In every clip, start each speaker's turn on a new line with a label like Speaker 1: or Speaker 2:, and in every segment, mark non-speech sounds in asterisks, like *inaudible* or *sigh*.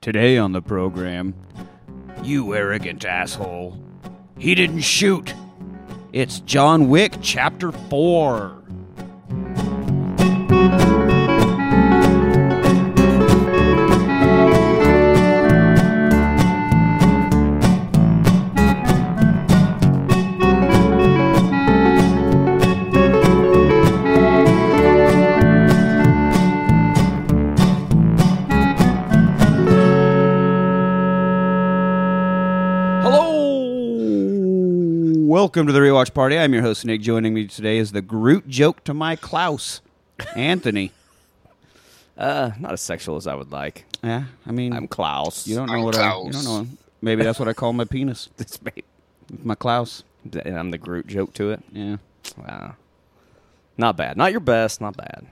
Speaker 1: Today on the program, you arrogant asshole. He didn't shoot. It's John Wick Chapter 4. Hello! Welcome to the Rewatch Party. I'm your host, Nick. Joining me today is the Groot joke to my Klaus, Anthony. *laughs*
Speaker 2: Uh, not as sexual as I would like.
Speaker 1: Yeah, I mean,
Speaker 2: I'm Klaus.
Speaker 1: you don't know
Speaker 3: I'm
Speaker 1: what I. You
Speaker 3: Klaus.
Speaker 1: don't know. Maybe that's what I call my penis.
Speaker 2: *laughs* This made-
Speaker 1: My Klaus.
Speaker 2: and I'm the Groot joke to it.
Speaker 1: Yeah.
Speaker 2: Wow, not bad. Not your best. Not bad.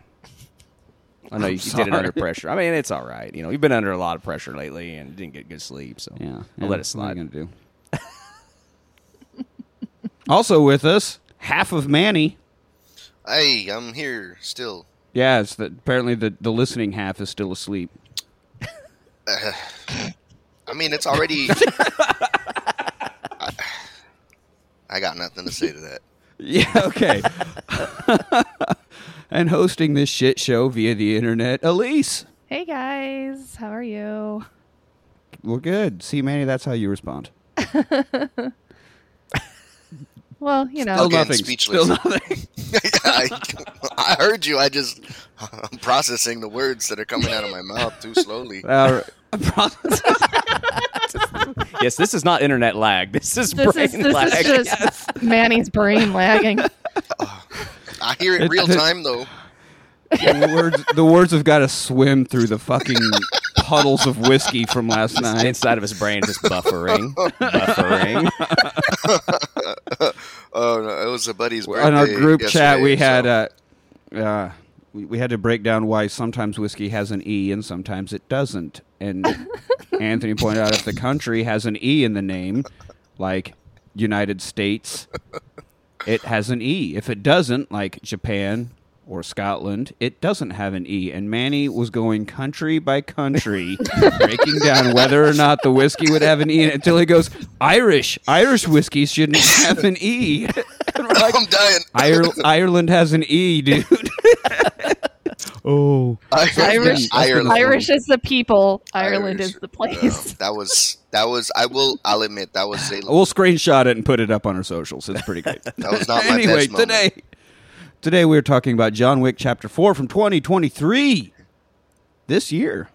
Speaker 2: I know you, you did it under
Speaker 1: sorry.
Speaker 2: pressure. I mean, it's all right. You know, you've been under a lot of pressure lately and didn't get good sleep, so
Speaker 1: Yeah.
Speaker 2: I'll
Speaker 1: yeah, What are
Speaker 2: let it
Speaker 1: you
Speaker 2: slide.
Speaker 1: gonna do? *laughs* also with us, half of Manny.
Speaker 3: Hey, I'm here still.
Speaker 1: Yeah, it's the, apparently the, the listening half is still asleep.
Speaker 3: I mean,
Speaker 1: *laughs*
Speaker 3: it's already. I, I got nothing to say to that.
Speaker 1: *laughs*
Speaker 3: *laughs*
Speaker 1: Yeah, okay. *laughs* and hosting this shit show via the internet, Elise.
Speaker 4: Hey guys, how are you?
Speaker 1: We're good. See, Manny, that's how you respond.
Speaker 4: Well, you know,
Speaker 1: Still
Speaker 3: Again,
Speaker 1: nothing.
Speaker 3: speechless.
Speaker 1: Still *laughs* nothing.
Speaker 3: I, I heard you. I just I'm processing the words that are coming out of my mouth too slowly.
Speaker 1: All right.
Speaker 2: yes, this is not internet lag. *laughs* This is
Speaker 4: this
Speaker 2: brain
Speaker 4: is this
Speaker 2: lag.
Speaker 4: is just
Speaker 2: *laughs*
Speaker 4: Manny's brain lagging.
Speaker 3: I hear it real time though.
Speaker 1: the words the words have got to swim through the fucking *laughs* puddles of whiskey from last night.
Speaker 2: Inside of his brain, just
Speaker 1: *laughs*
Speaker 2: buffering, buffering.
Speaker 3: Oh, no, it was a buddy's birthday.
Speaker 1: On our group chat,
Speaker 3: yesterday,
Speaker 1: we had
Speaker 3: so-
Speaker 1: uh, uh, we, we had to break down why sometimes whiskey has an e and sometimes it doesn't.
Speaker 3: *laughs*
Speaker 1: And Anthony pointed out if the country has an e in the name, like United States, it has an e. If it doesn't, like Japan or Scotland, it doesn't have an e. And Manny was going country by
Speaker 3: *laughs*
Speaker 1: country, breaking down whether or not the whiskey would have an e in it until he goes Irish. Irish whiskey shouldn't have an e. *laughs* And we're like,
Speaker 3: I'm dying.
Speaker 1: Ire- Ireland has an E, dude. oh.
Speaker 4: Irish-
Speaker 3: Ireland.
Speaker 4: Irish is the people, Ireland
Speaker 3: Irish.
Speaker 4: is the place.
Speaker 3: *laughs* That was that was. I will. I'll admit that was a
Speaker 1: We'll screenshot it and put it up on our socials. It's pretty great.
Speaker 3: that was not my
Speaker 1: anyway,
Speaker 3: best moment.
Speaker 1: today today we're talking about John Wick chapter 4 from 2023 this year.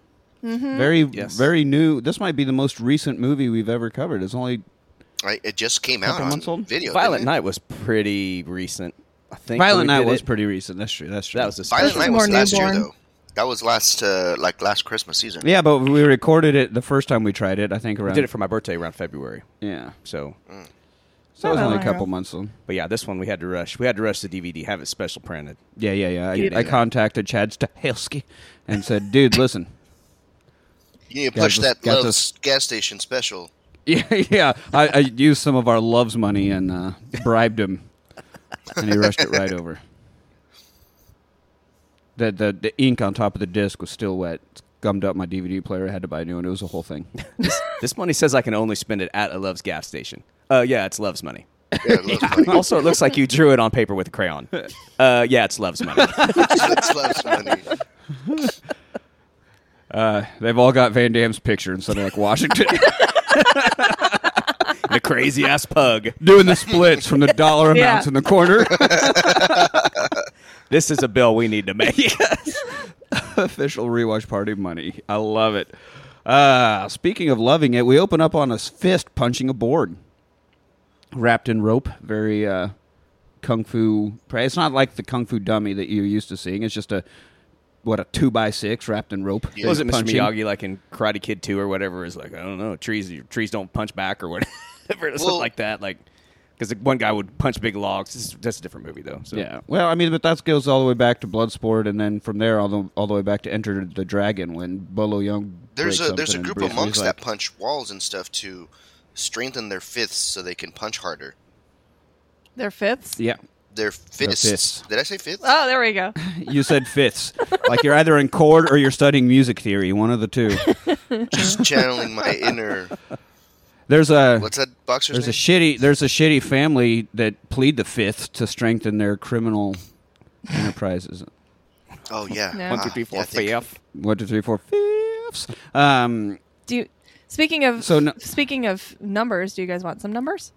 Speaker 4: Mm-hmm.
Speaker 1: Very
Speaker 2: Yes.
Speaker 1: very new. This might be the most recent movie we've ever covered. It's only
Speaker 3: Right, it just came out
Speaker 1: Couple
Speaker 3: on
Speaker 1: months old?
Speaker 3: video.
Speaker 2: Violent
Speaker 3: didn't it?
Speaker 2: Night was pretty recent. I think that we
Speaker 1: Violent Night
Speaker 2: did
Speaker 1: was
Speaker 2: it.
Speaker 1: pretty recent. That's true. That's true.
Speaker 2: That was a
Speaker 3: Violent
Speaker 2: special.
Speaker 4: is
Speaker 3: Night was
Speaker 4: more
Speaker 3: last year
Speaker 4: newborn.
Speaker 3: though. That was last uh, like last Christmas season.
Speaker 1: yeah, but we recorded it the first time we tried it. I think
Speaker 2: We
Speaker 1: around
Speaker 2: did it for my birthday around February.
Speaker 1: yeah.
Speaker 2: So,
Speaker 1: So it was
Speaker 4: Oh,
Speaker 1: only a
Speaker 4: yeah.
Speaker 1: couple months old.
Speaker 2: but yeah, this one we had to rush. We had to rush the DVD, have it special printed.
Speaker 1: Yeah, yeah, yeah. I,
Speaker 2: Dude.
Speaker 1: I contacted Chad Stahelski and said, "Dude, listen." *laughs*
Speaker 3: You need to
Speaker 1: Got
Speaker 3: push
Speaker 1: this-
Speaker 3: that
Speaker 1: got
Speaker 3: Love's
Speaker 1: this-
Speaker 3: gas
Speaker 1: *laughs*
Speaker 3: station special.
Speaker 1: Yeah, yeah. I, I used some of our loves money and uh, bribed him, and he rushed it right over. The, the the ink on top of the disc was still wet. It's gummed up my DVD player. I had to buy a new one. It was a whole thing.
Speaker 2: This money says I can only spend it at a Love's gas station. Uh, yeah, it's Love's money.
Speaker 3: Yeah, Love's money.
Speaker 2: *laughs* Also, it looks like you drew it on paper with a crayon. Uh, yeah, it's Love's money.
Speaker 3: That's Love's money.
Speaker 1: They've all got Van Damme's picture instead of like Washington *laughs*
Speaker 2: the crazy ass pug.
Speaker 1: doing the splits from the dollar
Speaker 4: Yeah.
Speaker 1: amounts in the corner.
Speaker 2: This is a bill we need
Speaker 1: *laughs*
Speaker 2: to make.
Speaker 1: official rewatch party money. I love it. Uh, speaking of loving it, we open up on a s- fist punching a board, wrapped in rope. Very uh, kung fu. pra- It's not like the kung fu dummy that you're used to seeing. It's just a what a two by six wrapped in rope.
Speaker 3: Yeah.
Speaker 2: was it Mr.
Speaker 1: Punching.
Speaker 2: Miyagi like in Karate Kid Two or whatever? Is like I don't know. Trees, trees don't punch back or whatever. *laughs* It's
Speaker 3: Well-
Speaker 2: something like that. Like because one guy would punch big logs. This is, that's a different movie though. So.
Speaker 1: Yeah. Well, I mean, but that goes all the way back to Bloodsport, and then from there all the all the way back to Enter the Dragon when Bolo Young.
Speaker 3: There's
Speaker 1: breaks
Speaker 3: a there's a
Speaker 1: something and
Speaker 3: group
Speaker 1: breaks-
Speaker 3: of
Speaker 1: he's
Speaker 3: monks
Speaker 1: like-
Speaker 3: that punch walls and stuff to strengthen their fists so they can punch harder.
Speaker 4: They're fifths?
Speaker 1: Yeah.
Speaker 3: Their fists.
Speaker 1: fists.
Speaker 3: Did I say fists?
Speaker 4: Ah.
Speaker 5: Oh, there we go.
Speaker 1: You said fifths. like you're either in chord or you're studying music theory, one of the two.
Speaker 3: Just
Speaker 4: *laughs*
Speaker 3: channeling my inner.
Speaker 1: There's a
Speaker 3: What's that boxer's
Speaker 1: there's a
Speaker 3: name?
Speaker 1: shitty there's a shitty family that plead the fifth to strengthen their criminal enterprises.
Speaker 3: oh yeah.
Speaker 4: No.
Speaker 2: One, two,
Speaker 3: Ah,
Speaker 2: three,
Speaker 3: yeah,
Speaker 2: four,
Speaker 3: I think-
Speaker 2: five.
Speaker 1: One, two, three, four, fifths. Um,
Speaker 5: Do you, speaking of
Speaker 1: So no-
Speaker 5: speaking of numbers, do you guys want some numbers?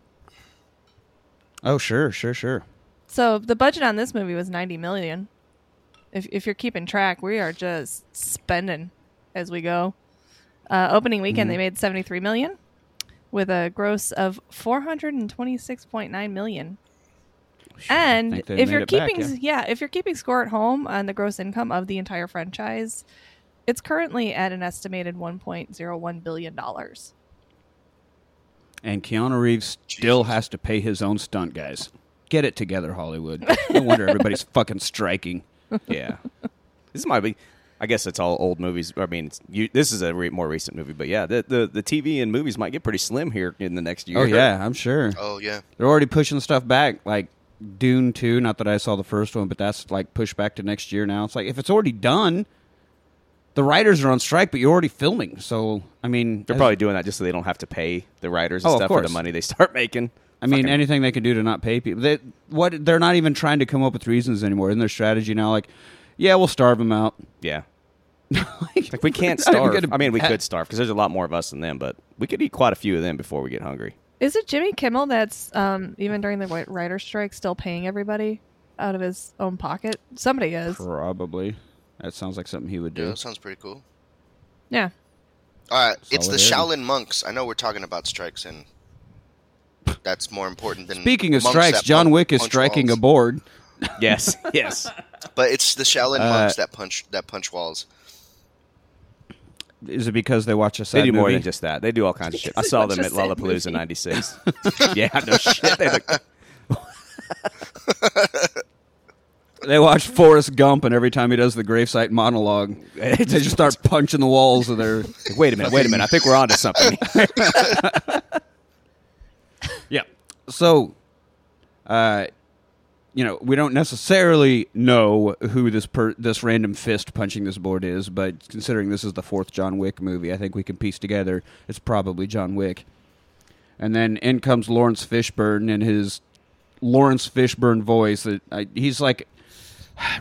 Speaker 1: oh sure, sure, sure.
Speaker 5: So the budget on this movie was 90 million. If if you're keeping track, we are just spending as we go. Uh, opening weekend
Speaker 1: Mm-hmm.
Speaker 5: they made 73 million with a gross of 426.9 million. And
Speaker 1: think they
Speaker 5: if
Speaker 1: made
Speaker 5: you're
Speaker 1: it back,
Speaker 5: keeping yeah. if you're keeping score at home on the gross income of the entire franchise, it's currently at an estimated 1.01 billion dollars.
Speaker 1: And Keanu Reeves still has to pay his own stunt guys. Get it together, Hollywood. No wonder
Speaker 3: *laughs*
Speaker 1: everybody's fucking striking.
Speaker 2: Yeah. this might be. I guess it's all old movies. I mean, it's, you, this is a re- more recent movie, but yeah, the, the the TV and movies might get pretty slim here in the next year.
Speaker 1: Oh yeah, I'm sure.
Speaker 3: Oh yeah.
Speaker 1: They're already pushing stuff back, like Dune Two. Not that I saw the first one, but that's like pushed back to next year now. It's like if it's already done, the writers are on strike, but you're already filming. So I mean,
Speaker 2: they're
Speaker 1: as-
Speaker 2: probably doing that just so they don't have to pay the writers and
Speaker 1: Oh, of
Speaker 2: stuff for the
Speaker 1: course.
Speaker 2: money they start making.
Speaker 1: I mean,
Speaker 2: Fucking-
Speaker 1: anything they can do to not pay people. They, what they're not even trying to come up with reasons anymore. Isn't their strategy now like, yeah, we'll starve them out.
Speaker 2: yeah,
Speaker 1: like, *laughs*
Speaker 2: like we can't
Speaker 1: we're not even
Speaker 2: starve.
Speaker 1: gonna-
Speaker 2: eh, *laughs* I mean, we could starve because there's a lot more of us than them, but we could eat quite a few of them before we get *laughs* hungry.
Speaker 5: Is it Jimmy Kimmel that's um, even during the white writer strike still paying everybody out of his own pocket? Somebody is.
Speaker 1: Probably. That sounds like something he would
Speaker 3: Yeah,
Speaker 1: do.
Speaker 3: that sounds pretty cool.
Speaker 5: Yeah.
Speaker 3: All right, Uh, it's the
Speaker 1: Solidarity.
Speaker 3: Shaolin monks. I know we're talking about strikes, and that's more important than.
Speaker 1: Speaking of
Speaker 3: monks
Speaker 1: strikes,
Speaker 3: that
Speaker 1: John
Speaker 3: punch-
Speaker 1: Wick is
Speaker 3: punch
Speaker 1: striking
Speaker 3: walls.
Speaker 1: a board.
Speaker 2: Yes, yes.
Speaker 3: But it's the Shaolin
Speaker 1: Uh,
Speaker 3: monks that punch that punch walls.
Speaker 1: Is it because they watch a sad
Speaker 2: they do
Speaker 1: movie?
Speaker 2: more than just that. They do all *laughs* kinds of shit. I
Speaker 5: It's
Speaker 2: saw
Speaker 5: not
Speaker 2: them at
Speaker 5: just that
Speaker 2: Lollapalooza *laughs*
Speaker 5: movie.
Speaker 2: '96. yeah, no shit. They look-
Speaker 1: They watch Forrest Gump, and every time he does the gravesite monologue, they just start punching the walls of their.
Speaker 2: wait a minute, wait a minute. I think we're onto something. *laughs*
Speaker 1: Yeah. So, uh, you know, we don't necessarily know who this per- this random fist punching this board is, but considering this is the fourth John Wick movie, I think we can piece together it's probably John Wick. And then in comes Lawrence Fishburne and his Lawrence Fishburne voice that I, he's like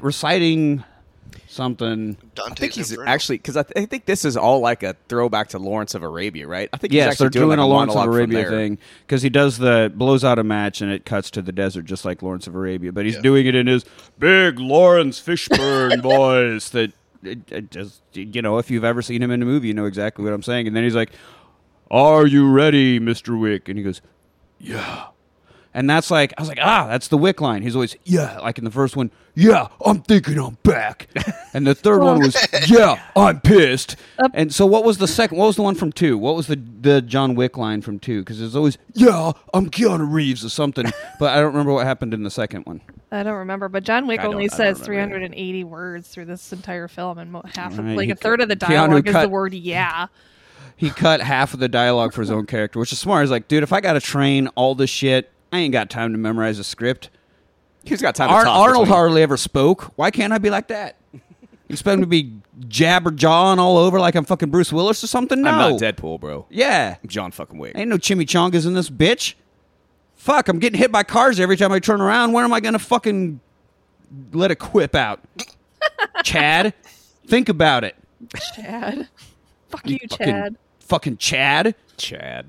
Speaker 1: reciting something.
Speaker 3: Dante's
Speaker 2: I think he's
Speaker 3: Inferno.
Speaker 2: actually because I, th- I think this is all like a throwback to Lawrence of Arabia, right? I think he's
Speaker 1: Yes,
Speaker 2: actually
Speaker 1: they're doing,
Speaker 2: like
Speaker 1: a Lawrence of
Speaker 2: monologue from
Speaker 1: Arabia
Speaker 2: there.
Speaker 1: thing because he does the blows out a match and it cuts to the desert just like Lawrence of Arabia, but he's doing it in his big Lawrence Fishburne *laughs* voice that it, it just you know if you've ever seen him in a movie, you know exactly what I'm saying. And then he's like, "Are you ready, Mister Wick?" And he goes, "Yeah." And that's like I was like, ah, that's the Wick line. He's always yeah, like in the first one, yeah, I'm thinking I'm back, and the third one was yeah, I'm pissed. and so what was the second? What was the one from two? What was the the John Wick line from two? Because it's always yeah, I'm Keanu Reeves or something, but I don't remember what happened in the second one.
Speaker 5: I don't remember, but John Wick
Speaker 2: I don't- I
Speaker 5: only
Speaker 2: don't
Speaker 5: says
Speaker 2: remember
Speaker 5: 380 words through this entire film, and mo- half, of,
Speaker 1: Right,
Speaker 5: like
Speaker 1: he
Speaker 5: a third of the
Speaker 1: cut- Keanu
Speaker 5: dialogue is the
Speaker 1: cut-
Speaker 5: word "yeah." *laughs*
Speaker 1: He cut half of the dialogue for his own character, which is smart. He's like, dude, if I got to train all this shit, I ain't got time to memorize a script.
Speaker 2: He's got time.
Speaker 1: Ar-
Speaker 2: to talk
Speaker 1: Arnold
Speaker 2: between-
Speaker 1: hardly ever spoke. Why can't I be like that? You expect me to be jabber jawing all over like I'm fucking Bruce Willis or something? No.
Speaker 2: I'm not Deadpool, bro.
Speaker 1: Yeah.
Speaker 2: I'm John fucking Wick.
Speaker 1: Ain't no chimichangas in this bitch. Fuck, I'm getting hit by cars every time I turn around. When am I going to fucking let a quip
Speaker 5: *laughs*
Speaker 1: out? Chad, think about it.
Speaker 5: Chad, *laughs* fuck you,
Speaker 1: Fucking,
Speaker 5: Chad.
Speaker 1: Fucking Chad. What
Speaker 2: Chad.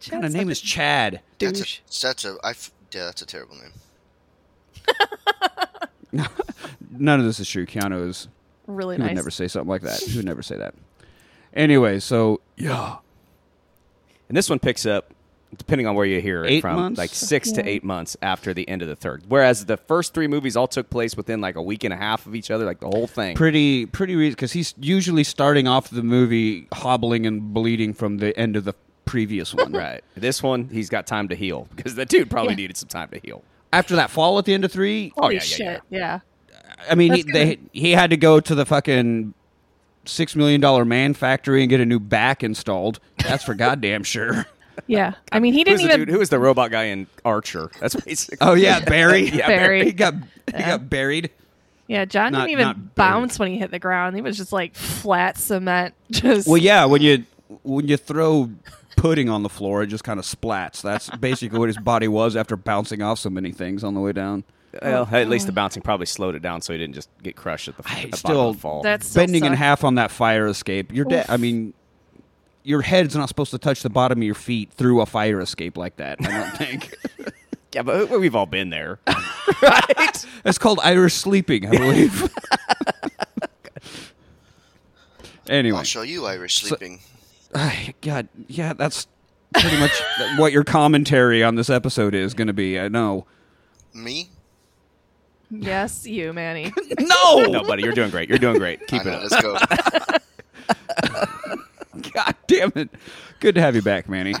Speaker 5: Chad's
Speaker 1: kind of name
Speaker 5: such
Speaker 1: is Chad?
Speaker 5: a
Speaker 3: That's
Speaker 5: douche.
Speaker 3: a, that's a I f- yeah, that's a terrible name.
Speaker 1: None of this is true. Keanu is
Speaker 5: Really
Speaker 1: He
Speaker 5: nice.
Speaker 1: would never say something like that. He would never say that. Anyway, so yeah,
Speaker 2: And this one picks up, depending on where you hear it
Speaker 1: Eight
Speaker 2: from,
Speaker 1: months?
Speaker 2: like six to
Speaker 5: Yeah.
Speaker 2: eight months after the end of the third. Whereas the first three movies all took place within like a week and a half of each other, like the whole thing.
Speaker 1: pretty pretty because he's usually starting off the movie hobbling and bleeding from the end of the previous *laughs* one.
Speaker 2: right. This one, he's got time to heal because the dude probably
Speaker 5: Yeah.
Speaker 2: needed some time to heal.
Speaker 1: After that fall at the end of three,
Speaker 2: Oh,
Speaker 5: Holy
Speaker 2: yeah, yeah,
Speaker 5: shit!
Speaker 2: yeah.
Speaker 1: *laughs*
Speaker 5: yeah.
Speaker 1: I mean, he,
Speaker 5: That's
Speaker 1: they, he had to go to the fucking six million dollar man factory and get a new back installed. That's for goddamn sure.
Speaker 5: Yeah, I mean he
Speaker 2: Who's
Speaker 5: didn't
Speaker 2: the
Speaker 5: even.
Speaker 2: dude? Who is the robot guy in Archer? That's
Speaker 1: *laughs*
Speaker 2: basically.
Speaker 1: Oh *laughs* yeah, Barry.
Speaker 2: Yeah,
Speaker 5: Barry.
Speaker 1: He got he
Speaker 5: Yeah.
Speaker 1: got buried.
Speaker 5: Yeah, John
Speaker 1: Not-
Speaker 5: didn't even
Speaker 1: not buried.
Speaker 5: bounce when he hit the ground. He was just like flat cement. *laughs* Just
Speaker 1: Well, yeah, when you when you throw pudding on the floor, it just kind of splats. That's basically what his body was after bouncing off so many things on the way down.
Speaker 2: Well, at least the bouncing probably slowed it down, so he didn't just get crushed at the,
Speaker 1: I
Speaker 2: at the bottom
Speaker 1: still-
Speaker 2: of the fall.
Speaker 5: that's still
Speaker 1: Bending in
Speaker 5: sucked.
Speaker 1: half on that fire escape. You're dead. I mean, your head's not supposed to touch the bottom of your feet through a fire escape like that. I don't *laughs* think.
Speaker 2: *laughs* yeah, but we've all been there, right?
Speaker 1: That's called Irish sleeping, I believe. anyway,
Speaker 3: I'll show you Irish sleeping.
Speaker 1: Ay, *sighs* God, yeah, that's pretty much *laughs* what your commentary on this episode is going to be. I know.
Speaker 3: Me?
Speaker 5: Yes, you, Manny. *laughs*
Speaker 1: No,
Speaker 2: no, buddy, you're doing great. You're doing great.
Speaker 3: I
Speaker 2: Keep it
Speaker 3: know,
Speaker 1: *laughs*
Speaker 2: up.
Speaker 3: let's go.
Speaker 1: God damn it! Good to have you back,
Speaker 3: *laughs*
Speaker 1: Manny.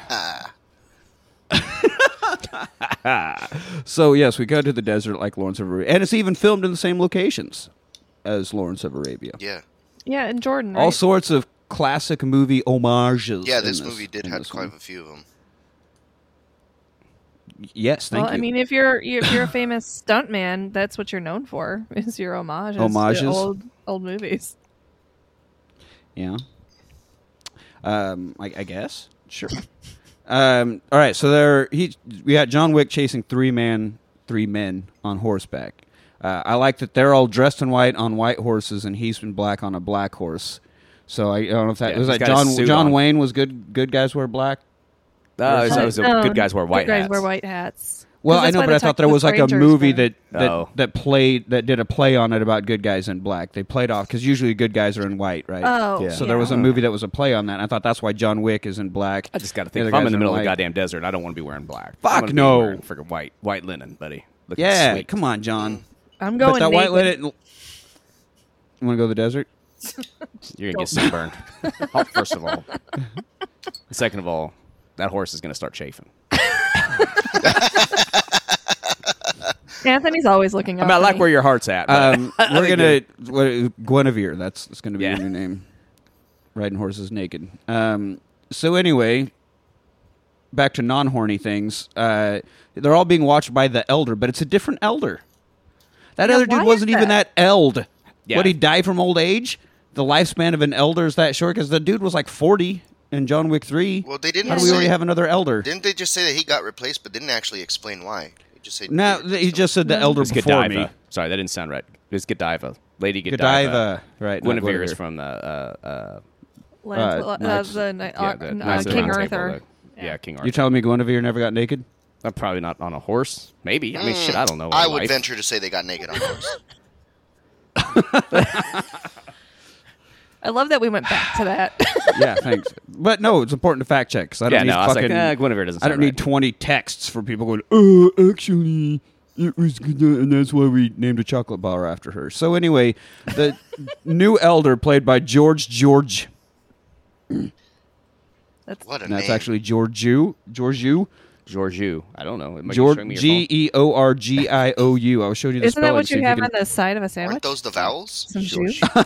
Speaker 1: so yes, we go to the desert like Lawrence of Arabia, and it's even filmed in the same locations as Lawrence of Arabia.
Speaker 3: Yeah.
Speaker 5: Yeah, and Jordan. Right?
Speaker 1: All sorts of classic movie homages.
Speaker 3: Yeah,
Speaker 1: in
Speaker 3: this movie did
Speaker 1: in
Speaker 3: have
Speaker 1: this
Speaker 3: quite
Speaker 1: one.
Speaker 3: a few of them.
Speaker 1: Yes, thank
Speaker 5: well,
Speaker 1: you.
Speaker 5: I mean, if you're
Speaker 1: *laughs*
Speaker 5: if you're a famous stuntman, that's what you're known for *laughs* is your homages, to
Speaker 1: Homages.
Speaker 5: old old movies.
Speaker 1: Yeah. Um, I, I guess. Sure. um, all right. So there, he we had John Wick chasing three man, three men on horseback. Uh, I like that they're all dressed in white on white horses, and he's in black on a black horse. So I, I don't know if that
Speaker 2: Yeah,
Speaker 1: was
Speaker 2: he's
Speaker 1: that
Speaker 2: got his
Speaker 1: John
Speaker 2: suit
Speaker 1: John
Speaker 2: on.
Speaker 1: Wayne was good. Good guys wear black.
Speaker 2: No, it was, it was a-
Speaker 5: No,
Speaker 2: good guys wear white
Speaker 5: Oh, Um, Good guys
Speaker 2: hats.
Speaker 5: wear white hats. 'Cause
Speaker 1: Well, I
Speaker 5: that's
Speaker 1: know,
Speaker 5: why
Speaker 1: but
Speaker 5: the
Speaker 1: I thought there was like
Speaker 5: Texas
Speaker 1: a
Speaker 5: Rangers
Speaker 1: movie
Speaker 5: were-
Speaker 1: that that,
Speaker 2: Oh.
Speaker 1: that played that did a play on it about good guys in black. They played off because usually good guys are in white, right?
Speaker 5: Oh,
Speaker 2: Yeah.
Speaker 1: So there was a
Speaker 2: yeah.
Speaker 1: movie that was a play on that. And I thought that's why John Wick is in black.
Speaker 2: I just got to
Speaker 1: The
Speaker 2: think.
Speaker 1: other
Speaker 2: If I'm
Speaker 1: guys
Speaker 2: in the
Speaker 1: are
Speaker 2: middle of the
Speaker 1: white.
Speaker 2: goddamn desert, I don't want to be wearing black.
Speaker 1: Fuck
Speaker 2: I'm gonna be
Speaker 1: no.
Speaker 2: wearing Freaking white, white linen, buddy. Looking
Speaker 1: Yeah,
Speaker 2: sweet.
Speaker 1: come on, John.
Speaker 5: I'm
Speaker 1: But
Speaker 5: going.
Speaker 1: that white
Speaker 5: naked.
Speaker 1: linen. You want to go to the desert?
Speaker 2: You're gonna get
Speaker 5: *laughs*
Speaker 2: sunburned. Oh, First of all, second of all, that horse is gonna start chafing.
Speaker 5: Anthony's always looking.
Speaker 2: I mean, I like where your heart's at. but- *laughs*
Speaker 1: Um, we're gonna what, Guinevere. That's, that's gonna be
Speaker 2: Yeah.
Speaker 1: your new name. Riding horses naked. Um, so anyway, back to non-horny things. Uh, they're all being watched by the elder, but it's a different elder. That
Speaker 5: Yeah,
Speaker 1: other
Speaker 5: why
Speaker 1: dude
Speaker 5: is
Speaker 1: wasn't even that
Speaker 5: that?
Speaker 1: eld.
Speaker 2: Yeah.
Speaker 1: Would he die from old age? The lifespan of an elder is that short because the dude was like forty in John Wick Three.
Speaker 3: Well, they didn't
Speaker 1: How do we already
Speaker 3: say-
Speaker 1: have another elder?
Speaker 3: Didn't they just say that he got replaced, but didn't actually explain why? They just say
Speaker 1: No, th- he just said the elder
Speaker 2: Mm. It's
Speaker 1: before
Speaker 2: Godiva.
Speaker 1: me.
Speaker 2: Sorry, that didn't sound right. It's Godiva. Lady
Speaker 1: Godiva,
Speaker 2: Godiva.
Speaker 1: right? not
Speaker 2: Guinevere is from the uh, uh,
Speaker 5: Lance,
Speaker 1: uh,
Speaker 5: uh,
Speaker 1: Knights-
Speaker 5: the, Knight-
Speaker 2: yeah,
Speaker 5: uh,
Speaker 2: the
Speaker 5: n- uh,
Speaker 2: Knights of the
Speaker 5: King
Speaker 2: Round Table,
Speaker 5: Arthur.
Speaker 2: the- Yeah, King Arthur.
Speaker 1: You're telling me Guinevere never got naked?
Speaker 2: I'm probably not on a horse. Maybe. I mean,
Speaker 5: Mm,
Speaker 2: shit. I don't know. my
Speaker 3: I would
Speaker 2: life.
Speaker 3: venture to say they got naked on horse.
Speaker 5: I love that we went back
Speaker 1: *laughs*
Speaker 5: to that.
Speaker 1: yeah, thanks. But no, it's important to fact check because I don't
Speaker 2: Yeah,
Speaker 1: need
Speaker 2: no. I was
Speaker 1: fucking.
Speaker 2: like, eh, Guinevere doesn't.
Speaker 1: I don't
Speaker 2: sound
Speaker 1: need
Speaker 2: right.
Speaker 1: twenty texts from people going. Oh, actually, it was good, uh," and that's why we named a chocolate bar after her. So anyway,
Speaker 2: *laughs*
Speaker 1: the new elder played by George George.
Speaker 3: What a
Speaker 1: And that's
Speaker 3: name.
Speaker 1: actually Georgiou. Georgiou.
Speaker 2: Georgiou. I don't know. It might be
Speaker 1: George
Speaker 2: showing me your
Speaker 1: *laughs* G E O R G I O U. I was showing you the
Speaker 5: Isn't that
Speaker 1: spelling.
Speaker 5: what
Speaker 1: see if
Speaker 5: you have
Speaker 1: can-
Speaker 5: on the side of a sandwich?
Speaker 3: Weren't those the vowels?
Speaker 5: Some
Speaker 1: *laughs*
Speaker 2: Sure,
Speaker 5: juice?
Speaker 2: phone.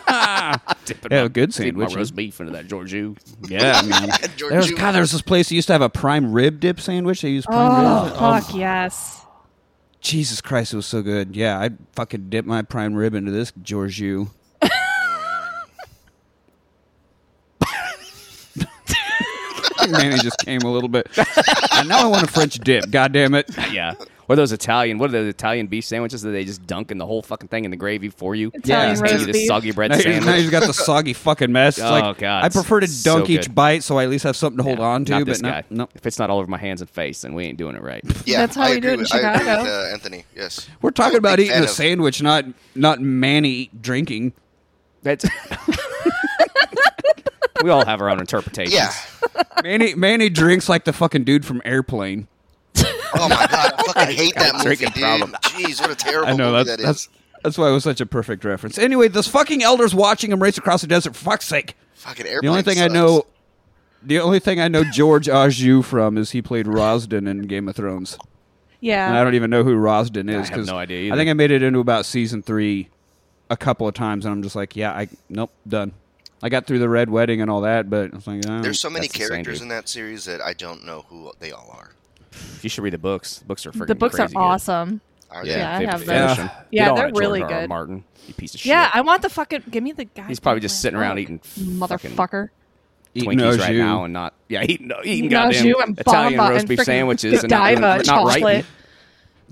Speaker 2: Dipping
Speaker 1: Yeah,
Speaker 2: my-
Speaker 1: good
Speaker 2: dipping
Speaker 1: sandwich.
Speaker 2: My roast beef into that Georgiou.
Speaker 5: *laughs*
Speaker 1: Yeah, man.
Speaker 3: George
Speaker 1: There's
Speaker 3: Jew.
Speaker 1: God, there's this place that used to have a prime rib dip sandwich. They used prime
Speaker 5: Oh,
Speaker 1: rib.
Speaker 5: fuck yes.
Speaker 1: Jesus Christ, it was so good. Yeah, I fucking dipped my prime rib into this Georgiou. *laughs* Manny just came a little bit. And now I want a French dip. God damn it!
Speaker 2: Yeah. Or those Italian, what are those Italian beef sandwiches that they just dunk in the whole fucking thing in the gravy for you?
Speaker 5: Italian
Speaker 2: Just give
Speaker 5: roast
Speaker 2: you
Speaker 5: beef.
Speaker 2: this soggy bread
Speaker 1: Now, he's- now
Speaker 2: sandwich.
Speaker 1: he's got the soggy fucking mess. It's
Speaker 2: Oh,
Speaker 1: like,
Speaker 2: God,
Speaker 1: I prefer to
Speaker 2: it's so
Speaker 1: dunk each
Speaker 2: good.
Speaker 1: bite so I at least have something to hold
Speaker 2: Yeah,
Speaker 1: on to.
Speaker 2: not
Speaker 1: but
Speaker 2: this
Speaker 1: no,
Speaker 2: guy.
Speaker 1: no,
Speaker 2: If it's not all over my hands and face, then we ain't doing it right.
Speaker 3: Yeah,
Speaker 5: That's how
Speaker 3: I
Speaker 5: we
Speaker 3: agree
Speaker 5: do it in
Speaker 3: with, I agree
Speaker 5: Chicago.
Speaker 3: with, uh, Anthony. Yes,
Speaker 1: we're
Speaker 3: I'm
Speaker 1: talking
Speaker 3: a
Speaker 1: about
Speaker 3: big
Speaker 1: eating
Speaker 3: fan
Speaker 1: a
Speaker 3: of-
Speaker 1: sandwich, not not Manny drinking.
Speaker 2: That's *laughs* we all have our own interpretations.
Speaker 3: Yeah.
Speaker 1: Manny Manny drinks like the fucking dude from Airplane.
Speaker 3: *laughs* Oh my god, I fucking hate that movie,
Speaker 2: Drinking
Speaker 3: dude.
Speaker 2: problem.
Speaker 3: Jeez, what a terrible
Speaker 1: I know
Speaker 3: movie
Speaker 1: that's,
Speaker 3: that
Speaker 1: that's
Speaker 3: is.
Speaker 1: that's why it was such a perfect reference. Anyway, this fucking elder's watching him race across the desert. For fuck's sake!
Speaker 3: Fucking airplane.
Speaker 1: The only thing
Speaker 3: sucks.
Speaker 1: I know, the only thing I know George Ajou from is he played Rosden in Game of Thrones, and I
Speaker 5: Yeah.
Speaker 1: don't even know who Rosden is.
Speaker 2: have
Speaker 1: 'cause
Speaker 2: no idea either.
Speaker 1: I think I made it into about season three a couple of times, and I'm just like, yeah, I nope, done. I got through the Red Wedding and all that, but it's like uh,
Speaker 3: There's so many
Speaker 2: That's insane,
Speaker 3: characters
Speaker 2: dude.
Speaker 3: in that series that I don't know who they all are.
Speaker 2: You should read the books. The books are freaking
Speaker 5: the books are
Speaker 2: crazy good.
Speaker 5: awesome.
Speaker 3: Are
Speaker 2: Yeah,
Speaker 3: they?
Speaker 5: Yeah, I
Speaker 2: they
Speaker 5: have
Speaker 2: finish
Speaker 1: those.
Speaker 2: 'em.
Speaker 5: Yeah,
Speaker 2: Get on
Speaker 5: they're
Speaker 2: it, George
Speaker 5: really
Speaker 2: R. R.
Speaker 5: good.
Speaker 2: Martin, you piece of
Speaker 5: Yeah,
Speaker 2: shit.
Speaker 5: I want the fucking. Give me the guy.
Speaker 2: He's probably just sitting around eating fucking
Speaker 5: Motherfucker.
Speaker 1: eating
Speaker 2: Twinkies
Speaker 1: those
Speaker 2: right
Speaker 1: you.
Speaker 2: now and not yeah eating no, eating
Speaker 5: Eating those
Speaker 2: goddamn
Speaker 5: you and
Speaker 2: Italian
Speaker 5: Bamba
Speaker 2: roast
Speaker 5: and
Speaker 2: beef
Speaker 5: frickin'
Speaker 2: sandwiches and not,
Speaker 5: Godiva
Speaker 2: and not writing.
Speaker 5: chocolate.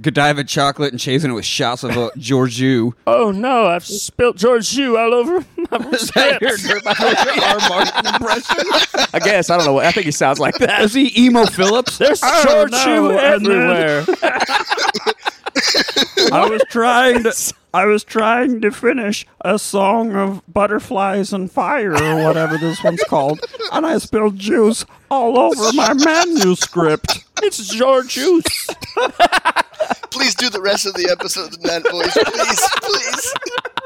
Speaker 1: Godiva chocolate and chasing it with shots of uh, Georgiou.
Speaker 2: Oh no, I've spilt George Shoe all over *laughs* my
Speaker 1: Is that your George R. Martin impression?
Speaker 2: *laughs* I guess I don't know. what I think he sounds like that.
Speaker 1: Is he
Speaker 6: *laughs*
Speaker 1: emo Phillips?
Speaker 2: There's
Speaker 1: George Shoe everywhere.
Speaker 6: I was trying
Speaker 2: *laughs*
Speaker 6: to I was trying to finish a song of butterflies and fire or whatever this one's called, and I spilled juice all over my manuscript.
Speaker 2: It's George Juice.
Speaker 3: Please do the rest of the episode in that voice,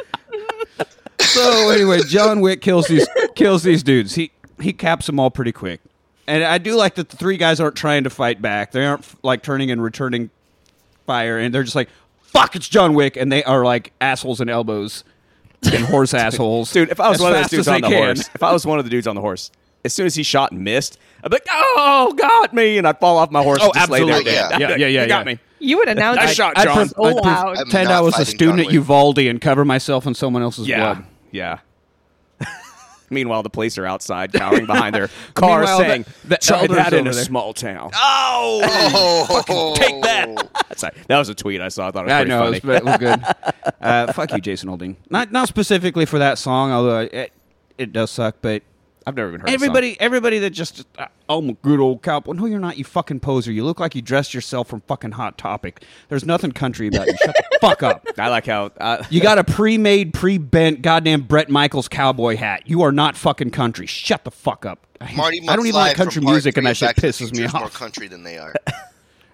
Speaker 3: please,
Speaker 1: So anyway, John Wick kills these kills these dudes. He he caps them all pretty quick. And I do like that the three guys aren't trying to fight back. They aren't like turning and returning fire, and they're just like, "Fuck, it's John Wick," and they are like assholes and elbows and horse assholes,
Speaker 2: *laughs* Dude, if I was
Speaker 1: as
Speaker 2: one of those
Speaker 1: fast
Speaker 2: dudes
Speaker 1: as
Speaker 2: on
Speaker 1: they
Speaker 2: the
Speaker 1: can.
Speaker 2: horse, if I was one of the dudes on the horse, as soon as he shot and missed, I'd be like, "Oh, got me!" and I'd fall off my horse.
Speaker 1: Oh,
Speaker 2: and just lay there
Speaker 1: absolutely.
Speaker 2: dead.
Speaker 3: Yeah.
Speaker 2: I'd be
Speaker 1: Yeah,
Speaker 2: like,
Speaker 1: yeah, yeah,
Speaker 2: "You Got
Speaker 1: yeah.
Speaker 2: me.
Speaker 5: You would announce
Speaker 2: Nice
Speaker 5: it
Speaker 2: shot,
Speaker 1: I
Speaker 2: John.
Speaker 1: pres-
Speaker 5: so
Speaker 1: I pres-
Speaker 5: loud.
Speaker 3: I'm
Speaker 1: pretend
Speaker 3: not
Speaker 1: I was a
Speaker 3: fighting
Speaker 1: student
Speaker 3: John
Speaker 1: at
Speaker 3: Wick.
Speaker 1: Uvalde and cover myself in someone else's
Speaker 2: Yeah,
Speaker 1: blood.
Speaker 2: yeah. *laughs* Meanwhile, the police are outside, cowering behind
Speaker 1: *laughs*
Speaker 2: their car,
Speaker 1: Meanwhile, the-
Speaker 2: saying,
Speaker 1: the
Speaker 2: "Tried
Speaker 1: elders
Speaker 2: that in
Speaker 1: over
Speaker 2: a
Speaker 1: there." Ah!
Speaker 2: small town."
Speaker 3: please. Oh,
Speaker 2: Take that. *laughs* That's right. That was a tweet I saw. I thought it was
Speaker 1: I
Speaker 2: pretty
Speaker 1: know,
Speaker 2: funny.
Speaker 1: it was, it was good.
Speaker 2: *laughs*
Speaker 1: uh, fuck you, Jason Olding. Not not specifically for that song, although it, it does suck, but
Speaker 2: I've never even heard
Speaker 1: Everybody, everybody that just uh, oh my good old cowboy. No, you're not. You fucking poser. You look like you dressed yourself from fucking Hot Topic. There's nothing country about you. Shut the *laughs* fuck up.
Speaker 2: I like how uh,
Speaker 1: You got a pre-made, pre-bent, goddamn Brett Michaels cowboy hat. You are not fucking country. Shut the fuck up. I-
Speaker 3: Marty
Speaker 1: I don't even like
Speaker 3: McFly from
Speaker 1: country
Speaker 3: Part
Speaker 1: music, and
Speaker 3: Three
Speaker 1: that
Speaker 3: of
Speaker 1: shit
Speaker 3: Back to the
Speaker 1: pisses me
Speaker 3: Future is More
Speaker 1: off.
Speaker 3: country than
Speaker 1: *laughs*
Speaker 3: they are.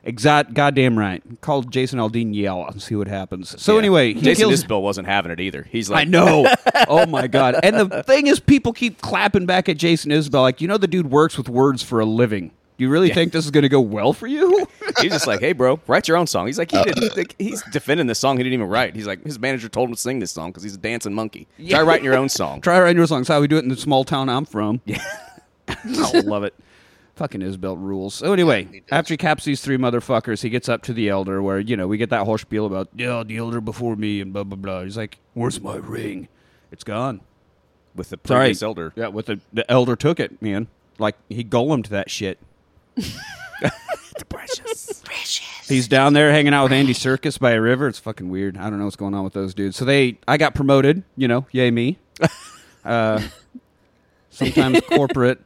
Speaker 1: exact, goddamn right. Call Jason Aldean yell and see what happens. So
Speaker 2: yeah.
Speaker 1: anyway, he
Speaker 2: Jason
Speaker 1: kills.
Speaker 2: Isbell wasn't having it either. He's
Speaker 1: I
Speaker 2: like,
Speaker 1: know. oh my god. And the thing is, people keep clapping back at Jason Isbell. Like, you know, the dude works with words for a living. Do you really think this is going to go well for you? *laughs*
Speaker 2: he's just like, hey, bro, write your own song. He's
Speaker 1: Oh.
Speaker 2: like, he didn't. Think, he's defending this song he didn't even write. He's like, his manager told him to sing this song because he's a dancing monkey. Try writing your own song.
Speaker 1: *laughs* Try writing your songs. How we do it in the small town I'm from. Yeah, I love it. Fucking Isbelt rules. So anyway,
Speaker 3: he does.
Speaker 1: after he caps these three motherfuckers, he gets up to the elder, where you know we get that whole spiel about yeah, the elder before me and blah blah blah. He's like, "Where's my ring? It's gone."
Speaker 2: With the
Speaker 1: Sorry,
Speaker 2: previous elder.
Speaker 1: Yeah, with the the elder took it, man. Like he golemed that shit.
Speaker 2: *laughs* Precious.
Speaker 1: He's down there hanging out with Andy Circus by a river. It's fucking weird. I don't know what's going on with those dudes. So they, I got promoted. You know, yay
Speaker 2: *laughs*
Speaker 1: me. Uh, sometimes corporate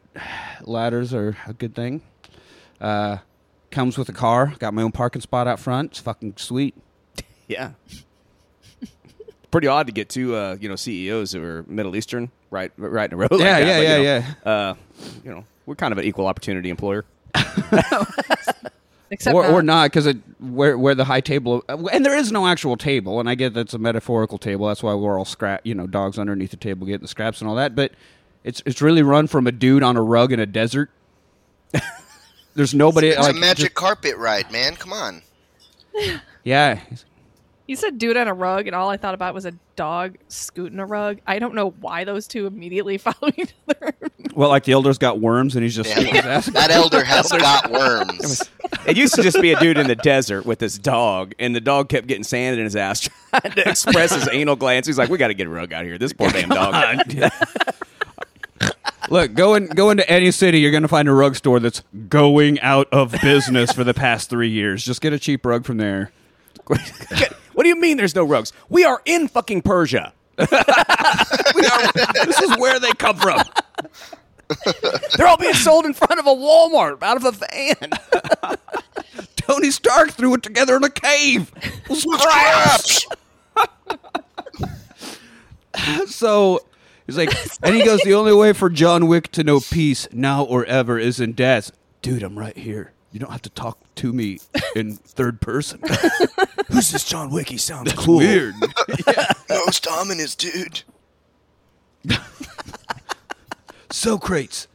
Speaker 1: ladders are a good thing. Uh, comes with a car. Got my own parking spot out front. It's fucking sweet.
Speaker 2: Yeah. Pretty odd to get two, uh, you know, CEOs who are Middle Eastern right, right in a row. like
Speaker 1: Yeah,
Speaker 2: that,
Speaker 1: yeah,
Speaker 2: but, you
Speaker 1: yeah,
Speaker 2: know, Uh, you know, we're kind of an equal opportunity employer.
Speaker 5: *laughs* Except
Speaker 1: or,
Speaker 5: not.
Speaker 1: or not because it where where the high table and there is no actual table and i get that's a metaphorical table that's why we're all scrap you know dogs underneath the table getting the scraps and all that but it's it's really run from a dude on a rug in a desert *laughs* there's nobody
Speaker 3: It's
Speaker 1: like
Speaker 3: a magic
Speaker 1: just-
Speaker 3: carpet ride, man. Come
Speaker 1: *laughs*
Speaker 3: on.
Speaker 1: yeah
Speaker 5: You said dude on a rug, and all I thought about was a dog scooting a rug. I don't know why those two immediately *laughs* follow each other.
Speaker 1: well like the elder's got worms and he's just
Speaker 3: Yeah. That elder has got worms.
Speaker 2: It used to just be a dude in the desert with this dog, and the dog kept getting sand in his ass *laughs* trying to express
Speaker 1: *laughs*
Speaker 2: his anal glands. He's like, "We got to get a rug out of here. This poor damn dog."
Speaker 1: *laughs* look go in go into any city you're gonna find a rug store that's going out of business for the past three years just get a cheap rug from there
Speaker 2: what do you mean? There's no rugs? We are in fucking Persia.
Speaker 1: *laughs* this is where they come from
Speaker 2: They're all being sold in front of a Walmart out of a *laughs* van.
Speaker 1: tony stark threw it together in a cave
Speaker 3: Scraps.
Speaker 1: So he's like, and he goes, the only way for John Wick to know peace now or ever is in death. Dude, I'm right here. You don't have to talk to me in third person.
Speaker 2: *laughs* Who's this John Wick? He sounds cool.
Speaker 1: Weird.
Speaker 3: Most dominant, dude.
Speaker 1: Socrates.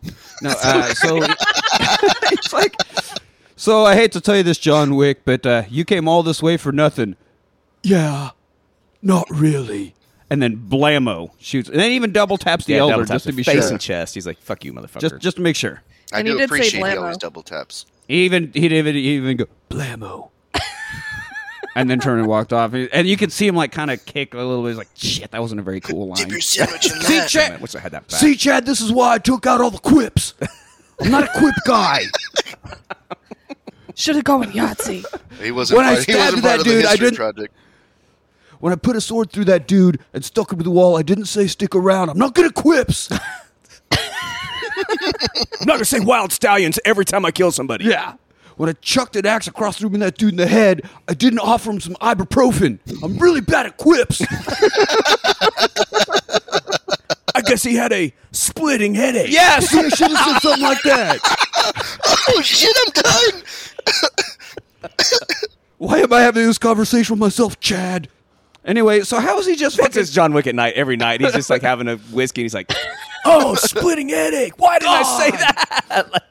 Speaker 1: No, uh, *laughs* so it's like, so I hate to tell you this, John Wick, but uh, you came all this way for nothing. Yeah, not really. and then blammo shoots, and then even double taps the
Speaker 2: Yeah,
Speaker 1: elder
Speaker 2: double
Speaker 1: just
Speaker 2: taps
Speaker 1: to
Speaker 2: her
Speaker 1: be
Speaker 2: face
Speaker 1: sure,
Speaker 2: and chest. He's like, "Fuck you, motherfucker."
Speaker 1: just just to make sure.
Speaker 3: I
Speaker 5: And he
Speaker 3: do
Speaker 5: did say
Speaker 3: appreciate he
Speaker 5: blammo.
Speaker 3: always double taps.
Speaker 1: Even he'd even he'd even go blammo, *laughs* and then turned and walked off. And you could see him like kind of kick a little bit. He's like, "Shit, that wasn't a very cool line."
Speaker 3: Dip your sandwich *laughs* in
Speaker 1: See,
Speaker 3: that.
Speaker 2: I
Speaker 1: Chad.
Speaker 2: wish I had that back.
Speaker 1: See, Chad. This is why I took out all the quips. I'm not a quip guy.
Speaker 5: Should have gone with
Speaker 3: *laughs*
Speaker 5: Yahtzee.
Speaker 3: He wasn't
Speaker 1: When I
Speaker 3: part, he
Speaker 1: stabbed
Speaker 3: wasn't part
Speaker 1: that
Speaker 3: of the
Speaker 1: dude, I
Speaker 3: history
Speaker 1: didn't-
Speaker 3: project.
Speaker 1: When I put a sword through that dude and stuck him to the wall, I didn't say stick around. I'm not good at quips. *laughs*
Speaker 2: I'm not gonna say wild stallions every time I kill somebody.
Speaker 1: Yeah. When I chucked an axe across the room and that dude in the head, I didn't offer him some ibuprofen. I'm really bad at *laughs* quips.
Speaker 2: I guess he had a splitting headache.
Speaker 1: yeah, see, I should have said something like that.
Speaker 3: *laughs* Oh shit! I'm done.
Speaker 1: Why am I having this conversation with myself, Chad? Anyway, so how is he just
Speaker 2: That's
Speaker 1: fucking?
Speaker 2: his John Wick at night every night. He's *laughs* just like having a whiskey and he's like, *laughs* "Oh, splitting headache. Why did I say that?"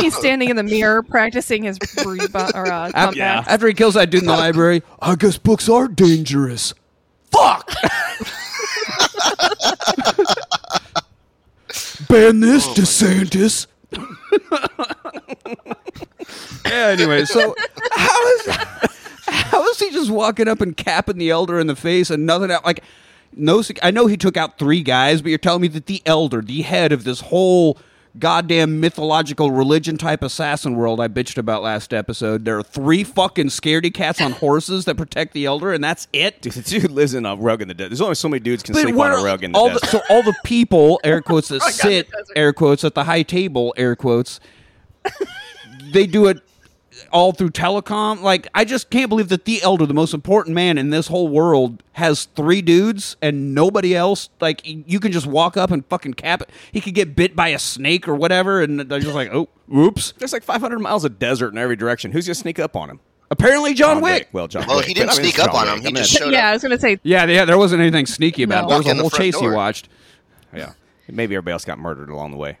Speaker 5: He's standing in the mirror practicing his breathe bu- or uh,
Speaker 1: Af-
Speaker 5: comeback.
Speaker 2: yeah.
Speaker 1: After he kills that dude in the library, *laughs* I guess books are dangerous. *laughs* Fuck. Ban this, DeSantis. yeah. Anyway, so how is *laughs* how is he just walking up and capping the elder in the face and nothing out like no? sec- I know he took out three guys, but you're telling me that the elder, the head of this whole goddamn mythological religion type assassin world I bitched about last episode, there are three fucking scaredy cats on horses that protect the elder, and that's it.
Speaker 2: *laughs* Dude, the dude lives in a rug in the desert. There's only so many dudes can
Speaker 1: But
Speaker 2: sleep
Speaker 1: where
Speaker 2: on a
Speaker 1: are
Speaker 2: rug in the
Speaker 1: all
Speaker 2: desert. Oh,
Speaker 1: so all the
Speaker 2: *laughs*
Speaker 1: people, air quotes, that sit,
Speaker 5: desert.
Speaker 1: air quotes, at the high table, air quotes, they do it all through telecom. Like, I just can't believe that the elder, the most important man in this whole world, has three dudes and nobody else. Like, y- you can just walk up and fucking cap it. He could get bit by a snake or whatever, and they're just like, oh, whoops.
Speaker 2: There's like 500 miles of desert in every direction. Who's gonna sneak up on him?
Speaker 1: Apparently, John, Wick.
Speaker 2: Well, John.
Speaker 3: Well,
Speaker 2: Wick.
Speaker 3: he didn't
Speaker 2: But I mean,
Speaker 3: sneak
Speaker 2: it's
Speaker 3: up
Speaker 2: John
Speaker 3: on
Speaker 2: Wick.
Speaker 3: him. He
Speaker 2: I mean,
Speaker 3: just
Speaker 2: it's-
Speaker 3: showed
Speaker 5: yeah, I
Speaker 3: up.
Speaker 5: was gonna say
Speaker 1: Yeah, yeah, there wasn't anything sneaky about it.
Speaker 5: No.
Speaker 1: There was
Speaker 3: Walk
Speaker 1: a
Speaker 3: in the
Speaker 1: whole
Speaker 3: front
Speaker 1: chase
Speaker 3: door.
Speaker 1: he watched.
Speaker 2: Yeah. Maybe everybody else got murdered along the *laughs* way.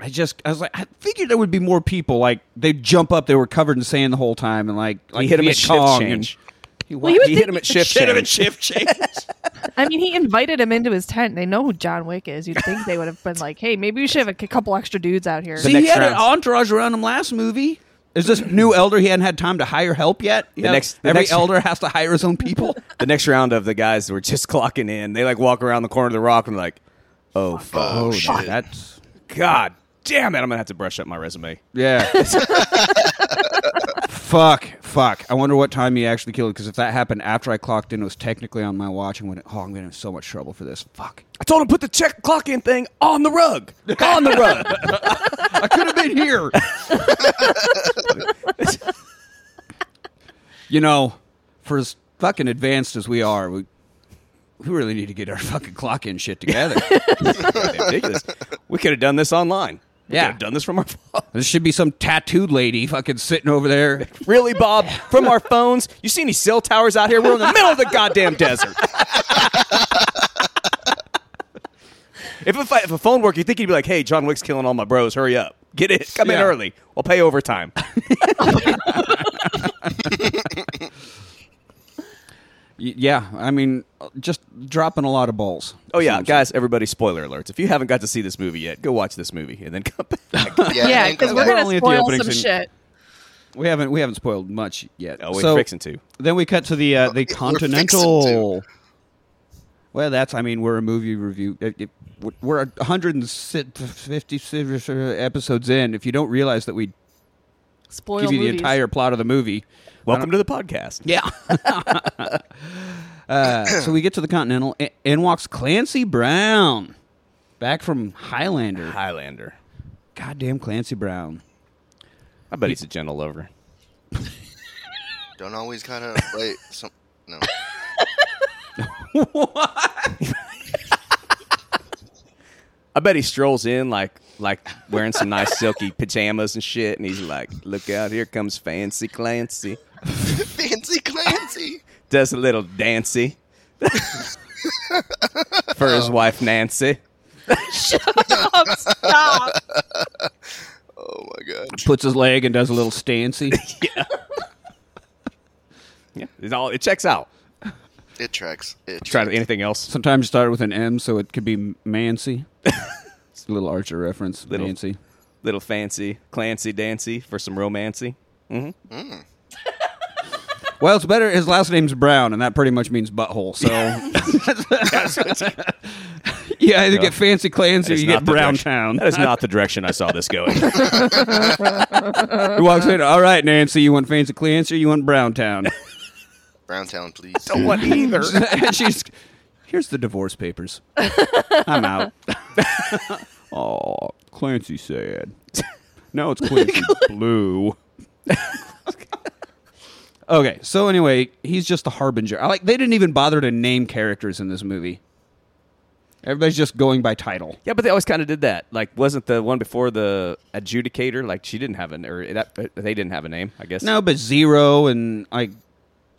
Speaker 1: I just I was like I figured there would be more people like they'd jump up they were covered in sand the whole time and like like
Speaker 2: He hit him at
Speaker 1: Viet
Speaker 2: shift
Speaker 1: Cong
Speaker 2: change.
Speaker 1: and he,
Speaker 5: Well, he
Speaker 1: walked-
Speaker 5: was
Speaker 2: He hit him at shift
Speaker 1: Hit him at *laughs*
Speaker 2: change.
Speaker 1: shift change.
Speaker 5: I mean, he invited him into his tent. They know who John Wick is. You'd think they would have been like, "Hey, maybe we should have a c- couple extra dudes out here."
Speaker 1: See,
Speaker 2: next
Speaker 1: he had an
Speaker 2: round.
Speaker 1: entourage around him last movie. Is this new elder? He hadn't had time to hire help yet. The
Speaker 2: next- the
Speaker 1: every
Speaker 2: next-
Speaker 1: elder has to hire his own people.
Speaker 2: The next round of the guys who were just *laughs* clocking in, they like walk around the corner of the rock and like, *laughs* oh fuck,
Speaker 3: Oh, shit!
Speaker 1: That's
Speaker 2: Oh, god damn it, I'm gonna have to brush up my resume.
Speaker 1: yeah. *laughs* fuck, fuck. I wonder what time he actually killed because if that happened after I clocked in, it was technically on my watch and went, oh, I'm gonna have so much trouble for this. Fuck.
Speaker 2: I told him put the check clock in thing on the rug, on the rug. *laughs*
Speaker 1: I could have been here. you know, for as fucking advanced as we are, we we really need to get our fucking clock in shit together.
Speaker 2: ridiculous. We could have done this online. We
Speaker 1: Yeah.
Speaker 2: could have done this from our *laughs* phone.
Speaker 1: there should be some tattooed lady fucking sitting over there.
Speaker 2: Really, Bob? From our phones? You see any cell towers out here? We're in the middle of the goddamn desert. if, if, I, if a phone worked, you think he'd be like, hey, John Wick's killing all my bros. Hurry up. Get it. Come in
Speaker 1: Yeah.
Speaker 2: early. We'll pay *laughs* overtime.
Speaker 1: Y- yeah, I mean, just dropping a lot of balls.
Speaker 2: Oh, yeah.
Speaker 1: Sounds like-
Speaker 2: Guys, everybody, spoiler alerts. If you haven't got to see this movie yet, go watch this movie and then *laughs* come back.
Speaker 5: yeah,
Speaker 3: and
Speaker 5: because
Speaker 3: go
Speaker 5: we're
Speaker 1: We're
Speaker 3: back.
Speaker 5: gonna
Speaker 1: only at the
Speaker 5: spoil
Speaker 1: opening
Speaker 5: some
Speaker 1: scene.
Speaker 5: shit.
Speaker 1: we haven't we haven't spoiled much yet.
Speaker 2: oh, we're
Speaker 1: So-
Speaker 2: fixing to.
Speaker 1: Then we cut to the uh, the
Speaker 3: fixing
Speaker 1: Continental. Well, that's I mean we're a movie review. uh, It, it, we're 150 uh, episodes in. If you don't realize that we
Speaker 5: Spoil
Speaker 1: give you the
Speaker 5: movies.
Speaker 1: entire plot of the movie,
Speaker 2: Welcome to the podcast.
Speaker 1: yeah. *laughs* uh, so we get to the Continental. a- In walks Clancy Brown, back from Highlander.
Speaker 2: Highlander.
Speaker 1: Goddamn Clancy Brown.
Speaker 2: I bet he's a gentle lover.
Speaker 3: Don't always kind of wait. Some no.
Speaker 2: I bet he strolls in like like wearing some nice silky pajamas and shit, and he's like, "Look out! Here comes Fancy Clancy."
Speaker 3: Fancy Clancy.
Speaker 2: Does a little dancey for his wife Nancy.
Speaker 5: Oh, *laughs* stop.
Speaker 3: Oh my god.
Speaker 1: Puts his leg and does a little stancy.
Speaker 2: Yeah, it's all it checks out.
Speaker 3: It tracks. It
Speaker 2: Try to
Speaker 3: tracks.
Speaker 2: anything else.
Speaker 1: Sometimes you start with an M, so it could be
Speaker 2: *laughs*
Speaker 1: Mancy. it's a little Archer reference.
Speaker 2: Little.
Speaker 1: Mancy.
Speaker 2: Little fancy, Clancy Dancy for some romancy.
Speaker 1: Well, it's better. His last name's Brown, and that pretty much means butthole. So, *laughs* yeah, either get fancy Clancy or
Speaker 2: That is
Speaker 1: you
Speaker 2: not
Speaker 1: get
Speaker 2: the
Speaker 1: Brown
Speaker 2: direction-
Speaker 1: Town.
Speaker 2: That is not the direction I saw this going.
Speaker 1: *laughs* He walks in. All right, Nancy, you want fancy Clancy or you want Brown Town?
Speaker 3: Brown Town, please.
Speaker 2: what either?
Speaker 1: *laughs* and she's
Speaker 2: *laughs*
Speaker 1: here's the divorce papers. I'm
Speaker 2: *laughs*
Speaker 1: out. oh, Clancy sad. No, it's
Speaker 2: *laughs*
Speaker 1: Clancy blue. okay, so anyway, he's just a harbinger. I like they didn't even bother to name characters in this movie. Everybody's just going by title.
Speaker 2: Yeah, but they always kind of did that. Like, wasn't the one before the adjudicator? Like, she didn't have a or that uh, they didn't have a name. I guess
Speaker 1: No, but Zero and like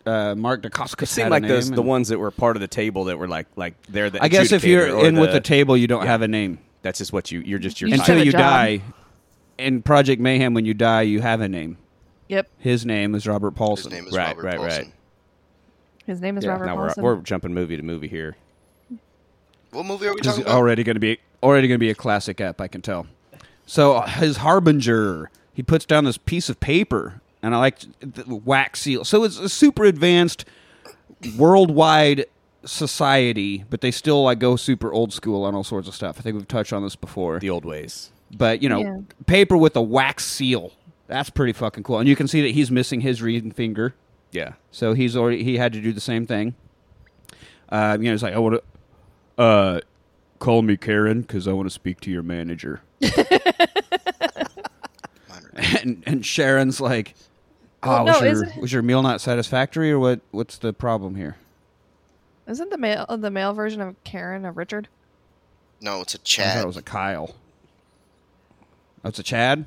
Speaker 1: uh, Mark DeCosta
Speaker 2: It seemed like those the ones that were part of the table that were like like they're the.
Speaker 1: I guess if
Speaker 2: adjudicator
Speaker 1: you're
Speaker 2: or
Speaker 1: in with the table, you don't have a name.
Speaker 2: that's just what you you're just your
Speaker 4: You
Speaker 1: until
Speaker 2: title.
Speaker 4: have a
Speaker 1: you
Speaker 4: job.
Speaker 1: die. In Project Mayhem, when you die, you have a name.
Speaker 4: Yep.
Speaker 1: His name is Robert
Speaker 3: His
Speaker 1: Paulson.
Speaker 3: name is
Speaker 2: Right,
Speaker 3: Robert
Speaker 2: right,
Speaker 3: Paulson.
Speaker 2: right.
Speaker 5: His name is
Speaker 1: Yeah,
Speaker 5: Robert
Speaker 2: Now we're
Speaker 5: Paulson.
Speaker 2: we're jumping movie to movie here.
Speaker 3: What movie are we
Speaker 1: This
Speaker 3: talking
Speaker 1: is
Speaker 3: about?
Speaker 1: already going to be already going to be a classic app. I can tell. So uh, his harbinger, he puts down this piece of paper, and I like the wax seal. So it's a super advanced, worldwide society, but they still like go super old school on all sorts of stuff. I think we've touched on this before.
Speaker 2: The old ways.
Speaker 1: but you know,
Speaker 4: Yeah.
Speaker 1: paper with a wax seal. That's pretty fucking cool. And you can see that he's missing his ring finger.
Speaker 2: Yeah.
Speaker 1: So he's already he had to do the same thing. Uh, you know, it's like I want to uh, call me Karen because I want to speak to your manager. *laughs* and and Sharon's like, oh,
Speaker 5: Well,
Speaker 1: was,
Speaker 5: no,
Speaker 1: your,
Speaker 5: isn't it-
Speaker 1: was your meal not satisfactory or what? What's the problem here?
Speaker 5: Isn't the male the male version of Karen a Richard?
Speaker 3: No, it's a
Speaker 1: I thought
Speaker 3: Chad.
Speaker 1: it was a Kyle. That's a Chad.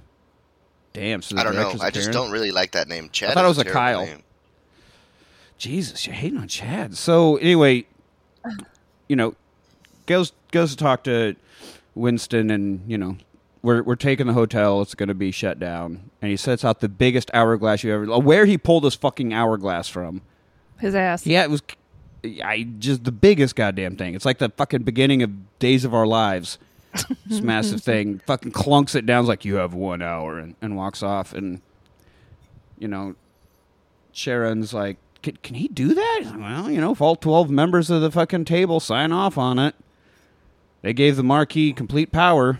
Speaker 1: Damn. So the
Speaker 3: I don't know.
Speaker 1: director's a
Speaker 3: I just
Speaker 1: Karen?
Speaker 3: don't really like that name. Chad.
Speaker 1: thought it was
Speaker 3: is
Speaker 1: a
Speaker 3: terrible
Speaker 1: Kyle.
Speaker 3: name.
Speaker 1: Jesus, you're hating on Chad. So anyway, you know, goes goes to talk to Winston, and you know, we're we're taking the hotel. It's going to be shut down, and he sets out the biggest hourglass you ever. Where he pulled this fucking hourglass from?
Speaker 5: His ass.
Speaker 1: Yeah, it was. I just the biggest goddamn thing. It's like the fucking beginning of Days of Our Lives. This massive thing fucking clunks it down. It's like you have one hour, and, and walks off. And you know, Sharon's like, can, can he do that? He's like, Well, you know, if all 12 members of the fucking table sign off on it, they gave the Marquis complete power.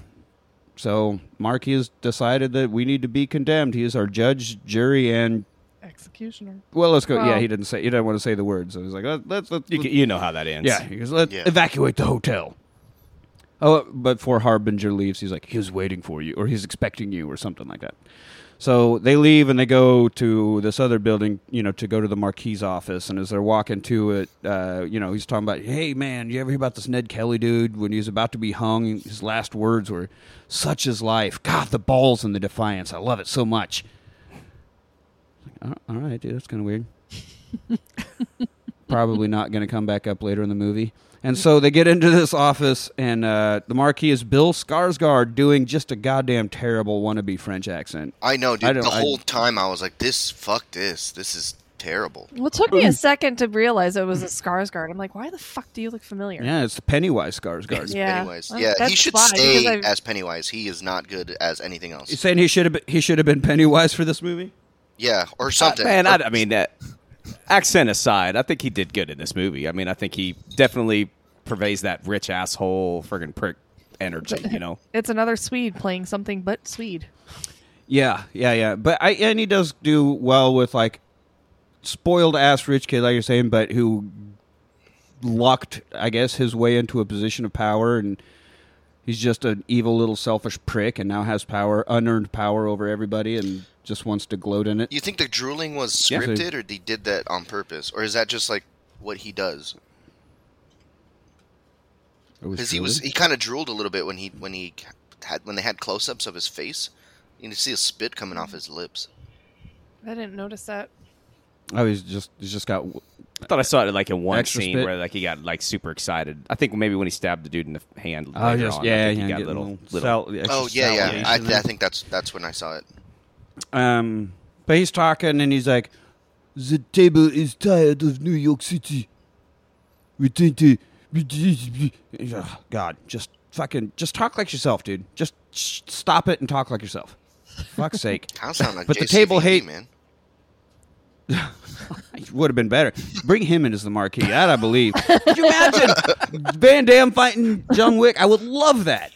Speaker 1: So Marquis has decided that we need to be condemned. He is our judge, jury, and
Speaker 5: Executioner.
Speaker 1: well, let's go. yeah,
Speaker 5: Wow.
Speaker 1: he didn't say. He didn't want to say the words. So he's like, let, let's let's.
Speaker 2: You,
Speaker 1: let-
Speaker 2: c- you know how that
Speaker 1: *laughs*
Speaker 2: ends.
Speaker 1: yeah, he goes, let's
Speaker 3: Yeah.
Speaker 1: evacuate the hotel. Oh, but before Harbinger leaves, he's like, he was waiting for you, or he's expecting you, or something like that. So they leave and they go to this other building, you know, to go to the Marquis's office. And as they're walking to it, uh, you know, he's talking about, hey, man, you ever hear about this Ned Kelly dude when he was about to be hung? His last words were, such is life. God, the balls and the defiance. I love it so much. Like, "Oh, all right, dude, that's kind of weird probably not going to come back up later in the movie. And so they get into this office, and uh, the marquee is Bill Skarsgård doing just a goddamn terrible wannabe French accent.
Speaker 3: I know, dude.
Speaker 1: I don't-
Speaker 3: the
Speaker 1: I-
Speaker 3: whole time I was like, "This, fuck this. This is terrible."
Speaker 5: Well, it took me a second to realize it was a Skarsgård. I'm like, why the fuck do you look familiar?
Speaker 1: Yeah, it's the Pennywise Skarsgård.
Speaker 5: Yeah.
Speaker 3: Pennywise.
Speaker 5: Well,
Speaker 3: Yeah, he
Speaker 5: that's
Speaker 3: should
Speaker 5: why,
Speaker 3: stay
Speaker 5: because I-
Speaker 3: as Pennywise. He is not good as anything else.
Speaker 1: You saying he should have been, he should have been Pennywise for this movie?
Speaker 3: yeah,
Speaker 1: Uh,
Speaker 3: or something.
Speaker 2: Man, I,
Speaker 3: Or-
Speaker 2: I mean, that accent aside, I think he did good in this movie. I mean, I think he definitely purveys that rich asshole friggin' prick energy. You know,
Speaker 5: It's another Swede playing something but Swede.
Speaker 1: Yeah, yeah, yeah. But I and he does do well with like spoiled ass rich kid, like you're saying, but who lucked, I guess, his way into a position of power, and he's just an evil little selfish prick, and now has power, unearned power over everybody, and just wants to gloat in it.
Speaker 3: you think the drooling was
Speaker 1: Yeah.
Speaker 3: scripted, or they did that on purpose, or is that just like what he does? Because he was he kind of drooled a little bit when he when he had when they had close-ups of his face. You can see a spit coming off his lips.
Speaker 5: I didn't notice that.
Speaker 1: I was just Oh, he's just got
Speaker 2: I thought I saw it like in one
Speaker 1: Extra
Speaker 2: scene
Speaker 1: spit.
Speaker 2: where like he got like super excited. I think maybe when he stabbed the dude in the hand.
Speaker 1: oh
Speaker 2: later
Speaker 1: just
Speaker 2: on, I
Speaker 1: yeah,
Speaker 2: think
Speaker 1: yeah
Speaker 2: he got
Speaker 1: getting
Speaker 2: little,
Speaker 1: a
Speaker 2: little
Speaker 1: sal- extra
Speaker 3: Oh yeah, yeah. I,
Speaker 1: salivation
Speaker 3: th- I think that's that's when I saw it.
Speaker 1: Um, but he's talking and he's like, "The table is tired of New York City. we think the we did- we-" Ugh, God, just fucking, just talk like yourself, dude. Just sh- stop it and talk like yourself. *laughs* Fuck's sake.
Speaker 3: Kind of sound like
Speaker 1: But the
Speaker 3: JCVD,
Speaker 1: table hate-
Speaker 3: man.
Speaker 1: It would have been better. Bring him in as the marquee. That I believe. Could you *laughs* imagine Van Damme fighting John Wick? I would love that.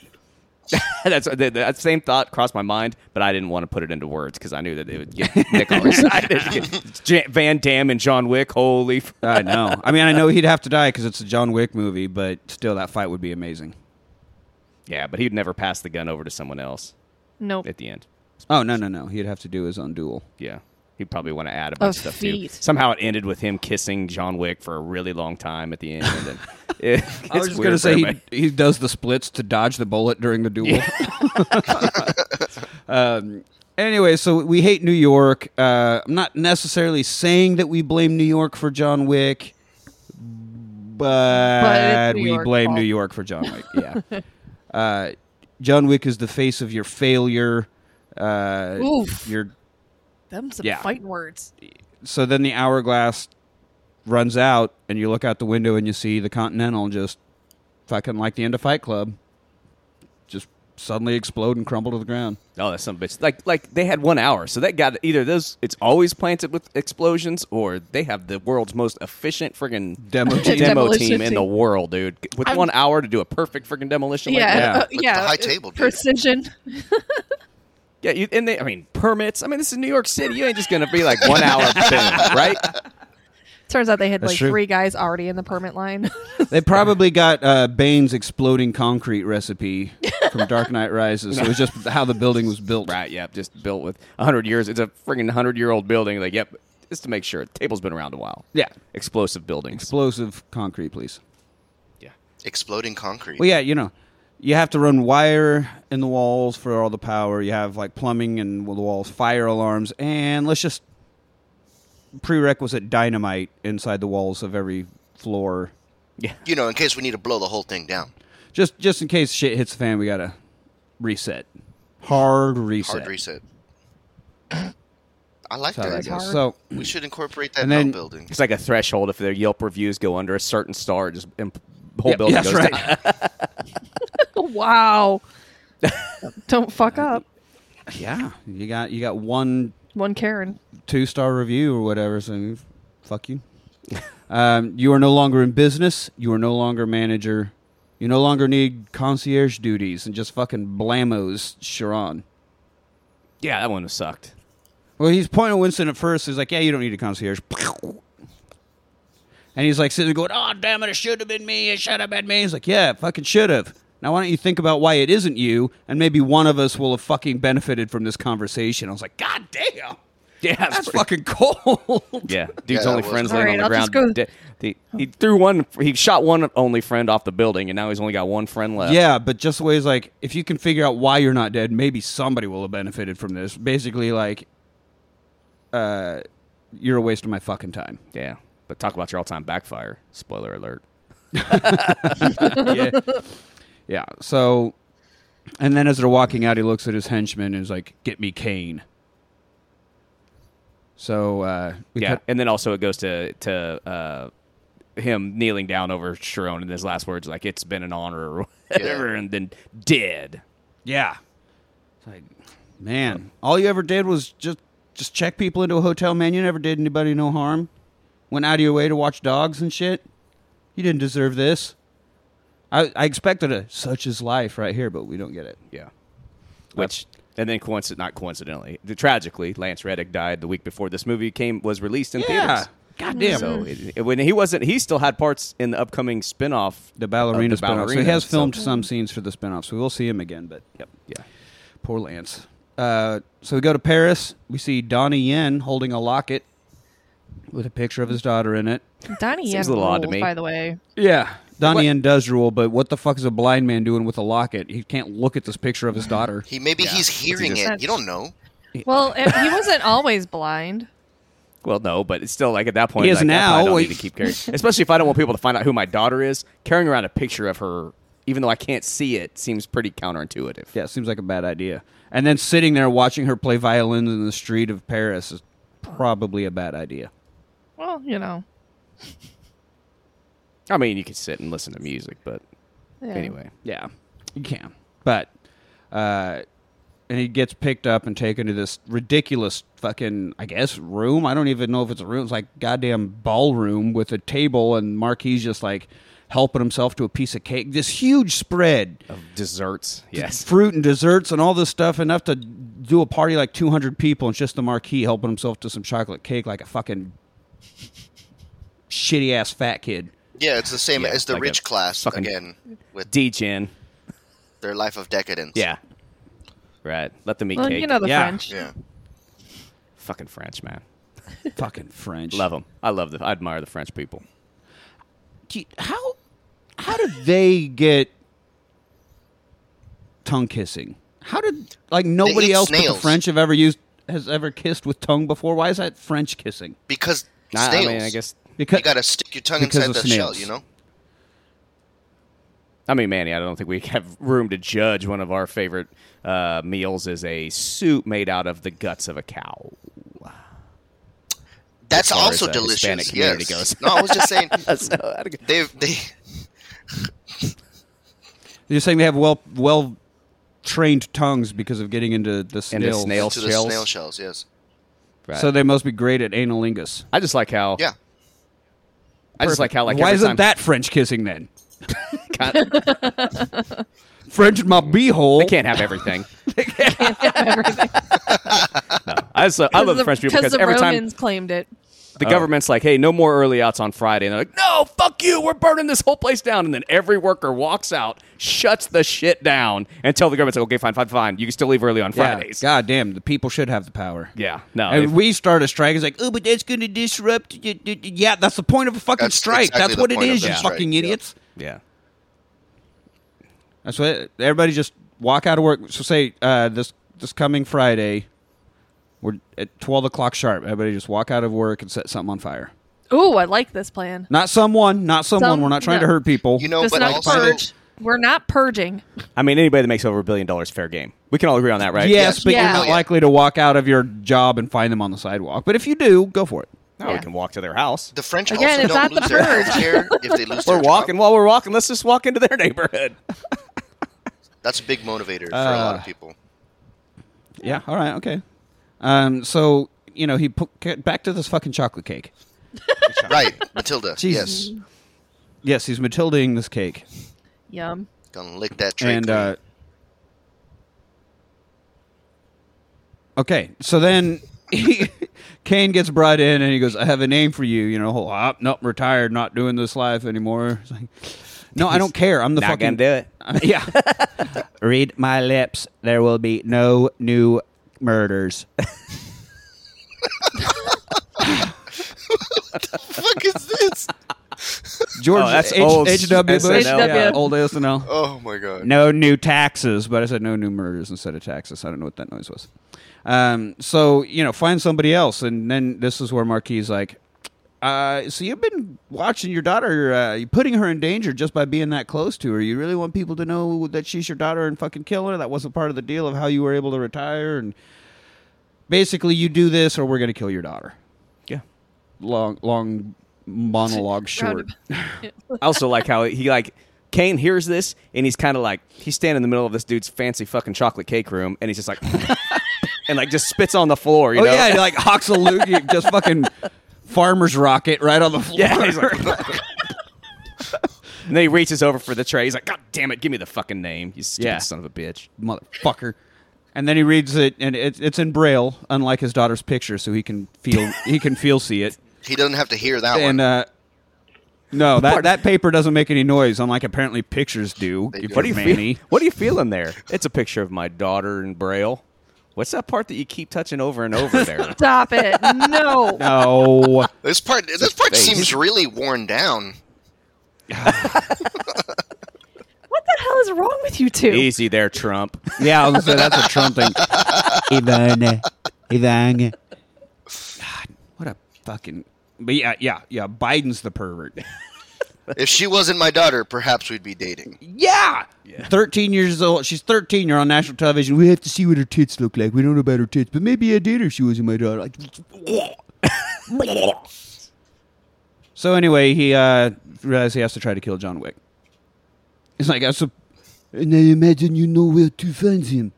Speaker 2: *laughs* That's that, that same thought crossed my mind, but I didn't want to put it into words because I knew that it
Speaker 1: *laughs*
Speaker 2: would get Nick all excited. *laughs* Jan- Van Damme and John Wick, holy! F-
Speaker 1: I know. I mean, I know he'd have to die because it's a John Wick movie, but still, that fight would be amazing.
Speaker 2: yeah, but he'd never pass the gun over to someone else
Speaker 5: Nope.
Speaker 2: at the end.
Speaker 1: Oh no, no, no! He'd have to do his own duel.
Speaker 2: Yeah, he'd probably want to
Speaker 1: Oh,
Speaker 2: add a bunch of stuff too.
Speaker 5: feet.
Speaker 2: Somehow it ended with him kissing John Wick for a really long time at the end. And then it,
Speaker 1: *laughs* I was just
Speaker 2: it's weird
Speaker 1: gonna
Speaker 2: for
Speaker 1: say
Speaker 2: everybody.
Speaker 1: he, he does the splits to dodge the bullet during the duel. *laughs* um, anyway, so we hate New York. Uh, I'm not necessarily saying that we blame New York for John Wick, but,
Speaker 5: But it's New
Speaker 1: we
Speaker 5: York's
Speaker 1: blame
Speaker 5: fault.
Speaker 1: New York for John Wick. Yeah,
Speaker 5: *laughs*
Speaker 1: uh, John Wick is the face of your failure. Uh,
Speaker 5: Oof.
Speaker 1: Your
Speaker 5: Them some
Speaker 1: Yeah.
Speaker 5: fighting words.
Speaker 1: so then the hourglass runs out and you look out the window and you see the continental just fucking like the end of fight club just suddenly explode and crumble to the ground
Speaker 2: Oh, that's some bitch. Like like they had one hour, so that got either those. It's always planted with explosions, or they have the world's most efficient friggin'
Speaker 1: Demo team.
Speaker 2: *laughs* demo
Speaker 5: Demolition
Speaker 2: team in
Speaker 5: team.
Speaker 2: the world, dude. With
Speaker 5: I'm-
Speaker 2: one hour to do a perfect friggin' demolition. Like that.
Speaker 1: yeah.
Speaker 5: Yeah. uh,
Speaker 1: With
Speaker 5: yeah.
Speaker 3: the high
Speaker 5: uh,
Speaker 3: table, dude.
Speaker 5: Precision.
Speaker 2: yeah. You, and they, I mean, permits. I mean, this is New York City. You ain't just gonna be like
Speaker 1: *laughs*
Speaker 2: one hour, boom, right?
Speaker 5: Turns out they had
Speaker 1: That's
Speaker 5: like
Speaker 1: true.
Speaker 5: three guys already in the permit line. *laughs*
Speaker 1: they probably got uh, bane's exploding concrete recipe from dark knight rises so it was just how the building was built
Speaker 2: Right. Yep. Just built with hundred years. It's a friggin' hundred year old building. Like, yep. Just to make sure, the table's been around a while.
Speaker 1: yeah
Speaker 2: Explosive buildings.
Speaker 1: explosive concrete please
Speaker 2: yeah.
Speaker 3: Exploding concrete.
Speaker 1: Well, yeah, you know, you have to run wire in the walls for all the power. You have like plumbing and the walls, fire alarms, and let's just prerequisite dynamite inside the walls of every floor,
Speaker 3: You know, in case we need to blow the whole thing down.
Speaker 1: just just in case shit hits the fan. We gotta reset, hard reset.
Speaker 3: Hard reset. I like
Speaker 1: That's how
Speaker 3: that.
Speaker 1: that goes.
Speaker 3: idea.
Speaker 1: So
Speaker 2: *clears throat*
Speaker 3: we should incorporate that
Speaker 1: And
Speaker 3: in our
Speaker 1: then-
Speaker 3: building.
Speaker 2: It's like a threshold. If the Yelp reviews go under a certain star, just imp- whole
Speaker 1: yeah,
Speaker 2: building
Speaker 1: that's
Speaker 2: goes down.
Speaker 1: right.
Speaker 5: wow. Don't fuck up.
Speaker 1: yeah, you got you got one
Speaker 5: One Karen.
Speaker 1: two star review or whatever. So fuck you. um, you are no longer in business. You are no longer manager. You no longer need concierge duties and just fucking blamos Sharon.
Speaker 2: Yeah, that one sucked.
Speaker 1: Well, he's pointing at Winston at first. He's like, "Yeah, you don't need a concierge." And he's like sitting there going, "Oh, damn it! It should have been me. It should have been me." He's like, "Yeah, it fucking should have." Now, why don't you think about why it isn't you, and maybe one of us will have fucking benefited from this conversation? I was like, "God damn,
Speaker 2: Yeah, that's
Speaker 1: that's fucking cold."
Speaker 2: yeah. Dude's
Speaker 3: that
Speaker 2: only
Speaker 3: was-
Speaker 2: friends
Speaker 5: All
Speaker 2: laying
Speaker 5: right,
Speaker 2: on the
Speaker 5: I'll just
Speaker 2: ground.
Speaker 5: go-
Speaker 2: De- the- he threw one. He shot one only friend off the building, and now he's only got one friend left.
Speaker 1: Yeah, but just the way it's like, if you can figure out why you're not dead, maybe somebody will have benefited from this. Basically, like, uh, you're a waste of my fucking *laughs* time.
Speaker 2: yeah. But talk about your all-time backfire. Spoiler alert.
Speaker 1: yeah. yeah. So, and then as they're walking out, he looks at his henchman and is like, "Get me Kane." So uh, we
Speaker 2: yeah,
Speaker 1: cut-
Speaker 2: and then also it goes to to uh, him kneeling down over Sharon, and his last words like "It's been an honor" or whatever, and then dead.
Speaker 1: yeah. It's like, man, all you ever did was just just check people into a hotel. Man, you never did anybody no harm. Went out of your way to watch dogs and shit. You didn't deserve this. I, I expected a such is life right here, but we don't get it.
Speaker 2: Yeah. Which and then coincident not coincidentally, the- tragically, Lance Reddick died the week before this movie came was released in theaters.
Speaker 1: Goddamn.
Speaker 2: So it, it- when he wasn't, he still had parts in the upcoming spinoff,
Speaker 1: the ballerina
Speaker 2: of the
Speaker 1: spinoff. So he has
Speaker 2: so-
Speaker 1: filmed some scenes for the spinoff, so we'll see him again. But yep,
Speaker 2: yeah,
Speaker 1: poor Lance. Uh, so we go to Paris. We see Donnie Yen holding a locket with a picture of his daughter in it.
Speaker 5: Donnie
Speaker 2: Seems
Speaker 5: Yen
Speaker 2: a little odd to
Speaker 5: rules,
Speaker 2: me.
Speaker 5: by the way.
Speaker 1: Yeah, Donnie
Speaker 2: What-
Speaker 1: Yen does rule, but what the fuck is a blind man doing with a locket? He can't look at this picture of his daughter.
Speaker 3: He maybe he's hearing
Speaker 2: just-
Speaker 3: it. You don't know.
Speaker 5: Well, it, he wasn't always blind.
Speaker 2: Well, no, but it's still like at that point,
Speaker 1: He is
Speaker 2: like, I
Speaker 1: now.
Speaker 2: probably don't
Speaker 1: Well,
Speaker 2: need to
Speaker 1: *laughs*
Speaker 2: keep carrying, especially if I don't want people to find out who my daughter is. Carrying around a picture of her, even though I can't see it, seems pretty counterintuitive.
Speaker 1: Yeah, seems like a bad idea. And then sitting there watching her play violin in the street of Paris is probably a bad idea.
Speaker 5: Well, you know.
Speaker 2: I mean, you could sit and listen to music, but
Speaker 5: Yeah.
Speaker 2: anyway.
Speaker 1: Yeah, you can. But, uh, and he gets picked up and taken to this ridiculous fucking, I guess, room. I don't even know if it's a room. It's like goddamn ballroom with a table and Marquis just like helping himself to a piece of cake. This huge spread,
Speaker 2: Of
Speaker 1: *laughs*
Speaker 2: desserts, yes.
Speaker 1: fruit and desserts and all this stuff, enough to do a party like 200 people. And it's just the Marquis helping himself to some chocolate cake like a fucking shitty ass fat kid.
Speaker 3: Yeah, it's the same
Speaker 2: Yeah,
Speaker 3: as the
Speaker 2: like a
Speaker 3: rich class
Speaker 2: fucking-
Speaker 3: again with
Speaker 2: D-Gen.
Speaker 3: their life of decadence.
Speaker 2: Yeah. Right. Let them eat
Speaker 5: Well,
Speaker 2: cake.
Speaker 5: you know the
Speaker 1: Yeah.
Speaker 5: *laughs* French.
Speaker 3: Yeah.
Speaker 2: Fucking French, man.
Speaker 1: fucking French.
Speaker 2: Love them. I love the. I admire the French people.
Speaker 1: Do you- how how did they get tongue kissing? How did like nobody
Speaker 3: eat
Speaker 1: else but the
Speaker 3: snails.
Speaker 1: French have ever used has ever kissed with tongue before? Why is that French kissing?
Speaker 3: Because
Speaker 2: I-
Speaker 3: snails.
Speaker 2: I mean, I guess.
Speaker 1: Because
Speaker 3: you gotta stick your tongue
Speaker 1: because
Speaker 3: inside
Speaker 1: of
Speaker 3: the shell.
Speaker 1: snails.
Speaker 3: You know.
Speaker 2: I mean, Manny, I don't think we *laughs* have room to judge. One of our favorite uh, meals is a soup made out of the guts of a cow.
Speaker 1: *laughs*
Speaker 3: That's
Speaker 2: far
Speaker 3: also
Speaker 2: as, uh,
Speaker 3: delicious.
Speaker 2: Hispanic community
Speaker 3: yes.
Speaker 2: goes.
Speaker 3: *laughs* no, I was just saying
Speaker 2: *laughs* That's not,
Speaker 3: they've they.
Speaker 1: you're saying they have well well trained tongues because of getting into the
Speaker 2: And the
Speaker 1: snails.
Speaker 2: snail
Speaker 3: to the
Speaker 2: shells.
Speaker 3: snail shells. Yes.
Speaker 2: Right.
Speaker 1: So they must be great at analingus.
Speaker 2: I just like how.
Speaker 3: Yeah.
Speaker 2: I just like how like
Speaker 1: Why
Speaker 2: every
Speaker 1: isn't
Speaker 2: time-
Speaker 1: that French kissing then?
Speaker 2: kind of-
Speaker 1: French in my beehole.
Speaker 2: They can't have everything. no, I, just, I love the French people because
Speaker 5: the
Speaker 2: every time
Speaker 5: Romans claimed it.
Speaker 2: the government's like, "Hey, no more early outs on Friday," and they're like, "No, fuck you, we're burning this whole place down." And then every worker walks out, shuts the shit down until the government's like, "Okay, fine, fine, fine, you can still leave early on
Speaker 1: Yeah.
Speaker 2: Fridays."
Speaker 1: God damn, the people should have the power.
Speaker 2: Yeah, no,
Speaker 1: and
Speaker 2: if-
Speaker 1: we start a strike. It's like, oh, but that's going to disrupt. y- y- y- Yeah, that's the point of a fucking
Speaker 3: That's
Speaker 1: strike.
Speaker 3: exactly
Speaker 1: that's
Speaker 3: the
Speaker 1: what it
Speaker 3: point of
Speaker 1: is,
Speaker 3: the
Speaker 1: you
Speaker 3: strike,
Speaker 1: fucking
Speaker 3: yeah.
Speaker 1: idiots.
Speaker 2: yeah.
Speaker 1: That's what everybody just walk out of work. So say uh, this this coming Friday, we're at twelve o'clock sharp. Everybody just walk out of work and set something on fire.
Speaker 5: Ooh, I like this plan.
Speaker 1: Not someone, not someone.
Speaker 5: Some-
Speaker 1: we're not trying to
Speaker 5: no.
Speaker 1: hurt people.
Speaker 3: You know,
Speaker 5: Just
Speaker 3: but
Speaker 5: not
Speaker 3: also
Speaker 5: purge. We're not purging.
Speaker 2: I mean, anybody that makes over a billion dollars, fair game. We can all agree on that, right?
Speaker 1: yes,
Speaker 3: Yes.
Speaker 1: but
Speaker 5: Yeah.
Speaker 1: you're not likely to walk out of your job and find them on the sidewalk. But if you do, go for it.
Speaker 2: Now we
Speaker 5: Yeah.
Speaker 2: can walk to their house.
Speaker 3: the French
Speaker 5: Again,
Speaker 3: also
Speaker 5: it's
Speaker 3: don't
Speaker 5: not
Speaker 3: lose
Speaker 5: the
Speaker 3: their
Speaker 5: purge.
Speaker 3: health care if they
Speaker 2: *laughs*
Speaker 3: lose.
Speaker 2: We're
Speaker 3: their job.
Speaker 2: walking while we're walking. Let's just walk into their neighborhood.
Speaker 3: That's a big motivator for a
Speaker 2: Uh,
Speaker 3: lot of people.
Speaker 1: Yeah. All right. Okay. Um. So you know, he put back to this fucking chocolate cake.
Speaker 3: Right, Matilda.
Speaker 1: Jesus.
Speaker 3: Yes,
Speaker 1: Yes, he's Matildaing this cake.
Speaker 5: Yum.
Speaker 3: gonna lick that tree.
Speaker 1: and
Speaker 3: clean. *laughs*
Speaker 1: uh, okay, so then *laughs* he, Kane gets brought in, and he goes, "I have a name for you." You know, whole, ah, nope, retired, not doing this life anymore. It's like, no, I don't care. I'm the
Speaker 2: Not
Speaker 1: fucking
Speaker 2: gonna do
Speaker 1: *laughs*
Speaker 2: it.
Speaker 1: yeah. Read my lips. There will be no new murders.
Speaker 3: fuck is this?
Speaker 1: George
Speaker 2: Oh, that's
Speaker 1: H-
Speaker 2: old
Speaker 1: H.W. Bush,
Speaker 2: SNL.
Speaker 1: yeah,
Speaker 5: SNL.
Speaker 1: old SNL.
Speaker 3: Oh my god.
Speaker 1: no new taxes, but I said no new murders instead of taxes. I don't know what that noise was. Um, so you know, find somebody else, and then this is where Marquis like, uh, so you've been watching your daughter, uh, you're putting her in danger just by being that close to her. You really want people to know that she's your daughter and fucking kill her? That wasn't part of the deal of how you were able to retire, and basically, you do this or we're gonna kill your daughter.
Speaker 2: Yeah.
Speaker 1: Long, long monologue short.
Speaker 2: I also like how he like Kane hears this and he's kind of like he's standing in the middle of this dude's fancy fucking chocolate cake room and he's just like *laughs* and like just spits on the floor. You
Speaker 1: oh
Speaker 2: know?
Speaker 1: yeah, like Hoxaloogie, just *laughs* fucking farmer's rocket right on the floor.
Speaker 2: *laughs* Yeah, he's like- *laughs* and then he reaches over for the tray. He's like, "God damn it, give me the fucking name, you stupid
Speaker 1: Yeah.
Speaker 2: son of a bitch."
Speaker 1: motherfucker. And then he reads it, and it's it's in braille, unlike his daughter's picture, so he can feel he can feel see it.
Speaker 3: He doesn't have to hear *laughs* that
Speaker 1: And
Speaker 3: one.
Speaker 1: uh, no, that that paper doesn't make any noise, unlike apparently pictures do.
Speaker 3: They
Speaker 1: if you're
Speaker 3: do.
Speaker 2: What do you
Speaker 1: Manny.
Speaker 2: feel? What are you feeling there? It's a picture of my daughter in braille. What's that part that you keep touching over and over there?
Speaker 5: Stop it. No.
Speaker 1: No,
Speaker 3: This part, this part
Speaker 2: face.
Speaker 3: seems really worn down.
Speaker 5: What the hell is wrong with you two?
Speaker 2: *laughs* Easy there, Trump.
Speaker 1: yeah, I was gonna say that's a Trump
Speaker 3: *laughs*
Speaker 1: thing. Ivan, Ivan. God, what a fucking. But yeah, yeah, yeah. Biden's the pervert.
Speaker 3: If she wasn't my daughter, perhaps we'd be dating.
Speaker 1: Yeah. 13 years old. She's 13. You're on national television. We have to see what her tits look like. We don't know about her tits, but maybe I did or she wasn't my daughter. Like, *laughs* So anyway, he uh, realized he has to try to kill John Wick. He's like, that's a, and I imagine you know where to find him.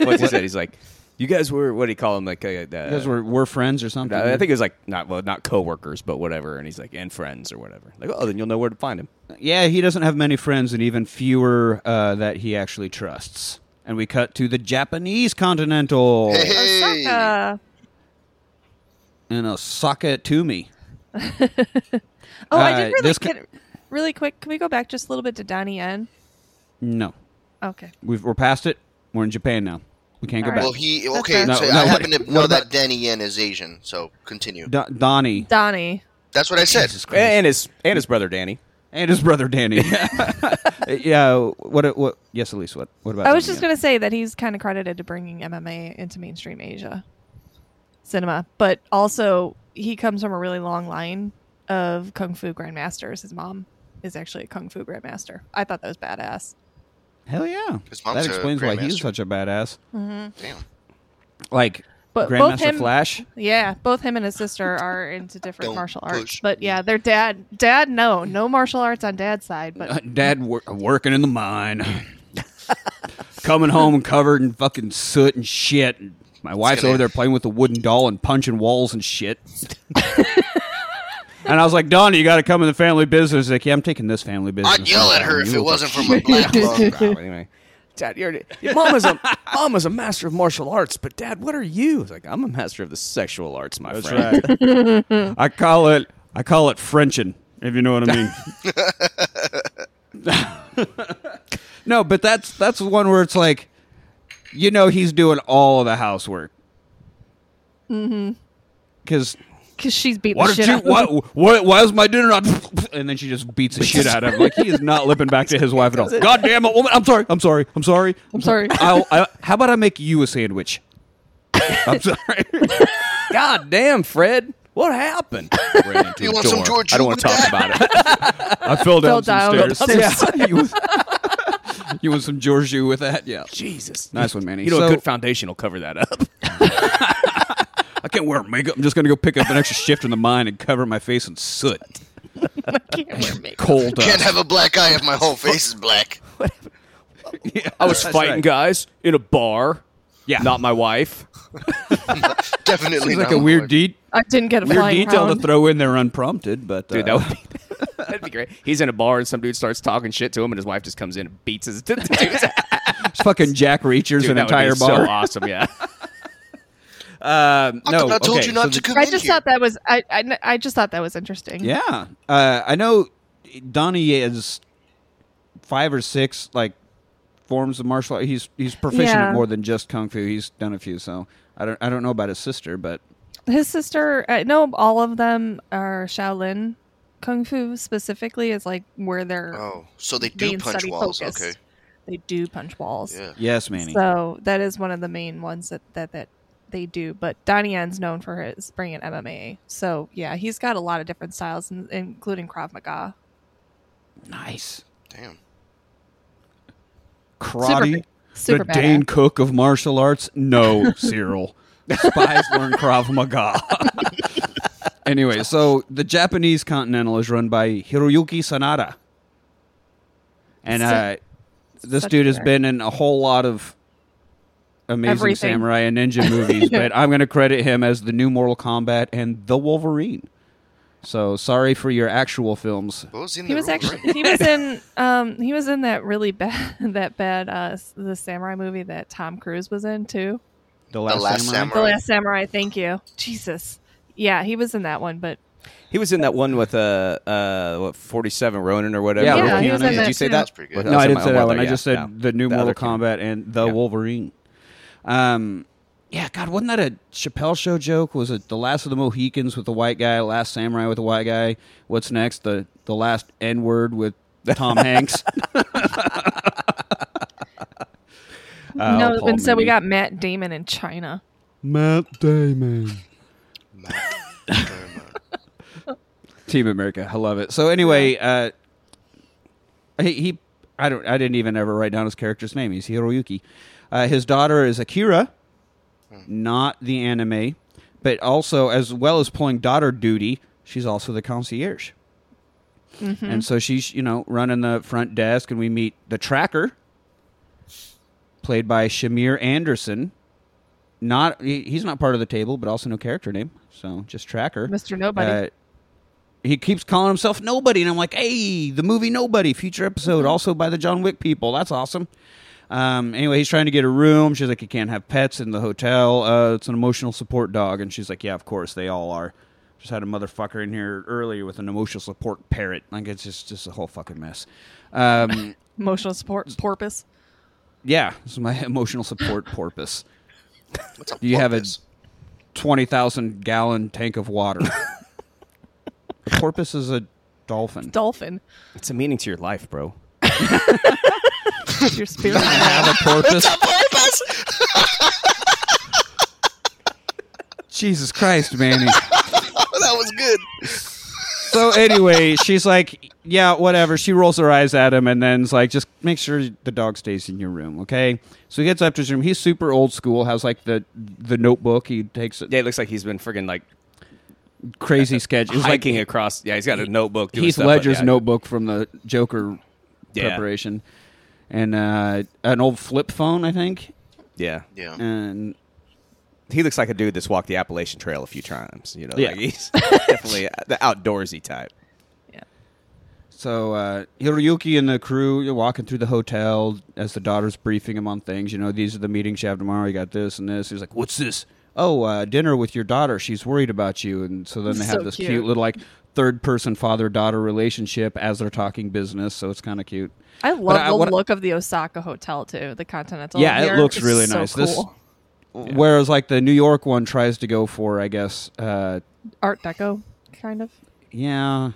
Speaker 2: What's he said? He's like, you guys were what do you call him? Like, uh, uh,
Speaker 1: You guys were, were friends or something.
Speaker 2: I think it was like not well, not coworkers, but whatever. And he's like, and friends or whatever. Like, oh, then you'll know where to *laughs* find him.
Speaker 1: Yeah, he doesn't have many friends, and even fewer uh, that he actually trusts. And we cut to the Japanese continental
Speaker 3: Hey,
Speaker 5: Osaka.
Speaker 1: and Osaka Toomey.
Speaker 5: Oh, I
Speaker 1: Uh,
Speaker 5: did really
Speaker 1: this ca-
Speaker 5: get, really quick. Can we go back just a little bit to Donnie Yen?
Speaker 1: No,
Speaker 5: Okay.
Speaker 1: We've, we're past it. We're in Japan now. We can't go
Speaker 5: All
Speaker 1: back.
Speaker 3: well, he
Speaker 5: That's
Speaker 3: okay.
Speaker 5: fair.
Speaker 1: No,
Speaker 3: so
Speaker 1: no,
Speaker 3: I happen
Speaker 1: what-
Speaker 3: to know
Speaker 1: what about-
Speaker 3: that Danny Yen is Asian, so continue.
Speaker 1: Do- Donnie
Speaker 5: Donnie.
Speaker 3: That's what I said.
Speaker 2: And his and his brother *laughs* Danny.
Speaker 1: and his brother
Speaker 3: *laughs*
Speaker 1: Danny. *laughs* yeah. What? What? Yes, Elise. What? What about?
Speaker 5: I was
Speaker 1: Donnie
Speaker 5: just
Speaker 1: Yen?
Speaker 5: going to say that he's kind of credited to bringing MMA into mainstream Asia cinema, but also he comes from a really long line of kung fu grandmasters. His mom is actually a kung fu grandmaster. I thought that was badass.
Speaker 1: Hell yeah!
Speaker 3: His
Speaker 1: That
Speaker 3: mom's a
Speaker 1: explains why he's
Speaker 3: grandmaster.
Speaker 1: such a badass.
Speaker 3: Damn.
Speaker 1: Like
Speaker 5: But
Speaker 1: Grandmaster
Speaker 5: both him,
Speaker 1: Flash.
Speaker 5: yeah, both him and
Speaker 3: *laughs*
Speaker 5: his sister are into different
Speaker 3: Don't
Speaker 5: martial arts.
Speaker 3: push.
Speaker 5: But yeah, their dad, dad, no, no martial arts on dad's side. But
Speaker 1: Uh, *laughs* Dad wor- working in the mine, *laughs* coming home covered in fucking soot and shit. And my wife's
Speaker 3: gonna-
Speaker 1: over there playing with a wooden doll and punching walls and
Speaker 3: *laughs*
Speaker 1: shit. and I was like, Donnie, you got to come in the family business. Like, yeah, I'm taking this family business.
Speaker 3: I'd yell at her if it wasn't for my black
Speaker 2: Well,
Speaker 3: lung.
Speaker 2: anyway, Dad, you're, your mom is a mom is a master of martial arts, but Dad, what are you? It's like I'm a master of the sexual arts, my friend.
Speaker 1: right. I call it I call it Frenching, if you know what I mean. no, but that's that's the one where it's like, you know, he's doing all of the housework. Mm-hmm.
Speaker 3: Mm-hmm.
Speaker 1: Because
Speaker 5: because she's beat the
Speaker 1: what
Speaker 5: shit
Speaker 1: did you?
Speaker 5: out of him.
Speaker 1: What, what? Why is my dinner not? And then she just beats the shit out of him. Like he is
Speaker 5: *laughs*
Speaker 1: not lipping back to his wife at all. God damn it, woman! I'm sorry. I'm sorry. I'm sorry. I'm
Speaker 5: sorry.
Speaker 1: I'll, I, how about I make you a sandwich?
Speaker 5: *laughs*
Speaker 1: I'm sorry.
Speaker 2: God damn, Fred, what happened? Ran into
Speaker 3: You
Speaker 2: a
Speaker 3: want some
Speaker 2: door.
Speaker 3: George
Speaker 2: I don't want
Speaker 3: Jude
Speaker 2: to talk
Speaker 3: with
Speaker 2: about it.
Speaker 1: I fell down,
Speaker 5: Fell
Speaker 1: some
Speaker 5: down
Speaker 1: stairs. Yeah. *laughs* you, want, you want some Georgiou with that? Yeah.
Speaker 2: Jesus,
Speaker 1: Nice one, Manny.
Speaker 2: You know,
Speaker 1: So-
Speaker 2: a good foundation will cover that up.
Speaker 1: I can't wear makeup. I'm just going to go pick up an extra shift in the mine and cover my face in soot.
Speaker 5: *laughs*
Speaker 1: uh,
Speaker 5: Can't wear makeup.
Speaker 1: Coal
Speaker 3: Can't
Speaker 1: dust.
Speaker 3: have a black eye if my whole face is black.
Speaker 1: *laughs* Yeah,
Speaker 2: I was
Speaker 1: that's
Speaker 2: fighting
Speaker 1: right.
Speaker 2: guys in a bar.
Speaker 1: Yeah.
Speaker 2: not my wife.
Speaker 3: Definitely
Speaker 1: Seems like
Speaker 3: not
Speaker 1: a
Speaker 3: my
Speaker 1: weird,
Speaker 3: wife.
Speaker 1: de-
Speaker 5: I didn't get a
Speaker 1: weird
Speaker 5: flying
Speaker 1: detail
Speaker 5: round.
Speaker 1: to throw in there unprompted, but.
Speaker 2: Dude,
Speaker 1: uh,
Speaker 2: *laughs* that would be, *laughs* that'd be great. He's in a bar and some dude starts talking shit to him, and his wife just comes in and beats his *laughs* dude's ass.
Speaker 1: it's *laughs* fucking Jack Reacher's
Speaker 2: Dude,
Speaker 1: an
Speaker 2: that would be
Speaker 1: entire
Speaker 2: So
Speaker 1: bar.
Speaker 2: awesome, yeah.
Speaker 1: Um,
Speaker 3: I
Speaker 1: no,
Speaker 3: thought I told
Speaker 1: okay,
Speaker 3: you not
Speaker 1: so
Speaker 3: to
Speaker 1: the-
Speaker 3: come
Speaker 5: I
Speaker 3: in
Speaker 5: just
Speaker 3: here.
Speaker 5: thought that was I, I kn- I just thought that was interesting.
Speaker 1: Yeah. Uh, I know Donnie is five or six, like, forms of martial art. He's, he's proficient
Speaker 5: Yeah.
Speaker 1: at more than just Kung Fu. He's done a few, so. I don't, I don't know about his sister, but
Speaker 5: His sister, I know all of them are Shaolin kung fu specifically is like where they're
Speaker 3: Oh, so they do
Speaker 5: being
Speaker 3: punch
Speaker 5: study
Speaker 3: walls.
Speaker 5: focused.
Speaker 3: Okay.
Speaker 5: They do punch walls.
Speaker 3: Yeah.
Speaker 1: yes, Manny.
Speaker 5: So that is one of the main ones that that, that they do. But Donnie Yen's known for his bringing MMA. So yeah, he's got a lot of different styles, in- including Krav Maga.
Speaker 1: Nice.
Speaker 3: Damn.
Speaker 1: Karate?
Speaker 5: Super
Speaker 1: the Dane
Speaker 5: badass.
Speaker 1: Cook of martial arts? No, *laughs* Cyril. Spies learn Krav Maga. *laughs* anyway, so the Japanese Continental is run by Hiroyuki Sanada. And
Speaker 5: Su-
Speaker 1: uh, this
Speaker 5: such
Speaker 1: dude
Speaker 5: a
Speaker 1: has
Speaker 5: nerd.
Speaker 1: been in a whole lot of amazing
Speaker 5: Everything.
Speaker 1: samurai and
Speaker 5: *laughs*
Speaker 1: ninja movies, but I'm going to credit him as the new Mortal Kombat and the Wolverine. So sorry for your actual films.
Speaker 3: What was in
Speaker 5: He
Speaker 3: the
Speaker 5: was
Speaker 3: room,
Speaker 5: actually
Speaker 3: right? *laughs*
Speaker 5: he was in um he was in that really bad *laughs* that bad uh s- the samurai movie that Tom Cruise was in too.
Speaker 1: The Last,
Speaker 3: Last
Speaker 1: Samurai.
Speaker 3: Samurai.
Speaker 5: The
Speaker 3: Right.
Speaker 5: Last Samurai. Thank you, Jesus. Yeah, he was in that one, but
Speaker 2: *laughs* He was in that one with uh, uh, what, 47 Ronin or whatever.
Speaker 1: Yeah,
Speaker 2: with
Speaker 1: Yeah, he was
Speaker 2: Keanu.
Speaker 1: in
Speaker 2: Did
Speaker 1: that
Speaker 2: you say
Speaker 5: too.
Speaker 2: that?
Speaker 3: That's pretty good.
Speaker 1: No, I
Speaker 2: said
Speaker 1: didn't say
Speaker 2: my own
Speaker 1: that
Speaker 2: brother,
Speaker 1: one. I
Speaker 2: yeah,
Speaker 1: just said
Speaker 2: no.
Speaker 1: the new Mortal
Speaker 2: other Keanu.
Speaker 1: Kombat and the
Speaker 2: Yeah.
Speaker 1: Wolverine. Um, yeah, God, wasn't that a Chappelle show joke? Was it the Last of the Mohicans with the white guy, Last Samurai with the white guy? What's next? The the last N word with
Speaker 2: *laughs*
Speaker 1: Tom Hanks.
Speaker 5: no.
Speaker 1: Uh, Paul
Speaker 5: And so we
Speaker 1: Mooney.
Speaker 5: got Matt Damon in China.
Speaker 7: Matt Damon.
Speaker 1: Team America, I love it. So anyway, uh, he, he I don't I didn't even ever write down his character's name. He's Hiroyuki. Uh, his daughter is Akira, not the anime, but also as well as pulling daughter duty, she's also the concierge. And so she's, you know, running the front desk, and we meet the tracker, played by Shamir Anderson. Not he, he's not part of the table, but also no character name, so just tracker.
Speaker 4: Mr. Nobody.
Speaker 1: Uh, he keeps calling himself Nobody, and I'm like, hey, the movie Nobody, future episode, also by the John Wick people. That's awesome. Um, anyway, he's trying to get a room. She's like, you can't have pets in the hotel. Uh, it's an emotional support dog. And she's like, yeah, of course, they all are. Just had a motherfucker in here earlier with an emotional support parrot. Like, it's just, just a whole fucking mess. Um,
Speaker 5: Emotional support porpoise.
Speaker 1: yeah, this is my *laughs* emotional support porpoise.
Speaker 3: What's up?
Speaker 1: Do you have a 20,000 gallon tank of water? a porpoise is a dolphin.
Speaker 5: Dolphin.
Speaker 2: It's a meaning to your life, bro.
Speaker 1: *laughs*
Speaker 5: Your spirit.
Speaker 1: have a porpoise.
Speaker 3: porpoise?
Speaker 1: *laughs* Jesus Christ, Manny.
Speaker 3: that was good.
Speaker 1: so anyway, she's like, yeah, whatever. She rolls her eyes at him and then's like, just make sure the dog stays in your room, okay? So he gets up to his room. He's super old school. Has like the the notebook. He takes a
Speaker 2: Yeah, it looks like he's been friggin' like *laughs*
Speaker 1: crazy sketch. It was like
Speaker 2: hiking across. Yeah, he's got a notebook. doing
Speaker 1: Heath
Speaker 2: stuff, but
Speaker 1: Ledger's
Speaker 2: yeah.
Speaker 1: notebook from the Joker
Speaker 2: Yeah.
Speaker 1: preparation, and uh, an old flip phone, I think.
Speaker 2: Yeah,
Speaker 3: Yeah.
Speaker 1: And
Speaker 2: he looks like a dude that's walked the Appalachian Trail a few times. You know,
Speaker 1: Yeah.
Speaker 2: like *laughs* he's definitely the outdoorsy type.
Speaker 1: So uh, Hiroyuki and the crew you're walking through the hotel as the daughter's briefing him on things. You know, these are the meetings you have tomorrow. You got this and this. He's like, "What's this? Oh, uh, dinner with your daughter. She's worried about you." And so then they have
Speaker 4: So
Speaker 1: this
Speaker 4: cute.
Speaker 1: cute. little like third person father daughter relationship as they're talking business. So it's kind of cute.
Speaker 5: I love
Speaker 1: I-
Speaker 5: the
Speaker 1: what I-
Speaker 5: look of the Osaka hotel too. The Continental.
Speaker 1: yeah,
Speaker 5: here.
Speaker 1: it looks
Speaker 5: It's
Speaker 1: really
Speaker 5: so
Speaker 1: nice.
Speaker 5: cool.
Speaker 1: This whereas like the New York one tries to go for, I guess, uh,
Speaker 5: Art Deco kind of.
Speaker 1: yeah,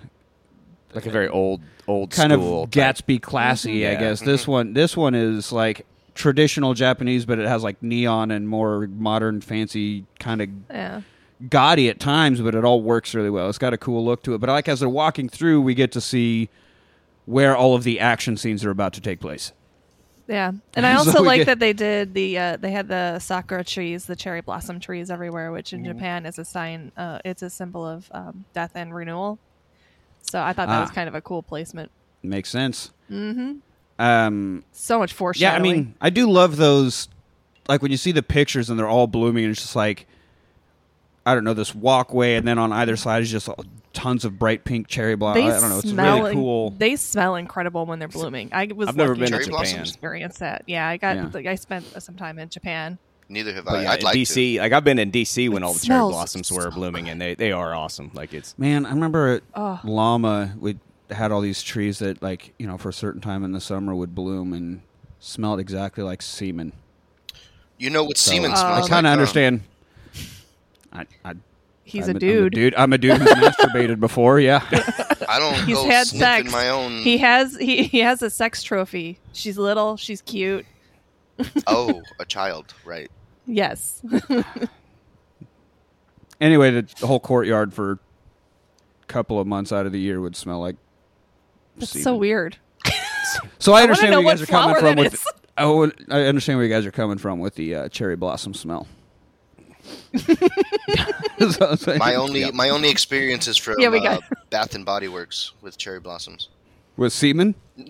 Speaker 2: Like a very old, old
Speaker 1: kind
Speaker 2: school
Speaker 1: of
Speaker 2: type. Mm-hmm.
Speaker 1: Gatsby classy, I
Speaker 2: Yeah.
Speaker 1: guess. This one, this one is like traditional Japanese, but it has like neon and more modern, fancy kind of
Speaker 5: Yeah.
Speaker 1: gaudy at times, but it all works really well. It's got a cool look to it. But like as they're walking through, we get to see where all of the action scenes are about to take place.
Speaker 5: Yeah,
Speaker 1: *laughs*
Speaker 5: and I
Speaker 1: So
Speaker 5: also
Speaker 1: we
Speaker 5: like
Speaker 1: get-
Speaker 5: that they did the uh, they had the sakura trees, the cherry blossom trees everywhere, which
Speaker 1: Mm.
Speaker 5: in Japan is a sign. Uh, it's a symbol of um, death and renewal. So I thought that was
Speaker 1: Ah.
Speaker 5: kind of a cool placement.
Speaker 1: Makes sense. Mm-hmm. Um,
Speaker 5: So much
Speaker 1: yeah, I
Speaker 5: foreshadowing.
Speaker 1: mean, I do love those. Like when you see the pictures and they're all blooming, and it's just like, I don't know, this walkway, and then on either side is just all- tons of bright pink cherry blossom.
Speaker 5: they
Speaker 1: I don't know, it's
Speaker 5: smell
Speaker 1: really
Speaker 5: in-
Speaker 1: cool.
Speaker 5: They smell incredible when they're blooming. I was
Speaker 2: I've never
Speaker 5: lucky
Speaker 2: been to
Speaker 3: Cherry
Speaker 5: to
Speaker 2: Japan,
Speaker 3: blossoms.
Speaker 5: experience that. Yeah, I got
Speaker 1: Yeah.
Speaker 5: like, I spent some time in Japan.
Speaker 3: Neither have
Speaker 2: but
Speaker 3: I.
Speaker 2: yeah,
Speaker 3: I'd like to.
Speaker 2: DC. Like I've been in DC when
Speaker 5: It
Speaker 2: all the cherry
Speaker 5: smells
Speaker 2: blossoms were
Speaker 5: so
Speaker 2: blooming, and they they are awesome. Like it's
Speaker 1: Man, I remember
Speaker 5: Oh.
Speaker 1: at Llama we had all these trees that, like, you know, for a certain time in the summer would bloom and smelled exactly like semen.
Speaker 3: You know what
Speaker 1: So,
Speaker 3: semen
Speaker 5: Oh.
Speaker 1: I
Speaker 3: smells
Speaker 1: kind of
Speaker 3: like, um, huh?
Speaker 1: understand. I, I,
Speaker 5: He's
Speaker 1: I'm
Speaker 5: a dude.
Speaker 1: I'm a dude. I'm a dude
Speaker 5: *laughs*
Speaker 1: who's masturbated before. Yeah.
Speaker 3: I don't
Speaker 5: He's
Speaker 3: go
Speaker 5: had
Speaker 3: sniffing
Speaker 5: sex.
Speaker 3: my own.
Speaker 5: He has he, he has a sex trophy. She's little. She's cute.
Speaker 3: *laughs* Oh, a child, right?
Speaker 5: Yes. *laughs*
Speaker 1: anyway, the the whole courtyard for a couple of months out of the year would smell like.
Speaker 5: That's so
Speaker 1: semen.
Speaker 5: weird.
Speaker 1: So I
Speaker 5: wanna
Speaker 1: understand
Speaker 5: know
Speaker 1: where you guys are
Speaker 5: what
Speaker 1: coming
Speaker 5: flower
Speaker 1: from
Speaker 5: that
Speaker 1: with.
Speaker 5: is.
Speaker 1: I, would, I understand where you guys are coming from with the uh, cherry blossom
Speaker 5: *laughs*
Speaker 1: smell. So I was like-
Speaker 3: My only my only experience is from
Speaker 5: Yeah, we
Speaker 3: uh,
Speaker 5: got-
Speaker 3: Bath and Body Works with cherry
Speaker 5: *laughs*
Speaker 3: blossoms.
Speaker 1: with semen.
Speaker 3: I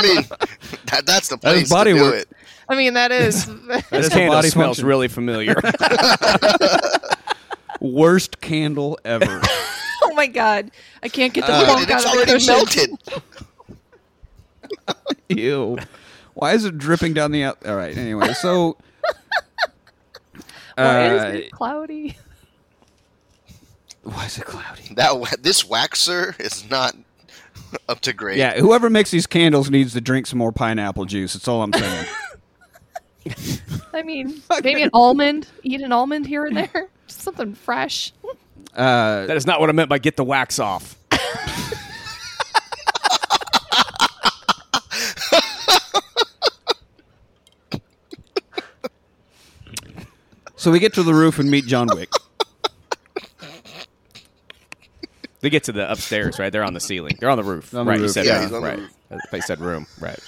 Speaker 3: mean, *laughs* that, that's the
Speaker 1: is
Speaker 3: place
Speaker 1: body
Speaker 3: to do
Speaker 1: work.
Speaker 3: it.
Speaker 5: I mean that *laughs* is
Speaker 2: this
Speaker 1: a
Speaker 2: candle
Speaker 1: body
Speaker 2: smells
Speaker 1: function.
Speaker 2: really *laughs* familiar.
Speaker 1: Worst candle
Speaker 5: *laughs*
Speaker 1: ever.
Speaker 5: Oh my god, I can't get the
Speaker 1: Uh,
Speaker 3: Look at
Speaker 5: cork
Speaker 3: it,
Speaker 5: out
Speaker 3: Uh, it's
Speaker 5: of the
Speaker 3: already
Speaker 5: cushion.
Speaker 3: melted.
Speaker 1: Ew. Why is it dripping down the out? All right. Anyway,
Speaker 5: *laughs*
Speaker 1: so.
Speaker 5: Why is
Speaker 1: Uh,
Speaker 5: it cloudy?
Speaker 1: why is it cloudy?
Speaker 3: That wa- this waxer is not *laughs* up to grade.
Speaker 1: Yeah, whoever makes these candles needs to drink some more pineapple juice. That's all I'm
Speaker 5: *laughs*
Speaker 1: saying.
Speaker 5: I *laughs* mean, maybe an almond. Eat an almond here and there. *laughs* Just something fresh.
Speaker 1: Uh,
Speaker 2: that is not what I meant by get the wax off.
Speaker 1: so we get to the roof and meet John Wick.
Speaker 2: They get to the upstairs, right? They're on the ceiling. They're on the roof.
Speaker 1: On the
Speaker 2: right.
Speaker 1: roof,
Speaker 2: You said
Speaker 3: yeah.
Speaker 2: room,
Speaker 3: He's on the
Speaker 2: right.
Speaker 3: roof.
Speaker 2: They said room. Right.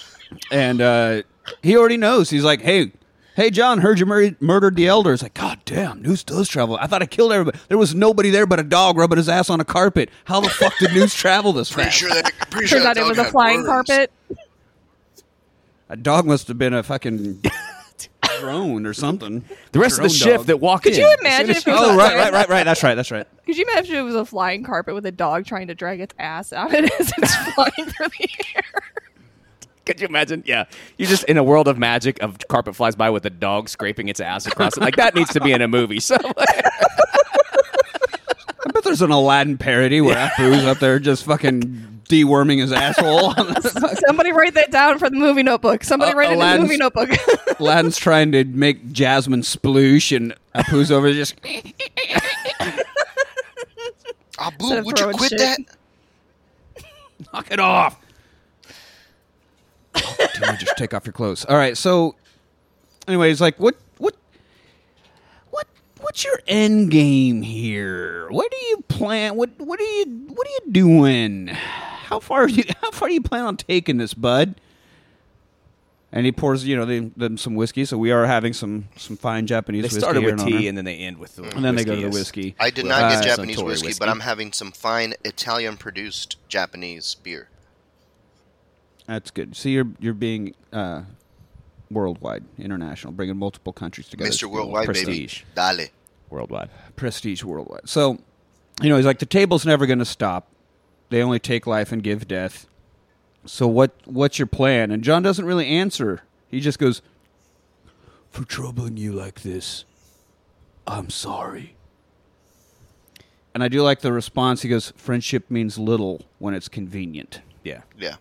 Speaker 1: and uh, he already knows. He's like, "Hey, hey, John, heard you mur- murdered the elder." It's like, "God damn, news does travel. I thought I killed everybody. There was nobody there but a dog rubbing his ass on a carpet. How the fuck did news travel this
Speaker 3: Pretty
Speaker 1: fast?
Speaker 3: sure that.
Speaker 5: *laughs*
Speaker 3: Pretty sure
Speaker 5: Turns
Speaker 3: that
Speaker 5: out it
Speaker 3: dog
Speaker 5: was a
Speaker 3: had
Speaker 5: flying
Speaker 3: worms.
Speaker 5: carpet.
Speaker 1: A dog must have been a
Speaker 3: *laughs*
Speaker 1: fucking drone or something.
Speaker 2: The rest of the
Speaker 1: Drone
Speaker 2: shift
Speaker 1: dog.
Speaker 2: that walked
Speaker 5: Could
Speaker 2: in.
Speaker 5: you
Speaker 2: *laughs*
Speaker 5: imagine if it was
Speaker 1: Oh
Speaker 5: a-
Speaker 1: right, right, right, right. That's right. That's right.
Speaker 5: Could you imagine if it was a flying carpet with a dog trying to drag its ass out *laughs* and as it's flying through the air?
Speaker 2: Could you imagine? Yeah, you're just in a world of magic. Of carpet flies by with a dog scraping its ass across it. Like that needs to be in a movie. *laughs* So
Speaker 1: I bet there's an Aladdin parody where Apu's up there just fucking deworming his asshole. *laughs*
Speaker 5: *laughs* Somebody write that down for the movie notebook. Somebody
Speaker 1: Uh,
Speaker 5: write it in the
Speaker 1: Aladdin's-
Speaker 5: movie notebook.
Speaker 1: Aladdin's trying to make Jasmine sploosh, and Apu's over there just.
Speaker 3: Abu,
Speaker 5: Instead
Speaker 3: Ah,
Speaker 5: of
Speaker 3: would you
Speaker 5: throwing
Speaker 3: quit
Speaker 5: shit.
Speaker 3: that?
Speaker 1: Knock it off. Oh, dude, just take off your clothes. All right. So, anyways, like, what, what, what, what's your end game here? What do you plan? What, what are you, what are you doing? How far are you? How far do you plan on taking this, bud? And he pours, you know, them, them some whiskey. So we are having some some fine Japanese.
Speaker 2: they
Speaker 1: whiskey
Speaker 2: started
Speaker 1: here
Speaker 2: with
Speaker 1: in
Speaker 2: tea
Speaker 1: honor.
Speaker 2: and then they end with. The
Speaker 1: and then they go to the
Speaker 2: yes.
Speaker 1: whiskey.
Speaker 3: I did
Speaker 2: Well,
Speaker 3: not
Speaker 2: uh,
Speaker 3: get Japanese
Speaker 2: Suntory
Speaker 3: whiskey,
Speaker 2: whiskey.
Speaker 3: but I'm having some fine Italian produced Japanese beer.
Speaker 1: That's good. See, you're you're being uh, worldwide, international, bringing multiple countries together.
Speaker 3: Mr. Worldwide,
Speaker 1: prestige,
Speaker 3: baby. Dale.
Speaker 2: worldwide.
Speaker 1: prestige worldwide. So, you know, he's like the table's never going to stop. They only take life and give death. So what what's your plan? And John doesn't really answer. He just goes, "For troubling you like this, I'm sorry." And I do like the response. He goes, "Friendship means little when it's convenient."
Speaker 2: Yeah.
Speaker 3: Yeah.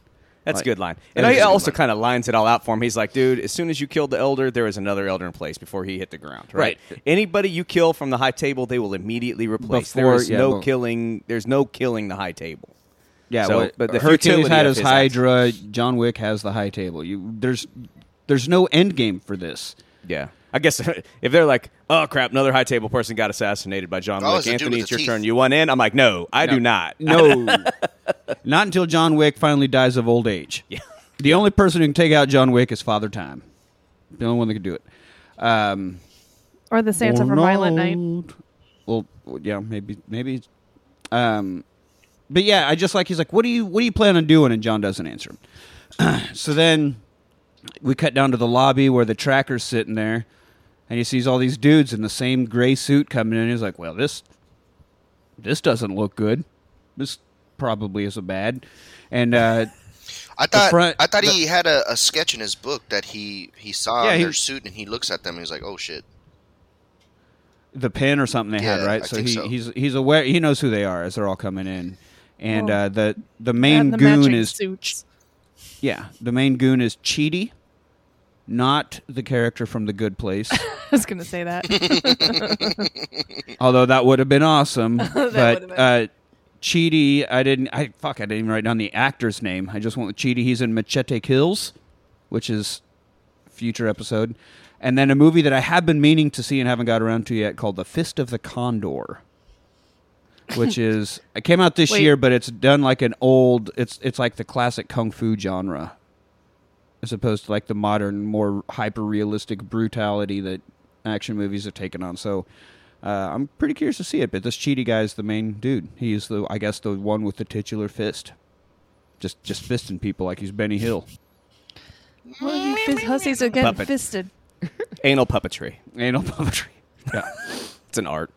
Speaker 2: That's
Speaker 1: Like-
Speaker 2: a good line.
Speaker 1: That
Speaker 2: And
Speaker 1: is a
Speaker 2: he
Speaker 1: good
Speaker 2: also
Speaker 1: line.
Speaker 2: kind of lines it all out for him. He's like, dude, as soon as you killed the elder, there was another elder in place before he hit the ground. Right.
Speaker 1: Right.
Speaker 2: Anybody you kill from the high table, they will immediately replace.
Speaker 1: Before-
Speaker 2: there is
Speaker 1: yeah,
Speaker 2: no
Speaker 1: but-
Speaker 2: killing. There's no killing the high table.
Speaker 1: Yeah,
Speaker 2: So,
Speaker 1: well,
Speaker 2: but
Speaker 1: but
Speaker 2: the
Speaker 1: the Hercules
Speaker 2: futility
Speaker 1: had
Speaker 2: of
Speaker 1: his
Speaker 2: his
Speaker 1: Hydra. John Wick has the high table. You there's there's no end game for this.
Speaker 2: Yeah. I guess *laughs* if they're like, oh crap, another high table person got assassinated by John
Speaker 3: Oh,
Speaker 2: Wick.
Speaker 3: it's the dude
Speaker 2: Anthony,
Speaker 3: with
Speaker 2: it's
Speaker 3: the
Speaker 2: your
Speaker 3: teeth.
Speaker 2: turn. You want in? I'm like, no, I do not.
Speaker 1: No, *laughs* not until John Wick finally dies of old age.
Speaker 2: *laughs* Yeah.
Speaker 1: The only person who can take out John Wick is Father Time. The only one that can do it. Um,
Speaker 5: or the Santa
Speaker 1: Oh,
Speaker 5: from Violent Night.
Speaker 1: well, yeah, maybe, maybe. Um, but yeah, I just like he's like, what do you what do you plan on doing? And John doesn't answer him. *clears throat* so then we cut down to the lobby where the tracker's sitting there, and he sees all these dudes in the same gray suit coming in. He's like, well, this this doesn't look good. This probably is a bad. And uh,
Speaker 3: I thought
Speaker 1: front-
Speaker 3: I thought he had a, a sketch in his book that he he saw
Speaker 1: Yeah,
Speaker 3: on
Speaker 1: he-
Speaker 3: their suit and he looks at them and he's like, "Oh shit."
Speaker 1: the pin or something they had,
Speaker 3: Yeah,
Speaker 1: right?
Speaker 3: I
Speaker 1: so
Speaker 3: think
Speaker 1: he,
Speaker 3: so.
Speaker 1: he's he's aware. He knows who they are as they're all coming in, and
Speaker 5: Well,
Speaker 1: uh, the the
Speaker 5: And
Speaker 1: main
Speaker 5: the
Speaker 1: goon
Speaker 5: matching
Speaker 1: is
Speaker 5: suits.
Speaker 1: yeah. The main goon is Cheaty, not the character from The Good Place.
Speaker 5: I was gonna
Speaker 1: *laughs*
Speaker 5: say that.
Speaker 1: Although that would have been awesome, but
Speaker 5: would've been-
Speaker 1: uh, Cheaty, I didn't. I fuck, I didn't even write down the actor's name. I just went with Cheaty. He's in Machete Kills, which is future episode, and then a movie that I have been meaning to see and haven't got around to yet called The Fist of the Condor, which is it came out this
Speaker 5: Wait.
Speaker 1: year, but it's done like an old. It's it's like the classic kung fu genre, as opposed to like the modern, more hyper realistic brutality that action movies have taken on. So. Uh, I'm pretty curious to see it, but this cheaty guy's the main dude. He's the, I guess, the one with the titular fist, just just fisting people like he's Benny Hill. *laughs*
Speaker 5: Well, you fizz hussies are getting
Speaker 2: Puppet.
Speaker 5: fisted.
Speaker 2: Anal puppetry.
Speaker 1: Anal puppetry. Yeah.
Speaker 2: It's an art.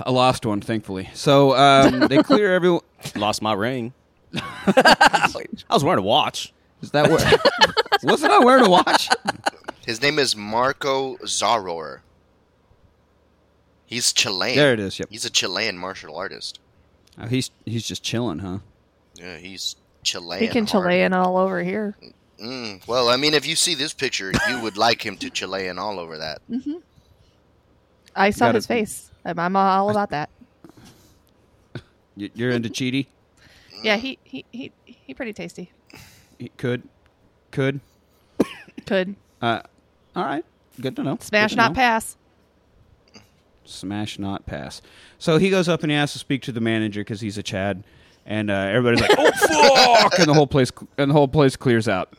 Speaker 1: I lost one, thankfully. So um, they clear everyone.
Speaker 2: Lost my ring. I was wearing a watch.
Speaker 1: Is that what? Wasn't I wearing a watch?
Speaker 3: His name is Marco Zaror. He's Chilean.
Speaker 1: There it is. Yep.
Speaker 3: He's a Chilean martial artist.
Speaker 1: Oh, he's he's just chilling, huh?
Speaker 3: Yeah, he's Chilean.
Speaker 5: He can
Speaker 3: hard.
Speaker 5: Chilean all over here.
Speaker 3: Mm, well, I mean, if you see this picture, you would like him to Chilean all over
Speaker 5: *laughs*
Speaker 3: that.
Speaker 5: I saw
Speaker 1: Gotta-
Speaker 5: his face. I'm, I'm all about that.
Speaker 1: Y- You're into cheaty.
Speaker 5: Yeah, he he he he pretty tasty.
Speaker 1: He could, could.
Speaker 5: Could
Speaker 1: Uh, all right. Good to know. Good
Speaker 5: smash
Speaker 1: to
Speaker 5: not
Speaker 1: know.
Speaker 5: pass.
Speaker 1: Smash not pass. So he goes up and he asks to speak to the manager because he's a Chad, and uh, everybody's like, "Oh fuck!" and the whole place and the whole place clears out.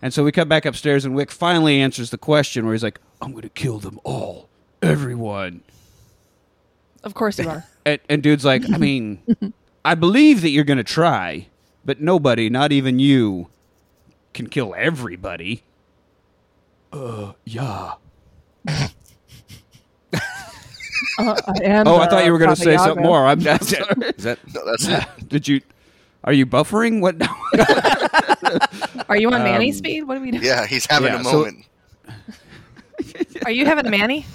Speaker 1: And so we come back upstairs, and Wick finally answers the question where he's like, I'm going to kill them all. Everyone.
Speaker 5: Of course you are.
Speaker 1: And, and dude's like, I mean, I believe that you're going to try, but nobody, not even you, can kill everybody. Uh, yeah. Oh, I thought you were going to say something more. I'm, I'm sorry.
Speaker 2: *laughs* Is that
Speaker 3: No, that's it.
Speaker 1: Did you? Are you buffering? What? *laughs*
Speaker 5: Are
Speaker 1: um,
Speaker 5: you on Manny speed? What are we doing?
Speaker 3: Yeah, he's having
Speaker 1: Yeah,
Speaker 3: a
Speaker 1: so-
Speaker 3: moment.
Speaker 5: Are you
Speaker 1: *laughs*
Speaker 5: having Manny?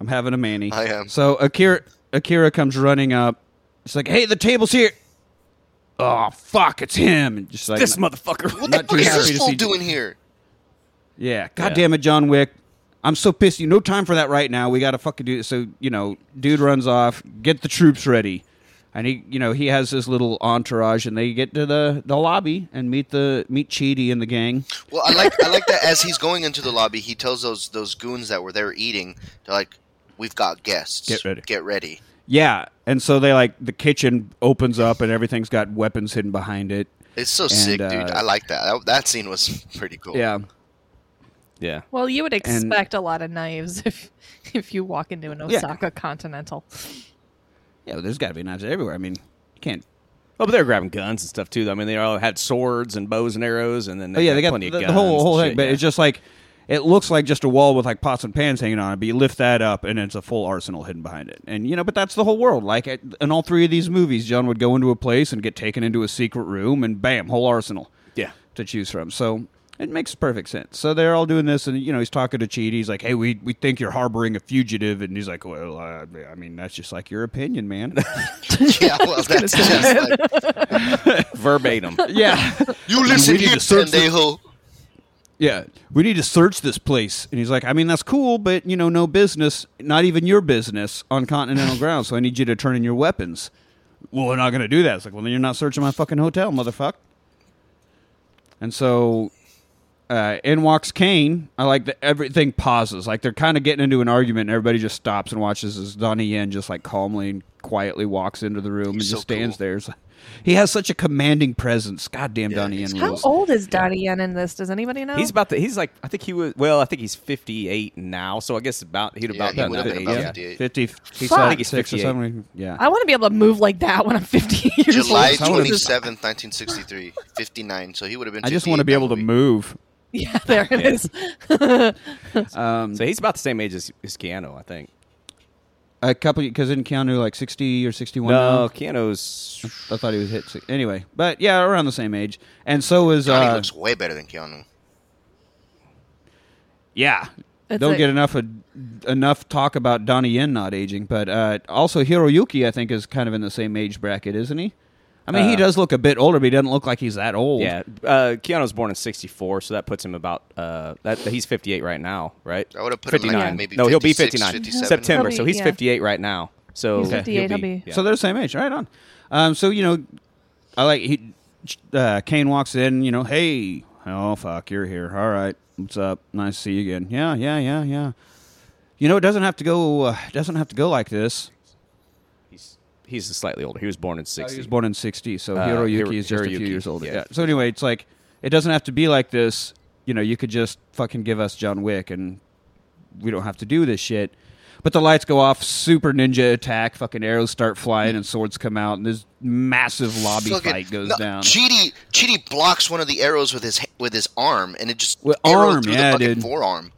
Speaker 1: I'm having a manny.
Speaker 3: I am.
Speaker 1: So Akira Akira comes running up. She's like, "Hey, the table's here." Oh fuck! It's him. And just like
Speaker 2: this motherfucker?
Speaker 3: what the
Speaker 1: not
Speaker 3: fuck
Speaker 1: too
Speaker 3: is
Speaker 1: happy
Speaker 3: this
Speaker 1: to
Speaker 3: fool
Speaker 1: see-
Speaker 3: doing here?
Speaker 1: Yeah. God
Speaker 2: Yeah.
Speaker 1: damn it, John Wick. I'm so pissed. You no time for that right now. We got to fucking do So you know, dude runs off. Get the troops ready. And he, you know, he has his little entourage, and they get to the, the lobby and meet the meet Cheedy and the gang.
Speaker 3: Well, I like I like that as he's going into the lobby, he tells those those goons that were there eating, they're like, "We've got guests.
Speaker 1: Get ready."
Speaker 3: Get ready."
Speaker 1: Yeah, and so they like the kitchen opens up, and everything's got weapons hidden behind it.
Speaker 3: It's so sick, dude.
Speaker 1: uh,
Speaker 3: I like that. that. That scene was pretty cool.
Speaker 1: Yeah.
Speaker 2: Yeah.
Speaker 5: Well, you would expect a lot of knives *laughs* if if you walk into an
Speaker 1: Yeah.
Speaker 5: Osaka Continental.
Speaker 1: Yeah, but there's got to be knives everywhere. I mean, you can't.
Speaker 2: Oh, but they were grabbing guns and stuff too. I mean, they all had swords and bows and arrows, and then
Speaker 1: Oh yeah, they got
Speaker 2: plenty
Speaker 1: the,
Speaker 2: of
Speaker 1: the
Speaker 2: guns.
Speaker 1: whole
Speaker 2: and
Speaker 1: whole
Speaker 2: shit,
Speaker 1: thing, but
Speaker 2: yeah.
Speaker 1: it's just like it looks like just a wall with like pots and pans hanging on it. But you lift that up, and it's a full arsenal hidden behind it. And you know, but that's the whole world. Like at, in all three of these movies, John would go into a place and get taken into a secret room, and bam, whole arsenal
Speaker 2: *laughs* yeah.
Speaker 1: to choose from. So. It makes perfect sense. So they're all doing this, and you know he's talking to Cheat. He's like, "Hey, we, we think you're harboring a fugitive," and he's like, "Well, I, I mean, that's just like your opinion,
Speaker 2: *laughs*
Speaker 1: man."
Speaker 3: *laughs* yeah well, that's just like, *laughs*
Speaker 2: verbatim.
Speaker 1: *laughs* yeah,
Speaker 3: you listen
Speaker 1: We need
Speaker 3: here,
Speaker 1: to search the- *laughs*
Speaker 3: pendejo.
Speaker 1: Yeah, we need to search this place. And he's like, I mean, that's cool, but you know, no business, not even your business, on continental
Speaker 3: *laughs*
Speaker 1: ground. So I need you to turn in your weapons. Well, we're not going to do that. It's like, well, then you're not searching my fucking hotel, motherfucker. And so, uh, in walks Kane. I like that everything pauses. Like they're kind of getting into an argument, and everybody just stops and watches as Donnie Yen just like calmly and quietly walks into the room and
Speaker 3: He's
Speaker 1: just
Speaker 3: so
Speaker 1: stands
Speaker 3: cool.
Speaker 1: there. It's like- he has such a commanding presence. Goddamn, Donnie Yen
Speaker 5: How
Speaker 1: rules.
Speaker 5: old is Dottie Yen in this? Does anybody know?
Speaker 2: He's about the. He's like. I think he was. Well, I think he's fifty eight now. So I guess about he'd about
Speaker 3: he
Speaker 2: that
Speaker 3: would've
Speaker 2: age.
Speaker 3: been
Speaker 2: yeah.
Speaker 3: about 58.
Speaker 1: 50 he's
Speaker 5: Fuck.
Speaker 1: like
Speaker 5: I think
Speaker 2: he's
Speaker 1: six or
Speaker 2: 58.
Speaker 1: something yeah
Speaker 5: I want to be able to move like that when I'm 50 years
Speaker 3: July
Speaker 1: I would've-
Speaker 3: twenty seventh, nineteen sixty three, fifty nine. So he would have been.
Speaker 1: I just want to be able to move
Speaker 5: old. *laughs* Yeah, there it is.
Speaker 1: um
Speaker 2: So he's about the same age as, as Keanu, I think.
Speaker 1: a couple because in keanu like 60 or 61
Speaker 2: No,
Speaker 1: now?
Speaker 2: Keanu's.
Speaker 1: i thought he was hit si- anyway but yeah around the same age and so is
Speaker 3: Johnny
Speaker 1: uh
Speaker 3: looks way better than Keanu.
Speaker 1: yeah
Speaker 5: It's
Speaker 1: don't
Speaker 5: like-
Speaker 1: get enough of, enough talk about donnie yen not aging but uh also hiroyuki i think is kind of in the same age bracket isn't he i mean he
Speaker 2: Uh,
Speaker 1: does look a bit older but he doesn't look like he's that old
Speaker 2: Yeah, uh, Keanu's born in '64, so that puts him about. Uh, that he's 58 right now, right?
Speaker 3: I would've put him like
Speaker 2: 59.
Speaker 3: maybe
Speaker 2: no, he'll be
Speaker 3: 56,
Speaker 2: 59
Speaker 3: 57.
Speaker 2: September,
Speaker 5: He'll be-
Speaker 2: so he's
Speaker 5: yeah.
Speaker 2: 58 right now. So
Speaker 5: He's 58,
Speaker 2: He'll
Speaker 5: he'll be-
Speaker 2: yeah.
Speaker 1: So they're the same age, right on. Um, so you know, I like he, uh, Kane walks in. You know, hey, oh fuck, you're here. All right, what's up? Nice to see you again. Yeah, yeah, yeah, yeah. You know, it doesn't have to go. Uh, doesn't have to go like this.
Speaker 2: he's he's slightly older. He was born in '60.
Speaker 1: Oh, He was born in '60, so
Speaker 2: Uh,
Speaker 1: Hiroyuki
Speaker 2: Hiro-
Speaker 1: is just a few
Speaker 2: Hiroyuki,
Speaker 1: years older.
Speaker 2: yeah.
Speaker 1: Yeah. So anyway, it's like it doesn't have to be like this. You know, you could just fucking give us John Wick, and we don't have to do this shit. But the lights go off, super ninja attack, fucking arrows start flying, and swords come out, and this massive lobby
Speaker 3: Fucking-
Speaker 1: fight goes
Speaker 3: no,
Speaker 1: down.
Speaker 3: Chidi Chidi blocks one of the arrows with his with his arm, and it just
Speaker 1: With
Speaker 3: arrows
Speaker 1: arm,
Speaker 3: through
Speaker 1: yeah,
Speaker 3: the fucking
Speaker 1: dude.
Speaker 3: forearm.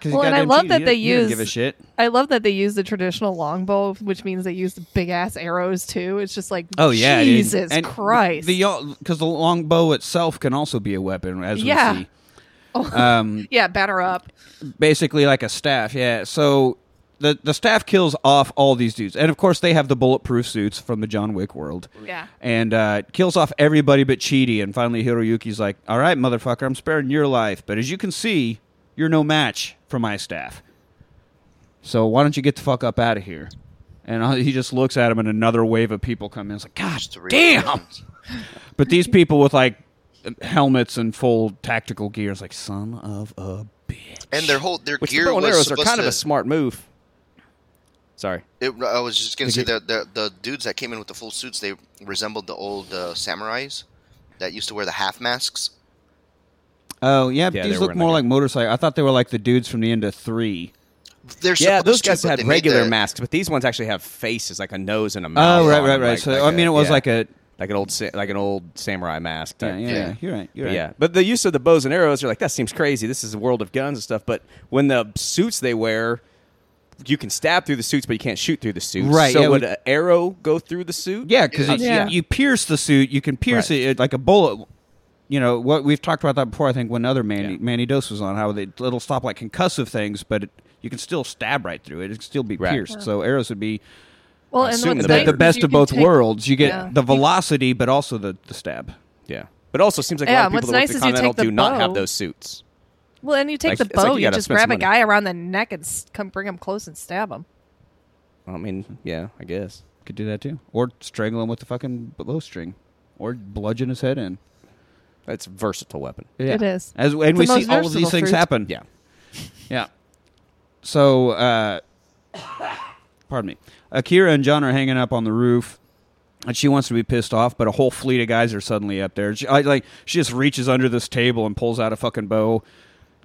Speaker 1: 'Cause
Speaker 5: Well, and I
Speaker 1: goddamn
Speaker 5: love
Speaker 1: cheating,
Speaker 5: that
Speaker 1: he
Speaker 5: they
Speaker 1: didn't- he didn't
Speaker 5: use-
Speaker 1: give a shit.
Speaker 5: I love that they use the traditional longbow, which means they use the big ass arrows too. It's just like,
Speaker 1: Oh yeah, dude.
Speaker 5: Jesus
Speaker 1: And
Speaker 5: Christ.
Speaker 1: The because the longbow itself can also be a weapon, as
Speaker 5: Yeah. Oh.
Speaker 1: we see.
Speaker 5: *laughs*
Speaker 1: Um,
Speaker 5: yeah, batter up.
Speaker 1: basically like a staff. Yeah. So the the staff kills off all these dudes, and of course they have the bulletproof suits from the John Wick world.
Speaker 5: Yeah.
Speaker 1: And uh, kills off everybody but Chidi, and finally Hiroyuki's like, "All right, motherfucker, I'm sparing your life, but as you can see, you're no match for my staff. So why don't you get the fuck up out of here?" And uh, he just looks at him, and another wave of people come in. It's like, "God
Speaker 3: Just to read
Speaker 1: damn!"
Speaker 3: it.
Speaker 1: But these people with like helmets and full tactical gear is like, "Son of a bitch."
Speaker 3: And their whole their
Speaker 2: Which the
Speaker 3: gear
Speaker 2: bow and
Speaker 3: was
Speaker 2: arrows are
Speaker 3: supposed
Speaker 2: kind of
Speaker 3: to-
Speaker 2: a smart move. Sorry.
Speaker 3: It, I was just gonna say that the, the dudes that came in with the full suits they resembled the old uh, samurais that used to wear the half masks.
Speaker 1: Oh yeah, but
Speaker 2: Yeah,
Speaker 1: these
Speaker 2: they
Speaker 1: look
Speaker 2: were in
Speaker 1: more
Speaker 2: there.
Speaker 1: like motorcycle. I thought they were like the dudes from the end of three.
Speaker 3: They're
Speaker 2: Yeah,
Speaker 3: supposed
Speaker 2: those
Speaker 3: to,
Speaker 2: guys
Speaker 3: but
Speaker 2: had
Speaker 3: they made
Speaker 2: regular
Speaker 3: the-
Speaker 2: masks, but these ones actually have faces, like a nose and a mouth.
Speaker 1: Oh right,
Speaker 2: on
Speaker 1: right,
Speaker 2: them,
Speaker 1: right.
Speaker 2: like-
Speaker 1: so
Speaker 2: like
Speaker 1: I
Speaker 2: a-
Speaker 1: mean, it was
Speaker 2: yeah.
Speaker 1: like a
Speaker 2: like an old sa- like an old samurai mask.
Speaker 1: yeah,
Speaker 2: Type
Speaker 1: yeah,
Speaker 2: thing.
Speaker 1: yeah. You're right. You're
Speaker 2: But
Speaker 1: right.
Speaker 2: yeah, but the use of the bows and arrows, you're like, that seems crazy. This is a world of guns and stuff. But when the suits they wear, you can stab through the suits, but you can't shoot through the suits.
Speaker 1: Right,
Speaker 2: So
Speaker 1: yeah,
Speaker 2: would
Speaker 1: we-
Speaker 2: an arrow go through the suit?
Speaker 1: Yeah, because
Speaker 4: Yeah.
Speaker 1: you, you pierce the suit, you can pierce
Speaker 2: Right.
Speaker 1: it, it like a bullet. You know what we've talked about that before. I think when other Manny
Speaker 2: Yeah.
Speaker 1: Manny Dose was on, how they it'll stop like concussive things, but it, you can still stab right through it. It can still be
Speaker 2: Right.
Speaker 1: pierced. So arrows would be
Speaker 5: Well,
Speaker 2: I
Speaker 5: and
Speaker 2: assume
Speaker 5: what's
Speaker 2: the-
Speaker 5: nice
Speaker 1: the
Speaker 5: is
Speaker 1: best
Speaker 5: you
Speaker 1: of
Speaker 5: can
Speaker 1: both
Speaker 5: take-
Speaker 1: worlds. You get
Speaker 5: Yeah.
Speaker 1: the velocity, but also the, the stab.
Speaker 2: Yeah. But also, it seems like
Speaker 5: Yeah,
Speaker 2: a lot of
Speaker 5: what's
Speaker 2: people that work
Speaker 5: nice is
Speaker 2: the
Speaker 5: you
Speaker 2: Continental
Speaker 5: take the
Speaker 2: do not have
Speaker 5: bow.
Speaker 2: those suits.
Speaker 5: Well, and you take
Speaker 2: Like,
Speaker 5: the
Speaker 2: it's like
Speaker 5: bow,
Speaker 2: you
Speaker 5: you,
Speaker 2: gotta
Speaker 5: just
Speaker 2: spend some
Speaker 5: grab a
Speaker 2: money.
Speaker 5: guy around the neck and s- come bring him close and stab him. *laughs*
Speaker 2: I mean, yeah, I guess.
Speaker 1: Could do that too, or strangle him with the fucking bowstring, or bludgeon his head in.
Speaker 2: That's a versatile weapon.
Speaker 1: Yeah.
Speaker 4: It is.
Speaker 1: As and we
Speaker 4: the
Speaker 1: see
Speaker 4: most
Speaker 1: all of these
Speaker 4: versatile
Speaker 1: things
Speaker 4: fruit.
Speaker 1: happen.
Speaker 2: Yeah.
Speaker 1: Yeah. So, uh, *coughs* pardon me. Akira and John are hanging up on the roof, and she wants to be pissed off, but a whole fleet of guys are suddenly up there. She, I, like she just reaches under this table and pulls out a fucking bow,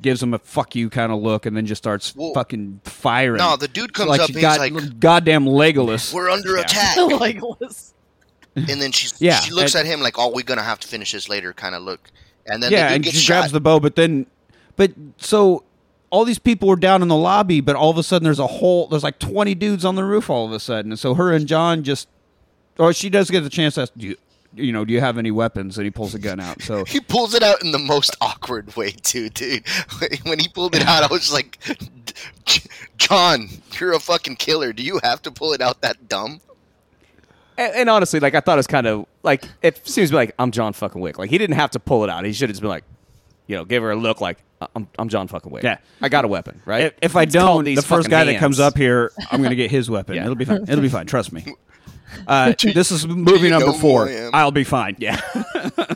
Speaker 1: gives them a "fuck you" kind of look, and then just starts
Speaker 3: Whoa.
Speaker 1: fucking firing.
Speaker 3: No, the dude
Speaker 1: It's
Speaker 3: comes
Speaker 1: like
Speaker 3: up
Speaker 1: she
Speaker 3: and he's
Speaker 1: got,
Speaker 3: like-
Speaker 1: "Goddamn Legolas."
Speaker 3: We're under
Speaker 5: *laughs*
Speaker 3: attack.
Speaker 5: Legolas.
Speaker 3: and then she's,
Speaker 1: Yeah,
Speaker 3: she looks
Speaker 1: and-
Speaker 3: at him like, oh, we're going to have to finish this later kind of look. And then
Speaker 1: yeah,
Speaker 3: the dude
Speaker 1: and
Speaker 3: gets
Speaker 1: she
Speaker 3: shot.
Speaker 1: grabs the bow, but then, but so all these people were down in the lobby, but all of a sudden there's a whole there's like twenty dudes on the roof all of a sudden, and so her and John just, or she does get the chance to ask, do you, you know, do you have any weapons? And he pulls a gun out. So
Speaker 3: he pulls it out in the most *laughs* awkward way too, dude. *laughs* When he pulled it out, I was just like, "John, you're a fucking killer. Do you have to pull it out that dumb?"
Speaker 2: And, and honestly, like, I thought it was kind of like, it seems to be like, I'm John fucking Wick. Like, he didn't have to pull it out. He should have just been like, you know, give her a look like, "I- I'm, I'm John fucking Wick.
Speaker 1: Yeah.
Speaker 2: I got a weapon, right?
Speaker 1: if, if I
Speaker 2: It's called
Speaker 1: don't,
Speaker 2: these
Speaker 1: the first
Speaker 2: fucking
Speaker 1: guy that
Speaker 2: hands.
Speaker 1: comes up here, I'm gonna get
Speaker 2: *laughs*
Speaker 1: his weapon.
Speaker 2: Yeah.
Speaker 1: It'll be fine. It'll be fine. Trust me. Uh, this is movie
Speaker 3: know
Speaker 1: number
Speaker 3: who
Speaker 1: four.
Speaker 3: I am?
Speaker 1: I'll be fine. Yeah.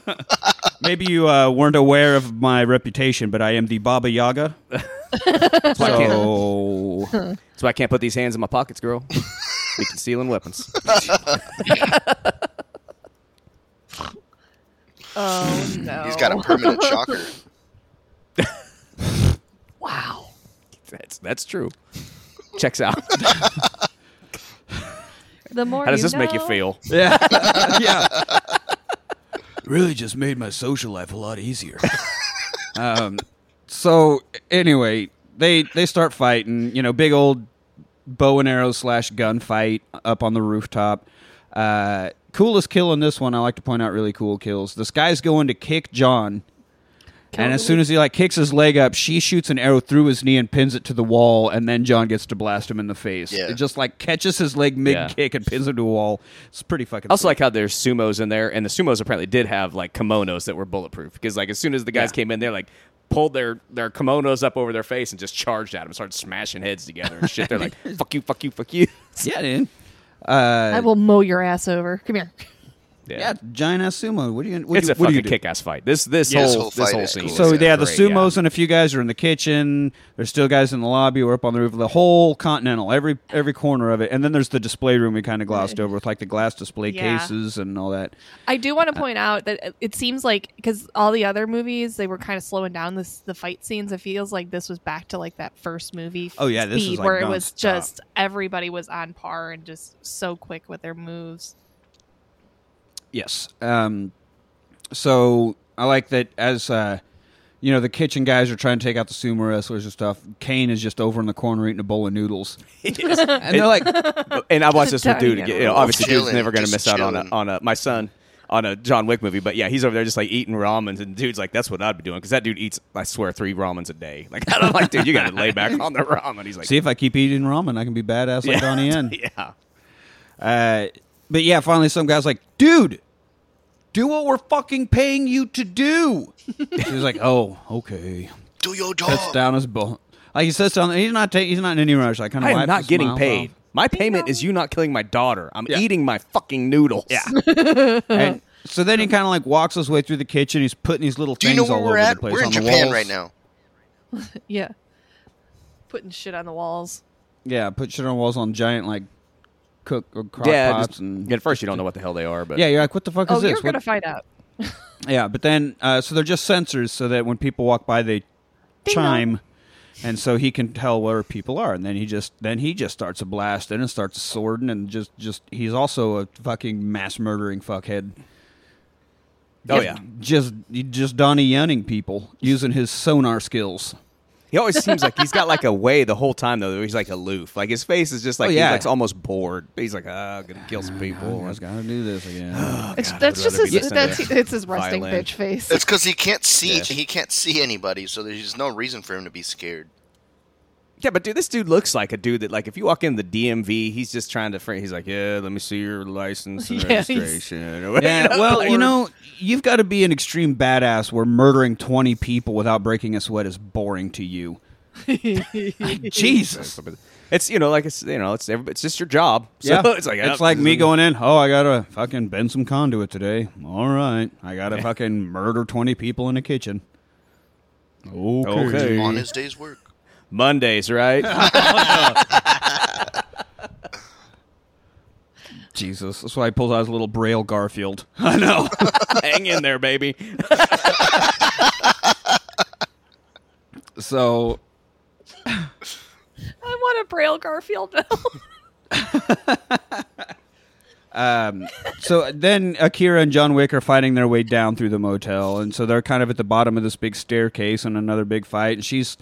Speaker 1: *laughs* Maybe you uh, weren't aware of my reputation, but I am the Baba
Speaker 2: *laughs*
Speaker 1: Yaga. so
Speaker 2: That's why I can't put these hands in my
Speaker 1: *laughs*
Speaker 2: pockets, girl. Be concealing weapons. *laughs*
Speaker 5: Oh no.
Speaker 3: He's got a permanent shocker.
Speaker 5: wow.
Speaker 2: That's
Speaker 1: *laughs*
Speaker 2: that's true. Checks out. *laughs*
Speaker 5: The more
Speaker 2: How does
Speaker 5: you
Speaker 2: this make you
Speaker 5: know-
Speaker 2: feel?
Speaker 1: Yeah. yeah.
Speaker 7: Really just made my social life a lot easier.
Speaker 1: Um, so anyway, they they start fighting. You know, big old bow and arrow slash gunfight up on the rooftop. Uh, coolest kill in this one. I like to point out really cool kills. This guy's going to kick John. And as soon as he like kicks his leg up, she shoots an arrow through his knee and pins it to the wall, and then John gets to blast him in the face.
Speaker 3: Yeah.
Speaker 1: It just like catches his leg mid kick and pins him to a wall. It's pretty fucking.
Speaker 2: I also
Speaker 1: slick.
Speaker 2: like how there's sumos in there, and the sumos apparently did have like kimonos that were bulletproof because like as soon as the guys
Speaker 1: Yeah.
Speaker 2: came in, they like pulled their their kimonos up over their face and just charged at him, started smashing heads together and
Speaker 1: *laughs*
Speaker 2: shit. They're like, "Fuck you, fuck you, fuck you."
Speaker 1: yeah, dude. Uh,
Speaker 5: I will mow your ass over. Come here.
Speaker 1: yeah, giant ass sumo. What do you? What
Speaker 2: it's
Speaker 1: do,
Speaker 2: a
Speaker 1: you- what do you
Speaker 2: fucking
Speaker 1: do?
Speaker 2: kick-ass fight. This this
Speaker 3: Yeah, this
Speaker 2: whole
Speaker 3: whole
Speaker 2: this
Speaker 3: fight
Speaker 2: whole
Speaker 3: is
Speaker 2: scene.
Speaker 3: cool.
Speaker 2: is
Speaker 1: So yeah, the
Speaker 2: great, yeah. *laughs*
Speaker 1: sumos and a few guys are in the kitchen. There's still guys in the lobby. We're up on the roof. The whole continental, every every corner of it, and then there's the display room we kind of glossed over with like the glass display
Speaker 5: Yeah.
Speaker 1: cases and all that.
Speaker 5: I do want to point out that it seems like because all the other movies they were kind of slowing down this the fight scenes. It feels like this was back to like that first movie.
Speaker 1: Oh, yeah, this is,
Speaker 5: speed
Speaker 1: like,
Speaker 5: where it was
Speaker 1: nonstop.
Speaker 5: just everybody was on par and just so quick with their moves.
Speaker 1: Yes. Um, so I like that as uh, you know the kitchen guys are trying to take out the sumo wrestlers and stuff. Kane is just over in the corner eating a bowl of noodles, and they're like,
Speaker 2: and I watched this with
Speaker 5: Italian
Speaker 2: dude. again. You know,
Speaker 5: noodles.
Speaker 2: obviously, dude's
Speaker 3: Chilling,
Speaker 2: never going to
Speaker 3: just
Speaker 2: miss out on a,
Speaker 3: chilling.
Speaker 2: on a my son on a John Wick movie. But yeah, he's over there just like eating ramens, and dude's like, "That's what I'd be doing," because that dude eats, I swear, three ramens a day. Like, *laughs* I'm like, dude, you got to lay back on the ramen. He's
Speaker 1: *laughs*
Speaker 2: like,
Speaker 1: "See if I keep eating ramen, I can be badass like Donnie Yen."
Speaker 2: yeah,
Speaker 1: Uh, but yeah, finally, some guy's like, dude, do what we're fucking paying you to do. *laughs* he was like, oh, okay.
Speaker 3: Do your
Speaker 1: Sets
Speaker 3: job.
Speaker 1: down his bull. Like he sits down. He's not. Ta- he's not in any rush. I kind of.
Speaker 2: I am not getting paid. My payment is you not killing my daughter. I'm eating my fucking noodles. *laughs* Yeah,
Speaker 1: And so then he kind of like walks his way through the kitchen. He's putting these little
Speaker 3: Do you
Speaker 1: things
Speaker 3: know where
Speaker 1: all over
Speaker 3: we're at?
Speaker 1: the place
Speaker 3: We're in
Speaker 1: on the
Speaker 3: Japan
Speaker 1: walls.
Speaker 3: right now.
Speaker 5: *laughs* Yeah, putting shit on the walls.
Speaker 1: Yeah, put shit on walls on giant like cook or crock
Speaker 2: yeah.
Speaker 1: pots
Speaker 2: just-
Speaker 1: and
Speaker 2: At first, you don't know what the hell they are, but
Speaker 1: yeah. You're like, what the fuck
Speaker 5: oh,
Speaker 1: is this?
Speaker 5: you're
Speaker 1: What-
Speaker 5: gonna find out.
Speaker 1: Yeah, but then uh, so they're just sensors so that when people walk by they chime and so he can tell where people are and then he just then he just starts a blast and starts swording and just just he's also a fucking mass murdering fuckhead.
Speaker 2: Oh yeah,
Speaker 1: Just just Donnie Yenning people using his sonar skills.
Speaker 2: he always seems like he's got like a way the whole time though. He's like aloof. Like his face is just like
Speaker 1: Oh,
Speaker 2: he's
Speaker 1: yeah.
Speaker 2: like almost bored. He's like, ah, I'm gonna kill some people.
Speaker 1: I gotta do this *sighs* again. *laughs*
Speaker 4: It's, that's
Speaker 2: Oh, I'd
Speaker 4: just
Speaker 2: rather be
Speaker 4: his.
Speaker 2: listening
Speaker 4: That's
Speaker 2: to
Speaker 4: it's his rusting
Speaker 2: violin.
Speaker 4: bitch face.
Speaker 3: It's because he can't see.
Speaker 2: Yes.
Speaker 3: He can't see anybody, so there's just no reason for him to be scared.
Speaker 2: Yeah, but dude, this dude looks like a dude that like if you walk in the DMV, he's just trying to. fr- He's like, yeah, let me see your
Speaker 1: *laughs*
Speaker 2: license and
Speaker 5: *laughs* Yeah, he's-
Speaker 2: registration.
Speaker 1: yeah, well, you
Speaker 2: Or-
Speaker 1: know, you've got to be an extreme badass where murdering 20 people without breaking a sweat is boring to *laughs* you. Jesus.
Speaker 2: It's you know like it's you know it's every- it's just your job. *laughs* So
Speaker 1: yeah,
Speaker 2: it's like
Speaker 1: it's
Speaker 2: "Oh,
Speaker 1: like
Speaker 2: this
Speaker 1: me
Speaker 2: is-
Speaker 1: going in. Oh, I gotta fucking bend some conduit today. All right, I
Speaker 2: *laughs*
Speaker 1: gotta fucking murder twenty people in the kitchen. Okay.
Speaker 2: Okay.
Speaker 1: Mm-hmm.
Speaker 3: On his day's work.
Speaker 2: Mondays,
Speaker 1: *laughs*
Speaker 2: right? *laughs*
Speaker 1: Jesus, that's why he pulls out his little braille Garfield. *laughs*
Speaker 2: I know. Hang in there, baby.
Speaker 1: So
Speaker 5: I want a Braille Garfield *laughs* now.
Speaker 1: So then Akira and John Wick are fighting their way down through the motel, and so they're kind of at the bottom of this big staircase and another big fight. And she's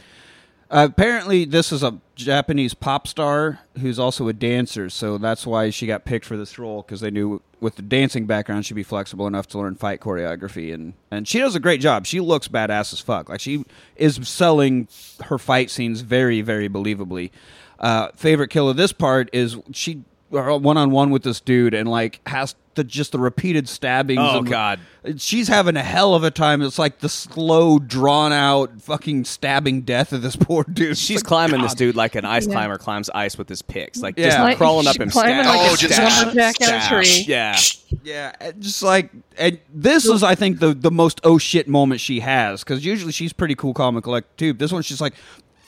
Speaker 1: Uh, apparently this is a Japanese pop star who's also a dancer, so that's why she got picked for this role because they knew with the dancing background she'd be flexible enough to learn fight choreography. And and she does a great job. She looks badass as fuck. Like she is selling her fight scenes very very believably. Uh, favorite kill of this part is she one on one with this dude and like has the just the repeated stabbings.
Speaker 2: Oh,
Speaker 1: and-
Speaker 2: God.
Speaker 1: she's having a hell of a time. It's like the slow, drawn out, fucking stabbing death of this *laughs* poor dude. It's
Speaker 2: She's
Speaker 1: like,
Speaker 2: climbing this
Speaker 1: God.
Speaker 2: dude like an ice
Speaker 4: Yeah.
Speaker 2: climber climbs ice with his picks, like
Speaker 1: Yeah.
Speaker 2: just
Speaker 1: Like,
Speaker 2: crawling up
Speaker 4: she's
Speaker 2: him.
Speaker 4: climbing
Speaker 2: stab,
Speaker 3: like a Oh,
Speaker 1: *laughs*
Speaker 3: just-
Speaker 2: stab,
Speaker 4: lumberjack in a
Speaker 2: stab.
Speaker 4: tree.
Speaker 2: Yeah.
Speaker 1: Yeah, and just like and this is, I think, the the most oh shit moment she has because usually she's pretty cool, calm, and collect too. but This one, she's like,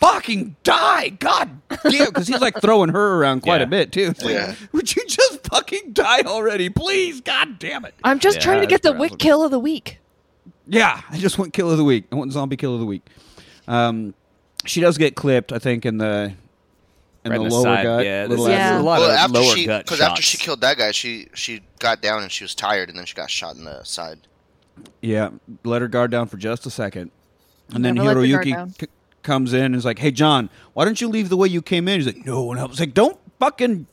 Speaker 1: fucking die, god damn, because he's like throwing her around quite
Speaker 2: Yeah.
Speaker 1: a bit too. It's like,
Speaker 3: Yeah.
Speaker 1: Would you just fucking die already, please? God damn it!
Speaker 4: I'm just
Speaker 2: Yeah,
Speaker 4: trying to
Speaker 2: that's
Speaker 4: get the
Speaker 2: gross.
Speaker 4: wick kill of the week.
Speaker 1: Yeah, I just want kill of the week. I want zombie kill of the week. Um, she does get clipped, I think, in the in
Speaker 2: Right in
Speaker 1: the
Speaker 2: the
Speaker 1: lower
Speaker 2: side,
Speaker 1: gut.
Speaker 2: yeah,
Speaker 1: little
Speaker 2: this
Speaker 4: is-
Speaker 1: ass-
Speaker 4: Yeah.
Speaker 2: A lot
Speaker 3: well,
Speaker 2: of
Speaker 3: after
Speaker 2: lower
Speaker 3: she,
Speaker 2: gut
Speaker 3: because after
Speaker 2: shots.
Speaker 3: she killed that guy, she she got down and she was tired, and then she got shot in the side.
Speaker 1: Yeah, let her guard down for just a second, and then
Speaker 4: Never let the guard down.
Speaker 1: Hiroyuki c- comes in and is like, "Hey, John, why don't you leave the way you came in?" He's like, "No one helps." He's like, "Don't fucking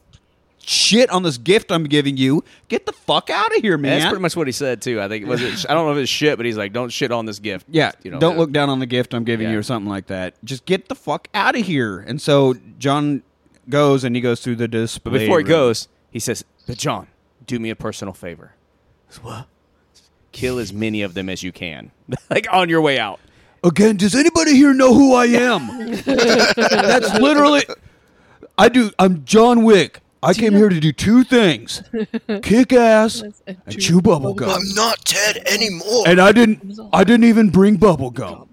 Speaker 1: shit on this gift I'm giving you. Get the fuck out of here,
Speaker 2: Yeah,
Speaker 1: man."
Speaker 2: That's pretty much what he said too. I think was it. I don't know if it's shit, but he's like, "Don't shit on this gift."
Speaker 1: Yeah,
Speaker 2: you know.
Speaker 1: don't look down on the gift I'm giving
Speaker 2: Yeah.
Speaker 1: you or something like that. Just get the fuck out of here. And so John goes and he goes through the display.
Speaker 2: But before he
Speaker 1: room.
Speaker 2: goes, he says, "But John, do me a personal favor. He says, What? Kill as many of them as you can, *laughs* like on your way out."
Speaker 1: Again, does anybody here know who I *laughs* am? That's literally I do I'm John Wick. I came here to do two things. Kick *laughs* ass and chew bubble gum.
Speaker 3: I'm not Ted anymore.
Speaker 1: And I didn't I didn't even bring bubble *laughs* gum.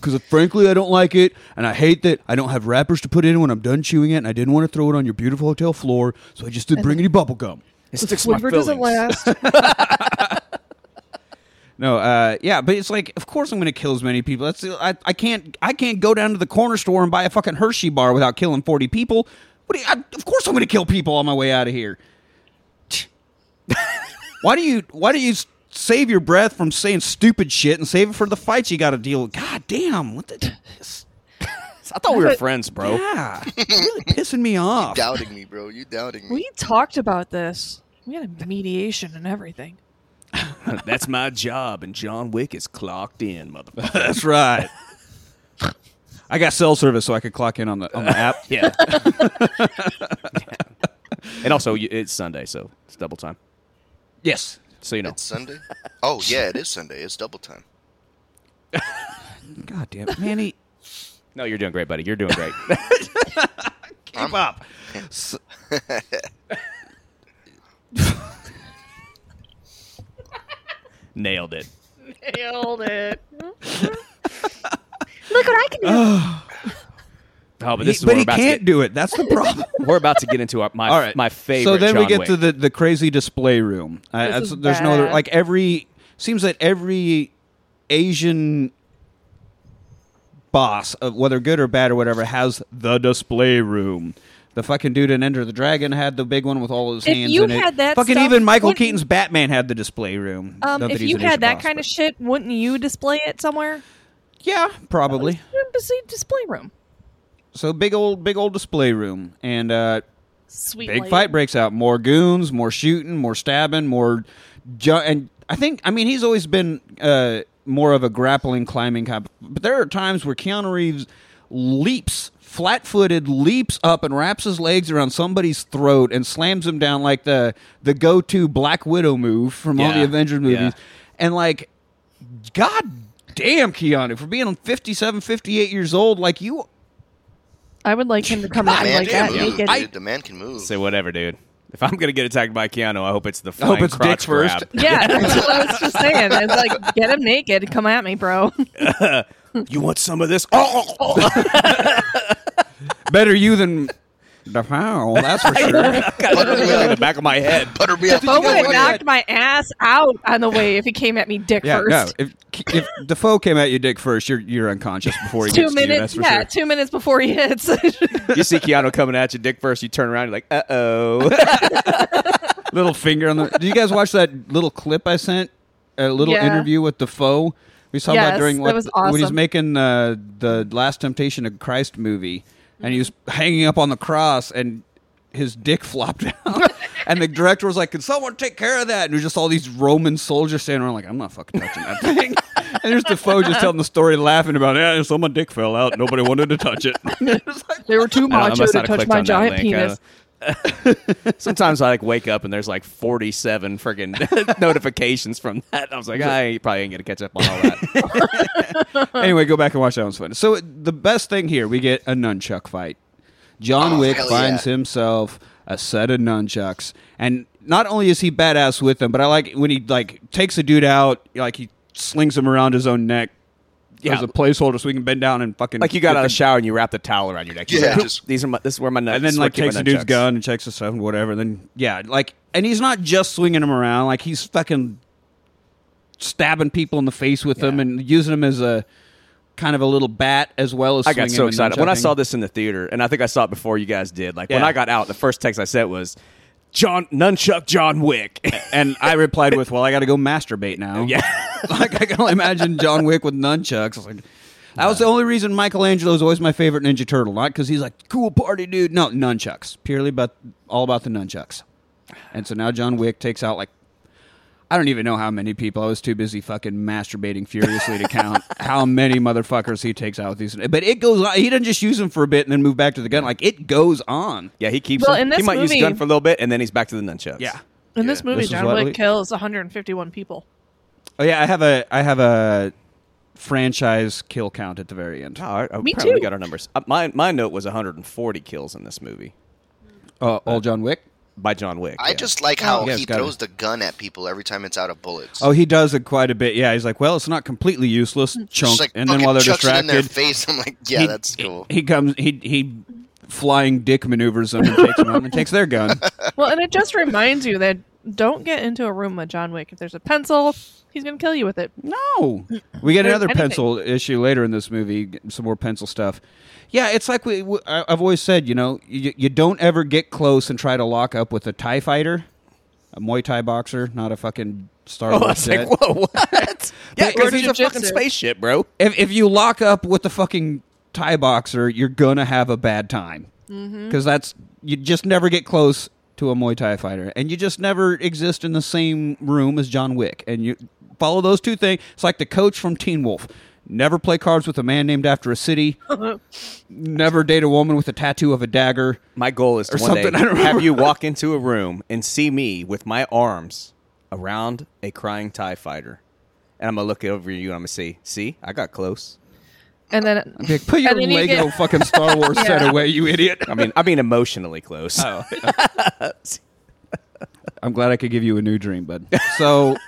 Speaker 1: Cuz frankly I don't like it and I hate that I don't have wrappers to put in when I'm done chewing it and I didn't want to throw it on your beautiful hotel floor, so I just didn't bring any bubble gum.
Speaker 2: It sticks to my
Speaker 4: Flavor doesn't
Speaker 2: feelings.
Speaker 4: last.
Speaker 1: No, uh, yeah, but it's like, of course I'm going to kill as many people. That's I, I can't I can't go down to the corner store and buy a fucking Hershey bar without killing forty people. What? Do you, I, of course I'm going to kill people on my way out of here. *laughs* why do you Why do you s- save your breath from saying stupid shit and save it for the fights you got to deal? with? God damn! What the?
Speaker 2: *laughs* I thought we were friends, bro.
Speaker 1: Yeah, really pissing me off.
Speaker 3: doubting me, bro. You doubting me.
Speaker 5: we talked about this. We had a mediation and everything.
Speaker 2: *laughs* That's my job, and John Wick is clocked in, motherfucker.
Speaker 1: That's right. I got cell service, so I could clock in on the on the app.
Speaker 2: Yeah. *laughs* and also, you- it's Sunday, so it's double time.
Speaker 1: Yes.
Speaker 2: So you know,
Speaker 3: It's Sunday. Oh yeah, it is Sunday. It's double time.
Speaker 1: God damn, Manny.
Speaker 2: no, you're doing great, buddy. You're doing *laughs* great.
Speaker 1: Keep up.
Speaker 2: Nailed it.
Speaker 5: *laughs* Nailed it. Um,
Speaker 4: Look what I can do.
Speaker 2: Oh, but
Speaker 1: He-
Speaker 2: this is
Speaker 1: but
Speaker 2: where
Speaker 1: he
Speaker 2: we're about
Speaker 1: can't
Speaker 2: to get,
Speaker 1: do it. That's
Speaker 2: *laughs*
Speaker 1: the problem.
Speaker 2: we're about to get into our, my *laughs*
Speaker 1: All right,
Speaker 2: my favorite.
Speaker 1: So then we
Speaker 2: John
Speaker 1: get
Speaker 2: Wick.
Speaker 1: to the the crazy display room. I,
Speaker 5: This
Speaker 1: that's,
Speaker 5: is
Speaker 1: there's no other
Speaker 5: bad.
Speaker 1: like every seems that every Asian boss, uh, whether good or bad or whatever, has the display room. The fucking dude in Enter the Dragon had the big one with all his
Speaker 5: If
Speaker 1: hands
Speaker 5: you
Speaker 1: in it.
Speaker 5: had that
Speaker 1: fucking
Speaker 5: stuff,
Speaker 1: even Michael
Speaker 5: wouldn't-
Speaker 1: Keaton's Batman had the display room.
Speaker 5: Um,
Speaker 1: Not
Speaker 5: if
Speaker 1: he's
Speaker 5: you
Speaker 1: an
Speaker 5: had
Speaker 1: Asian
Speaker 5: that
Speaker 1: boss,
Speaker 5: kind
Speaker 1: but-
Speaker 5: of shit, wouldn't you display it somewhere?
Speaker 1: yeah, probably.
Speaker 5: Embassy display room.
Speaker 1: So big old big old display room and. uh
Speaker 5: Sweet.
Speaker 1: Big
Speaker 5: lady.
Speaker 1: fight breaks out. More goons, more shooting, more stabbing, more. Ju- and I think, I mean, he's always been uh, more of a grappling, climbing cop. But there are times where Keanu Reeves leaps, flat footed, leaps up and wraps his legs around somebody's throat and slams him down like the, the go to Black Widow move from all the
Speaker 2: Yeah,
Speaker 1: Avengers
Speaker 2: yeah.
Speaker 1: movies. And like, God damn, Keanu, for being 57, 58 years old, like you.
Speaker 5: I would like him to come
Speaker 3: The *laughs*
Speaker 5: out
Speaker 3: man
Speaker 5: like
Speaker 3: can
Speaker 5: that
Speaker 3: move,
Speaker 5: naked.
Speaker 3: dude. The man can move.
Speaker 2: Say whatever, dude. If I'm gonna get attacked by Keanu, I hope it's the
Speaker 1: I hope
Speaker 2: flying
Speaker 1: it's
Speaker 2: crotch
Speaker 1: dick first.
Speaker 2: grab.
Speaker 5: yeah, that's what I was just saying. I was like, get him naked. Come at me, bro. *laughs*
Speaker 2: You want some of this? Oh, *laughs*
Speaker 1: Better you than. *laughs* Defoe, that's for sure.
Speaker 2: in the back of my head.
Speaker 3: Buttermilk.
Speaker 5: Bo would have knocked my ass out on the way if he came at me dick
Speaker 1: Yeah,
Speaker 5: first.
Speaker 1: no. If, if Defoe came at you dick first, you're you're unconscious before he
Speaker 5: two
Speaker 1: gets to you. That's
Speaker 5: minutes,
Speaker 1: for
Speaker 5: yeah,
Speaker 1: sure.
Speaker 5: two minutes before he hits. *laughs*
Speaker 2: You see Keanu coming at you, dick first. You turn around, you're like, uh oh.
Speaker 1: Little finger on the. Did you guys watch that little clip I sent? A little
Speaker 5: Yeah.
Speaker 1: interview with Defoe. We saw
Speaker 5: Yes,
Speaker 1: that during
Speaker 5: that
Speaker 1: what,
Speaker 5: was
Speaker 1: when he's
Speaker 5: awesome.
Speaker 1: making uh, the Last Temptation of Christ movie, and he was hanging up on the cross, and his dick flopped *laughs* out. and the director was like, "Can someone take care of that?" And there's just all these Roman soldiers standing around, like, "I'm not fucking touching that thing." *laughs* and there's Defoe just telling the story, laughing about, "Yeah, someone dick fell out. Nobody wanted to touch it."
Speaker 5: they were too
Speaker 2: I don't know, I must not have clicked on that link. uh, I don't *laughs* know. Sometimes I like wake up and there's like 47 friggin' *laughs* notifications from that. I was like, I probably ain't gonna catch up on all
Speaker 1: *laughs*
Speaker 2: that.
Speaker 1: anyway, go back and watch that one's fun. So the best thing here, we get a nunchuck fight. John
Speaker 3: Oh,
Speaker 1: Wick
Speaker 3: hell
Speaker 1: finds
Speaker 3: yeah.
Speaker 1: himself a set of nunchucks, and not only is he badass with them, but I like when he like takes a dude out, like he slings him around his own neck
Speaker 2: Yeah.
Speaker 1: as a placeholder, so he can bend down and fucking
Speaker 2: like you got out of the shower and you wrap the towel around your neck. You're
Speaker 3: Yeah.
Speaker 2: like, "Oop, these are my, this is where my nuts.
Speaker 1: and
Speaker 2: this
Speaker 1: then
Speaker 2: is where
Speaker 1: like
Speaker 2: I keep my
Speaker 1: takes a dude's
Speaker 2: nunchucks."
Speaker 1: gun and checks the stuff and whatever. Then yeah, like and he's not just swinging him around; like he's fucking stabbing people in the face with them
Speaker 2: Yeah.
Speaker 1: and using them as a kind of a little bat as well as.
Speaker 2: I
Speaker 1: swinging
Speaker 2: got so
Speaker 1: him and
Speaker 2: excited when I
Speaker 1: nunchucking.
Speaker 2: saw this in the theater, and I think I saw it before you guys did. Like when
Speaker 1: Yeah.
Speaker 2: I got out, the first text I sent was John Nunchuck John Wick. *laughs*
Speaker 1: And I replied with, "Well, I got to go masturbate now."
Speaker 2: yeah, *laughs*
Speaker 1: *laughs* like I can only imagine John Wick with nunchucks. I was like, that was the only reason Michelangelo is always my favorite Ninja Turtle, not because he's like cool party dude. No, nunchucks, purely but all about the nunchucks. And so now John Wick takes out like I don't even know how many people. I was too busy fucking masturbating furiously to *laughs* count how many motherfuckers he takes out with these. But it goes on. He doesn't just use them for a bit and then move back to the gun. Like it goes on.
Speaker 2: yeah. He keeps.
Speaker 5: Well,
Speaker 2: them.
Speaker 5: in this
Speaker 2: he might use a
Speaker 5: movie-
Speaker 2: gun for a little bit, and then he's back to the nunchucks.
Speaker 5: In this movie,
Speaker 1: This is
Speaker 5: John
Speaker 1: what
Speaker 5: Wick
Speaker 1: we-
Speaker 5: kills
Speaker 1: *laughs*
Speaker 5: 151 people.
Speaker 1: Oh yeah, I have a I have a franchise kill count at the very end.
Speaker 2: Oh, all right.
Speaker 5: Me
Speaker 2: Apparently we
Speaker 5: too.
Speaker 2: got our numbers. Uh, my my note was 140 kills in this movie
Speaker 1: Uh, all John Wick.
Speaker 2: by John Wick.
Speaker 3: I
Speaker 2: yeah.
Speaker 3: just like how
Speaker 1: Yeah, Oh,
Speaker 3: he
Speaker 1: it's gotta
Speaker 3: throws the gun at people every time it's out of bullets.
Speaker 1: Oh, he does it quite a bit. Yeah, he's like, well, it's not completely useless. Chunk,
Speaker 3: Just, like,
Speaker 1: and then
Speaker 3: fucking
Speaker 1: while they're
Speaker 3: chucks it in
Speaker 1: distracted,
Speaker 3: their face, I'm like,
Speaker 1: *laughs*
Speaker 3: yeah,
Speaker 1: he,
Speaker 3: that's cool.
Speaker 1: He, he comes. He he flying dick maneuvers them and takes them out and takes their
Speaker 3: *laughs*
Speaker 1: gun.
Speaker 5: Well, and it just reminds you that don't get into a room with John Wick. If there's a pencil, he's going to kill you with it.
Speaker 1: No, we get
Speaker 5: There's
Speaker 1: another
Speaker 5: anything.
Speaker 1: pencil issue later in this movie. get Some more pencil stuff. Yeah, it's like we. we I- I've always said, you know, you, you don't ever get close and try to lock up with a Tie fighter, a Muay Thai boxer, not a fucking Star
Speaker 2: Oh, *laughs* I
Speaker 1: Wars.
Speaker 2: was
Speaker 1: jet.
Speaker 2: like, whoa,
Speaker 5: *laughs*
Speaker 2: what? yeah,
Speaker 1: Or
Speaker 2: because he's a
Speaker 5: jujitsu.
Speaker 2: fucking spaceship, bro.
Speaker 1: if if you lock up with the fucking tie boxer, you're gonna have a bad time because
Speaker 5: Mm-hmm.
Speaker 1: that's you just never get close to a Muay Thai fighter, and you just never exist in the same room as John Wick. And you follow those two things. It's like the coach from Teen Wolf. Never play cards with a man named after a
Speaker 5: *laughs*
Speaker 1: city. Never date a woman with a tattoo of a dagger.
Speaker 2: My goal is to
Speaker 1: Or
Speaker 2: one day
Speaker 1: something, I don't
Speaker 2: have
Speaker 1: remember.
Speaker 2: you walk into a room and see me with my arms around a crying TIE fighter. And I'm going to look over you and I'm going to say, see, I got close.
Speaker 1: *laughs*
Speaker 5: And then
Speaker 1: Like, Put your
Speaker 5: And then you
Speaker 1: Lego
Speaker 5: get-
Speaker 1: fucking Star
Speaker 5: *laughs*
Speaker 1: Wars set away, you idiot.
Speaker 2: I mean, I mean
Speaker 1: *laughs*
Speaker 2: emotionally close.
Speaker 1: I'm glad I could give you a new dream, bud. So, *laughs*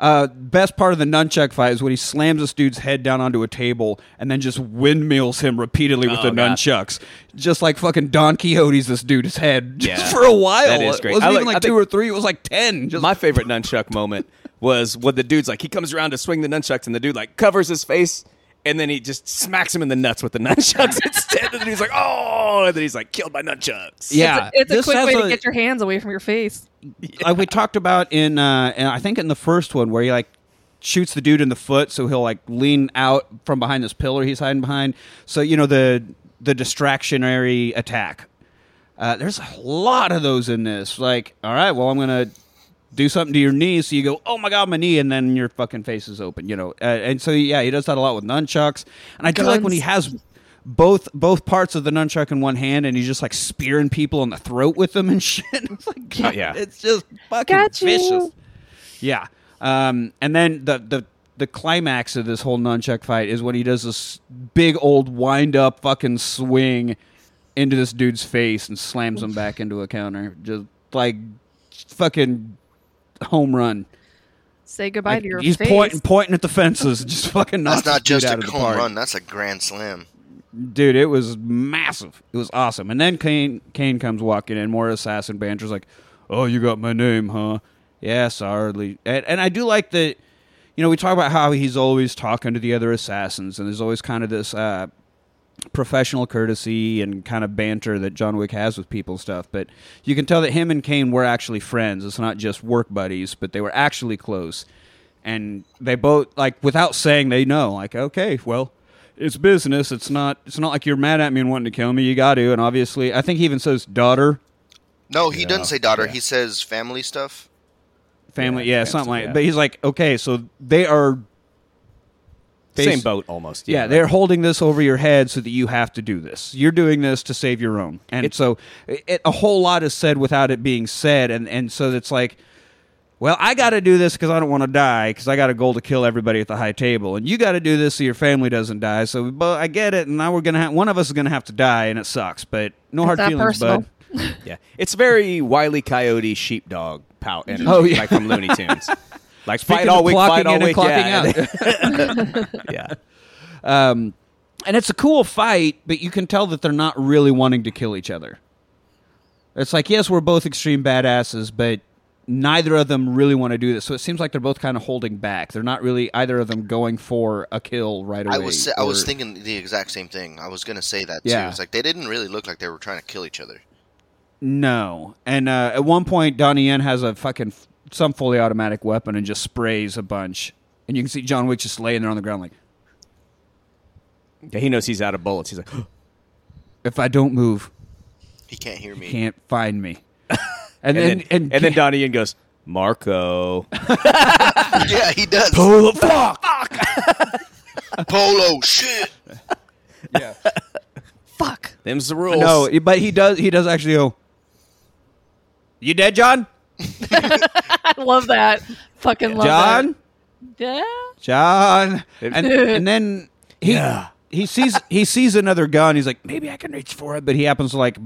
Speaker 1: Uh, best part of the nunchuck fight is when he slams this dude's head down onto a table and then just windmills him repeatedly with
Speaker 2: Oh,
Speaker 1: the
Speaker 2: God.
Speaker 1: nunchucks, just like fucking Don Quixote's this dude's head *laughs* just
Speaker 2: Yeah.
Speaker 1: for a while.
Speaker 2: That is great.
Speaker 1: It wasn't
Speaker 2: I
Speaker 1: even
Speaker 2: like-
Speaker 1: like
Speaker 2: I
Speaker 1: two
Speaker 2: think-
Speaker 1: or three; it was like ten. Just
Speaker 2: My favorite nunchuck moment was when the dude's like he comes around to swing the nunchucks and the dude like covers his face and then he just smacks him in the nuts with the nunchucks *laughs* instead. And then he's like, oh, and then he's like, killed by nunchucks.
Speaker 1: yeah,
Speaker 5: It's a
Speaker 1: This
Speaker 5: quick
Speaker 1: has
Speaker 5: way
Speaker 1: a- *laughs*
Speaker 5: to get your hands away from your face.
Speaker 1: like we talked about in uh and I think in the first one where he like shoots the dude in the foot so he'll like lean out from behind this pillar he's hiding behind. So you know the the distractionary attack. Uh, there's a lot of those in this. Like, all right, well I'm gonna do something to your knee so you go, oh my god, my knee, and then your fucking face is open, you know. Uh, and so yeah, he does that a lot with nunchucks, and I do like when he has both both parts of the nunchuck in one hand and he's just like spearing people in the throat with them and shit. *laughs* It's like, God,
Speaker 2: yeah.
Speaker 1: it's just fucking
Speaker 5: Got you.
Speaker 1: vicious. Yeah. Um, and then the the the climax of this whole nunchuck fight is when he does this big old wind up fucking swing into this dude's face and slams him back into a counter, just like fucking home run.
Speaker 5: Say goodbye
Speaker 1: Like,
Speaker 5: to your
Speaker 1: he's
Speaker 5: face.
Speaker 1: pointing pointing at the fences, *laughs* and just fucking knocks
Speaker 3: That's not
Speaker 1: this dude
Speaker 3: just
Speaker 1: out
Speaker 3: a
Speaker 1: of the
Speaker 3: home
Speaker 1: park.
Speaker 3: run. That's a grand slam.
Speaker 1: dude. It was massive. It was awesome. And then Kane Kane comes walking in, more assassin banter's like, "Oh, you got my name, huh? Yeah, sorry." And, and I do like that. You know, we talk about how he's always talking to the other assassins, and there's always kind of this uh, professional courtesy and kind of banter that John Wick has with people and stuff. But you can tell that him and Kane were actually friends. It's not just work buddies, but they were actually close. And they both like without saying they know, like, okay, well, it's business. It's not it's not like you're mad at me and wanting to kill me. You got to. And obviously, I think he even says daughter,
Speaker 3: No, he doesn't say daughter. He says family stuff.
Speaker 1: family,
Speaker 2: Yeah,
Speaker 1: yeah,
Speaker 2: yeah,
Speaker 1: something like
Speaker 2: yeah.
Speaker 1: But he's like, okay, so they are
Speaker 2: Same
Speaker 1: Face-
Speaker 2: boat almost.
Speaker 1: Yeah, they're holding this over your head so that you have to do this. You're doing this to save your own. And so it, a whole lot is said without it being said. And, and so it's like, well, I got to do this because I don't want to die because I got a goal to kill everybody at the high table. And you got to do this so your family doesn't die. So but I get it. And now we're going to have one of us is going to have to die. And it sucks. But no hard
Speaker 4: not
Speaker 1: feelings,
Speaker 4: personal.
Speaker 1: bud.
Speaker 2: Yeah, it's very wily coyote sheepdog pow energy,
Speaker 1: Oh, yeah.
Speaker 2: like from Looney
Speaker 1: *laughs*
Speaker 2: Tunes. Like
Speaker 1: Speaking
Speaker 2: fight all
Speaker 1: of
Speaker 2: week,
Speaker 1: clocking
Speaker 2: fight all
Speaker 1: in and
Speaker 2: week, yeah, *laughs*
Speaker 1: clocking
Speaker 2: yeah.
Speaker 1: Um, and it's a cool fight, but you can tell that they're not really wanting to kill each other. It's like, yes, we're both extreme badasses, but neither of them really want to do this. So it seems like they're both kind of holding back. They're not really either of them going for a kill right away.
Speaker 3: I was I was
Speaker 1: or-
Speaker 3: thinking the exact same thing. I was gonna say that
Speaker 1: Yeah.
Speaker 3: too. It's like they didn't really look like they were trying to kill each other.
Speaker 1: No. And uh, at one point, Donnie Yen has a fucking f- some fully automatic weapon and just sprays a bunch. And you can see John Wick just laying there on the ground, like,
Speaker 2: Yeah, He knows he's out of bullets. He's like, *gasps*
Speaker 1: if I don't move,
Speaker 3: He can't hear me.
Speaker 1: you can't find
Speaker 2: *laughs*
Speaker 1: me. And,
Speaker 2: and then
Speaker 1: then, and, *laughs*
Speaker 2: then Donnie Yen goes, Marco.
Speaker 3: *laughs* Yeah, he does.
Speaker 2: Oh fuck!
Speaker 3: Polo
Speaker 1: *laughs*
Speaker 3: shit.
Speaker 5: *laughs* Fuck.
Speaker 1: *laughs*
Speaker 2: Them's the rules.
Speaker 1: No, but he does. He does actually go. You dead, John?
Speaker 5: I love that. Fucking love
Speaker 1: John,
Speaker 5: that. Yeah.
Speaker 1: John, and, and then he he sees he sees another gun. He's like, maybe I can reach for it, but he happens to like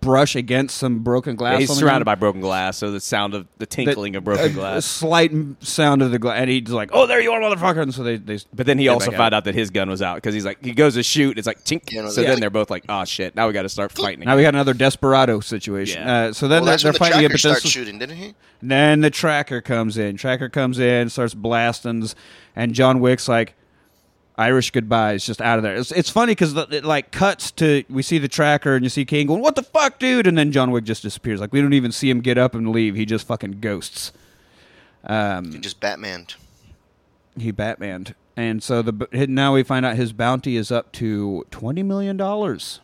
Speaker 1: brush against some broken glass.
Speaker 2: Yeah, he's
Speaker 1: on the
Speaker 2: surrounded
Speaker 1: ground.
Speaker 2: by broken glass, so the sound of the
Speaker 1: That-
Speaker 2: tinkling of broken
Speaker 1: a- A
Speaker 2: glass.
Speaker 1: slight m- sound of the glass, and he's like, "Oh, there you are, motherfucker!" And so they they.
Speaker 2: But then he
Speaker 1: get
Speaker 2: also
Speaker 1: back
Speaker 2: found out that his gun was out because he's like, he goes to shoot, it's like tink.
Speaker 3: Yeah, no,
Speaker 2: so
Speaker 3: yeah.
Speaker 2: then they're both like, oh shit, now we got to start fighting.
Speaker 1: Now we got another desperado situation.
Speaker 2: Yeah.
Speaker 1: Uh, so then
Speaker 3: Well,
Speaker 1: they're,
Speaker 3: that's
Speaker 1: they're
Speaker 3: when the
Speaker 1: fighting. it,
Speaker 3: tracker
Speaker 1: but this
Speaker 3: starts
Speaker 1: is-
Speaker 3: shooting, didn't he?
Speaker 1: And then the tracker comes in. Tracker comes in, starts blasting, and John Wick's like, Irish goodbyes, just out of there. It's, it's funny because it like cuts to we see the tracker and you see Kane going, "What the fuck, dude?" And then John Wick just disappears. Like we don't even see him get up and leave. He just fucking ghosts.
Speaker 3: He just Batmaned.
Speaker 1: He Batmaned, and so the b- now we find out his bounty is up to twenty million dollars.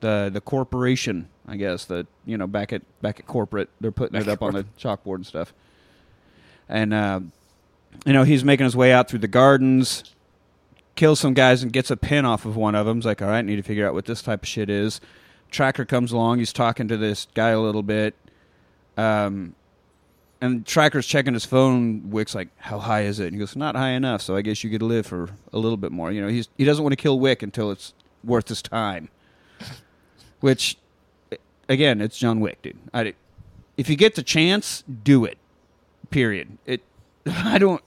Speaker 1: The the corporation, I guess the you know back at back at corporate, they're putting it up on the chalkboard and stuff. And uh, you know he's making his way out through the gardens, kills some guys and gets a pin off of one of them. He's like, all right, need to figure out what this type of shit is. Tracker comes along. He's talking to this guy a little bit. Um, and Tracker's checking his phone. Wick's like, how high is it? And he goes, not high enough. So I guess you could live for a little bit more. You know, he's, he doesn't want to kill Wick until it's worth his time. *laughs* Which, again, it's John Wick, dude. I, if you get the chance, do it. *laughs* Period. It I don't.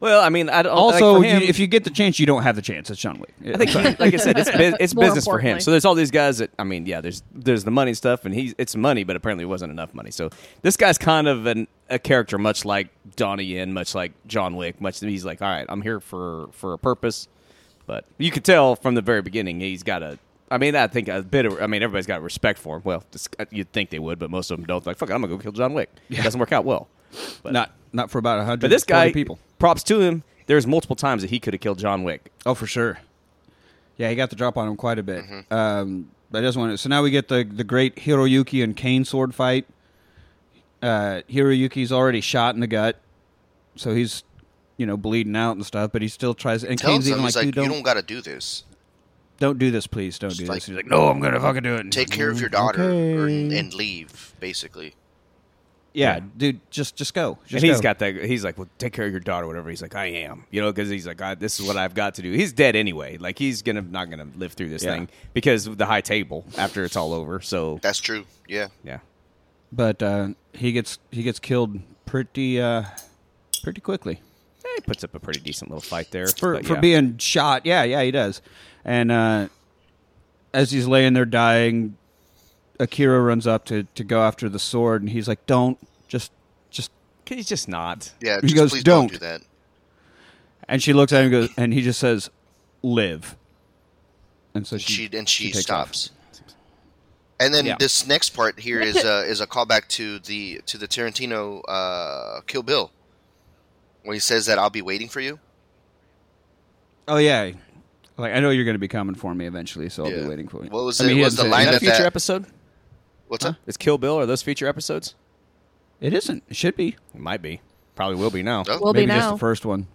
Speaker 2: Well, I mean, I don't,
Speaker 1: Also,
Speaker 2: like for him,
Speaker 1: you, if you get the chance, you don't have the chance. It's John Wick.
Speaker 2: I think, he- like I said,
Speaker 5: *laughs*
Speaker 2: it's, bu- it's
Speaker 5: More
Speaker 2: business for him.
Speaker 5: importantly.
Speaker 2: So there's all these guys that I mean, yeah, there's there's the money stuff, and he's it's money, but apparently it wasn't enough money. So this guy's kind of an, a character, much like Donnie Yen, much like John Wick. Much he's like, all right, I'm here for for a purpose, but you could tell from the very beginning he's got a. I mean, I think a bit of. I mean, everybody's got respect for him. Well, this, uh, you'd think they would, but most of them don't. Like, fuck, it, I'm gonna go kill John Wick. It doesn't work out well.
Speaker 1: *laughs*
Speaker 2: But
Speaker 1: not not for about a hundred.
Speaker 2: but this guy,
Speaker 1: people.
Speaker 2: props to him. There's multiple times that he could have killed John Wick.
Speaker 1: Oh, for sure. Yeah, he got the drop on him quite a bit.
Speaker 3: Mm-hmm.
Speaker 1: Um, but I just want to. So now we get the the great Hiroyuki and Kane sword fight. Uh, Hiroyuki's already shot in the gut, so he's you know bleeding out and stuff. But he still tries. And
Speaker 3: Tells
Speaker 1: Kane's
Speaker 3: him
Speaker 1: even
Speaker 3: he's
Speaker 1: like,
Speaker 3: like,
Speaker 1: "You don't, don't,
Speaker 3: got to do this.
Speaker 1: do this, please, don't do
Speaker 3: like-
Speaker 1: this." He's like, "No, I'm gonna fucking do it." And
Speaker 3: Take care
Speaker 1: "Mm,
Speaker 3: of your daughter or, and leave, basically.
Speaker 1: yeah, dude, just just go. Just
Speaker 2: and he's
Speaker 1: go.
Speaker 2: got that. He's like, well, take care of your daughter, whatever. He's like, I am, you know, because he's like, I, this is what I've got to do. He's dead anyway. Like he's gonna not gonna live through this
Speaker 1: Yeah.
Speaker 2: thing because of the high table after it's all over. So
Speaker 3: That's true. Yeah.
Speaker 2: yeah,
Speaker 1: but uh, he gets he gets killed pretty uh, pretty quickly.
Speaker 2: Eh, he puts up a pretty decent little fight there
Speaker 1: for
Speaker 2: but
Speaker 1: for
Speaker 2: yeah.
Speaker 1: being shot. Yeah, yeah, he does. And uh, as he's laying there dying, Akira runs up to to go after the sword, and he's like, "Don't just just."
Speaker 2: 'Cause He's just not.
Speaker 3: Yeah.
Speaker 1: He
Speaker 3: Just
Speaker 1: goes,
Speaker 3: please
Speaker 1: "Don't."
Speaker 3: do that.
Speaker 1: And she looks at him and goes, and he just says, "Live." And so she,
Speaker 3: She and she,
Speaker 1: takes off.
Speaker 3: stops. And then
Speaker 1: Yeah.
Speaker 3: this next part here is uh, is a callback to the to the Tarantino uh, Kill Bill, when he says that I'll be waiting for you.
Speaker 1: Oh yeah. Like I know you're going to be coming for me eventually, so I'll
Speaker 3: Yeah.
Speaker 1: be waiting for you.
Speaker 3: What was
Speaker 1: I mean,
Speaker 3: it-
Speaker 1: he
Speaker 3: was
Speaker 1: doesn't
Speaker 3: the
Speaker 1: say-
Speaker 2: Is
Speaker 3: line
Speaker 2: that a
Speaker 3: that-
Speaker 2: future
Speaker 3: that-
Speaker 2: episode?
Speaker 3: What's up?
Speaker 2: Is Kill Bill? Are those future episodes?
Speaker 1: It isn't. It should be.
Speaker 2: It might be. Probably will be now.
Speaker 3: Oh.
Speaker 5: Will
Speaker 1: Maybe
Speaker 5: be
Speaker 1: just
Speaker 5: now.
Speaker 1: the first one.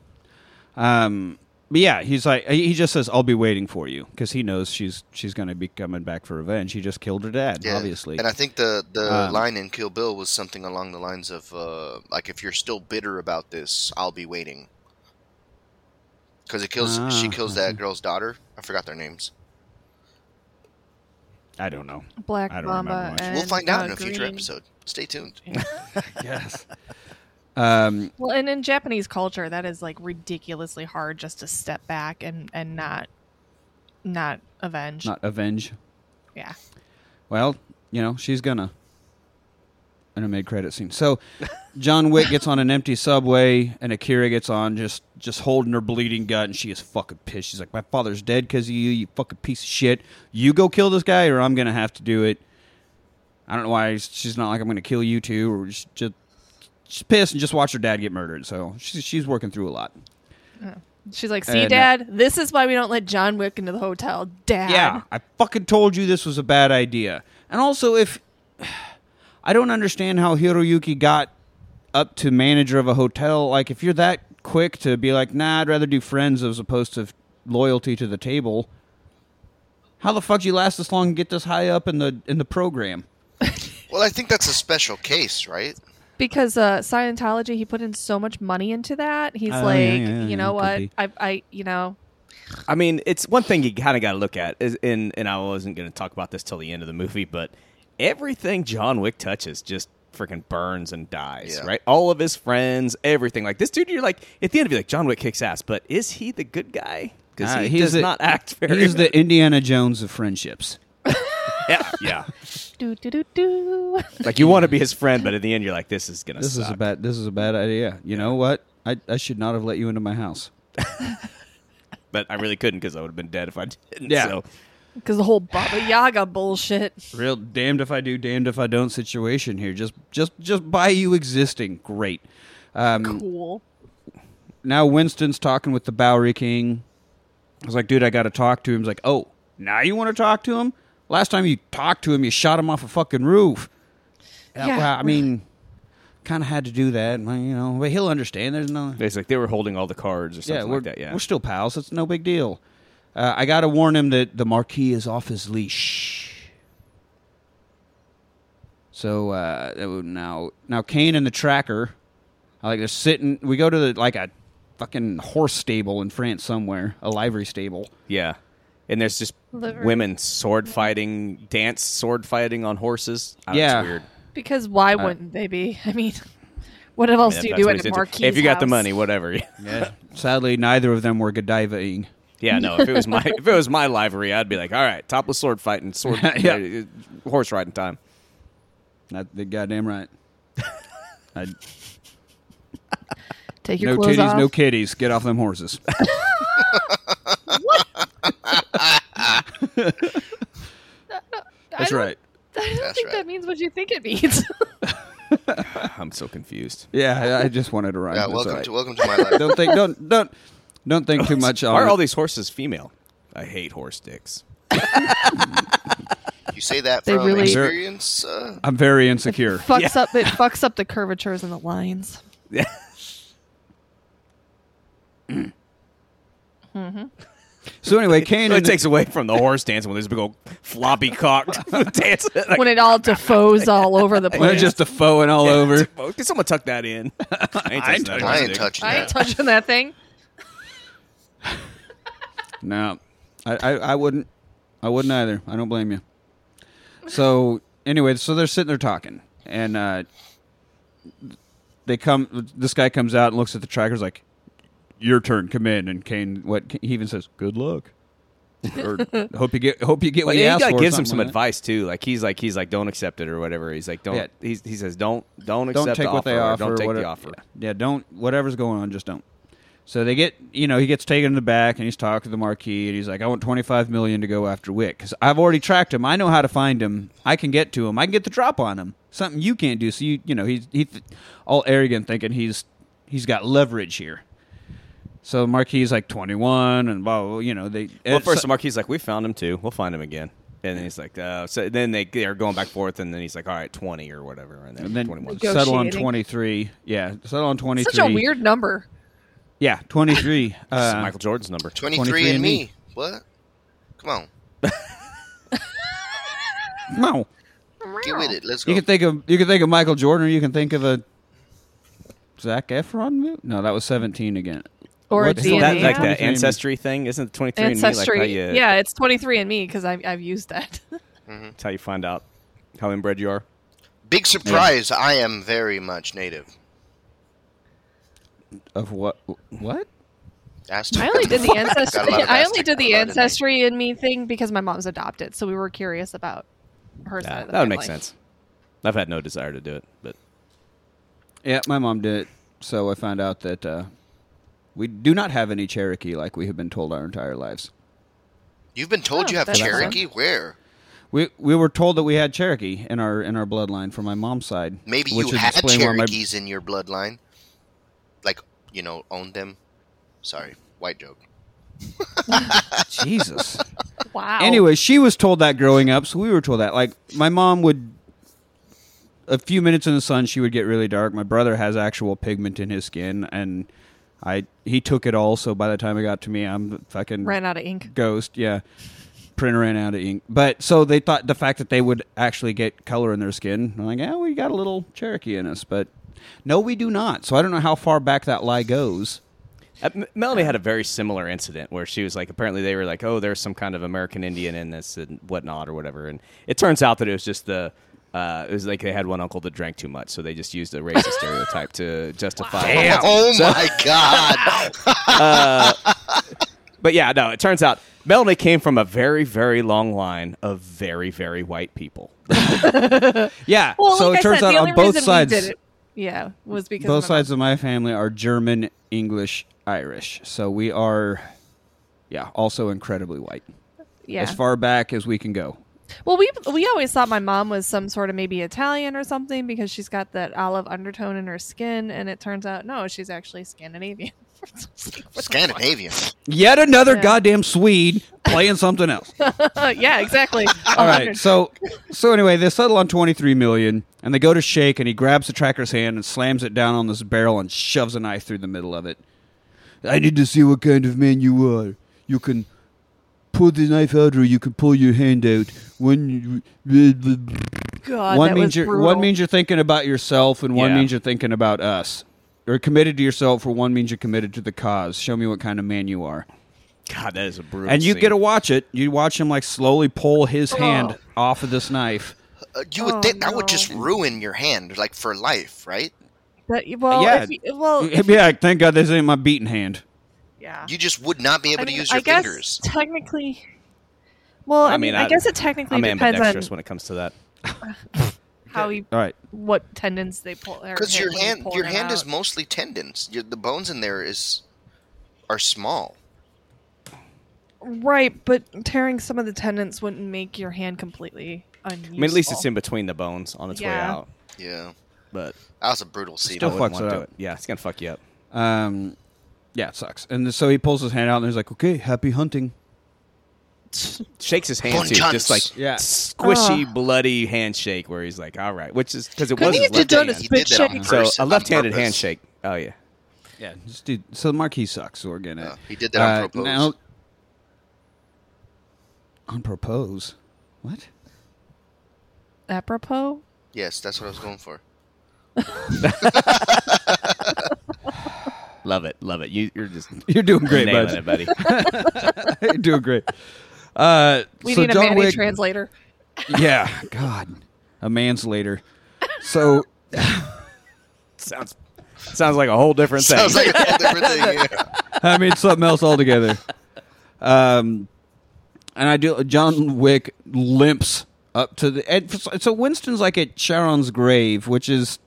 Speaker 1: Um, but yeah, he's like he he just says, "I'll be waiting for you," because he knows she's she's going to be coming back for revenge. He just killed her dad,
Speaker 3: Yeah.
Speaker 1: obviously.
Speaker 3: And I think the the
Speaker 1: Um,
Speaker 3: line in Kill Bill was something along the lines of uh, like if you're still bitter about this, I'll be waiting. Because it kills, she
Speaker 1: Ah,
Speaker 3: kills that girl's daughter. I forgot their names.
Speaker 1: I don't know.
Speaker 5: Black
Speaker 1: I don't remember
Speaker 5: Mamba.
Speaker 1: much.
Speaker 5: And,
Speaker 3: We'll find out
Speaker 5: uh,
Speaker 3: in a future
Speaker 5: Green-
Speaker 3: episode. Stay tuned.
Speaker 1: yes. Um,
Speaker 5: Well, and in Japanese culture, that is like ridiculously hard just to step back and and not not avenge.
Speaker 1: not avenge.
Speaker 5: yeah.
Speaker 1: Well, you know she's gonna. In a mid-credit scene, so John Wick gets on an empty subway, and Akira gets on just just holding her bleeding gut, and she is fucking pissed. She's like, "My father's dead because of you, you fucking piece of shit. You go kill this guy, or I'm gonna have to do it." I don't know why she's not like I'm going to kill you too, or just, just she's pissed and just watch her dad get murdered. So she's she's working through a lot.
Speaker 5: She's like,
Speaker 1: Uh,
Speaker 5: "See,
Speaker 1: no.
Speaker 5: Dad, this is why we don't let John Wick into the hotel, Dad."
Speaker 1: Yeah, I fucking told you this was a bad idea. And also, if *sighs* I don't understand how Hiroyuki got up to manager of a hotel, like if you're that quick to be like, nah, I'd rather do friends as opposed to loyalty to the table. How the fuck do you last this long and get this high up in the in the program?
Speaker 3: Well, I think that's a special case, right?
Speaker 5: because uh Scientology, he put in so much money into that. He's
Speaker 1: Oh, yeah,
Speaker 5: like,
Speaker 1: yeah, yeah,
Speaker 5: you know
Speaker 1: could
Speaker 5: what?
Speaker 1: be.
Speaker 5: I, I, you know,
Speaker 2: I mean, it's one thing you kind of got to look at, is, and and I wasn't going to talk about this till the end of the movie, but everything John Wick touches just freaking burns and dies,
Speaker 3: Yeah.
Speaker 2: right? All of his friends, everything. Like this dude, you're like at the end of it, like John Wick kicks ass, but is he the good guy? Because
Speaker 1: Uh,
Speaker 2: he
Speaker 1: he's
Speaker 2: does
Speaker 1: the-
Speaker 2: not act very.
Speaker 1: He's the Indiana Jones of friendships.
Speaker 2: yeah,
Speaker 1: *laughs*
Speaker 2: yeah.
Speaker 5: do do do do.
Speaker 2: *laughs*
Speaker 5: *laughs*
Speaker 2: Like you want to be his friend, but in the end, you're like, this is gonna.
Speaker 1: This
Speaker 2: suck.
Speaker 1: is a bad this is a bad idea. You know what? I, I should not have let you into my house.
Speaker 2: But I really couldn't because I would have been dead if I didn't.
Speaker 1: Yeah.
Speaker 2: So
Speaker 5: Because the whole Baba
Speaker 1: *laughs*
Speaker 5: Yaga bullshit.
Speaker 1: real damned if I do, damned if I don't situation here. Just just just by you existing, great. Um,
Speaker 5: Cool.
Speaker 1: Now Winston's talking with the Bowery King. I was like, dude, I got to talk to him. He's like, oh, now you want to talk to him? Last time you talked to him, you shot him off a fucking roof. Yeah.
Speaker 5: Yeah.
Speaker 1: well, I mean, kind of had to do that, well, you know. But he'll understand. There's no.
Speaker 2: it's like they were holding all the cards or something
Speaker 1: we're,
Speaker 2: like that. Yeah.
Speaker 1: We're still pals. It's no big deal. Uh, I got to warn him that the Marquis is off his leash. So uh, that would- now, now Kane and the Tracker, I like they're sitting. We go to the like a fucking horse stable in France somewhere, a livery stable.
Speaker 2: Yeah. And there's just
Speaker 5: Liver.
Speaker 2: women sword fighting, dance sword fighting on horses. I don't know,
Speaker 1: Yeah.
Speaker 2: It's weird.
Speaker 1: uh,
Speaker 5: Because why wouldn't they be? *laughs* I mean, What else do you
Speaker 2: that's
Speaker 5: do
Speaker 2: what
Speaker 5: at
Speaker 2: he's
Speaker 5: a
Speaker 2: into.
Speaker 5: marquee?
Speaker 2: If you got the money, whatever. *laughs*
Speaker 1: Sadly, neither of them were Godivaing.
Speaker 2: Yeah, no. If it was my if it was my livery, I'd be like, all right, topless sword fighting, sword,
Speaker 1: *laughs* Yeah.
Speaker 2: uh, horse riding time.
Speaker 1: Not the goddamn
Speaker 2: *laughs*
Speaker 1: right. I,
Speaker 4: Take your
Speaker 1: no
Speaker 4: clothes
Speaker 1: titties,
Speaker 4: off.
Speaker 1: no kitties. Get off them
Speaker 2: *laughs*
Speaker 1: horses. That's
Speaker 5: *laughs*
Speaker 1: right.
Speaker 4: I don't
Speaker 3: That's
Speaker 4: think
Speaker 3: right.
Speaker 4: that means what you think it means.
Speaker 2: I'm so confused.
Speaker 1: Yeah, I, I just wanted to rhyme.
Speaker 3: Yeah,
Speaker 1: That's
Speaker 3: welcome
Speaker 1: all right.
Speaker 3: to welcome to my life.
Speaker 5: *laughs*
Speaker 1: don't think don't don't don't think too much on
Speaker 2: Why are
Speaker 1: it.
Speaker 2: all these horses female? I hate horse dicks.
Speaker 3: You say that
Speaker 4: They
Speaker 3: from
Speaker 4: really-
Speaker 3: experience? Uh,
Speaker 1: I'm very insecure.
Speaker 4: fucks up it fucks up the curvatures and the lines.
Speaker 1: *laughs*
Speaker 2: Yeah.
Speaker 1: So anyway, Kane
Speaker 2: it
Speaker 1: and
Speaker 2: takes away from the horse dancing when there's a big old floppy cock *laughs* dancing. Like,
Speaker 5: when it all defos all over the
Speaker 1: Well,
Speaker 5: place.
Speaker 1: just the foe and all over.
Speaker 2: Can someone tuck that in? *laughs* I ain't touching that
Speaker 3: I
Speaker 2: horse
Speaker 3: ain't
Speaker 2: dick.
Speaker 3: touching
Speaker 5: I ain't
Speaker 3: that.
Speaker 5: touching that thing.
Speaker 1: *laughs* No, I, I I wouldn't. I wouldn't either. I don't blame you. So anyway, so they're sitting there talking, and uh, they come. This guy comes out and looks at the trackers like, "Your turn, come in." And Kane, what he even says, "Good luck."
Speaker 2: *laughs*
Speaker 1: or hope you get hope you get
Speaker 2: But
Speaker 1: what you
Speaker 2: yeah,
Speaker 1: asked
Speaker 2: he like
Speaker 1: for. or
Speaker 2: gives him some
Speaker 1: something like
Speaker 2: advice too. Like he's like he's like don't accept it or whatever. He's like don't.
Speaker 1: Yeah.
Speaker 2: He's, he says don't don't
Speaker 1: that. Don't
Speaker 2: accept
Speaker 1: take
Speaker 2: the
Speaker 1: what they
Speaker 2: or
Speaker 1: offer.
Speaker 2: Don't take
Speaker 1: whatever-
Speaker 2: the offer.
Speaker 1: Yeah, don't whatever's going on, just don't. So they get, you know, he gets taken in the back and he's talking to the marquee and he's like, I want 25 million to go after Wick because I've already tracked him. I know how to find him. I can get to him. I can get the drop on him. Something you can't do. So, you, you know, he's he, all arrogant thinking he's he's got leverage here. So Marquee's like 21 and blah, blah, blah you know, they.
Speaker 2: Well, first the marquee's like we found him too. We'll find him again. And then he's like, uh, so then they they are going back forth, and then he's like, all right, twenty or whatever, and then,
Speaker 1: and then
Speaker 2: 21.
Speaker 1: settle on
Speaker 4: Negotiating.
Speaker 1: 23. Yeah, settle on 23.
Speaker 5: Such a weird number.
Speaker 1: Yeah,
Speaker 5: *laughs*
Speaker 1: 23.
Speaker 2: This is
Speaker 1: uh,
Speaker 2: Michael Jordan's number.
Speaker 3: 23 and
Speaker 1: and me.
Speaker 3: me. What? Come on.
Speaker 1: no.
Speaker 3: Get with it. Let's go.
Speaker 1: You can think of you can think of Michael Jordan. Or you can think of a Zach Efron movie. No, that was Seventeen again.
Speaker 5: Or
Speaker 1: What-
Speaker 5: a
Speaker 1: Isn't
Speaker 2: That,
Speaker 5: DNA.
Speaker 2: like that
Speaker 1: 23andMe.
Speaker 2: ancestry thing, isn't twenty three and me like
Speaker 5: Ancestry.
Speaker 2: how you,
Speaker 5: yeah, it's 23 and me because I've, I've used that.
Speaker 2: it's how you find out how inbred you are?
Speaker 3: Big surprise. I am very much native.
Speaker 1: Of what? What?
Speaker 3: Asked *laughs*
Speaker 5: *laughs* I only did *laughs* the ancestry.
Speaker 3: lot of
Speaker 5: I only
Speaker 3: Aztec
Speaker 5: did the
Speaker 3: blood in me.
Speaker 5: ancestry in me thing because my mom's adopted, so we were curious about her side.
Speaker 2: Yeah,
Speaker 5: of the
Speaker 2: that would make
Speaker 5: family.
Speaker 2: sense. I've had no desire to do it, but
Speaker 1: Yeah, my mom did it. So I found out that uh, we do not have any Cherokee, like we have been told our entire lives.
Speaker 3: You've been told
Speaker 5: Oh,
Speaker 3: you have
Speaker 5: that's
Speaker 3: Cherokee? Where?
Speaker 1: We we were told that we had Cherokee in our in our bloodline from my mom's side.
Speaker 3: Maybe
Speaker 1: which
Speaker 3: you
Speaker 1: would
Speaker 3: had
Speaker 1: explain why my-
Speaker 3: Cherokees in your bloodline. Like, you know, owned them. Sorry. White joke.
Speaker 1: Jesus.
Speaker 5: Wow.
Speaker 1: Anyway, she was told that growing up, so we were told that. Like my mom would a few minutes in the sun she would get really dark. My brother has actual pigment in his skin and I he took it all, so by the time it got to me I'm the fucking
Speaker 5: ran out of ink.
Speaker 1: ghost, yeah. Printer ran out of ink. But so they thought the fact that they would actually get color in their skin, I'm like, yeah, we got a little Cherokee in us, but no, we do not. So I don't know how far back that lie goes.
Speaker 2: Uh, M- Melanie had a very similar incident where she was like, apparently they were like, oh, there's some kind of American Indian in this and whatnot or whatever, and it turns out that it was just the. Uh, it was like they had one uncle that drank too much, so they just used a racist stereotype *laughs* to justify.
Speaker 1: *laughs*
Speaker 3: Oh my God.
Speaker 2: But yeah, no, it turns out Melanie came from a very, very long line of very, very white people.
Speaker 1: Yeah.
Speaker 5: Well,
Speaker 1: so
Speaker 5: like
Speaker 1: it turns
Speaker 5: I said,
Speaker 1: out
Speaker 5: the only
Speaker 1: on both
Speaker 5: reason we
Speaker 1: sides
Speaker 5: did it, yeah, was because
Speaker 1: both
Speaker 5: of my mom.
Speaker 1: sides of my family are German, English, Irish. So we are, yeah, also incredibly white.
Speaker 5: Yeah.
Speaker 1: As far back as we can go.
Speaker 5: Well, we we always thought my mom was some sort of maybe Italian or something because she's got that olive undertone in her skin, and it turns out no, she's actually Scandinavian. *laughs*
Speaker 3: Scandinavian.
Speaker 1: Yet another
Speaker 5: Yeah.
Speaker 1: goddamn Swede playing something
Speaker 5: *laughs*
Speaker 1: else.
Speaker 5: Uh,
Speaker 1: *laughs*
Speaker 5: yeah, exactly. Oh
Speaker 1: All right. So, so anyway, they settle on 23 million and they go to shake and he grabs the tracker's hand and slams it down on this barrel and shoves a knife through the middle of it.
Speaker 7: I need to see what kind of man you are. You can pull the knife out or you can pull your hand out. When you.
Speaker 5: God,
Speaker 1: one
Speaker 5: Uh, that
Speaker 1: means
Speaker 5: was
Speaker 1: you're
Speaker 5: brutal.
Speaker 1: one means you're thinking about yourself, and one
Speaker 2: Yeah.
Speaker 1: means you're thinking about us. You're committed to yourself, or one means you're committed to the cause. Show me what kind of man you are,
Speaker 2: God, that is a brutal.
Speaker 1: and you
Speaker 2: scene.
Speaker 1: get to watch it. You watch him like slowly pull his hand off of this knife.
Speaker 5: *laughs*
Speaker 3: Uh, you would
Speaker 5: Oh,
Speaker 3: think that would
Speaker 5: no.
Speaker 3: just ruin your hand, like for life, right?
Speaker 5: But well,
Speaker 1: Yeah.
Speaker 5: if you,
Speaker 1: *laughs*
Speaker 5: well,
Speaker 1: It'd be like, thank God this ain't my beating hand.
Speaker 5: yeah.
Speaker 3: You just would not be able
Speaker 5: I
Speaker 3: to
Speaker 5: mean,
Speaker 3: use
Speaker 5: I
Speaker 3: your
Speaker 5: guess
Speaker 3: fingers.
Speaker 5: technically. Well, I, mean, I, guess it technically
Speaker 2: I'm
Speaker 5: depends
Speaker 2: ambidextrous
Speaker 5: on
Speaker 2: when it comes to that.
Speaker 5: how you,
Speaker 1: All right.
Speaker 5: what tendons they pull. Because
Speaker 3: Because your hand, your hand is mostly tendons. Your, the bones in there is are small.
Speaker 5: right, but tearing some of the tendons wouldn't make your hand completely unusable.
Speaker 2: I mean, at least it's in between the bones on its way
Speaker 5: Yeah.
Speaker 2: out.
Speaker 3: Yeah,
Speaker 2: But
Speaker 3: that was a brutal scene.
Speaker 1: Still
Speaker 2: I
Speaker 1: fucks
Speaker 2: wouldn't
Speaker 1: it
Speaker 2: want to do
Speaker 1: up.
Speaker 2: it. Yeah, it's gonna fuck you up.
Speaker 1: Um, yeah, it sucks. And so he pulls his hand out and he's like, okay, happy hunting.
Speaker 2: Shakes his hand too,
Speaker 3: Punch-ons.
Speaker 2: just like
Speaker 1: Yeah.
Speaker 2: squishy, bloody handshake where he's like, "All right," which is because it
Speaker 5: Couldn't
Speaker 2: was
Speaker 5: he
Speaker 2: his
Speaker 5: have just
Speaker 2: left
Speaker 5: done a
Speaker 2: hand.
Speaker 3: He did
Speaker 5: spit
Speaker 3: that on
Speaker 5: shake?
Speaker 2: So
Speaker 3: purpose-
Speaker 2: a
Speaker 3: on
Speaker 2: left-handed
Speaker 3: purpose.
Speaker 2: handshake. Oh yeah,
Speaker 1: Yeah, just dude. So the marquee sucks. So we're gonna.
Speaker 3: Yeah, Uh, he did that on propose.
Speaker 1: Uh, Now, on propose, what? *laughs*
Speaker 5: Apropos,
Speaker 3: Yes, that's what I was going for.
Speaker 2: love it, love it. You, you're *laughs* just
Speaker 1: You're doing great,
Speaker 2: nailing
Speaker 1: bud.
Speaker 2: it, *laughs* buddy.
Speaker 1: *laughs* You're doing great. Uh,
Speaker 5: we
Speaker 1: so
Speaker 5: need a
Speaker 1: John
Speaker 5: Manny
Speaker 1: Wick,
Speaker 5: translator.
Speaker 1: Yeah, God, a man's later. So
Speaker 2: sounds sounds like a whole different thing.
Speaker 3: Sounds like a whole different thing. yeah.
Speaker 1: *laughs* I mean something else altogether. Um, and I do. John Wick limps up to the. And f- so Winston's like at Sharon's grave, which is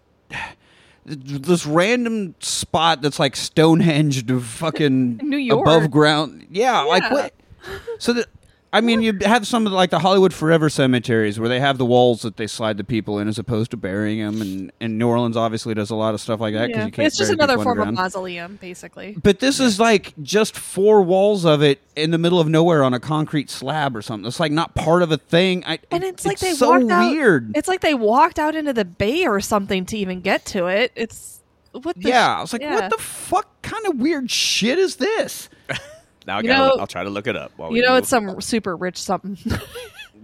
Speaker 1: this random spot that's like Stonehenge to fucking
Speaker 5: *laughs* New York.
Speaker 1: above ground. Yeah, like what? So that. I mean, you have some of the, like the Hollywood Forever cemeteries where they have the walls that they slide the people in as opposed to burying them, and, and New Orleans obviously does a lot of stuff like that because
Speaker 5: Yeah.
Speaker 1: you can't.
Speaker 5: It's just
Speaker 1: bury
Speaker 5: another
Speaker 1: people
Speaker 5: form of
Speaker 1: underground.
Speaker 5: mausoleum, basically.
Speaker 1: But this is like just four walls of it in the middle of nowhere on a concrete slab or something. It's like not part of a thing. I,
Speaker 5: And it's, like they
Speaker 1: so
Speaker 5: walked out.
Speaker 1: weird.
Speaker 5: It's like they walked out into the bay or something to even get to it. It's what? The
Speaker 1: yeah, I was like,
Speaker 5: yeah.
Speaker 1: what the fuck kind of weird shit is this?
Speaker 2: Now I
Speaker 5: You
Speaker 2: gotta,
Speaker 5: know-
Speaker 2: look- I'll try to look it up. While we
Speaker 5: You know,
Speaker 2: do.
Speaker 5: it's some super rich something. *laughs*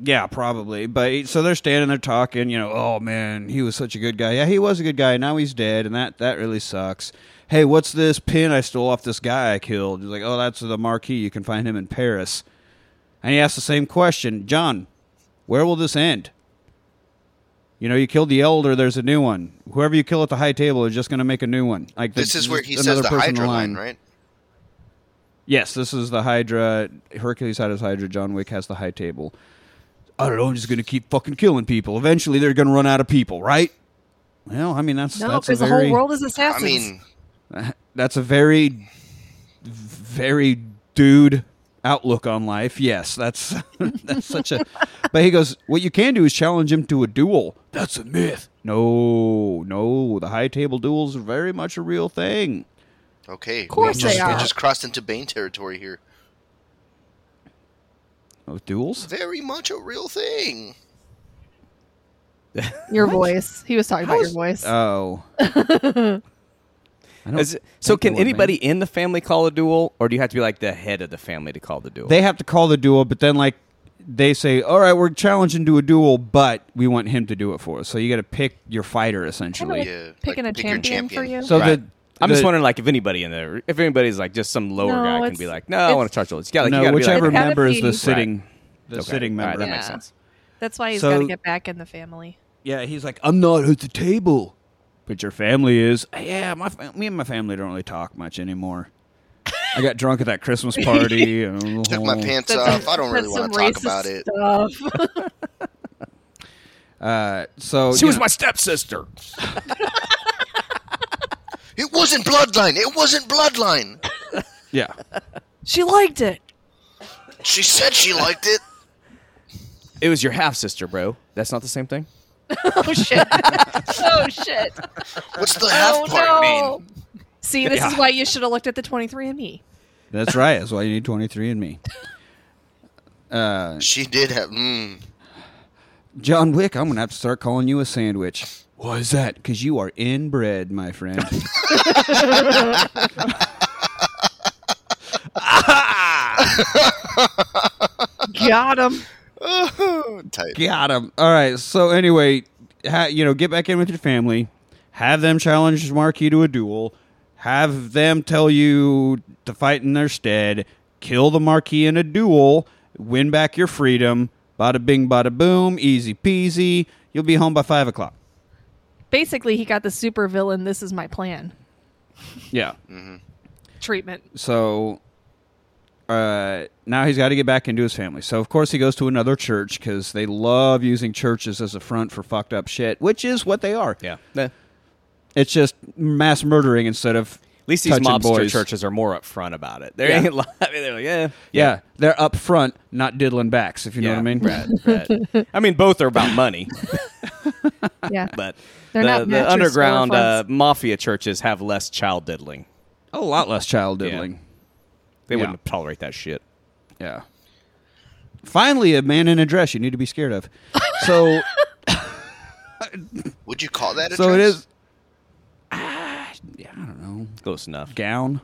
Speaker 1: Yeah, probably. But so they're standing there talking. You know, oh man, he was such a good guy. Yeah, he was a good guy. Now he's dead, and that that really sucks. Hey, what's this pin I stole off this guy I killed? He's like, oh, that's the marquee. You can find him in Paris. And he asked the same question, John. Where will this end? You know, you killed the elder. There's a new one. Whoever you kill at the high table is just going to make a new one. Like
Speaker 3: This is where he
Speaker 1: another
Speaker 3: says the
Speaker 1: person in
Speaker 3: Hydra line,
Speaker 1: line.
Speaker 3: right?
Speaker 1: Yes, this is the Hydra. Hercules had his Hydra. John Wick has the high table. I don't know. I'm just going to keep fucking killing people. Eventually, they're going to run out of people, right? Well, I mean, that's
Speaker 5: no,
Speaker 1: that's a
Speaker 5: because the
Speaker 1: very
Speaker 5: whole world is
Speaker 3: I
Speaker 5: assassins.
Speaker 3: mean,
Speaker 1: that's a very very dude outlook on life. Yes, that's *laughs* that's such a. But he goes, what you can do is challenge him to a duel. That's a myth. No, no, the high table duels are very much a real thing.
Speaker 3: okay. Of
Speaker 5: course
Speaker 3: we
Speaker 5: they
Speaker 3: just, we
Speaker 5: are.
Speaker 3: just crossed into Bane territory here.
Speaker 1: Oh, duels?
Speaker 3: Very much a real thing.
Speaker 5: your voice. He was talking about your
Speaker 2: is-
Speaker 5: voice.
Speaker 1: *laughs* Oh. I don't
Speaker 2: Is it- so
Speaker 1: think
Speaker 2: can
Speaker 1: they would,
Speaker 2: anybody in the family call a duel, or do you have to be like the head of the family to call the duel?
Speaker 1: they have to call the duel, but then like they say, "All right, we're challenging to a duel, but we want him to do it for us." So you got to pick your fighter essentially.
Speaker 3: Yeah, like,
Speaker 5: Picking a
Speaker 3: pick your
Speaker 5: champion, for
Speaker 3: champion.
Speaker 5: you.
Speaker 1: So
Speaker 2: Right.
Speaker 1: the
Speaker 2: I'm
Speaker 1: the-
Speaker 2: just wondering, like, if anybody in there, if anybody's like just some lower
Speaker 5: No,
Speaker 2: guy can
Speaker 5: it's-
Speaker 2: be like, no, I want to charge duels. You got like,
Speaker 1: no,
Speaker 2: you gotta
Speaker 1: whichever
Speaker 2: be like,
Speaker 5: gotta
Speaker 1: member is
Speaker 5: be-
Speaker 1: the sitting, the
Speaker 2: Okay.
Speaker 1: sitting
Speaker 2: All right,
Speaker 1: member.
Speaker 2: that makes
Speaker 5: Yeah.
Speaker 2: sense.
Speaker 5: That's why he's
Speaker 1: so-
Speaker 5: got to get back in the family.
Speaker 1: Yeah, he's like, I'm not at the table, but your family is. Yeah, my fam- me and my family don't really talk much anymore. I got drunk at that
Speaker 5: *laughs*
Speaker 1: Christmas party. and-
Speaker 3: Took my pants off. I don't really want to talk about it.
Speaker 5: Stuff. *laughs*
Speaker 1: Uh, so
Speaker 2: She
Speaker 1: you
Speaker 2: was
Speaker 1: know-
Speaker 2: my stepsister.
Speaker 3: It wasn't bloodline. It wasn't bloodline.
Speaker 1: yeah.
Speaker 5: she liked it.
Speaker 3: She said she liked it.
Speaker 2: It was your half sister, bro. That's not the same thing.
Speaker 5: *laughs* Oh shit. oh shit.
Speaker 3: What's the half
Speaker 5: *laughs* oh
Speaker 3: part
Speaker 5: no.
Speaker 3: mean?
Speaker 5: See, this is why you should have looked at the E. 23andMe.
Speaker 1: That's right. That's why you need 23 and me. Uh,
Speaker 3: She did have. Mm,
Speaker 1: John Wick, I'm going to have to start calling you a sandwich. Why is that? Because you are inbred, my friend. *laughs*
Speaker 5: Got him.
Speaker 3: tight.
Speaker 1: Got him. All right. So, anyway, ha- you know, get back in with your family. Have them challenge Marquis to a duel. Have them tell you to fight in their stead. Kill the Marquis in a duel. Win back your freedom. Bada bing, bada boom. Easy peasy. You'll be home by 5 o'clock.
Speaker 5: basically he got the super villain. This is my plan
Speaker 1: Yeah.
Speaker 5: *laughs* treatment.
Speaker 1: So uh, now he's got to get back into his family. So of course he goes to another church because they love using churches as a front for fucked up shit, which is what they are.
Speaker 2: Yeah. Nah. At
Speaker 1: It's just mass murdering instead of
Speaker 2: least these
Speaker 1: touching
Speaker 2: mobster
Speaker 1: boys.
Speaker 2: churches are more upfront about it. They
Speaker 1: Yeah.
Speaker 2: ain't lying. They're like, yeah,
Speaker 1: Yeah. they're up front, not diddling backs. If you know what I mean. *laughs*
Speaker 2: Right, right. I mean, both are about money,
Speaker 5: Yeah,
Speaker 1: *laughs*
Speaker 2: but
Speaker 5: They're
Speaker 2: the,
Speaker 5: not
Speaker 2: the
Speaker 5: mattress
Speaker 2: underground uh,
Speaker 5: storefronts.
Speaker 2: mafia churches have less child diddling.
Speaker 1: A lot less child diddling.
Speaker 2: They
Speaker 1: Yeah.
Speaker 2: wouldn't tolerate that shit.
Speaker 1: Yeah. Finally, a man in a dress you need to be scared of. So,
Speaker 2: *laughs*
Speaker 3: Would you call that a
Speaker 1: so it
Speaker 3: dress?
Speaker 1: is. Ah, yeah, I don't know.
Speaker 2: Close enough.
Speaker 1: Gown.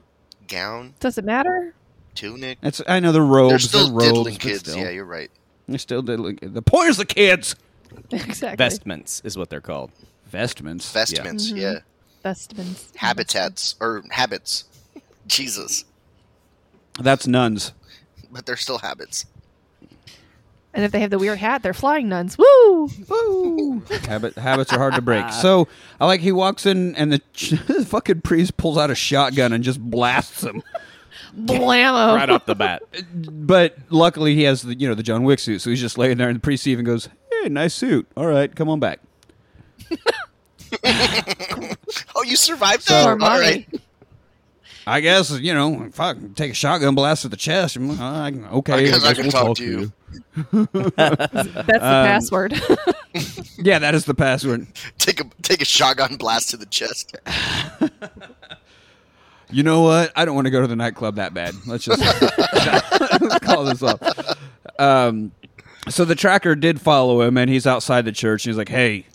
Speaker 3: gown,
Speaker 5: does it matter?
Speaker 3: tunic.
Speaker 1: It's I know the robes.
Speaker 3: They're still
Speaker 1: robes,
Speaker 3: diddling
Speaker 1: but
Speaker 3: kids.
Speaker 1: Still.
Speaker 3: Yeah, you're right.
Speaker 1: They're still diddling. The point is the kids.
Speaker 5: *laughs* Exactly.
Speaker 2: Vestments is what they're called.
Speaker 1: Vestments.
Speaker 5: Mm-hmm.
Speaker 3: Vestments. Yeah,
Speaker 5: Vestments.
Speaker 3: habitats or habits. *laughs* Jesus,
Speaker 1: That's nuns.
Speaker 3: but they're still habits.
Speaker 5: And if they have the weird hat, they're flying nuns. Woo!
Speaker 1: Habit, habits are hard to break. So I like he walks in and the ch- *laughs* fucking priest pulls out a shotgun and just blasts him.
Speaker 5: Blammo.
Speaker 2: Right off the bat.
Speaker 1: *laughs* But luckily he has the you know the John Wick suit, so he's just laying there and the priest even goes, "Hey, nice suit. All right, come on back."
Speaker 3: Oh, you survived
Speaker 1: So-
Speaker 3: that.
Speaker 1: Or
Speaker 3: All right.
Speaker 1: I guess you know if I can take a shotgun blast to the chest, I'm, I can- okay.
Speaker 3: I guess I
Speaker 1: guess
Speaker 3: can
Speaker 1: we'll
Speaker 3: talk to you.
Speaker 5: That's the
Speaker 1: Um,
Speaker 5: password. *laughs*
Speaker 1: Yeah, that is the password.
Speaker 3: Take a take a shotgun blast to
Speaker 1: *laughs*
Speaker 3: the chest.
Speaker 1: You know what? I don't want to go to the nightclub that bad. Let's just *laughs* let's call this up. Um, so the tracker did follow him, and he's outside the church. And he's like, "Hey,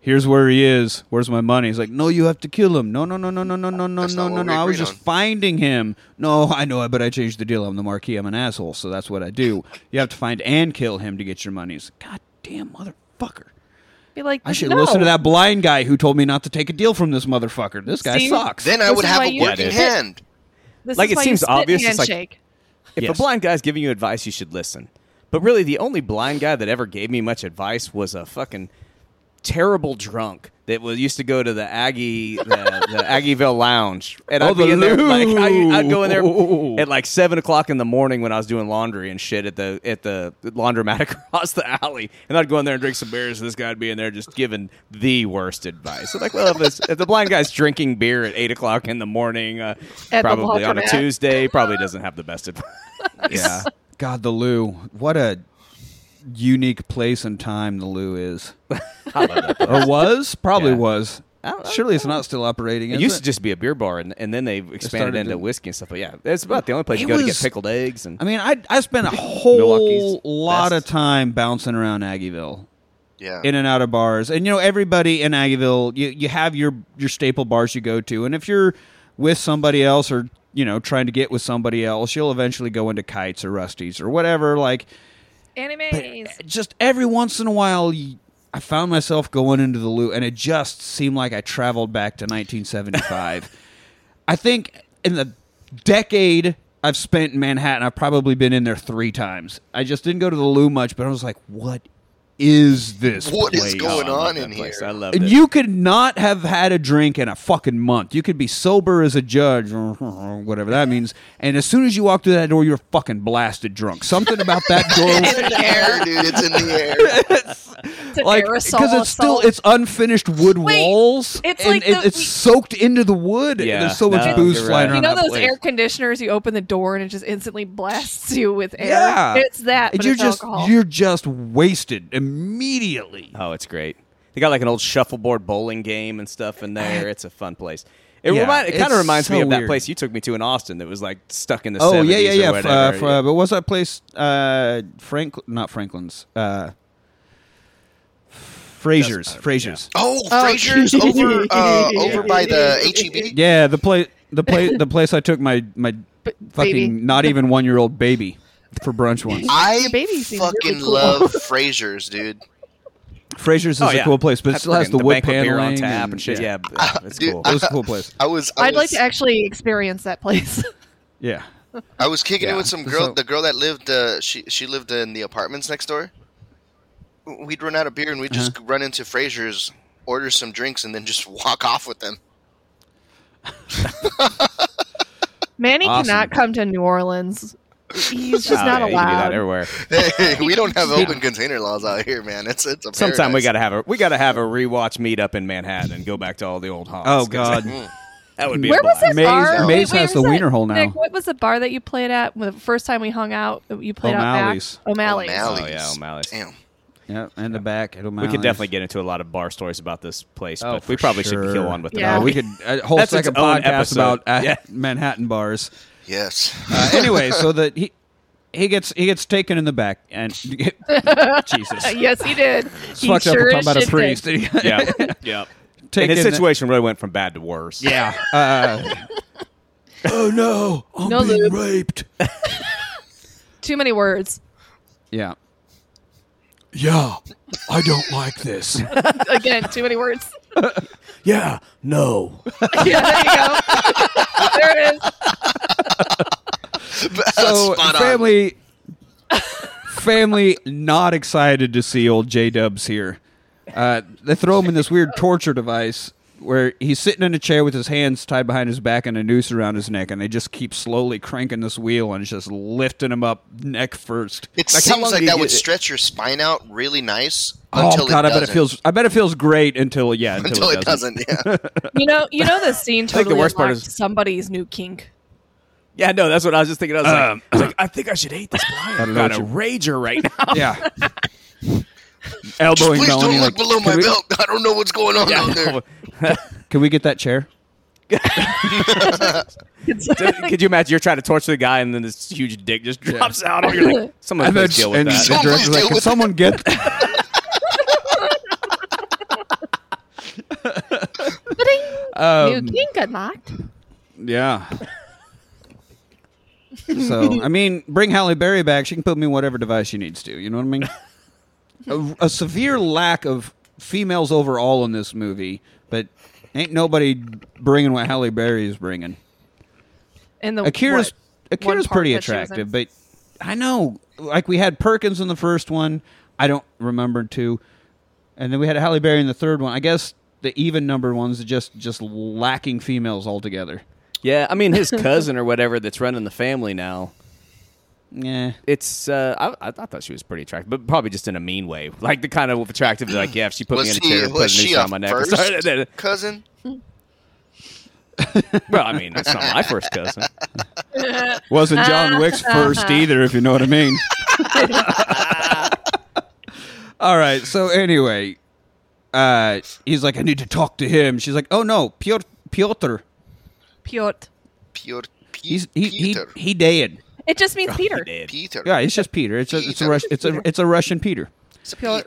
Speaker 1: here's where he is. Where's my money?" He's like, "No, you have to kill him. No, no, no, no, no, no, no, no,
Speaker 3: That's
Speaker 1: no,
Speaker 3: not
Speaker 1: no,
Speaker 3: what
Speaker 1: no.
Speaker 3: we
Speaker 1: I was
Speaker 3: agreed
Speaker 1: just
Speaker 3: on."
Speaker 1: finding him. No, I know, but I changed the deal. I'm the marquee. I'm an asshole, so that's what I do. You have to find and kill him to get your money." He's like, "God damn, motherfucker."
Speaker 5: Be like,
Speaker 1: I should
Speaker 5: no.
Speaker 1: listen to that blind guy who told me not to take a deal from this motherfucker. This guy
Speaker 5: See?
Speaker 1: sucks.
Speaker 3: Then I
Speaker 5: This
Speaker 3: would
Speaker 5: is
Speaker 3: have
Speaker 5: why
Speaker 3: a
Speaker 5: you-
Speaker 3: working
Speaker 2: Yeah, dude.
Speaker 3: hand.
Speaker 5: This
Speaker 2: Like,
Speaker 5: is
Speaker 2: it
Speaker 5: why you
Speaker 2: seems
Speaker 5: spit
Speaker 2: obvious, it's like-
Speaker 5: handshake.
Speaker 2: If
Speaker 1: Yes.
Speaker 2: a blind guy's giving you advice, you should listen. But really, the only blind guy that ever gave me much advice was a fucking terrible drunk that was used to go to the Aggie
Speaker 1: *laughs*
Speaker 2: the, the Aggieville Lounge, and
Speaker 1: Oh,
Speaker 2: I'd be
Speaker 1: the
Speaker 2: in there like
Speaker 1: loo. Oh.
Speaker 2: I, I'd go in there at like seven o'clock in the morning when I was doing laundry and shit at the at the laundromat *laughs* across the alley, and I'd go in there and drink some beers. And this guy'd be in there just giving the worst advice. So like, well, if, it's, if the blind guy's drinking beer at eight o'clock in the morning, uh,
Speaker 5: At the
Speaker 2: probably on a
Speaker 5: laundromat.
Speaker 2: Tuesday, probably doesn't have the best advice.
Speaker 1: *laughs* Yeah. God, the Lou. What a unique place and time the Lou is. or
Speaker 2: *laughs*
Speaker 1: was? Probably
Speaker 2: Yeah.
Speaker 1: was. Surely it's not still operating.
Speaker 2: It
Speaker 1: is
Speaker 2: used
Speaker 1: it?
Speaker 2: to just be a beer bar, and, and then they expanded
Speaker 1: started
Speaker 2: into
Speaker 1: to-
Speaker 2: whiskey and stuff. But yeah, that's about the only place
Speaker 1: It
Speaker 2: you go to get
Speaker 1: was-
Speaker 2: pickled eggs. And
Speaker 1: I mean, I I spent a whole
Speaker 2: *laughs* Milwaukee's
Speaker 1: lot
Speaker 2: best.
Speaker 1: of time bouncing around Aggieville,
Speaker 3: Yeah.
Speaker 1: in and out of bars, and you know everybody in Aggieville. You you have your your staple bars you go to, and if you're with somebody else or you know trying to get with somebody else, you'll eventually go into Kites or Rusty's or whatever. Like
Speaker 5: Animes.
Speaker 1: just every once in a while, y- I found myself going into the loo, and it just seemed like I traveled back to 1975. I think in the decade I've spent in Manhattan, I've probably been in there three times. I just didn't go to the loo much, but I was like, what is this?
Speaker 3: What is
Speaker 1: place?
Speaker 3: going
Speaker 2: I love
Speaker 3: on
Speaker 2: that
Speaker 3: in
Speaker 2: place.
Speaker 3: here?
Speaker 2: I love
Speaker 1: And
Speaker 2: it.
Speaker 1: you could not have had a drink in a fucking month. You could be sober as a judge, or whatever that means. And as soon as you walk through that door, you're fucking blasted drunk. Something about that door was
Speaker 3: It's in the air, dude. It's
Speaker 1: *laughs*
Speaker 3: in the air.
Speaker 5: It's an
Speaker 1: like
Speaker 5: aerosol
Speaker 1: because it's still
Speaker 5: assault.
Speaker 1: it's unfinished wood
Speaker 5: Wait,
Speaker 1: walls.
Speaker 5: it's
Speaker 1: and
Speaker 5: like
Speaker 1: it-
Speaker 5: the-
Speaker 1: it's soaked into the wood.
Speaker 2: Yeah,
Speaker 1: There's so much
Speaker 2: no,
Speaker 1: booze
Speaker 2: you're
Speaker 1: flying
Speaker 2: right.
Speaker 1: around.
Speaker 5: you know
Speaker 1: that
Speaker 5: those
Speaker 1: place.
Speaker 5: air conditioners you open the door and it just instantly blasts you with air
Speaker 1: Yeah,
Speaker 5: it's that
Speaker 1: And
Speaker 5: but
Speaker 1: you're
Speaker 5: it's
Speaker 1: just
Speaker 5: alcohol.
Speaker 1: you're just wasted immediately.
Speaker 2: Oh, it's great. They got like an old shuffleboard bowling game and stuff in there. It's a fun place. It,
Speaker 1: Yeah,
Speaker 2: remind, it kind
Speaker 1: it's
Speaker 2: of reminds me
Speaker 1: so
Speaker 2: of that
Speaker 1: weird.
Speaker 2: place you took me to in Austin that was like stuck in the
Speaker 1: Oh
Speaker 2: 70s
Speaker 1: yeah, yeah, yeah.
Speaker 2: or
Speaker 1: F-
Speaker 2: whatever.
Speaker 1: uh, f- uh, but what's that place? Uh, Frank, not Franklin's. Uh, Frasers,
Speaker 2: uh,
Speaker 1: Frasers.
Speaker 3: Oh, Frasier's over uh, over by the
Speaker 1: *laughs*
Speaker 3: HEB.
Speaker 1: Yeah, the place, the place,
Speaker 5: *laughs*
Speaker 1: the place I took my my fucking
Speaker 5: baby.
Speaker 1: not even one year old baby for
Speaker 5: *laughs*
Speaker 1: brunch once.
Speaker 3: I
Speaker 5: baby seems really
Speaker 3: fucking
Speaker 5: cool. *laughs*
Speaker 3: love Frasier's, dude.
Speaker 1: Frasers is
Speaker 2: Oh,
Speaker 1: a
Speaker 2: yeah.
Speaker 1: cool place, but it
Speaker 2: That's
Speaker 1: still has
Speaker 2: friggin'
Speaker 1: the, wood
Speaker 2: banquet beer
Speaker 1: paneling
Speaker 2: on tap and, shit. Yeah, uh, it's
Speaker 3: Dude,
Speaker 2: cool.
Speaker 1: It was a cool
Speaker 2: *laughs*
Speaker 1: place.
Speaker 3: I was. I
Speaker 5: i'd like
Speaker 3: was,
Speaker 5: to actually experience that place *laughs*
Speaker 1: Yeah.
Speaker 3: I was kicking
Speaker 1: Yeah,
Speaker 3: it with some
Speaker 1: so-
Speaker 3: girl. the girl that lived, uh, she she lived
Speaker 1: Uh-huh.
Speaker 3: in the apartments next door. We'd run out of beer and we'd just run into Frasier's order some drinks, and then just *laughs* walk off with them.
Speaker 5: Manny
Speaker 1: Awesome.
Speaker 5: cannot come to New Orleans. He's just
Speaker 2: Oh,
Speaker 5: not
Speaker 2: yeah, you can do that
Speaker 5: allowed.
Speaker 2: everywhere.
Speaker 3: Hey, we don't have open container laws out here, man. It's it's a
Speaker 2: Sometime we gotta
Speaker 3: paradise.
Speaker 2: have a we gotta have a rewatch meetup in Manhattan and go back to all the old haunts.
Speaker 1: Oh God,
Speaker 2: *laughs* that would be
Speaker 5: Where
Speaker 2: a
Speaker 5: was
Speaker 2: blast.
Speaker 5: that bar?
Speaker 1: Maze
Speaker 5: wait,
Speaker 1: has
Speaker 5: was
Speaker 1: the
Speaker 5: that-
Speaker 1: wiener hole now.
Speaker 5: Nick, what was the bar that you played at when the first time we hung out? that You played
Speaker 1: O'Malley's.
Speaker 5: out back? O'Malley's.
Speaker 3: O'Malley's.
Speaker 2: Oh yeah, O'Malley's.
Speaker 3: Damn.
Speaker 1: yeah, and the back. It'll
Speaker 2: We could definitely get into a lot of bar stories about this place,
Speaker 1: Oh,
Speaker 2: but we
Speaker 1: for
Speaker 2: probably should
Speaker 1: sure.
Speaker 2: kill on with
Speaker 5: Yeah.
Speaker 1: Uh,
Speaker 2: that.
Speaker 5: *laughs*
Speaker 1: we could a whole
Speaker 2: That's its
Speaker 1: second
Speaker 2: own
Speaker 1: podcast
Speaker 2: episode.
Speaker 1: about uh,
Speaker 2: Yeah.
Speaker 1: *laughs* Manhattan bars.
Speaker 3: Yes. *laughs*
Speaker 1: Uh, anyway, so that he he gets he gets taken in the back and *laughs* Jesus,
Speaker 5: Uh, *laughs* yes, he did.
Speaker 1: It's
Speaker 5: he
Speaker 1: fucked up.
Speaker 5: sure
Speaker 1: We're talking
Speaker 5: as
Speaker 1: about
Speaker 5: shit
Speaker 1: a
Speaker 5: did.
Speaker 1: priest. *laughs*
Speaker 2: *laughs* yeah, yeah. And
Speaker 1: Taken
Speaker 2: his situation really went from bad to worse.
Speaker 1: Yeah. Uh,
Speaker 7: Oh no, I'm
Speaker 5: No
Speaker 7: being
Speaker 5: lube.
Speaker 7: raped.
Speaker 5: *laughs* Too many words.
Speaker 1: yeah.
Speaker 7: Yeah, I don't like this.
Speaker 5: Again, too many words. *laughs*
Speaker 2: Yeah. No.
Speaker 5: yeah, there you go.
Speaker 1: *laughs*
Speaker 5: there it is.
Speaker 1: So
Speaker 3: Uh, Spot on.
Speaker 1: family, family, not excited to see old J Dubs here. Uh, they throw him in this weird torture device where he's sitting in a chair with his hands tied behind his back and a noose around his neck, and they just keep slowly cranking this wheel and it's just lifting him up neck first.
Speaker 3: It
Speaker 1: how long do
Speaker 3: seems like
Speaker 1: you
Speaker 3: that
Speaker 1: get-
Speaker 3: would stretch your spine out really nice
Speaker 1: Oh
Speaker 3: until
Speaker 1: God!
Speaker 3: it
Speaker 1: I bet it
Speaker 3: doesn't.
Speaker 1: feels. I bet it feels great until yeah. Until,
Speaker 3: until it doesn't. Yeah.
Speaker 5: You know, you know this scene
Speaker 2: think the
Speaker 5: totally
Speaker 2: worst part
Speaker 5: unlocked
Speaker 2: is-
Speaker 5: somebody's new kink.
Speaker 2: *laughs* Yeah. No. That's what I was just thinking. I was like, I, was like, I think I should hate
Speaker 1: *sighs*
Speaker 2: this blind.
Speaker 1: don't
Speaker 2: I've
Speaker 1: know
Speaker 2: got a
Speaker 1: what
Speaker 2: rager
Speaker 1: *laughs*
Speaker 2: right now.
Speaker 3: *laughs*
Speaker 1: Yeah. Elbowing
Speaker 3: Please
Speaker 1: Melanie.
Speaker 3: don't look
Speaker 1: like,
Speaker 3: below
Speaker 1: can
Speaker 3: my
Speaker 1: we-
Speaker 3: belt. I don't know what's going on down there.
Speaker 1: Can we get that chair?
Speaker 2: *laughs*
Speaker 5: *laughs*
Speaker 2: Could you imagine? You're trying to torture the guy, and then this huge dick just drops out. And you're
Speaker 1: *laughs*
Speaker 2: like, someone
Speaker 1: And then-
Speaker 2: please deal with
Speaker 1: and
Speaker 2: that.
Speaker 1: the *laughs*
Speaker 3: Someone
Speaker 1: director's
Speaker 3: please
Speaker 1: like,
Speaker 3: deal
Speaker 1: "Can
Speaker 3: with
Speaker 1: someone get Um,
Speaker 5: new kink unlocked.
Speaker 1: Yeah. *laughs* so I mean, bring Halle Berry back. She can put me in whatever device she needs to. You know what I mean? a, a severe lack of females overall in this movie, but ain't nobody bringing what Halle Berry is bringing.
Speaker 5: And the
Speaker 1: Akira's
Speaker 5: what- one
Speaker 1: Akira's
Speaker 5: part
Speaker 1: pretty
Speaker 5: that she was in.
Speaker 1: attractive, but I know like we had Perkins in the first one. I don't remember two, and then we had Halle Berry in the third one. I guess the even number ones are just just lacking females altogether.
Speaker 2: Yeah, I mean his cousin or whatever that's running the family now.
Speaker 1: Yeah.
Speaker 2: It's uh, I, I I thought she was pretty attractive, but probably just in a mean way, *laughs* like the kind of attractive. Like, yeah, if she put me in
Speaker 3: Was
Speaker 2: a chair,
Speaker 3: he?
Speaker 2: and put
Speaker 3: Was
Speaker 2: a
Speaker 3: she
Speaker 2: noose
Speaker 3: a
Speaker 2: around my neck. and *laughs* started-
Speaker 3: first cousin?
Speaker 2: well, I mean, that's not my first
Speaker 3: *laughs*
Speaker 2: cousin.
Speaker 1: Wasn't John Wick's first either, if you know what I mean. All right. So anyway, uh, he's like, I need to talk to him. She's like, Oh no, Piotr, Piotr,
Speaker 5: Piotr.
Speaker 3: Piotr.
Speaker 1: he's he he
Speaker 3: Peter.
Speaker 1: he dead.
Speaker 5: It just
Speaker 3: Oh,
Speaker 5: means Peter.
Speaker 2: Did.
Speaker 3: Peter.
Speaker 1: Yeah, it's just Peter. It's a it's a
Speaker 3: Peter.
Speaker 1: Rus- it's a it's a Russian Peter.
Speaker 3: It's Peter.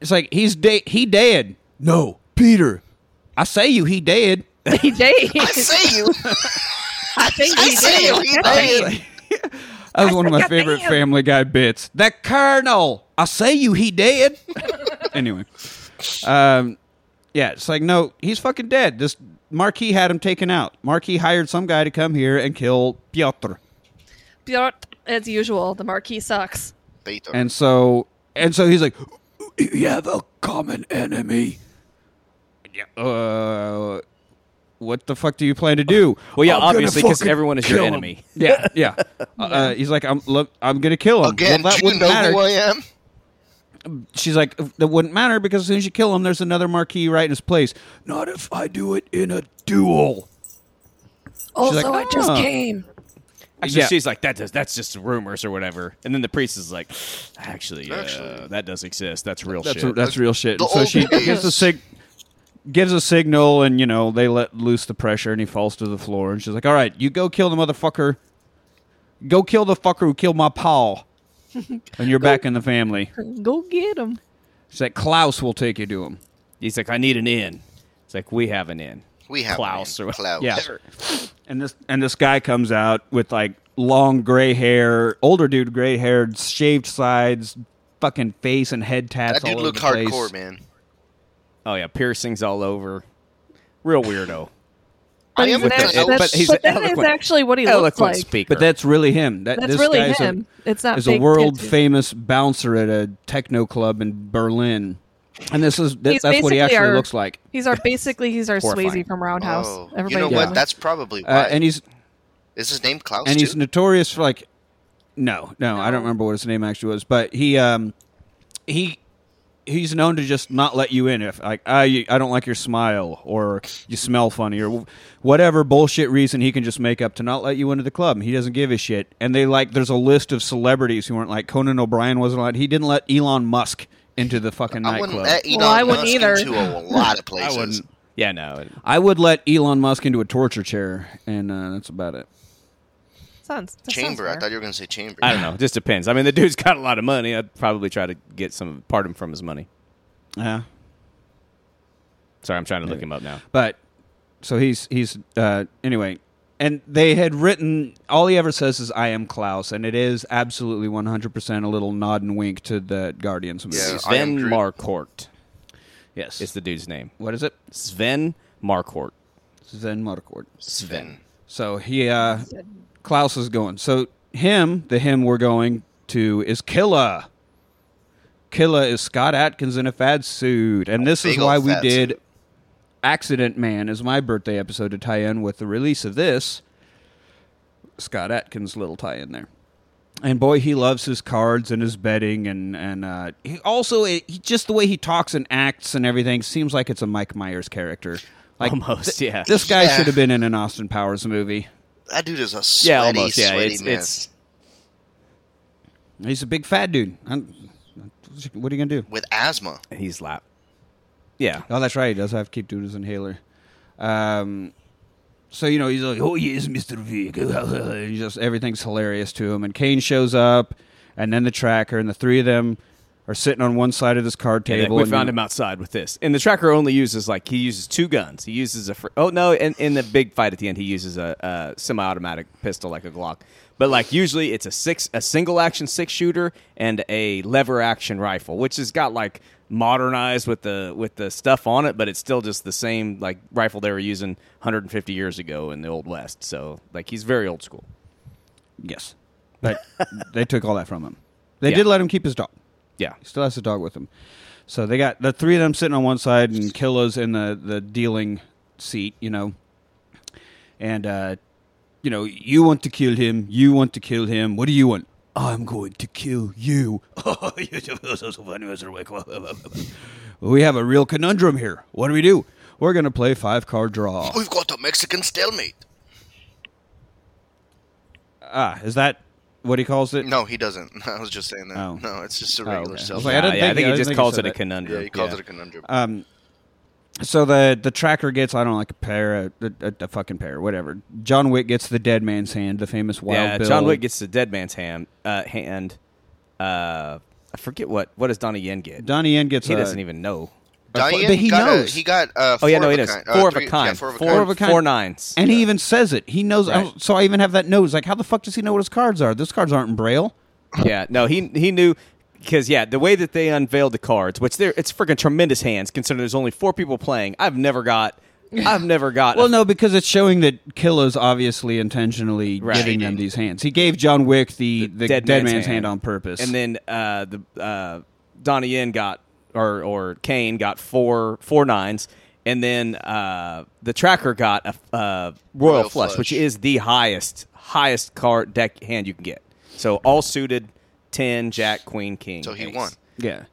Speaker 1: It's like he's dead. He dead.
Speaker 7: No, Peter.
Speaker 1: I say you, he dead.
Speaker 5: He did.
Speaker 3: I say you.
Speaker 5: *laughs* I think
Speaker 3: I
Speaker 5: he
Speaker 3: say you.
Speaker 5: did.
Speaker 3: He did.
Speaker 1: That was one of my favorite
Speaker 5: "Goddamn."
Speaker 1: Family Guy bits. That Colonel, I say you, he dead. *laughs* anyway, um, yeah, it's like no, he's fucking dead. This Marquis had him taken out. Marquis hired some guy to come here and kill Piotr,
Speaker 5: Piotr, as usual, the marquee sucks.
Speaker 3: Peter.
Speaker 1: and so and so he's like,
Speaker 7: You have a common enemy.
Speaker 1: uh, what the fuck do you plan to do?
Speaker 2: Well, yeah,
Speaker 7: I'm gonna
Speaker 2: obviously, because
Speaker 7: fucking
Speaker 2: everyone is your
Speaker 7: kill him.
Speaker 2: enemy.
Speaker 1: yeah, yeah. Uh, he's like, I'm look, I'm gonna kill him.
Speaker 3: Again,
Speaker 1: well, that
Speaker 3: do you
Speaker 1: wouldn't
Speaker 3: know
Speaker 1: matter.
Speaker 3: who I am?
Speaker 1: She's like, that wouldn't matter because as soon as you kill him, there's another Marquis right in his place.
Speaker 7: Not if I do it in a duel.
Speaker 5: Also,
Speaker 1: like,
Speaker 5: I just
Speaker 1: "Oh."
Speaker 5: came.
Speaker 2: Actually,
Speaker 1: Yeah.
Speaker 2: she's like, that does, that's just rumors or whatever. And then the priest is like, actually, uh,
Speaker 3: Actually.
Speaker 2: that does exist. That's real
Speaker 1: That's
Speaker 2: shit.
Speaker 1: that's real shit.
Speaker 3: The
Speaker 1: And so
Speaker 3: old
Speaker 1: she
Speaker 3: days.
Speaker 1: gives a sig, gives a signal, and you know they let loose the pressure, and he falls to the floor. And she's like, "All right, you go kill the motherfucker. Go kill the fucker who killed my pa, and you're back in the family."
Speaker 5: Go get him.
Speaker 1: She's like, "Klaus will take you to him."
Speaker 2: He's like, I need an inn. It's like, we have an inn.
Speaker 3: We have
Speaker 2: Klaus
Speaker 3: one.
Speaker 2: or
Speaker 3: Klaus.
Speaker 1: Yeah. And this and this guy comes out with like long gray hair, older dude, gray hair, shaved sides, fucking face and head tats.
Speaker 3: That dude
Speaker 1: all over
Speaker 3: looked
Speaker 1: the place.
Speaker 3: hardcore, man.
Speaker 2: Oh, yeah, piercings all over. Real weirdo.
Speaker 3: I am
Speaker 5: But
Speaker 2: with
Speaker 5: that's-
Speaker 2: the-
Speaker 3: impressed.
Speaker 5: that's-
Speaker 2: but he's
Speaker 5: but that is
Speaker 2: eloquent-
Speaker 5: actually what he looks
Speaker 2: Eloquent
Speaker 5: like.
Speaker 2: speaker.
Speaker 1: But that's really him. That,
Speaker 5: That's
Speaker 1: this
Speaker 5: really
Speaker 1: guy's a-
Speaker 5: him. it's not
Speaker 1: is a
Speaker 5: fake
Speaker 1: world
Speaker 5: tits.
Speaker 1: famous bouncer at a techno club in Berlin. And this is that,
Speaker 5: He's
Speaker 1: that's what he
Speaker 5: basically
Speaker 1: actually
Speaker 5: our-
Speaker 1: looks like.
Speaker 5: He's our basically he's our
Speaker 1: Horrifying.
Speaker 5: Swayze from Roundhouse.
Speaker 3: Oh,
Speaker 5: Everybody
Speaker 3: you know
Speaker 5: knows
Speaker 3: what?
Speaker 5: him.
Speaker 3: That's probably why.
Speaker 1: Uh, and he's
Speaker 3: Is his name Klaus?
Speaker 1: and he's
Speaker 3: too?
Speaker 1: notorious for like no, no, I don't remember what his name actually was, but he um he he's known to just not let you in if like I you- I don't like your smile or you smell funny or whatever bullshit reason he can just make up to not let you into the club. He doesn't give a shit. And they like there's a list of celebrities who weren't like Conan O'Brien wasn't allowed. He didn't let Elon Musk into the fucking
Speaker 3: I wouldn't
Speaker 1: nightclub.
Speaker 3: let Elon
Speaker 5: Well, I wouldn't
Speaker 3: Musk
Speaker 5: either.
Speaker 3: into a lot of places.
Speaker 2: Yeah, no.
Speaker 1: I would let Elon Musk into a torture chair, and uh, that's about it.
Speaker 5: sounds that sounds
Speaker 3: Chamber. I
Speaker 5: fair.
Speaker 3: thought you were going to say chamber.
Speaker 2: I don't know. It just depends. I mean, the dude's *laughs* got a lot of money. I'd probably try to get some part him from his money.
Speaker 1: Yeah,
Speaker 2: Sorry, I'm trying to look him up now.
Speaker 1: but so he's he's uh, anyway, and they had written all he ever says is "I am Klaus," and it is absolutely one hundred percent a little nod and wink to the Guardians movie.
Speaker 3: Yeah. Uh, I am
Speaker 2: Sven
Speaker 3: Groot.
Speaker 2: Marcourt
Speaker 1: Yes,
Speaker 2: is the dude's name.
Speaker 1: what is it?
Speaker 2: Sven Marcourt.
Speaker 1: Sven Marquardt.
Speaker 2: Sven.
Speaker 1: So he uh, Klaus is going. So him, the him we're going to is Killa. Killa is Scott Atkins in a fad suit, and this is
Speaker 3: big ol'
Speaker 1: why we
Speaker 3: fad
Speaker 1: did
Speaker 3: suit.
Speaker 1: Accident Man is my birthday episode to tie in with the release of this Scott Atkins little tie in there. And boy, he loves his cards and his betting, and and uh, he also he, just the way he talks and acts and everything seems like it's a Mike Myers character. Like
Speaker 2: Almost, yeah.
Speaker 1: this guy
Speaker 3: Oh Yeah.
Speaker 1: should have been in an Austin Powers movie.
Speaker 3: That dude is a sweaty,
Speaker 2: yeah, almost. Yeah,
Speaker 3: sweaty
Speaker 2: it's,
Speaker 3: man.
Speaker 2: it's
Speaker 1: He's a big fat dude. I'm, what are you gonna do?
Speaker 3: with asthma.
Speaker 2: he's lap. Yeah,
Speaker 1: Oh, that's right. He does have to keep doing his inhaler. Um, so you know he's like, oh yes, Mister Vic. *laughs* He just everything's hilarious to him. And Kane shows up, and then the tracker, and the three of them are sitting on one side of this card
Speaker 2: Yeah,
Speaker 1: table.
Speaker 2: we
Speaker 1: and,
Speaker 2: found
Speaker 1: you
Speaker 2: him outside with this. And the tracker only uses like he uses two guns. He uses a fr- oh no, in, in the big fight at the end, he uses a, a semi-automatic pistol like a Glock. But like usually, it's a six, a single action six shooter and a lever action rifle, which has got like modernized with the with the stuff on it, but it's still just the same like rifle they were using 150 years ago in the old west. So like he's very old school.
Speaker 1: Yes, but they took all that from him. They
Speaker 2: *laughs* Yeah.
Speaker 1: did let him keep his dog.
Speaker 2: Yeah,
Speaker 1: He still has the dog with him. So they got the three of them sitting on one side and Killa's in the, the dealing seat, you know. And, uh, you know, you want to kill him. You want to kill him. What do you want? I'm going to kill you. *laughs* we have a real conundrum here. What do we do? We're going to play five card draw.
Speaker 3: We've got a Mexican stalemate.
Speaker 1: Ah, is that what he calls it?
Speaker 3: No, he doesn't. *laughs* I was just saying that.
Speaker 1: Oh.
Speaker 3: No, it's just a
Speaker 1: Oh,
Speaker 3: regular
Speaker 1: okay.
Speaker 3: stalemate.
Speaker 1: Like, I
Speaker 2: Uh,
Speaker 1: didn't
Speaker 2: yeah, I
Speaker 1: think- I
Speaker 2: think he
Speaker 1: didn't
Speaker 2: just
Speaker 1: think he
Speaker 2: calls
Speaker 1: said
Speaker 2: it a
Speaker 1: that.
Speaker 2: conundrum.
Speaker 3: yeah, he calls
Speaker 2: Yeah.
Speaker 3: it a conundrum.
Speaker 1: Um, so the the tracker gets I don't know like a pair a, a, a fucking pair whatever. John Wick gets the dead man's hand, the famous wild
Speaker 2: yeah,
Speaker 1: bill.
Speaker 2: John Wick gets the dead man's hand. Uh, hand. Uh, I forget what. What does Donnie Yen get?
Speaker 1: Donnie Yen gets
Speaker 2: he
Speaker 1: a,
Speaker 2: doesn't even know.
Speaker 3: Diane
Speaker 1: but he
Speaker 3: got
Speaker 1: knows.
Speaker 3: A, he got. Uh,
Speaker 2: Oh
Speaker 3: four
Speaker 2: yeah, no,
Speaker 3: of
Speaker 2: he
Speaker 3: a
Speaker 2: does.
Speaker 3: kind- uh,
Speaker 2: Four of
Speaker 3: three-
Speaker 2: a kind.
Speaker 3: Yeah, four of a
Speaker 1: Four
Speaker 3: kind.
Speaker 1: of a kind.
Speaker 2: Four nines.
Speaker 1: and he even says it. He knows. I-
Speaker 2: Right.
Speaker 1: so I even have that nose. Like how the fuck does he know what his cards are? Those cards aren't in braille.
Speaker 2: yeah, no, he he knew because yeah, the way that they unveiled the cards, which they're it's freaking tremendous hands considering there's only four people playing. I've never got. I've never got.
Speaker 1: Well, no, because it's showing that Killa's obviously intentionally
Speaker 2: Right.
Speaker 1: giving them these hands. He gave John Wick the, the, dead, man's, hand. on purpose.
Speaker 2: And then uh, the uh, Donnie Yen got or or Kane got four four nines, and then uh, the tracker got a uh, royal,
Speaker 3: Royal
Speaker 2: flush,
Speaker 3: flush.
Speaker 2: which is the highest highest card deck hand you can get. So all suited, ten, jack, queen, king.
Speaker 3: So he
Speaker 2: ace.
Speaker 3: won.
Speaker 1: yeah,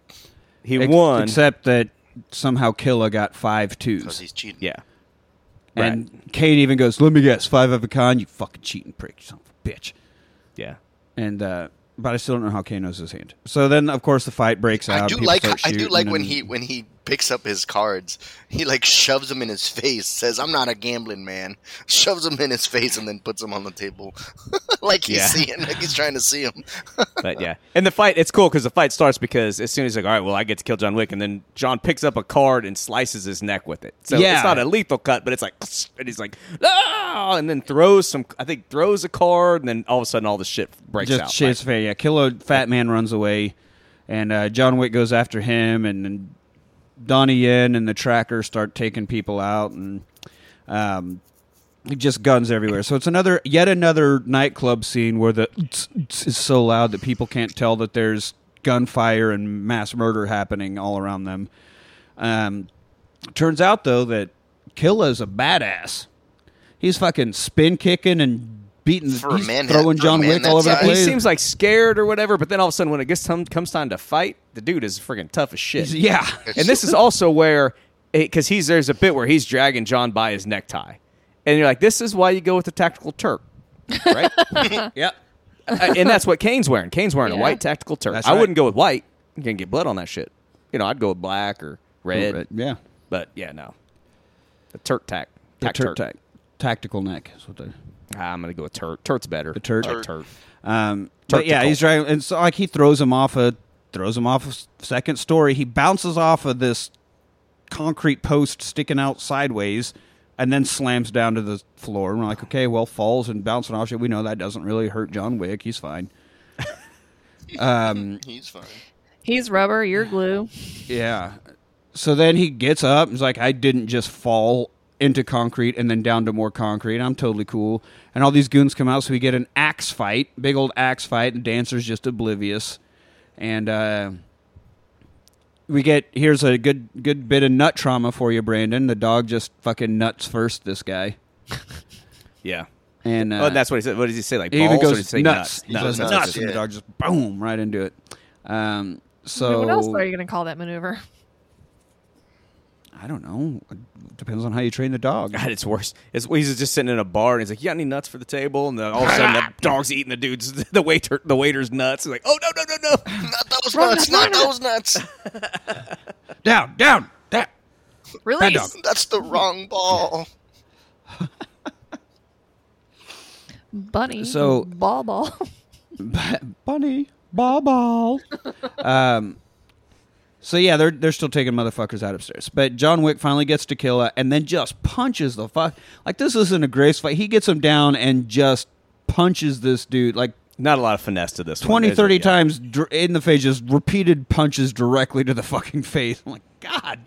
Speaker 2: He
Speaker 1: Ex-
Speaker 2: won.
Speaker 1: Except that somehow Killa got five
Speaker 3: Because
Speaker 1: twos.
Speaker 3: he's cheating.
Speaker 2: yeah.
Speaker 1: And Kane even goes, "Let me guess, five of a kind, you fucking cheating prick, you son of a bitch."
Speaker 2: Yeah.
Speaker 1: And uh, but I still don't know how Kane knows his hand. So then, of course, the fight breaks out.
Speaker 3: I do
Speaker 1: Uh, People
Speaker 3: like
Speaker 1: start
Speaker 3: I do
Speaker 1: shooting
Speaker 3: like when
Speaker 1: and-
Speaker 3: he when he picks up his cards, he like shoves them in his face, says, "I'm not a gambling man," *laughs* shoves them in his face, and then puts them on the table, *laughs* like he's
Speaker 2: Yeah.
Speaker 3: seeing, like he's trying to see him.
Speaker 2: But yeah, and the fight it's cool because the fight starts because as soon as he's like, all right, well, I get to kill John Wick, and then John picks up a card and slices his neck with it. So
Speaker 1: Yeah.
Speaker 2: it's not a lethal cut, but it's like, and he's like, ah, and then throws some. I think throws a card, and then all of a sudden all the shit breaks
Speaker 1: just
Speaker 2: out.
Speaker 1: shits fair. Yeah, Killer Fat Man runs away, and uh, John Wick goes after him, and, and Donnie Yen and the Tracker start taking people out, and um, just guns everywhere. So it's another yet another nightclub scene where the is so loud that people can't tell that there's gunfire and mass murder happening all around them. Um, turns out though that Killa's a badass. He's fucking spin kicking and beating,
Speaker 3: For a
Speaker 1: he's
Speaker 3: man that-
Speaker 1: throwing
Speaker 3: for a
Speaker 1: John
Speaker 3: man
Speaker 1: Wick
Speaker 3: that
Speaker 1: all over the
Speaker 3: size.
Speaker 2: He
Speaker 1: place.
Speaker 2: seems like scared or whatever, but then all of a sudden, when it gets time, comes time to fight, the dude is freaking tough as shit.
Speaker 1: He's- *laughs* yeah,
Speaker 2: and this is also where because he's there's a bit where he's dragging John by his necktie, and you're like, this is why you go with the tactical Turk,
Speaker 1: *laughs*
Speaker 2: right? yeah, and that's what Kane's wearing. Kane's wearing a
Speaker 5: Yeah.
Speaker 2: white tactical Turk.
Speaker 1: That's
Speaker 2: I
Speaker 1: right.
Speaker 2: wouldn't go with white. You can get blood on that shit. You know, I'd go with black or red.
Speaker 1: yeah.
Speaker 2: But yeah, no, the Turk tack.
Speaker 1: The
Speaker 2: Tac
Speaker 1: Turk tac- tactical neck. Is what they
Speaker 2: Ah, I'm gonna go with Turk. Turk's better. The
Speaker 1: Turk.
Speaker 2: Like Turk.
Speaker 3: Turk.
Speaker 1: Um, but yeah, he's driving, and so like he throws him off a throws him off a s- second story. He bounces off of this concrete post sticking out sideways, and then slams down to the floor. And we're like, okay, well, falls and bouncing off shit. We know that doesn't really hurt John Wick. He's fine.
Speaker 3: He's fine.
Speaker 5: He's rubber, you're glue.
Speaker 1: Yeah. So then he gets up. and He's like, I didn't just fall into concrete and then down to more concrete. I'm totally cool. And all these goons come out, so we get an axe fight, big old axe fight, and Dancer's just oblivious. And uh, we get here's a good good bit of nut trauma for you, Brandon. The dog just fucking nuts first this guy.
Speaker 2: Yeah.
Speaker 1: And uh,
Speaker 2: oh, that's what he said. What does he say? Like
Speaker 1: he
Speaker 2: balls?
Speaker 1: even
Speaker 2: or
Speaker 1: goes
Speaker 2: did he say
Speaker 1: nuts. He
Speaker 2: Nuts.
Speaker 1: goes nuts,
Speaker 3: Nuts,
Speaker 1: and the
Speaker 3: yeah.
Speaker 1: dog just boom right into it. Um, so
Speaker 5: what else are you going to call that maneuver?
Speaker 1: I don't know. It depends on how you train the dog.
Speaker 2: God, it's worse. It's, he's just sitting in a bar and he's like, "You got any nuts for the table?" And then all of a sudden,
Speaker 5: *laughs*
Speaker 2: the dog's eating the dude's *laughs* the waiter the waiter's nuts. He's like, "Oh no no no no!"
Speaker 3: Not those nuts. Not those nuts.
Speaker 1: Down, down, down.
Speaker 5: Really?
Speaker 3: That's the wrong ball.
Speaker 5: Bunny.
Speaker 1: So-
Speaker 5: ball *laughs* ball.
Speaker 1: Bunny, ball, *laughs* ball. um, so yeah, they're they're still taking motherfuckers out upstairs. But John Wick finally gets to Killa and then just punches the fuck. Like this isn't a grace fight. He gets him down and just punches this dude like
Speaker 2: Not a lot of finesse to this.
Speaker 1: 20,
Speaker 2: one, is
Speaker 1: 30
Speaker 2: it? Yeah.
Speaker 1: times dr- in the face, just repeated punches directly to the fucking face. I'm like, God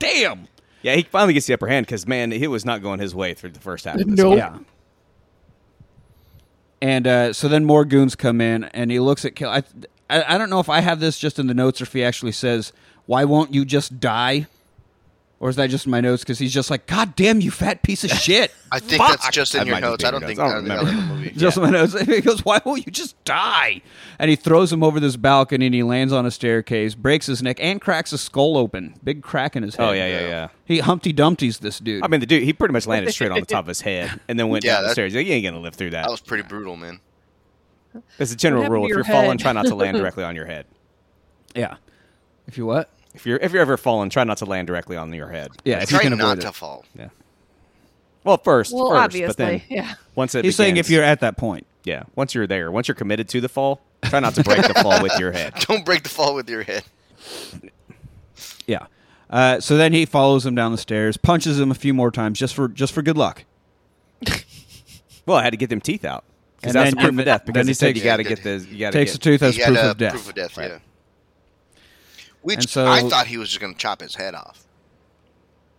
Speaker 1: damn.
Speaker 2: Yeah, he finally gets the upper hand because man, it was not going his way through the first half. Of this
Speaker 3: Oh.
Speaker 1: Yeah. And uh, so then more goons come in, and he looks at Kill. I, I, I don't know if I have this just in the notes or if he actually says, "Why won't you just die?" Or is that just in my notes? Because he's just like, "God damn you, fat piece
Speaker 3: *laughs*
Speaker 1: of shit!"
Speaker 3: I think that's just
Speaker 2: That
Speaker 3: in your
Speaker 2: might just
Speaker 3: notes.
Speaker 2: be in
Speaker 3: I
Speaker 2: your
Speaker 3: don't think
Speaker 2: notes. I
Speaker 3: I
Speaker 2: don't
Speaker 3: don't think
Speaker 2: remember.
Speaker 3: that's in the movie.
Speaker 1: *laughs* just in my notes. He goes, "Why won't you just die?" And he throws him over this balcony, and he lands on a staircase, breaks his neck, and cracks his skull open. Big crack in his head.
Speaker 2: Oh yeah, yeah, yeah.
Speaker 1: He Humpty Dumpty's this dude.
Speaker 2: I mean, the dude he pretty much landed straight on the top of his head and then went
Speaker 3: Yeah,
Speaker 2: down the
Speaker 3: that-
Speaker 2: stairs. He's Like, you ain't gonna live through that.
Speaker 3: That was pretty brutal, man.
Speaker 2: As a general
Speaker 5: happened
Speaker 2: rule,
Speaker 5: to
Speaker 2: if
Speaker 5: your
Speaker 2: you're falling,
Speaker 5: head?
Speaker 2: try not to
Speaker 5: *laughs*
Speaker 2: land directly on your head.
Speaker 1: yeah. If you what?
Speaker 2: If you're if you're ever falling, try not to land directly on your head.
Speaker 1: Yeah. If you
Speaker 3: Try
Speaker 1: can
Speaker 3: not
Speaker 1: avoid
Speaker 3: to
Speaker 1: it.
Speaker 3: fall.
Speaker 2: Yeah. Well, first,
Speaker 5: Well,
Speaker 2: first,
Speaker 5: obviously.
Speaker 2: but then
Speaker 5: yeah.
Speaker 2: once it
Speaker 1: He's saying
Speaker 2: begins-
Speaker 1: if you're at that point.
Speaker 2: Yeah, once you're there, once you're committed to the fall, try not to break the fall
Speaker 1: *laughs*
Speaker 2: with your head.
Speaker 3: Don't break the fall with your head.
Speaker 1: Yeah. Uh, so then he follows him down the stairs, punches him a few more times just for just for good luck.
Speaker 2: Well, I had to get them teeth out because
Speaker 1: And
Speaker 2: that's
Speaker 1: then-
Speaker 2: the proof
Speaker 1: and
Speaker 2: of death.
Speaker 1: then
Speaker 2: Because
Speaker 1: he
Speaker 2: he said
Speaker 1: takes-
Speaker 2: you got to get the you got to
Speaker 1: Takes
Speaker 2: get,
Speaker 1: a tooth as
Speaker 3: He had
Speaker 1: proof
Speaker 3: a
Speaker 1: of death.
Speaker 3: proof of death, yeah.
Speaker 1: And
Speaker 3: Which
Speaker 1: so-
Speaker 3: I thought he was just going to chop his head off.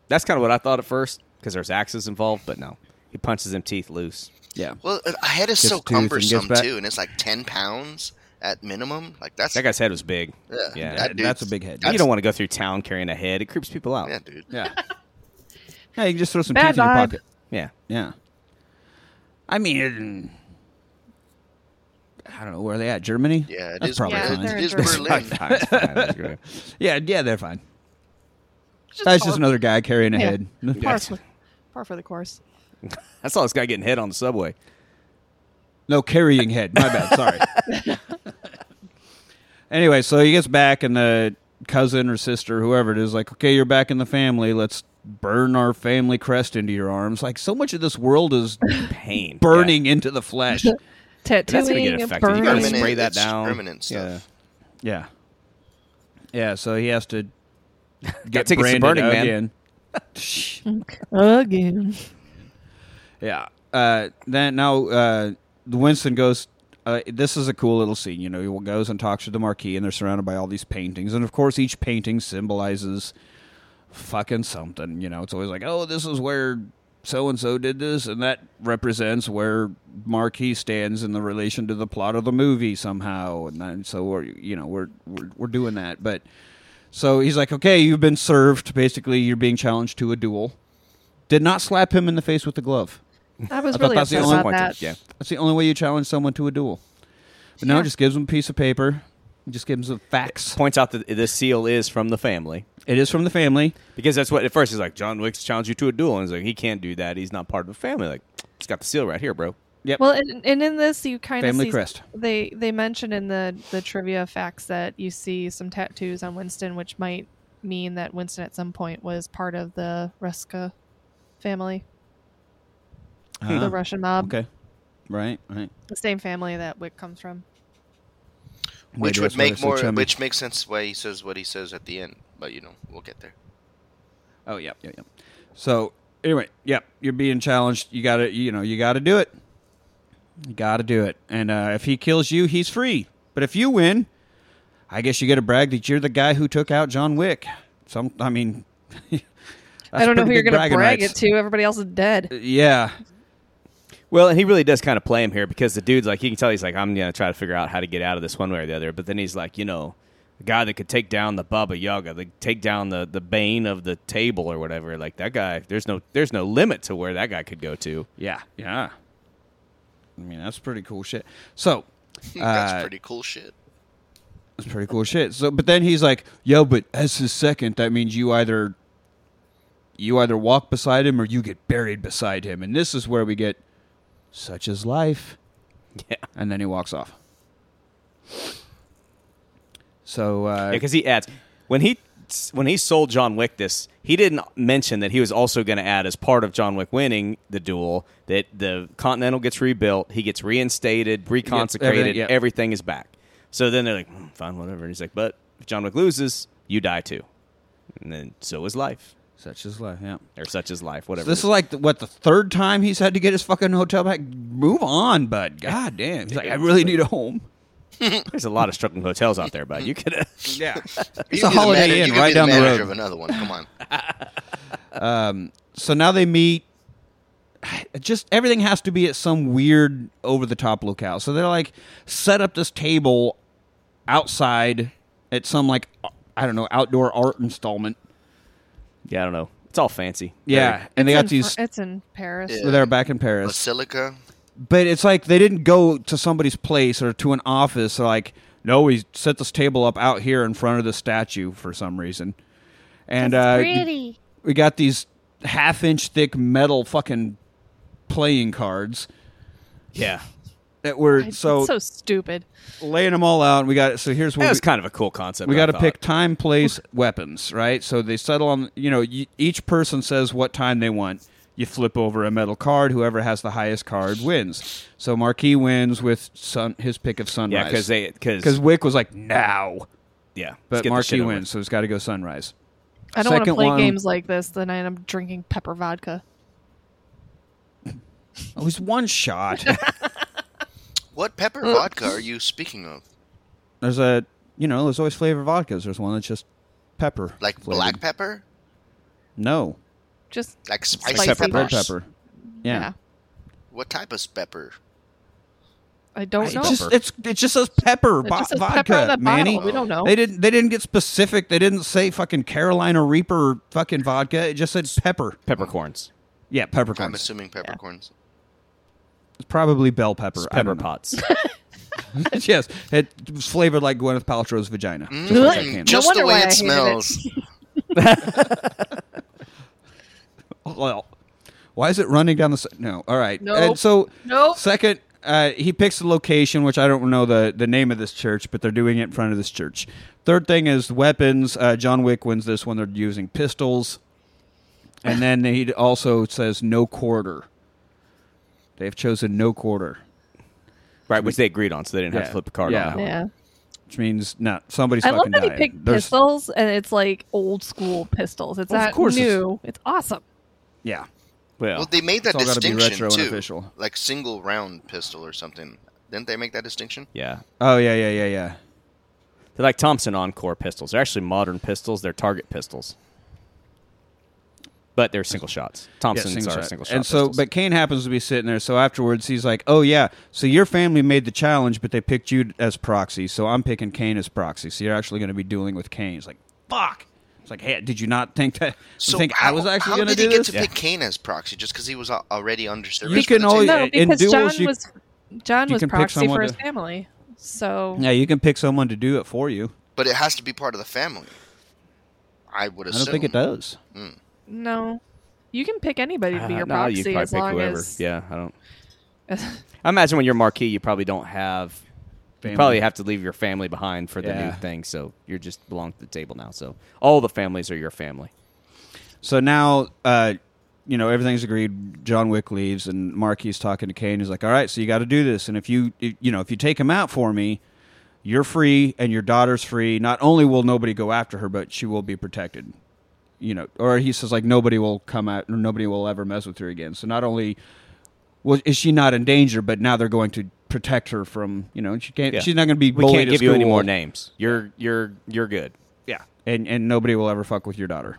Speaker 2: That's kind of what I thought at first because there's axes involved, but no, he punches them teeth loose.
Speaker 1: Yeah.
Speaker 3: Well, uh, a head is
Speaker 1: Gets
Speaker 3: so
Speaker 1: a tooth and
Speaker 3: cumbersome
Speaker 1: gets back-
Speaker 3: too, and it's like ten pounds at minimum. Like that's
Speaker 2: That guy's head was big.
Speaker 3: Yeah,
Speaker 2: yeah.
Speaker 3: that dude's-
Speaker 1: that's a big head.
Speaker 2: you don't want to go through town carrying a head; it creeps people out.
Speaker 3: Yeah, dude.
Speaker 1: Yeah. yeah, you can just throw some
Speaker 5: Bad
Speaker 1: teeth in your
Speaker 5: vibe.
Speaker 1: pocket.
Speaker 2: Yeah.
Speaker 1: Yeah. I mean, I don't know where are they at. Germany.
Speaker 3: Yeah, it
Speaker 1: *laughs* That's
Speaker 3: is.
Speaker 1: probably
Speaker 5: yeah,
Speaker 1: fine.
Speaker 5: they're
Speaker 3: it is
Speaker 5: adorable.
Speaker 3: Berlin.
Speaker 2: That's fine, that's great.
Speaker 3: *laughs*
Speaker 1: Yeah, yeah, they're fine. That's just another guy carrying a
Speaker 5: Yeah.
Speaker 1: head. *laughs*
Speaker 5: Par for, par for the course.
Speaker 2: I saw this guy getting hit on the subway.
Speaker 1: No, carrying head. My bad. Sorry. anyway, so he gets back, and the cousin or sister, whoever it is, like, okay, you're back in the family. Let's burn our family crest into your arms. Like, so much of this world is
Speaker 2: Pain,
Speaker 1: burning into the flesh.
Speaker 2: That's gonna get
Speaker 5: Tattooing and
Speaker 2: affected. You gotta
Speaker 5: burning.
Speaker 3: Permanent.
Speaker 2: spray that
Speaker 3: it's
Speaker 2: down.
Speaker 3: Permanent stuff.
Speaker 1: yeah. Yeah, so he has to get
Speaker 2: tickets to
Speaker 1: branded
Speaker 2: Burning Man.
Speaker 1: again.
Speaker 5: Again.
Speaker 1: Yeah. Uh, then now uh, Winston goes. Uh, this is a cool little scene. You know, he goes and talks to the marquis, and they're surrounded by all these paintings, and of course, each painting symbolizes fucking something. You know, it's always like, oh, this is where so and so did this, and that represents where Marquis stands in the relation to the plot of the movie somehow, and then, so we're you know we're we're we're doing that, but so he's like, okay, you've been served. Basically, you're being challenged to a duel. Did not slap him in the face with the glove.
Speaker 5: I was
Speaker 1: I thought
Speaker 5: really
Speaker 1: that's the
Speaker 5: upset
Speaker 1: only
Speaker 5: about that.
Speaker 1: Yeah, that's the only way you challenge someone to a duel. But now just gives him a piece of paper. Just gives him facts.
Speaker 2: Points out that the seal is from the family
Speaker 1: It is from the family.
Speaker 2: because that's what at first he's like. John Wick's challenged you to a duel, and he's like, he can't do that. He's not part of the family. Like, he's got the seal right here, bro.
Speaker 1: Yep.
Speaker 5: Well, and, and in this, you kind of
Speaker 1: Family
Speaker 5: see,
Speaker 1: crest.
Speaker 5: They they mentioned in the the trivia facts that you see some tattoos on Winston, which might mean that Winston at some point was part of the Ruska family, the Russian mob,
Speaker 1: Uh-huh. okay. Right. Right.
Speaker 5: the same family that Wick comes from.
Speaker 1: Maybe
Speaker 3: Which
Speaker 1: that's
Speaker 3: would
Speaker 1: why
Speaker 3: make
Speaker 1: they're so
Speaker 3: more,
Speaker 1: chummy.
Speaker 3: which makes sense why he says what he says at the end. But you know, we'll get there. *laughs*
Speaker 1: Oh yeah, yeah, yeah. So anyway, yep, you're being challenged. You gotta, you know, you gotta do it. You gotta do it. And uh, if he kills you, he's free. But if you win, I guess you get to brag that you're the guy who took out John Wick. Some, I mean, *laughs*
Speaker 5: I don't know who you're going to brag it to. Everybody else is dead.
Speaker 1: Yeah,
Speaker 2: Well, and he really does kind of play him here because the dude's like, he can tell he's like, I'm going to try to figure out how to get out of this one way or the other. But then he's like, you know, the guy that could take down the Baba Yaga, the take down the, the bane of the table or whatever. Like that guy, there's no there's no limit to where that guy could go to.
Speaker 1: yeah, yeah. I mean, that's pretty cool shit. So Uh,
Speaker 3: That's pretty cool shit.
Speaker 1: That's pretty cool shit. So, but then he's like, "Yo, but as his second, that means you either you either walk beside him or you get buried beside him." And this is where we get such is life.
Speaker 2: Yeah.
Speaker 1: And then he walks off. So uh,
Speaker 2: because he adds when he when he sold John Wick this, he didn't mention that he was also going to add as part of John Wick winning the duel that the Continental gets rebuilt, he gets reinstated, reconsecrated,
Speaker 1: everything,
Speaker 2: everything,
Speaker 1: yeah.
Speaker 2: is back. So then they're like, "Mm, fine, whatever. And he's like, but if John Wick loses, you die too, and then so is life,
Speaker 1: such is life. Yeah.
Speaker 2: or such is life, whatever.
Speaker 1: This is like the, what the third time he's had to get his fucking hotel back. Move on, bud. God damn. He's like, I really need a home.
Speaker 2: There's a lot of struggling hotels out there, but you could.
Speaker 1: *laughs* Yeah.
Speaker 3: You
Speaker 1: a
Speaker 3: can be the
Speaker 1: Holiday
Speaker 3: manager-
Speaker 1: Inn
Speaker 3: you can
Speaker 1: right
Speaker 3: be
Speaker 1: down the
Speaker 3: manager
Speaker 1: road.
Speaker 3: Of another one. Come on.
Speaker 1: so now they meet just everything has to be at some weird over the top locale so they're like set up this table outside at some like i don't know outdoor art installment
Speaker 2: *laughs* yeah, I don't know. It's all fancy.
Speaker 1: yeah and they
Speaker 5: It's
Speaker 1: got
Speaker 5: in Fr-
Speaker 1: these
Speaker 5: It's in Paris.
Speaker 3: Yeah.
Speaker 1: they're back in paris
Speaker 3: Basilica.
Speaker 1: but it's like they didn't go to somebody's place or to an office they're like no we set this table up out here in front of the statue for some reason and uh we got these half inch thick metal fucking playing cards
Speaker 2: Yeah,
Speaker 1: that were
Speaker 5: It's
Speaker 1: so
Speaker 5: so stupid.
Speaker 1: laying them all out. And we got so here's
Speaker 2: that
Speaker 1: what
Speaker 2: was
Speaker 1: we,
Speaker 2: kind of a cool concept.
Speaker 1: we
Speaker 2: I
Speaker 1: got to
Speaker 2: thought.
Speaker 1: pick time, place, weapons, right? So they settle on you know y- each person says what time they want. You flip over a metal card. Whoever has the highest card wins. So Marquis wins with sun, his pick of sunrise.
Speaker 2: Yeah, because they
Speaker 1: because
Speaker 2: because
Speaker 1: Wick was like now,
Speaker 2: yeah, let's
Speaker 1: but
Speaker 2: get this shit
Speaker 1: Marquis
Speaker 2: over with.
Speaker 1: wins, so it's got to go sunrise.
Speaker 5: I don't want to
Speaker 1: Second
Speaker 5: play
Speaker 1: one-
Speaker 5: games like this. Then I end up drinking pepper vodka.
Speaker 1: Oh, he's one
Speaker 2: *laughs*
Speaker 1: shot.
Speaker 3: What pepper vodka are you speaking of?
Speaker 1: there's a you know there's always flavored vodkas. There's one that's just pepper,
Speaker 3: Like
Speaker 1: flavored.
Speaker 3: black pepper?
Speaker 1: No,
Speaker 5: Just
Speaker 3: Like spicy
Speaker 5: Like
Speaker 3: pepper?
Speaker 5: pepper.
Speaker 1: red
Speaker 5: Gosh.
Speaker 1: pepper.
Speaker 5: yeah.
Speaker 1: yeah.
Speaker 3: What type of pepper?
Speaker 5: I don't know.
Speaker 1: It's just, it's, it just says pepper,
Speaker 5: It
Speaker 1: bo-
Speaker 5: just says
Speaker 1: vodka,
Speaker 5: pepper on the bottle.
Speaker 1: Manny.
Speaker 5: We don't know.
Speaker 1: They didn't. They didn't get specific. They didn't say fucking Carolina Reaper fucking vodka. It just said pepper.
Speaker 2: peppercorns,
Speaker 1: Yeah,
Speaker 3: I'm
Speaker 1: peppercorns.
Speaker 3: assuming peppercorns.
Speaker 1: It's probably bell pepper. I
Speaker 2: pepper
Speaker 1: don't know. *laughs*
Speaker 2: pots.
Speaker 1: yes, it was flavored like Gwyneth Paltrow's vagina. Just
Speaker 3: Mm,
Speaker 1: like that can.
Speaker 3: Just
Speaker 5: wonder
Speaker 3: the way
Speaker 5: why I
Speaker 3: it
Speaker 5: hated it.
Speaker 3: smells.
Speaker 1: Well, why is it running down the? s- No. All right.
Speaker 5: Nope.
Speaker 1: And so
Speaker 5: Nope.
Speaker 1: second. Uh, he picks the location, which I don't know the, the name of this church, but they're doing it in front of this church. Third thing is weapons. Uh, John Wick wins this one. They're using pistols. And then he also says no quarter. They've chosen no quarter,
Speaker 2: right, which they agreed on, so they didn't have
Speaker 1: Yeah.
Speaker 2: to flip a card
Speaker 1: Yeah.
Speaker 2: on that one.
Speaker 5: *laughs* yeah.
Speaker 1: which means no, somebody's
Speaker 5: I love
Speaker 1: fucking
Speaker 5: that he
Speaker 1: dying.
Speaker 5: picked
Speaker 1: There's-
Speaker 5: pistols, and it's like old school pistols. It's
Speaker 1: Of
Speaker 5: not
Speaker 1: course it's-
Speaker 5: new. It's, awesome.
Speaker 1: Yeah.
Speaker 2: Well,
Speaker 3: Well, they made that
Speaker 1: It's all gotta be retro
Speaker 3: distinction
Speaker 1: and
Speaker 3: too,
Speaker 1: official.
Speaker 3: like single round pistol or something. Didn't they make that distinction?
Speaker 2: yeah.
Speaker 1: Oh, yeah, yeah, yeah, yeah.
Speaker 2: They're like Thompson Encore pistols. They're actually modern pistols. They're target pistols. but they're single shots. Thompson's
Speaker 1: single
Speaker 2: are
Speaker 1: shot.
Speaker 2: single shot.
Speaker 1: And so,
Speaker 2: pistols.
Speaker 1: but Kane happens to be sitting there. So afterwards, he's like, "Oh yeah, so your family made the challenge, but they picked you as proxy. So I'm picking Kane as proxy. So you're actually going to be dueling with Kane." He's like, "Fuck." It's like, "Hey, did you not think that?
Speaker 3: So
Speaker 1: think
Speaker 3: how,
Speaker 1: I was actually
Speaker 3: how
Speaker 1: going to
Speaker 3: did
Speaker 1: do
Speaker 3: he get
Speaker 1: this?"
Speaker 3: to pick Kane as proxy just because he was al- already underserved?
Speaker 1: You
Speaker 3: for
Speaker 1: can
Speaker 3: the
Speaker 1: always-
Speaker 3: team?
Speaker 1: yeah,
Speaker 5: No,
Speaker 1: in
Speaker 5: because
Speaker 1: duels,
Speaker 5: John
Speaker 1: you-
Speaker 5: was John
Speaker 1: you
Speaker 5: was
Speaker 1: can pick
Speaker 5: proxy
Speaker 1: someone
Speaker 5: for his
Speaker 1: to-
Speaker 5: family. So
Speaker 1: yeah, you can pick someone to do it for you.
Speaker 3: but it has to be part of the family. I would
Speaker 1: I
Speaker 3: assume.
Speaker 1: don't think it does.
Speaker 5: no, you can pick anybody to be
Speaker 2: Uh,
Speaker 5: your
Speaker 2: no, you
Speaker 5: proxy
Speaker 2: probably
Speaker 5: as
Speaker 2: pick
Speaker 5: long
Speaker 2: whoever.
Speaker 5: as
Speaker 2: Yeah, I
Speaker 5: *laughs*
Speaker 2: don't. I imagine when you're marquee, you probably don't have.
Speaker 1: Family.
Speaker 2: You probably have to leave your family behind for the new
Speaker 1: Yeah.
Speaker 2: thing, so you're just belong to the table now. So all the families are your family.
Speaker 1: So now, uh, you know, everything's agreed. John Wick leaves, and Marquis talking to Kane. He's like, "All right, so you got to do this, and if you, if- you know, if you take him out for me, you're free, and your daughter's free. Not only will nobody go after her, but she will be protected." You know, or he says like nobody will come out, or nobody will ever mess with her again. So not only well, is she not in danger, but now they're going to protect her from you know she can't.
Speaker 2: Yeah.
Speaker 1: She's not going to be.
Speaker 2: We
Speaker 1: bullied
Speaker 2: can't
Speaker 1: at
Speaker 2: give you any
Speaker 1: school.
Speaker 2: more names. You're you're you're good.
Speaker 1: Yeah, and and nobody will ever fuck with your daughter.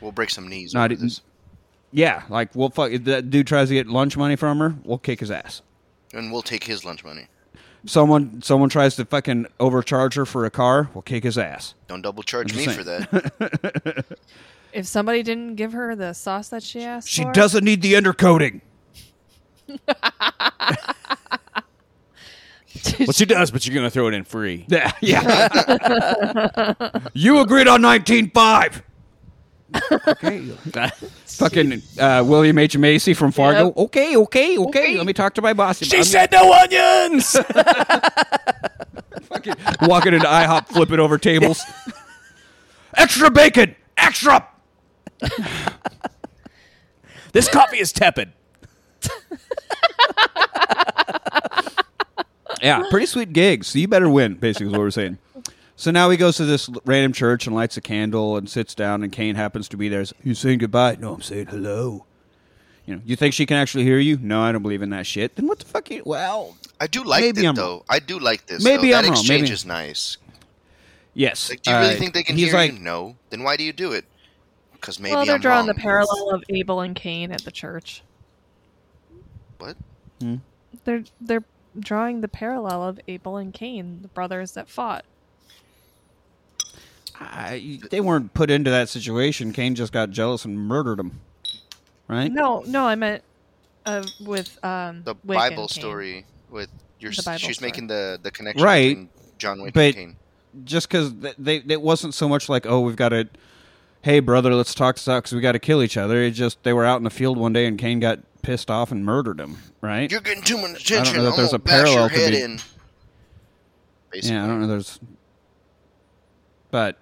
Speaker 3: We'll break some knees.
Speaker 1: No, I
Speaker 3: over
Speaker 1: didn't-
Speaker 3: this.
Speaker 1: Yeah, like we'll fuck. If that dude tries to get lunch money from her, we'll kick his ass.
Speaker 3: And we'll take his lunch money.
Speaker 1: Someone, someone tries to fucking overcharge her for a car, we'll kick his ass.
Speaker 3: Don't double charge me
Speaker 1: saying.
Speaker 3: for that.
Speaker 5: if somebody didn't give her the sauce that she asked
Speaker 1: She
Speaker 5: for,
Speaker 1: doesn't need the undercoating. *laughs*
Speaker 2: Well, she does, but you're gonna throw it in free.
Speaker 1: Yeah, yeah. you agreed on nineteen five. okay. *laughs* fucking uh, William H Macy from Fargo.
Speaker 5: Yep.
Speaker 1: Okay, okay, okay, Let me talk to my boss.
Speaker 2: She
Speaker 1: I'm
Speaker 2: said
Speaker 1: *laughs*
Speaker 2: no onions.
Speaker 1: fucking walking into IHOP, flipping over tables. extra bacon, extra.
Speaker 2: this coffee is tepid.
Speaker 1: Yeah, pretty sweet gig. So you better win, basically, is what we're saying. So now he goes to this l- random church and lights a candle and sits down, and Kane happens to be there. He's, You saying goodbye? No, I'm saying hello. You know, you think she can actually hear you? No, I don't believe in that shit. Then what the fuck? You, well,
Speaker 3: I do like
Speaker 1: Maybe
Speaker 3: it
Speaker 1: I'm
Speaker 3: though. I do like this.
Speaker 1: Maybe
Speaker 3: though.
Speaker 1: I'm
Speaker 3: that
Speaker 1: wrong.
Speaker 3: exchange
Speaker 1: Maybe-
Speaker 3: is nice.
Speaker 1: yes.
Speaker 3: Like, do you really
Speaker 1: Uh,
Speaker 3: think they can
Speaker 1: he's
Speaker 3: hear
Speaker 1: like,
Speaker 3: you? No. Then why do you do it? Because maybe
Speaker 5: well, they're
Speaker 3: I'm
Speaker 5: drawing
Speaker 3: wrong.
Speaker 5: the parallel of Abel and Cain at the church.
Speaker 3: What?
Speaker 5: They're they're drawing the parallel of Abel and Cain, the brothers that fought.
Speaker 1: I- they weren't put into that situation. Kane just got jealous and murdered him. Right?
Speaker 5: No, no, I meant uh, with um
Speaker 3: The
Speaker 5: Wick and
Speaker 3: Bible
Speaker 5: Cain.
Speaker 3: story with your
Speaker 5: The Bible
Speaker 3: she's
Speaker 5: story.
Speaker 3: making the the connection
Speaker 1: Right,
Speaker 3: between John Wick
Speaker 1: but-
Speaker 3: and Kane.
Speaker 1: just because they, they it wasn't so much like oh we've got to hey brother let's talk stuff because we got to kill each other it just they were out in the field one day and kane got pissed off and murdered him right
Speaker 3: You're getting too much attention.
Speaker 1: that
Speaker 3: am
Speaker 1: there's
Speaker 3: gonna
Speaker 1: a
Speaker 3: bash
Speaker 1: parallel
Speaker 3: your
Speaker 1: to
Speaker 3: head
Speaker 1: be-
Speaker 3: in. Basically.
Speaker 1: yeah i don't know there's but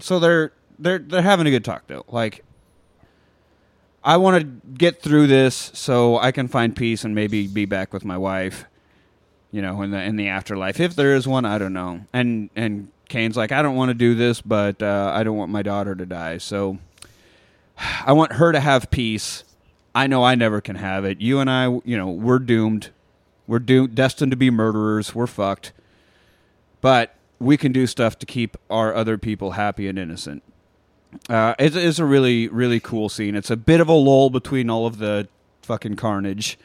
Speaker 1: so they're they're they're having a good talk though like i want to get through this so i can find peace and maybe be back with my wife you know in the in the afterlife if there is one i don't know and and kane's like i don't want to do this but uh, i don't want my daughter to die so i want her to have peace i know i never can have it you and i you know we're doomed we're doomed destined to be murderers we're fucked but we can do stuff to keep our other people happy and innocent. Uh, it's, it's a really, really cool scene. It's a bit of a lull between all of the fucking carnage,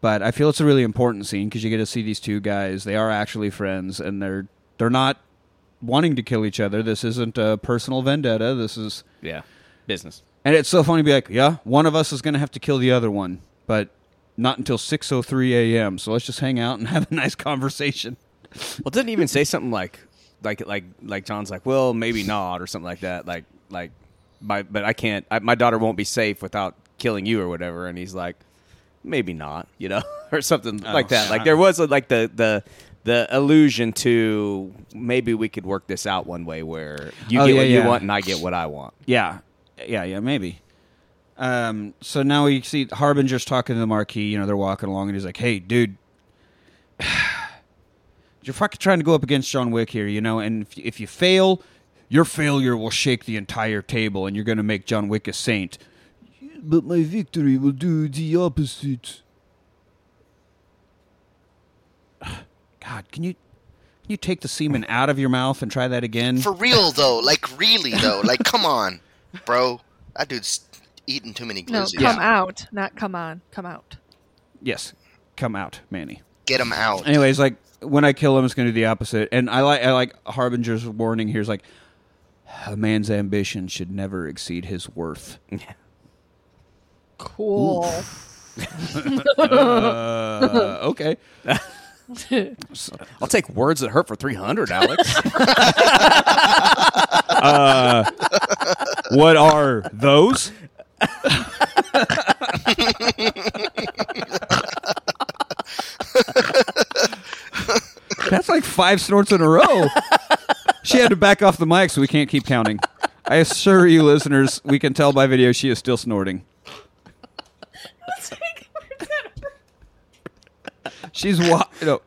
Speaker 1: but I feel it's a really important scene because you get to see these two guys. They are actually friends, and they're they're not wanting to kill each other. This isn't a personal vendetta. This is,
Speaker 2: Yeah, business.
Speaker 1: and it's so funny to be like, yeah, one of us is going to have to kill the other one, but not until six o three a.m. So let's just hang out and *laughs* have a nice conversation.
Speaker 2: Well, it didn't even say something like, like, like, like John's like, well, maybe not, or something like that. Like, like, my, but I can't. I, my daughter won't be safe without killing you or whatever. And he's like, maybe not, you know, *laughs* or something
Speaker 1: Oh,
Speaker 2: like that. Like there was a, like the the the allusion to maybe we could work this out one way where you
Speaker 1: Oh,
Speaker 2: get
Speaker 1: yeah,
Speaker 2: what
Speaker 1: yeah.
Speaker 2: you want and I get what I want. *laughs*
Speaker 1: Yeah, yeah, yeah, maybe. Um, so now we see Harbinger's talking to the marquee. You know, they're walking along, and he's like, "Hey, dude, *sighs* you're fucking trying to go up against John Wick here, you know. And if, if you fail, your failure will shake the entire table, and you're going to make John Wick a saint."
Speaker 7: But my victory will do the opposite.
Speaker 1: *sighs* God, can you can you take the semen out of your mouth and try that again?
Speaker 3: For real though, like really though, like come on, bro. That dude's eating too many
Speaker 5: No,
Speaker 3: glizzies.
Speaker 5: come out, not come on, come out.
Speaker 1: Yes, come out, Manny.
Speaker 3: Get him out.
Speaker 1: Anyways, like when I kill him, it's going to do the opposite. And I like I like Harbinger's warning here is like a man's ambition should never exceed his worth.
Speaker 5: Cool. *laughs*
Speaker 1: Uh, okay.
Speaker 2: I'll take words that hurt for
Speaker 1: *laughs*
Speaker 2: 300, Alex.
Speaker 1: What are those? That's like five snorts in a row. She had to back off the mic, so we can't keep counting. I assure you, listeners, we can tell by video she is still snorting.
Speaker 5: Oh
Speaker 1: She's wa- no.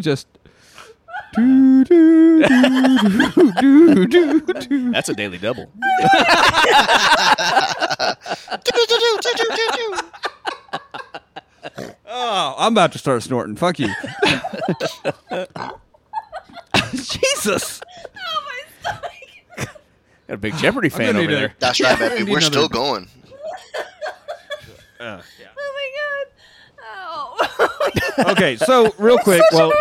Speaker 1: just do do do do do do.
Speaker 2: That's a daily double.
Speaker 1: Oh, I'm about to start snorting. Fuck you. *laughs* Jesus.
Speaker 2: Got a
Speaker 1: *sighs*
Speaker 2: big Jeopardy fan
Speaker 1: gonna
Speaker 2: over
Speaker 1: need a-
Speaker 2: there.
Speaker 3: That's right,
Speaker 1: I
Speaker 3: baby.
Speaker 1: need
Speaker 3: We're
Speaker 1: another-
Speaker 3: still going.
Speaker 5: Oh my god. Oh. *laughs*
Speaker 1: Okay, so real quick, well,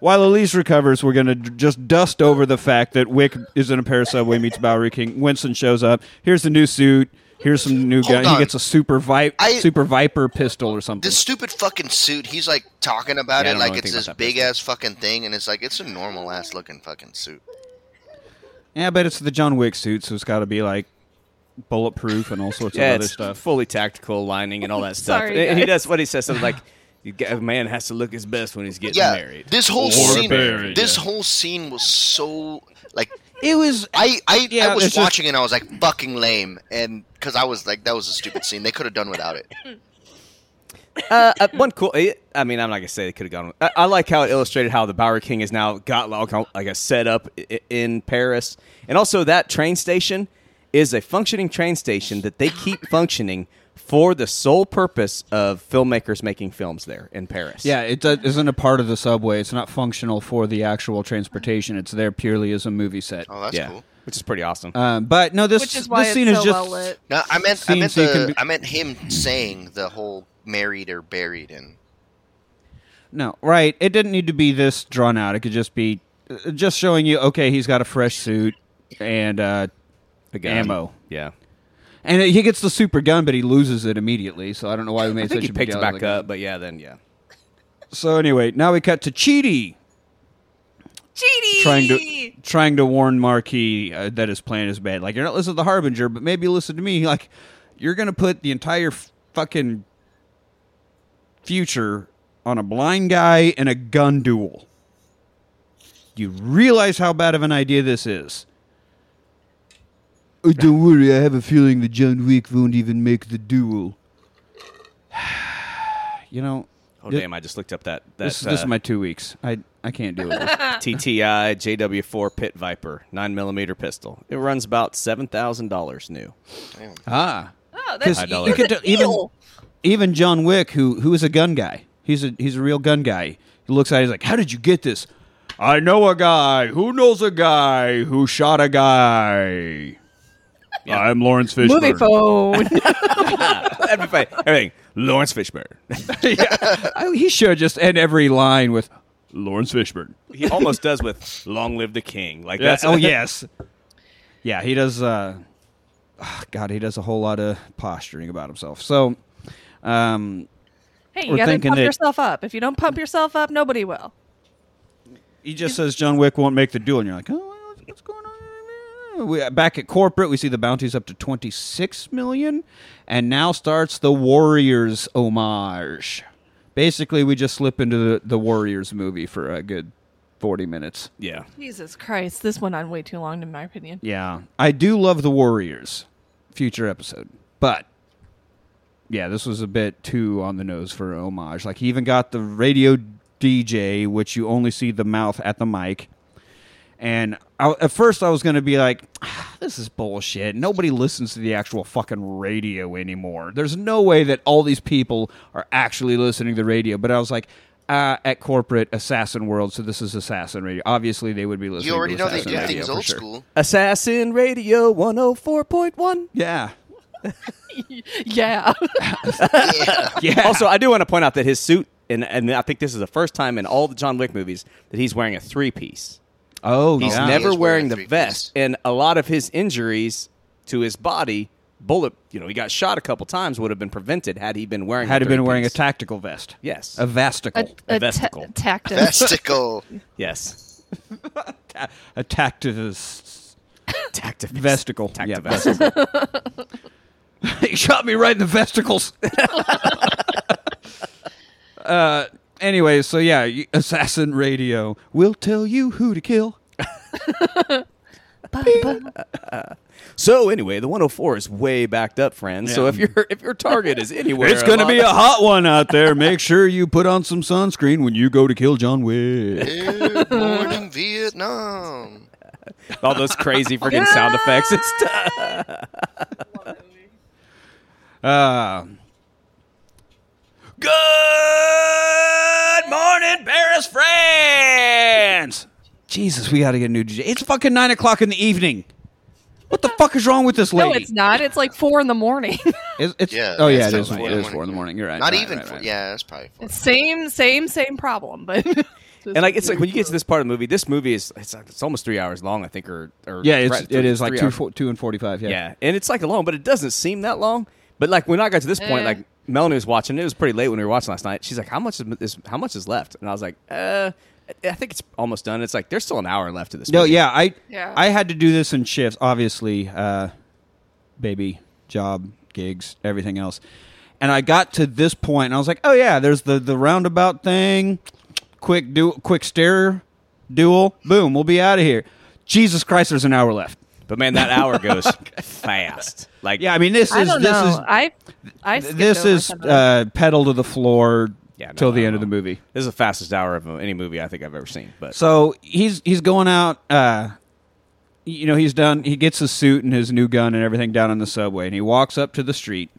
Speaker 1: while Elise recovers, we're gonna d- just dust over the fact that Wick is in a pair of subway meets Bowery King. Winston shows up. Here's the new suit. Here's some new
Speaker 3: Hold
Speaker 1: gun. He
Speaker 3: on.
Speaker 1: gets a super vi-
Speaker 3: I-
Speaker 1: super viper pistol or something.
Speaker 3: This stupid fucking suit, he's like talking about
Speaker 2: Yeah, I
Speaker 3: it
Speaker 2: don't
Speaker 3: like
Speaker 2: really
Speaker 3: it's
Speaker 2: think about
Speaker 3: this
Speaker 2: that
Speaker 3: big ass fucking thing, and it's like it's a normal ass looking fucking suit.
Speaker 1: yeah, but it's the John Wick suit, so it's got to be like bulletproof and all sorts
Speaker 2: Yeah,
Speaker 1: of other
Speaker 2: it's
Speaker 1: stuff.
Speaker 2: fully tactical lining and all
Speaker 5: *laughs*
Speaker 2: that stuff.
Speaker 5: Sorry,
Speaker 2: And he
Speaker 5: guys.
Speaker 2: does what he says. Something
Speaker 5: *laughs*
Speaker 2: like, "You get- "A man has to look his best when he's getting
Speaker 3: Yeah,
Speaker 2: married."
Speaker 3: this whole
Speaker 2: Or
Speaker 3: scene,
Speaker 2: buried,
Speaker 3: this
Speaker 2: yeah.
Speaker 3: whole scene was so like
Speaker 1: It was
Speaker 3: I I,
Speaker 1: Yeah,
Speaker 3: I
Speaker 1: it's
Speaker 3: was
Speaker 1: just-
Speaker 3: watching it and I was like fucking lame, and because I was like that was a stupid scene. They could have done without it.
Speaker 2: *laughs* uh, uh, one cool. It, I mean, I'm not gonna say they could have gone. I, I like how it illustrated how the Bower King has now got like a, like a setup i- in Paris, and also that train station is a functioning train station that they keep
Speaker 5: *laughs*
Speaker 2: functioning for the sole purpose of filmmakers making films there in Paris.
Speaker 1: Yeah, it does, isn't a part of the subway. It's not functional for the actual transportation. It's there purely as a movie set.
Speaker 3: Oh, that's
Speaker 2: yeah,
Speaker 3: cool.
Speaker 2: which is pretty awesome.
Speaker 1: Um, but no, this
Speaker 5: Which is why
Speaker 1: this scene
Speaker 5: it's
Speaker 1: is
Speaker 5: so
Speaker 1: just
Speaker 5: well lit.
Speaker 3: No, I meant I
Speaker 1: Scene
Speaker 3: meant
Speaker 1: so you can
Speaker 3: the
Speaker 1: be-
Speaker 3: I meant him saying the whole married or buried in.
Speaker 1: no right. It didn't need to be this drawn out. It could just be uh, just showing you. Okay, he's got a fresh suit and uh,
Speaker 2: The gun.
Speaker 1: ammo.
Speaker 2: Yeah.
Speaker 1: and he gets the super gun, but he loses it immediately. So I don't know why we made
Speaker 2: I think
Speaker 1: such
Speaker 2: he
Speaker 1: a big
Speaker 2: picked
Speaker 1: deal
Speaker 2: it
Speaker 1: out
Speaker 2: back
Speaker 1: of the gun.
Speaker 2: up, but yeah, then yeah.
Speaker 1: So anyway, now we cut to Cheaty
Speaker 5: Cheaty!
Speaker 1: trying to trying to warn Marquis uh, that his plan is bad. Like you're not listening to the Harbinger, but maybe listen to me. *laughs* Like you're gonna put the entire f- fucking future on a blind guy in a gun duel. You realize how bad of an idea this is.
Speaker 7: Oh, don't worry, I have a feeling that John Wick won't even make the duel.
Speaker 1: *sighs* You know,
Speaker 2: Oh
Speaker 1: Yeah.
Speaker 2: damn! I just looked up that uh, that
Speaker 1: this, this is
Speaker 2: uh,
Speaker 1: my two weeks. I I can't deal with
Speaker 5: *laughs*
Speaker 1: this.
Speaker 2: TTI JW4 Pit Viper nine millimeter pistol. It runs about seven thousand dollars new. *laughs*
Speaker 1: ah,
Speaker 5: Oh, that's
Speaker 1: because
Speaker 2: High
Speaker 1: you
Speaker 2: dollar.
Speaker 1: could tell- even even John Wick, who who is a gun guy, he's a he's a real gun guy. He looks at it, he's like, "How did you get this?" I know a guy who knows a guy who shot a guy. I'm Lawrence Fishburne. *laughs*
Speaker 5: movie phone.
Speaker 2: That'd be fine. Everything. Lawrence Fishburne. *laughs*
Speaker 1: Yeah. I- he should just end every line with Lawrence Fishburne.
Speaker 2: he almost does with "Long Live the King." Like
Speaker 1: Yeah,
Speaker 2: that's *laughs*
Speaker 1: oh yes, yeah. He does. Uh, ah, God, he does a whole lot of posturing about himself. So, um,
Speaker 5: hey,
Speaker 1: We're
Speaker 5: you gotta
Speaker 1: thinking
Speaker 5: pump
Speaker 1: that-
Speaker 5: yourself up. If you don't pump yourself up, nobody will.
Speaker 1: he just says John Wick won't make the duel, and you're like, oh, what's- what's going on? We, uh, back at corporate, we see the bounty's up to twenty six million, and now starts the Warriors homage. Basically, we just slip into the, the Warriors movie for a good forty minutes.
Speaker 2: yeah.
Speaker 5: Jesus Christ, this went on way too long, in my opinion.
Speaker 1: Yeah, I do love the Warriors. Future episode, but yeah, this was a bit too on the nose for homage. Like he even got the radio DJ, which you only see the mouth at the mic. And I, at first, I was going to be like, "Ah, "This is bullshit. Nobody listens to the actual fucking radio anymore. There's no way that all these people are actually listening to the radio." But I was like, uh, at corporate Assassin World, so this is Assassin Radio. Obviously, they would be listening.
Speaker 3: You already
Speaker 1: to
Speaker 3: know they
Speaker 1: Assassin
Speaker 3: do
Speaker 1: Radio
Speaker 3: things
Speaker 1: for
Speaker 3: old
Speaker 1: sure.
Speaker 3: school.
Speaker 2: Assassin Radio 104.1.
Speaker 1: Yeah,
Speaker 4: yeah.
Speaker 1: Oh,
Speaker 3: *laughs*
Speaker 5: *laughs*
Speaker 1: yeah.
Speaker 2: *laughs* Also, I do want to point out that his suit, and, and I think this is the first time in all the John Wick movies that he's wearing a three piece.
Speaker 1: oh,
Speaker 2: He's
Speaker 1: yeah.
Speaker 2: never
Speaker 3: He is wearing
Speaker 2: wearing
Speaker 3: a
Speaker 2: the
Speaker 3: three-piece.
Speaker 2: vest, and a lot of his injuries to his body, bullet, you know, he got shot a couple times, would have been prevented had he been wearing.
Speaker 1: had
Speaker 2: a
Speaker 1: he been wearing a
Speaker 2: three-piece.
Speaker 1: tactical vest.
Speaker 2: Yes.
Speaker 1: a vesticle,
Speaker 2: A
Speaker 4: A,
Speaker 2: vesicle.
Speaker 4: ta- tactic.
Speaker 3: Vesticle.
Speaker 2: Yes.
Speaker 1: a, a tactivist
Speaker 2: Tactive
Speaker 1: vesticle. Yeah,
Speaker 2: Tactive
Speaker 1: vesticle. *laughs*
Speaker 2: *laughs*
Speaker 1: he shot me right in the vesticles. uh, anyway, so yeah, you- Assassin Radio will tell you who to kill.
Speaker 2: So anyway, the 104 is way backed up, friends. So
Speaker 1: Yeah.
Speaker 2: if your if your target is anywhere,
Speaker 1: It's going to be a
Speaker 2: along-
Speaker 1: hot one out there. Make sure you put on some sunscreen when you go to kill John Wick.
Speaker 3: Eh, Born in Vietnam.
Speaker 2: *laughs* all those crazy freaking sound effects and stuff.
Speaker 1: Uh,
Speaker 2: Good morning, Paris, friends.
Speaker 1: Jesus, we got to get a new DJ. It's fucking 9 o'clock in the evening. What the fuck is wrong with this lady?
Speaker 5: No, it's not. It's like four in the morning. *laughs*
Speaker 1: It's, it's,
Speaker 3: Yeah,
Speaker 1: oh, yeah,
Speaker 3: that's
Speaker 1: it is.
Speaker 3: still
Speaker 1: It is 4 in the morning. You're right.
Speaker 3: Not
Speaker 1: right,
Speaker 3: even.
Speaker 1: right,
Speaker 3: for-
Speaker 1: right.
Speaker 3: Yeah, that's probably. Four.
Speaker 5: same, same, same problem. But *laughs*
Speaker 2: And like it's like when you get to this part of the movie, this movie is it's, like- it's almost three hours long, I think, or, or
Speaker 1: Yeah, it's,
Speaker 2: right,
Speaker 1: it is
Speaker 2: three
Speaker 1: like two,
Speaker 2: hours.
Speaker 1: four, 2 and 45. Yeah.
Speaker 2: Yeah, and it's like long, but it doesn't seem that long. But like when I got to this point,
Speaker 1: Uh.
Speaker 5: Eh.
Speaker 2: like Melanie was watching. It was pretty late when we were watching last night. She's like, "How much is, is how much is left?" And I was like, "Uh, I think it's almost done." It's like there's still an hour left of this.
Speaker 1: No,
Speaker 2: movie.
Speaker 1: yeah, I
Speaker 5: Yeah.
Speaker 1: I had to do this in shifts, obviously. Uh, baby, job, gigs, everything else. And I got to this point and I was like, "Oh yeah, there's the the roundabout thing. Quick do quick stare duel. Boom, we'll be out of here." Jesus Christ, there's an hour left.
Speaker 2: But man, that hour
Speaker 1: *laughs*
Speaker 2: goes fast. Like
Speaker 1: Yeah, I mean this
Speaker 5: I
Speaker 1: is
Speaker 5: don't
Speaker 1: this
Speaker 5: know.
Speaker 1: is
Speaker 5: I, I skipped
Speaker 1: this
Speaker 5: over
Speaker 1: is
Speaker 5: some of it.
Speaker 1: uh, pedal to the floor
Speaker 2: Yeah, no,
Speaker 1: till the
Speaker 2: no,
Speaker 1: end
Speaker 2: no.
Speaker 1: of the movie.
Speaker 2: this is the fastest hour of any movie I think I've ever seen. But
Speaker 1: So he's he's going out. Uh, you know, he's done. He gets his suit and his new gun and everything down on the subway, and he walks up to the street.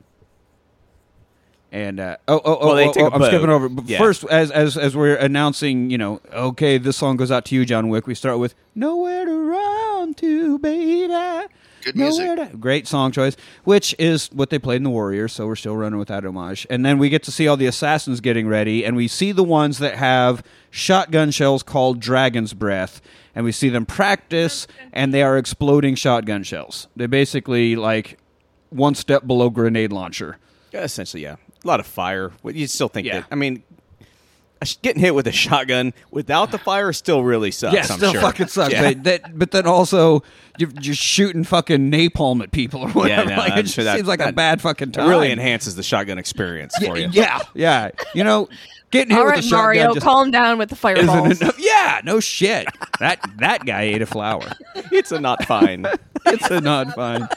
Speaker 1: And uh, oh oh oh,
Speaker 2: Well, they
Speaker 1: oh,
Speaker 2: take a
Speaker 1: oh, I'm
Speaker 2: boat.
Speaker 1: skipping over. But
Speaker 2: Yeah.
Speaker 1: First, as as as we're announcing, you know, okay, this song goes out to you, John Wick. We start with "Nowhere to Run to, Baby."
Speaker 3: Good
Speaker 1: Nowhere
Speaker 3: music.
Speaker 1: to- great song choice, which is what they played in the Warriors. So we're still running with that homage. And then we get to see all the assassins getting ready, and we see the ones that have shotgun shells called Dragon's Breath, and we see them practice, and they are exploding shotgun shells. They're basically like one step below grenade launcher.
Speaker 2: yeah, essentially, yeah, a lot of fire. What You still think
Speaker 1: Yeah.
Speaker 2: that? I mean, a sh- getting hit with a shotgun without the fire still really sucks.
Speaker 1: Yeah,
Speaker 2: I'm
Speaker 1: still
Speaker 2: sure.
Speaker 1: fucking sucks.
Speaker 2: Yeah.
Speaker 1: But that, but then also you're just shooting fucking napalm at people or whatever.
Speaker 2: no,
Speaker 1: like,
Speaker 2: I'm
Speaker 1: it
Speaker 2: sure
Speaker 1: just
Speaker 2: that-
Speaker 1: seems like a
Speaker 2: that-
Speaker 1: bad fucking
Speaker 2: It
Speaker 1: time.
Speaker 2: really enhances the shotgun experience for you.
Speaker 1: Yeah, yeah. You know, getting hit
Speaker 5: All
Speaker 1: with
Speaker 5: right,
Speaker 1: a shotgun
Speaker 5: Mario,
Speaker 1: just
Speaker 5: calm down with the
Speaker 1: isn't
Speaker 5: fireballs.
Speaker 1: enough. Yeah, *laughs* no shit. That that guy ate a flower.
Speaker 2: it's a not
Speaker 1: *laughs*
Speaker 2: fine.
Speaker 1: It's a not fine.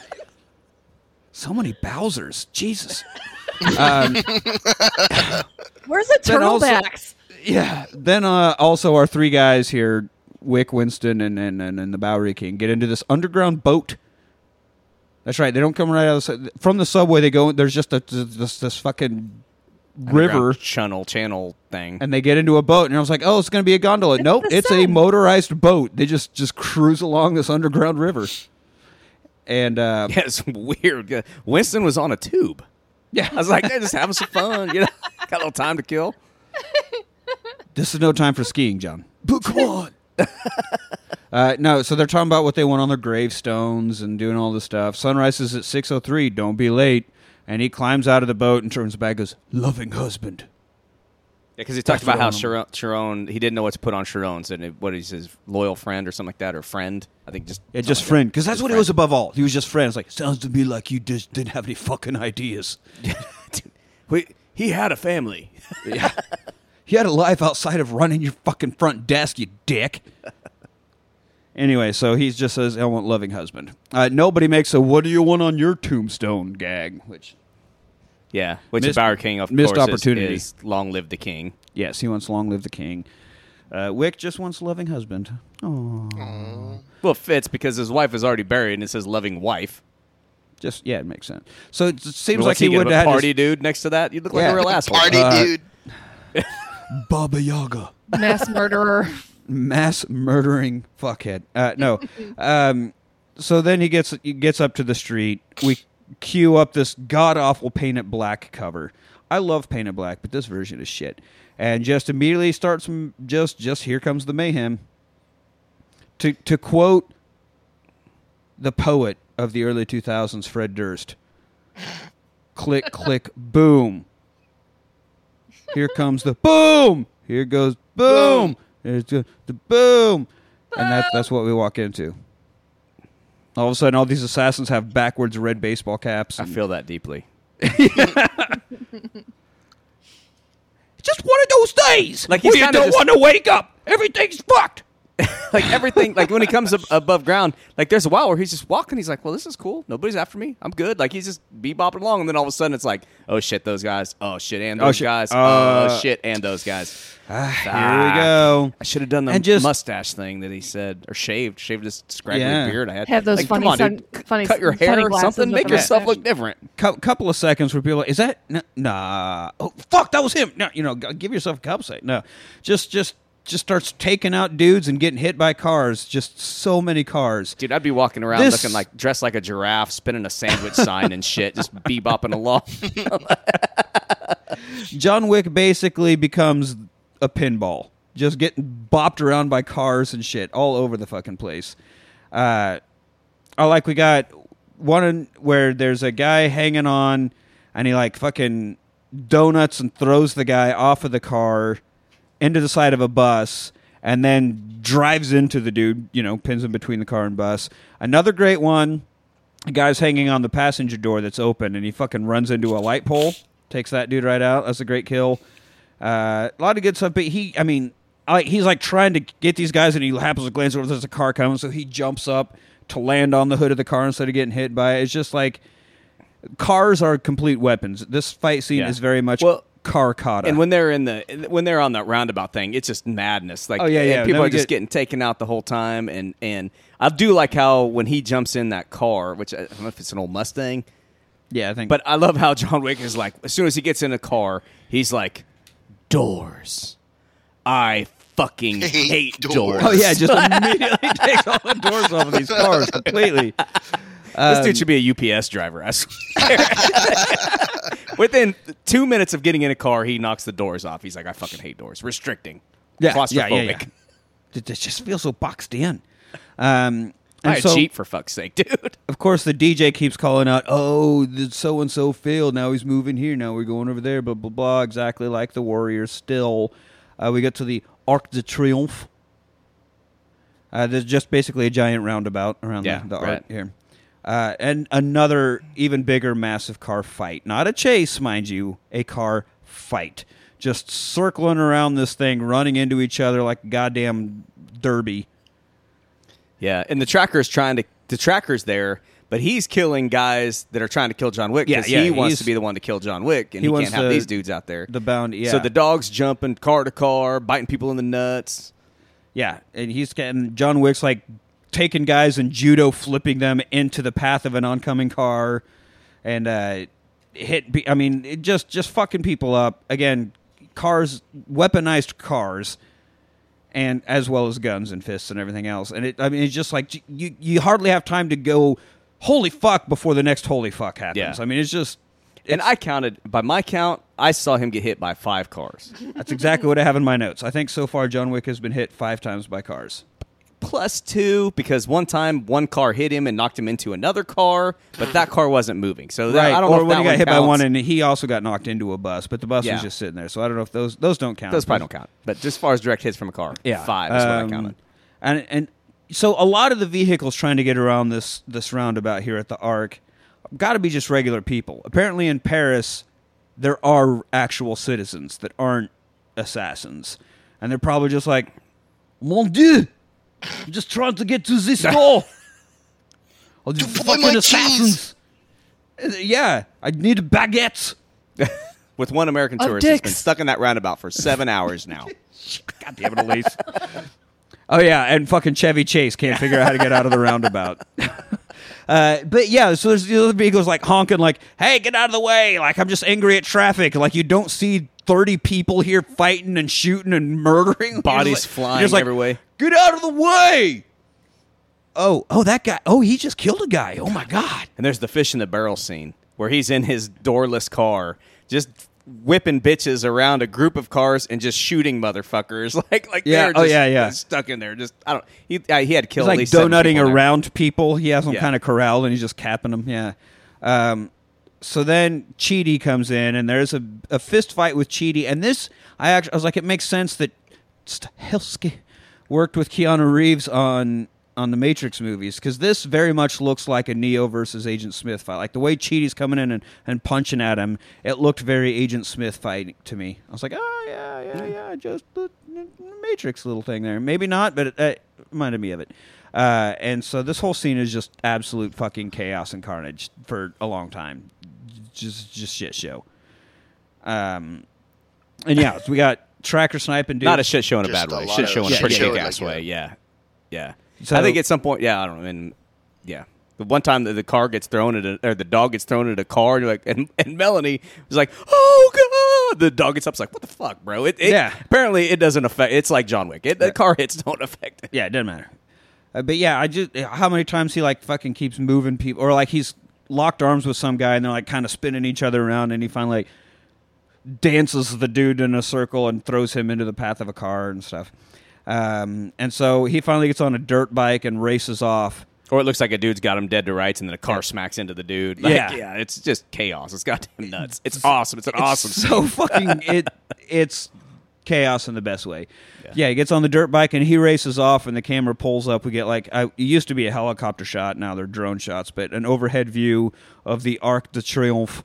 Speaker 1: So many Bowser's, Jesus.
Speaker 5: Where's the
Speaker 1: Then also-
Speaker 5: turtlebacks?
Speaker 1: Yeah. Then uh, also our three guys here, Wick, Winston, and and, and and the Bowery King, get into this underground boat. That's right. They don't come right out of the, su- from the subway. They go. There's just a, this, this fucking river,
Speaker 2: Underground channel channel thing.
Speaker 1: and they get into a boat. And I was like, oh, it's going to be a gondola. No, nope,
Speaker 5: the
Speaker 1: it's a
Speaker 5: sun.
Speaker 1: motorized boat. They just just cruise along this underground river. And uh,
Speaker 2: *laughs* yeah, it's weird. Winston was on a tube.
Speaker 1: yeah,
Speaker 2: I was like, they're just having some fun, you know. *laughs* Got a little time to kill.
Speaker 1: This is no time for skiing, John. But come on. *laughs* uh, no, so they're talking about what they want on their gravestones and doing all this stuff. Sunrise is at 6.03. Don't be late. And he climbs out of the boat and turns back and goes, loving husband.
Speaker 2: Because he talked about how
Speaker 1: That's
Speaker 2: Sharon, Sharon, he didn't know what to put on Sharon's, and it, what is his loyal friend or something like that, or friend? I think just
Speaker 1: Yeah,
Speaker 2: something
Speaker 1: just
Speaker 2: like
Speaker 1: friend. Because that's
Speaker 2: Just
Speaker 1: what it was above all. He was just friends. Like, sounds to me like you just didn't have any fucking ideas.
Speaker 2: *laughs* We, he had a family. *laughs*
Speaker 1: Yeah. he had a life outside of running your fucking front desk, you dick. *laughs* anyway, so he just says, I want loving husband. Uh, nobody makes a what do you want on your tombstone gag, which,
Speaker 2: Yeah, which
Speaker 1: Missed-
Speaker 2: is Bauer King of
Speaker 1: missed
Speaker 2: course is-
Speaker 1: opportunity.
Speaker 2: Is, long live the king.
Speaker 1: yes, he wants long live the king. Uh, Wick just wants loving husband. Oh,
Speaker 2: Well, it fits because his wife is already buried, and it says loving wife.
Speaker 1: just yeah, it makes sense. So it seems
Speaker 2: What's
Speaker 1: like he,
Speaker 2: gonna
Speaker 1: would
Speaker 2: be a
Speaker 1: have had
Speaker 2: party
Speaker 1: his-
Speaker 2: dude next to that. You look like
Speaker 1: Yeah.
Speaker 2: a real asshole.
Speaker 3: Party
Speaker 1: Uh,
Speaker 3: dude.
Speaker 7: Baba Yaga.
Speaker 1: *laughs*
Speaker 4: Mass murderer.
Speaker 1: mass murdering fuckhead. Uh, no. um, so then he gets he gets up to the street. We cue up this god awful paint it black cover. I love paint it black, but this version is shit. And just immediately starts m- just just here comes the mayhem. To to quote the poet of the early 2000s, Fred Durst. click *laughs* click boom. Here comes the boom. Here goes boom. There's the, the boom. And that's that's what we walk into. All of a sudden, all these assassins have backwards red baseball caps.
Speaker 2: I
Speaker 1: and-
Speaker 2: feel that deeply.
Speaker 1: just one of those days.
Speaker 2: Like,
Speaker 1: Like
Speaker 2: he's
Speaker 1: where you
Speaker 2: kinda
Speaker 1: don't
Speaker 2: just-
Speaker 1: want to wake up. Everything's fucked.
Speaker 2: *laughs* like everything like when he comes up above ground like there's a while where he's just walking he's like well this is cool nobody's after me i'm good like he's just bebopping along and then all of a sudden it's like oh shit those guys oh shit and
Speaker 1: Oh,
Speaker 2: those
Speaker 1: shit.
Speaker 2: guys oh
Speaker 1: Uh,
Speaker 2: shit and those guys
Speaker 1: *sighs*
Speaker 2: Ah.
Speaker 1: Here we go.
Speaker 2: i should have done the
Speaker 1: And just-
Speaker 2: mustache thing that he said or shaved shaved his scraggly
Speaker 1: Yeah.
Speaker 2: beard i had
Speaker 4: Have those
Speaker 2: like,
Speaker 4: funny
Speaker 2: come on, dude.
Speaker 4: sun- funny-
Speaker 2: cut your hair
Speaker 4: funny
Speaker 2: or
Speaker 4: glasses
Speaker 2: something
Speaker 4: with
Speaker 2: make
Speaker 4: a
Speaker 2: yourself
Speaker 4: mustache.
Speaker 2: look different
Speaker 1: Cou- couple of seconds where people are like, is that N- nah? Oh fuck, that was him. No, you know, g- give yourself a cup sec. No, just just just starts taking out dudes and getting hit by cars. Just so many cars.
Speaker 2: Dude, I'd be walking around
Speaker 1: This-
Speaker 2: looking like dressed like a giraffe, spinning a sandwich sign and shit, just bebopping along.
Speaker 1: John Wick basically becomes a pinball, just getting bopped around by cars and shit all over the fucking place. Uh, I like we got one in- where there's a guy hanging on, and he like fucking donuts and throws the guy off of the car into the side of a bus. And then drives into the dude, you know, pins him between the car and bus. Another great one the guy's hanging on the passenger door that's open, and he fucking runs into a light pole, takes that dude right out. That's a great kill. Uh, a lot of good stuff, but he, I mean, I, he's like trying to get these guys, and he happens to glance over. There's a car coming, so he jumps up to land on the hood of the car instead of getting hit by it. It's just like cars are complete weapons. This fight scene
Speaker 2: Yeah.
Speaker 1: is very much
Speaker 2: Well,
Speaker 1: car kata.
Speaker 2: And when they're in the when they're on that roundabout thing, it's just madness. Like
Speaker 1: Oh, yeah,
Speaker 2: and
Speaker 1: yeah.
Speaker 2: people
Speaker 1: Then
Speaker 2: are
Speaker 1: we
Speaker 2: just
Speaker 1: get-
Speaker 2: getting taken out the whole time. And and I do like how when he jumps in that car, which I don't know if it's an old Mustang,
Speaker 1: yeah, I think.
Speaker 2: but I love how John Wick is like as soon as he gets in a car, he's like doors. I fucking
Speaker 3: Hate
Speaker 2: hate, doors.
Speaker 3: doors."
Speaker 1: *laughs* oh yeah,
Speaker 2: *laughs*
Speaker 1: just immediately *laughs* takes all the doors off of these cars completely.
Speaker 2: This
Speaker 1: um,
Speaker 2: dude should be a UPS driver. I swear. *laughs* Within two minutes of getting in a car, he knocks the doors off. He's like, I fucking hate doors. Restricting. Claustrophobic.
Speaker 1: It just- just feels so boxed in. Um,
Speaker 2: I
Speaker 1: and so,
Speaker 2: cheat for
Speaker 1: *laughs*
Speaker 2: fuck's sake, dude.
Speaker 1: of course, the DJ keeps calling out, "Oh, so and so failed. Now he's moving here. Now we're going over there." Blah blah blah. Exactly like the Warriors. Still, uh, we get to the Arc de Triomphe. Uh, there's just basically a giant roundabout around
Speaker 2: Yeah,
Speaker 1: the, the
Speaker 2: right.
Speaker 1: arc here, uh, and another even bigger, massive car fight. Not a chase, mind you, a car fight. Just circling around this thing, running into each other like a goddamn derby.
Speaker 2: Yeah, and the tracker's trying to the tracker's there, but he's killing guys that are trying to kill John Wick
Speaker 1: Yeah,
Speaker 2: because
Speaker 1: yeah,
Speaker 2: he wants
Speaker 1: he's-
Speaker 2: to be the one to kill John Wick, and
Speaker 1: He
Speaker 2: he,
Speaker 1: wants
Speaker 2: can't have
Speaker 1: the-
Speaker 2: these dudes out there.
Speaker 1: the bound- yeah.
Speaker 2: So the dog's jumping car to car, biting people in the nuts.
Speaker 1: Yeah, and he's getting John Wick's like taking guys and judo flipping them into the path of an oncoming car, and uh, hit. be- I mean, it just just fucking people up again. Cars, weaponized cars, and as well as guns and fists and everything else. And it, I mean, it's just like you you hardly have time to go holy fuck before the next holy fuck happens.
Speaker 2: Yeah.
Speaker 1: I mean, it's just
Speaker 2: And I counted by my count, I saw him get hit by five cars.
Speaker 1: that's exactly what I have in my notes. I think so far John Wick has been hit five times by cars.
Speaker 2: plus two because one time one car hit him and knocked him into another car, but that car wasn't moving. So that-
Speaker 1: Right.
Speaker 2: I don't
Speaker 1: or
Speaker 2: know if
Speaker 1: when
Speaker 2: that
Speaker 1: he got hit by
Speaker 2: counts.
Speaker 1: one and he also got knocked into a bus, but the bus
Speaker 2: Yeah.
Speaker 1: was just sitting there. So I don't know if those those don't count.
Speaker 2: those probably don't count. But just as far as direct hits from a car,
Speaker 1: Yeah.
Speaker 2: five is what I
Speaker 1: Um,
Speaker 2: counted.
Speaker 1: And and so a lot of the vehicles trying to get around this this roundabout here at the arc got to be just regular people. Apparently in Paris there are actual citizens that aren't assassins. And they're probably just like, "Mon dieu. I'm just trying to get to
Speaker 2: *laughs*
Speaker 1: this door." Oh, these
Speaker 3: buy my
Speaker 1: fucking
Speaker 3: cheese."
Speaker 1: assassins. Yeah, I need baguettes.
Speaker 2: With one American
Speaker 4: Of
Speaker 2: tourist that's been
Speaker 4: dicks.
Speaker 2: stuck in that roundabout for seven
Speaker 4: *laughs*
Speaker 2: hours now.
Speaker 1: God damn it, Elise. *laughs* oh yeah, and fucking Chevy Chase can't figure out how to get out of the roundabout. *laughs* Uh, but yeah, so there's the other vehicles like honking, like, "Hey, get out of the way!" Like I'm just angry at traffic. Like you don't see thirty people here fighting and shooting and murdering. *laughs*
Speaker 2: Bodies
Speaker 1: You're
Speaker 2: flying
Speaker 1: you're
Speaker 2: every way.
Speaker 1: Get out of the way! Oh, oh, that guy. Oh, he just killed a guy. Oh my god.
Speaker 2: And there's the fish in the barrel scene where he's in his doorless car, just whipping bitches around a group of cars and just shooting motherfuckers. *laughs* Like like
Speaker 1: Yeah,
Speaker 2: they're
Speaker 1: oh,
Speaker 2: just
Speaker 1: yeah, yeah.
Speaker 2: stuck in there. Just I don't. He uh, he had to kill
Speaker 1: He's
Speaker 2: at
Speaker 1: like
Speaker 2: least seven
Speaker 1: donutting
Speaker 2: people in there.
Speaker 1: around people. He has them
Speaker 2: Yeah.
Speaker 1: kind of corralled, and he's just capping them. Yeah. Um, so then Cheaty comes in, and there's a, a fist fight with Cheaty. And this, I actually, I was like, it makes sense that Stahelski worked with Keanu Reeves on on the Matrix movies because this very much looks like a Neo versus Agent Smith fight. Like the way Cheaty's coming in and, and punching at him, it looked very Agent Smith fight to me. I was like, oh yeah, yeah, yeah, just the Matrix little thing there. Maybe not, but it, uh, reminded me of it. Uh, and so this whole scene is just absolute fucking chaos and carnage for a long time. Just just shit show. Um, and yeah, so we got tracker sniping dude.
Speaker 2: Not a shit show in a
Speaker 3: Just
Speaker 2: bad
Speaker 3: a
Speaker 2: way.
Speaker 3: lot
Speaker 2: Shit
Speaker 3: of
Speaker 2: show in a
Speaker 3: shit
Speaker 2: pretty
Speaker 3: show,
Speaker 2: kick ass
Speaker 3: like,
Speaker 2: way. Yeah, yeah.
Speaker 1: So-
Speaker 2: I think at some point, yeah, I don't know. And yeah, the one time that the car gets thrown at a, or the dog gets thrown at a car, and you're like, and, and Melanie was like, "Oh god!" The dog gets up, it's like, "What the fuck, bro?" It, it-
Speaker 1: Yeah.
Speaker 2: Apparently, it doesn't affect. It's like John Wick. It, The car hits don't affect it.
Speaker 1: Yeah, it doesn't matter. Uh, but yeah, I just how many times he like fucking keeps moving people, or like he's locked arms with some guy and they're like kind of spinning each other around, and he finally like dances the dude in a circle and throws him into the path of a car and stuff. Um, and so he finally gets on a dirt bike and races off.
Speaker 2: Or it looks like a dude's got him dead to rights, and then a car smacks into the dude. Like,
Speaker 1: Yeah.
Speaker 2: yeah, it's just chaos. It's goddamn nuts. It's awesome. It's an awesome.
Speaker 1: So fucking it it's chaos in the best way. Yeah. he gets on the dirt bike and he races off and the camera pulls up. We get like I, it used to be a helicopter shot, now they're drone shots, but an overhead view of the Arc de Triomphe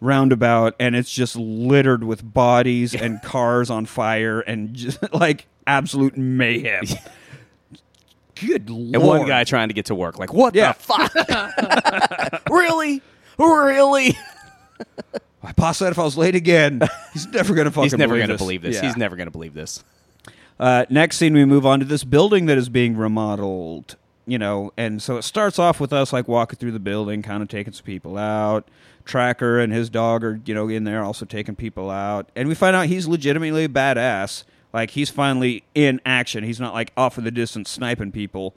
Speaker 1: roundabout and it's just littered with bodies
Speaker 2: *laughs*
Speaker 1: and cars on fire and just *laughs* like absolute mayhem. Good lord.
Speaker 2: and one guy trying to get to work, like, what
Speaker 1: Yeah.
Speaker 2: the fuck? really, really.
Speaker 1: I passed out if I was late
Speaker 2: *laughs*
Speaker 1: again. He's never gonna fucking
Speaker 2: He's never
Speaker 1: believe
Speaker 2: going to
Speaker 1: this.
Speaker 2: believe this.
Speaker 1: Yeah.
Speaker 2: He's never going to believe this.
Speaker 1: Uh, next scene, we move on to this building that is being remodeled. You know, and so it starts off with us like walking through the building, kind of taking some people out. Tracker and his dog are, you know, in there also taking people out. And we find out he's legitimately a badass. Like, he's finally in action. He's not like off in the distance sniping people.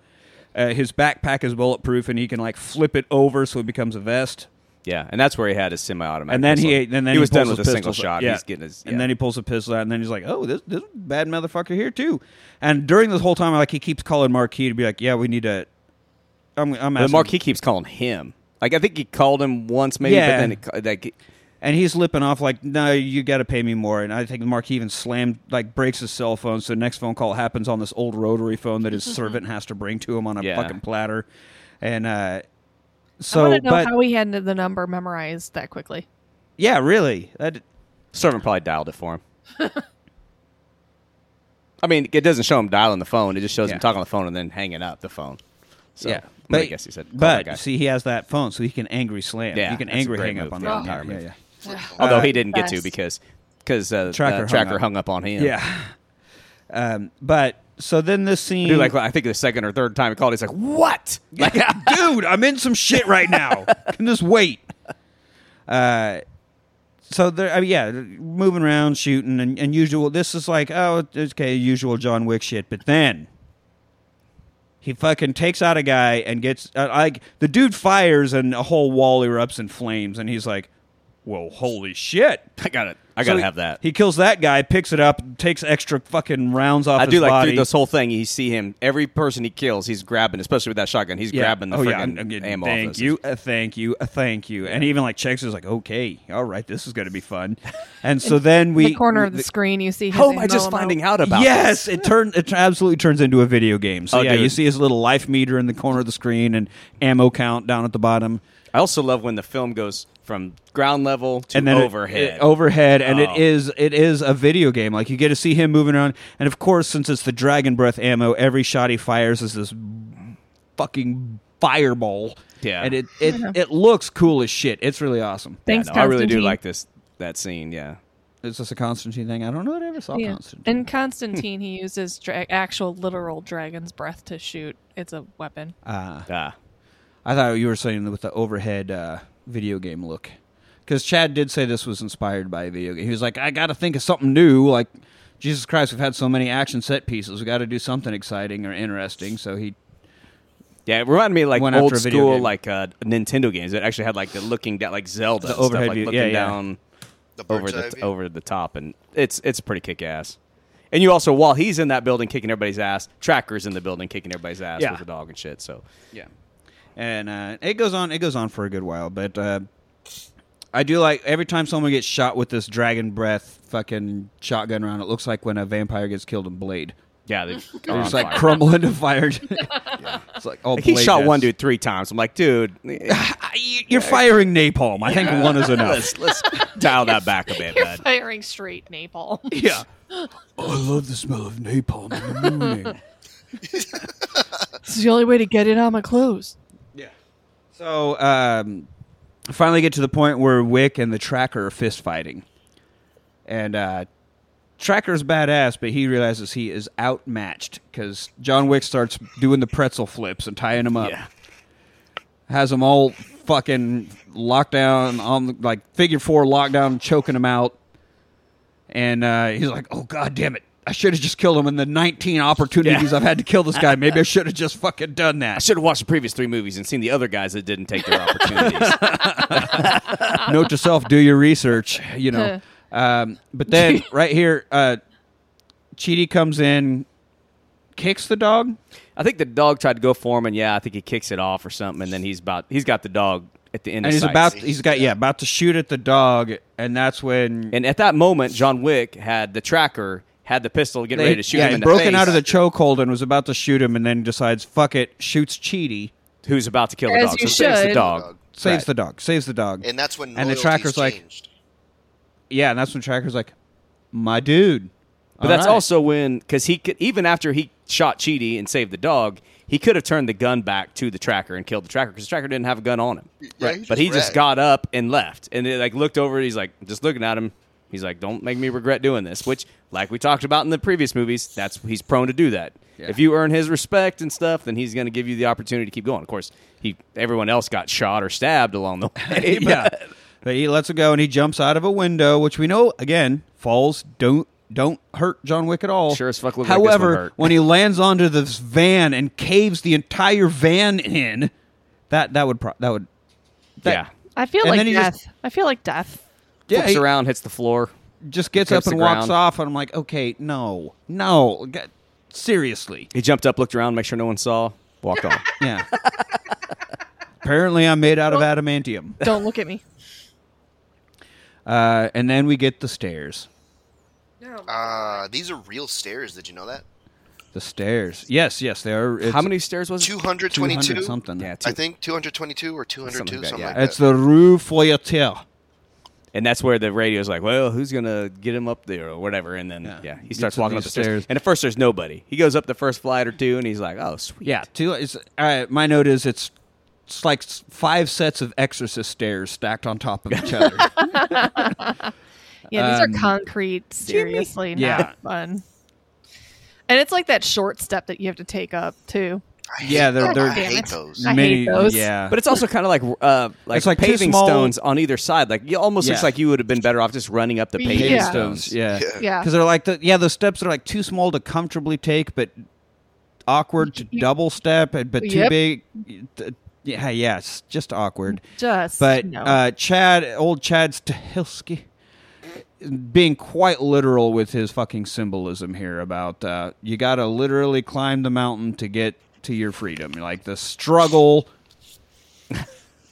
Speaker 1: Uh, his backpack is bulletproof and he can like flip it over so it becomes a vest.
Speaker 2: Yeah, and that's where he had his semi-automatic.
Speaker 1: And then he,
Speaker 2: pistol.
Speaker 1: and then he,
Speaker 2: was done
Speaker 1: pulls
Speaker 2: with a
Speaker 1: his
Speaker 2: single
Speaker 1: pistols-
Speaker 2: shot.
Speaker 1: yeah.
Speaker 2: He's getting his.
Speaker 1: and then he pulls a pistol out, and then he's like, "Oh, this this bad motherfucker here too." And during this whole time, like he keeps calling Marquis to be like, "Yeah, we need to." I'm, I'm
Speaker 2: the
Speaker 1: asking,
Speaker 2: marquee keeps calling him. Like I think he called him once, maybe.
Speaker 1: Yeah.
Speaker 2: But then it, ca- like,
Speaker 1: and he's lipping off like, "No, you got to pay me more." And I think Marquis even slammed like breaks his cell phone, so the next phone call happens on this old rotary phone
Speaker 5: *laughs*
Speaker 1: that his servant has to bring to him on a
Speaker 2: Yeah.
Speaker 1: fucking platter, and uh,
Speaker 5: I
Speaker 1: so
Speaker 5: want to know
Speaker 1: but
Speaker 5: how he had the number memorized that quickly.
Speaker 1: yeah, really, that
Speaker 2: servant probably dialed it for him. *laughs* I mean, it doesn't show him dialing the phone. It just shows
Speaker 1: Yeah.
Speaker 2: him talking on the phone and then hanging up the phone. So,
Speaker 1: yeah.
Speaker 2: but, I guess he said. call that guy.
Speaker 1: But see, he has that phone, so he can angry slam.
Speaker 2: Yeah,
Speaker 1: you can
Speaker 2: that's a
Speaker 1: angry
Speaker 2: great
Speaker 1: hang
Speaker 2: move
Speaker 1: up on
Speaker 2: for
Speaker 1: that
Speaker 2: the entire
Speaker 1: Yeah,
Speaker 2: movie.
Speaker 1: yeah.
Speaker 2: although he didn't get to
Speaker 5: best.
Speaker 2: because because uh,
Speaker 1: uh, Tracker
Speaker 2: uh,
Speaker 1: hung
Speaker 2: tracker
Speaker 1: up.
Speaker 2: hung up on him.
Speaker 1: Yeah. Um, but so then this scene,
Speaker 2: Dude, like I think the second or third time he called, he's like, "What?" *laughs* Like,
Speaker 1: dude, I'm in some shit right now. Can this wait? *laughs* Uh, so there, I mean, yeah, moving around, shooting, and, and usual. This is like, oh, it's okay, usual John Wick shit. But then he fucking takes out a guy and gets uh, like the dude fires and a whole wall erupts in flames, and he's like, "Well, holy shit!"
Speaker 2: I gotta, I gotta
Speaker 1: So he-
Speaker 2: have that.
Speaker 1: He kills that guy, picks it up, takes extra fucking rounds off.
Speaker 2: I
Speaker 1: his
Speaker 2: do like
Speaker 1: body.
Speaker 2: through this whole thing. You see him. Every person he kills, he's grabbing, especially with that shotgun. He's grabbing the
Speaker 1: oh,
Speaker 2: friggin'
Speaker 1: yeah, I'm- I'm getting-
Speaker 2: ammo. off
Speaker 1: Thank
Speaker 2: this.
Speaker 1: you, uh, thank you, uh, thank you. And even like checks is like, okay, all right, this is going to be
Speaker 2: *laughs*
Speaker 1: fun. And so then we
Speaker 5: the corner of the, screen, you see. His
Speaker 2: How am I just
Speaker 5: ammo.
Speaker 2: finding out about?
Speaker 1: yes, it turned it absolutely turns into a video game. So
Speaker 2: Oh,
Speaker 1: yeah, you
Speaker 2: dude.
Speaker 1: see his little life meter in the corner of the screen and ammo count down at the bottom,
Speaker 2: this? I also love when the film goes from ground level to
Speaker 1: and then it-
Speaker 2: overhead.
Speaker 1: it- overhead, and
Speaker 2: Oh.
Speaker 1: it is it is a video game. Like you get to see him moving around, and of course, since it's the dragon breath ammo, every shot he fires is this fucking fireball.
Speaker 2: Yeah.
Speaker 1: and it it, it looks cool as shit. It's really awesome.
Speaker 2: Yeah,
Speaker 5: Thanks,
Speaker 2: no, I really do
Speaker 5: Constantine.
Speaker 2: like this that scene. Yeah,
Speaker 1: Is this a Constantine thing? I don't know that I ever saw
Speaker 5: Yeah.
Speaker 1: Constantine.
Speaker 5: In Constantine, he uses dra- actual literal dragon's breath to shoot. It's a weapon. *laughs*
Speaker 1: Ah,
Speaker 2: ah,
Speaker 1: I thought you were saying with the overhead uh, video game look. because Chad did say this was inspired by a video game. He was like, I got to think of something new. Like, Jesus Christ, we've had so many action set pieces. We got to do something exciting or interesting. So he,
Speaker 2: Yeah, it reminded me of, like
Speaker 1: Went after
Speaker 2: old
Speaker 1: a video
Speaker 2: school
Speaker 1: game.
Speaker 2: like uh, Nintendo games that actually had like the looking down like Zelda and
Speaker 1: overhead
Speaker 2: stuff, like
Speaker 1: view,
Speaker 2: looking
Speaker 1: yeah, yeah.
Speaker 2: down
Speaker 3: The bird's
Speaker 2: over the
Speaker 3: eye view.
Speaker 2: over the top and it's it's pretty kick ass. And you also while he's in that building kicking everybody's ass, Tracker's in the building kicking everybody's ass
Speaker 1: Yeah.
Speaker 2: with the dog and shit. So
Speaker 1: yeah, and uh, it goes on. It goes on for a good while, but uh, I do like every time someone gets shot with this dragon breath fucking shotgun round. It looks like when a vampire gets killed in Blade. *laughs*
Speaker 2: yeah, they
Speaker 1: They're just like crumble into fire. It's like oh,
Speaker 2: he
Speaker 1: Blade
Speaker 2: shot
Speaker 1: has-
Speaker 2: one dude three times. I'm
Speaker 1: *laughs*
Speaker 2: like, dude, eh,
Speaker 1: Ah, you- You're firing napalm. I think one is enough.
Speaker 2: let's let's dial that back a bit,
Speaker 4: You're
Speaker 2: bud.
Speaker 4: firing straight napalm.
Speaker 1: *laughs* yeah.
Speaker 7: I love the smell of napalm in the
Speaker 1: *laughs*
Speaker 7: morning.
Speaker 5: This is the only way to get it on my clothes.
Speaker 1: So um, finally get to the point where Wick and the Tracker are fist fighting, and uh, Tracker's badass, but he realizes he is outmatched because John Wick starts doing the pretzel flips and tying him up,
Speaker 2: Yeah.
Speaker 1: has him all fucking locked down on the- like figure four lockdown, choking him out, and uh, he's like, "Oh god damn it." I should have just killed him in the 19 opportunities I've had to kill this guy. Maybe I should have just fucking done
Speaker 2: I
Speaker 1: that.
Speaker 2: should have watched the previous three movies and seen the other guys that didn't take their
Speaker 1: *laughs*
Speaker 2: opportunities.
Speaker 1: note to self do your research you know um, but then right here uh Chidi comes in kicks the dog
Speaker 2: I think the dog tried to go for him, and yeah, I think he kicks it off or something, and then he's about he's got the dog at the
Speaker 1: and
Speaker 2: end. of
Speaker 1: he's
Speaker 2: sights.
Speaker 1: about he's got yeah about to shoot at the dog and that's when
Speaker 2: and at that moment, John Wick had the tracker, had the pistol, getting ready to shoot
Speaker 1: yeah,
Speaker 2: him
Speaker 1: he's
Speaker 2: in the
Speaker 1: broken
Speaker 2: face,
Speaker 1: out of the chokehold and was about to shoot him and then decides fuck it shoots Chidi
Speaker 2: who's about to kill the
Speaker 5: As
Speaker 2: dog.
Speaker 5: you
Speaker 2: so saves the
Speaker 5: should.
Speaker 2: dog,
Speaker 1: saves
Speaker 2: Right.
Speaker 1: the dog saves the dog
Speaker 3: And that's when
Speaker 1: And the
Speaker 3: loyalties
Speaker 1: tracker's like-
Speaker 3: changed.
Speaker 1: yeah and that's when Tracker's like my dude
Speaker 2: But that's also when because he could even after he shot Cheedy and saved the dog, he could have turned the gun back to the tracker and killed the tracker because the tracker didn't have a gun on him.
Speaker 3: Yeah, he
Speaker 2: but he
Speaker 3: just
Speaker 2: just
Speaker 3: ran.
Speaker 2: got up and left, and it like looked over. He's like just looking at him. He's like, "Don't make me regret doing this." Which, like we talked about in the previous movies, that's he's prone to do that. If you earn his respect and stuff, then he's going to give you the opportunity to keep going. Of course, he everyone else got shot or stabbed along the way.
Speaker 1: *laughs*
Speaker 2: but- *laughs*
Speaker 1: yeah. But he lets it go and he jumps out of a window, which we know again falls don't don't hurt John Wick at all.
Speaker 2: Sure as fuck look like this
Speaker 1: However,
Speaker 2: would hurt.
Speaker 1: when he lands onto this van and caves the entire van in, that that would pro- that would that-
Speaker 2: yeah.
Speaker 5: I feel
Speaker 1: And
Speaker 5: like
Speaker 1: then he
Speaker 5: death.
Speaker 1: just-
Speaker 5: I feel like death.
Speaker 1: yeah.
Speaker 2: Flips
Speaker 1: He
Speaker 2: around, hits the floor.
Speaker 1: just gets
Speaker 2: grips
Speaker 1: up and
Speaker 2: the
Speaker 1: walks
Speaker 2: ground.
Speaker 1: off, and I'm like, okay, no, no, g- seriously,
Speaker 2: He jumped up, looked around, make sure no one saw,
Speaker 3: *laughs*
Speaker 2: walked on.
Speaker 1: yeah. *laughs* Apparently, I'm made out of adamantium.
Speaker 5: Don't look at
Speaker 1: *laughs*
Speaker 5: me.
Speaker 1: Uh, and then we get the stairs.
Speaker 3: Uh, these are real stairs. Did you know that?
Speaker 1: The stairs. Yes, yes, they are. It's
Speaker 2: How many stairs was it?
Speaker 3: 222?
Speaker 1: 200 something.
Speaker 2: Yeah, two.
Speaker 3: I think 222 or 202,
Speaker 2: Something
Speaker 3: something
Speaker 2: like that,
Speaker 3: like
Speaker 2: yeah.
Speaker 3: that.
Speaker 1: It's the Rue Foyatel.
Speaker 2: And that's where the radio's like, well, who's going to get him up there or whatever? And then, yeah, he
Speaker 1: Gets
Speaker 2: starts
Speaker 1: up
Speaker 2: walking up
Speaker 1: these
Speaker 2: the stairs.
Speaker 1: stairs.
Speaker 2: And at first, there's nobody. He goes up the first flight or two and he's like, oh, sweet.
Speaker 1: Yeah, two. It's, uh, my note is it's, it's like s- five sets of Exorcist stairs stacked on top of
Speaker 5: *laughs*
Speaker 1: each other.
Speaker 5: Yeah, these
Speaker 1: Um,
Speaker 5: are concrete. Seriously, not
Speaker 1: Yeah.
Speaker 5: fun. And it's like that short step that you have to take up too.
Speaker 3: I hate
Speaker 1: yeah, they're
Speaker 3: that.
Speaker 1: they're
Speaker 3: I
Speaker 5: Damn
Speaker 3: hate
Speaker 5: it.
Speaker 3: those.
Speaker 5: I hate those.
Speaker 1: Yeah,
Speaker 2: But it's also kind of like uh, like,
Speaker 1: It's like two
Speaker 2: paving
Speaker 1: small-
Speaker 2: stones on either side. Like, it almost looks
Speaker 1: Yeah.
Speaker 2: like you would have been better off just running up the paving
Speaker 5: Yeah.
Speaker 2: stones.
Speaker 1: stones. Yeah,
Speaker 5: Yeah.
Speaker 1: because they're like the, yeah the steps are like too small to comfortably take, but awkward to double step, and- but too
Speaker 5: Yep.
Speaker 1: big. th- Yeah, yeah, it's just awkward.
Speaker 5: Just
Speaker 1: But
Speaker 5: no.
Speaker 1: uh, Chad, old Chad Stahelski, being quite literal with his fucking symbolism here about uh, you got to literally climb the mountain to get to your freedom, like the struggle *laughs*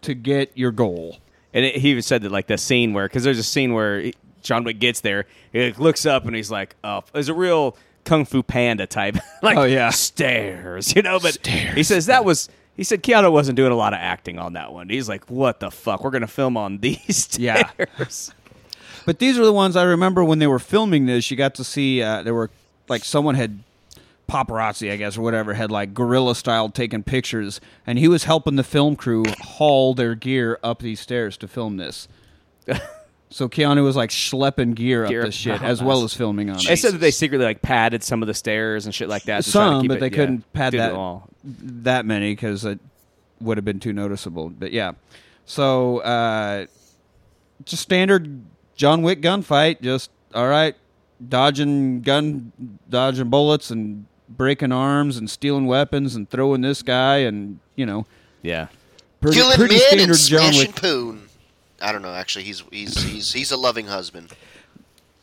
Speaker 1: to get your goal.
Speaker 2: And it, he even said that, like, the scene where, because there's a scene where he- John Wick gets there, he like, looks up and he's like, oh, there's a real Kung Fu Panda type. *laughs* like,
Speaker 1: Oh, yeah.
Speaker 2: stairs, you know? But he says that was, he said Keanu wasn't doing a lot of acting on that one. He's like, what the fuck? We're going to film on these *laughs*
Speaker 1: Yeah.
Speaker 2: stairs.
Speaker 1: But these are the ones I remember when they were filming this. You got to see uh, there were like someone had paparazzi, I guess, or whatever, had like guerrilla style taking pictures, and he was helping the film crew haul their gear up these stairs to film this. *laughs* so Keanu was like schlepping gear up
Speaker 2: Gear
Speaker 1: this
Speaker 2: up.
Speaker 1: shit
Speaker 2: Oh,
Speaker 1: as well
Speaker 2: nice.
Speaker 1: as filming on
Speaker 2: They
Speaker 1: it.
Speaker 2: said that they secretly like padded some of the stairs and shit like that. to try to
Speaker 1: Some,
Speaker 2: keep
Speaker 1: but
Speaker 2: it-
Speaker 1: they
Speaker 2: yeah,
Speaker 1: couldn't pad
Speaker 2: do
Speaker 1: that
Speaker 2: it all.
Speaker 1: that many because it would have been too noticeable. But yeah, so uh, just standard John Wick gunfight. Just all right, dodging gun, dodging bullets, and breaking arms, and stealing weapons, and throwing this guy, and you know,
Speaker 2: Yeah.
Speaker 1: pretty,
Speaker 3: Killing
Speaker 1: pretty
Speaker 3: men
Speaker 1: standard
Speaker 3: and
Speaker 1: John
Speaker 3: smashing
Speaker 1: Wick.
Speaker 3: poon. I don't know. Actually, he's he's he's he's a loving husband.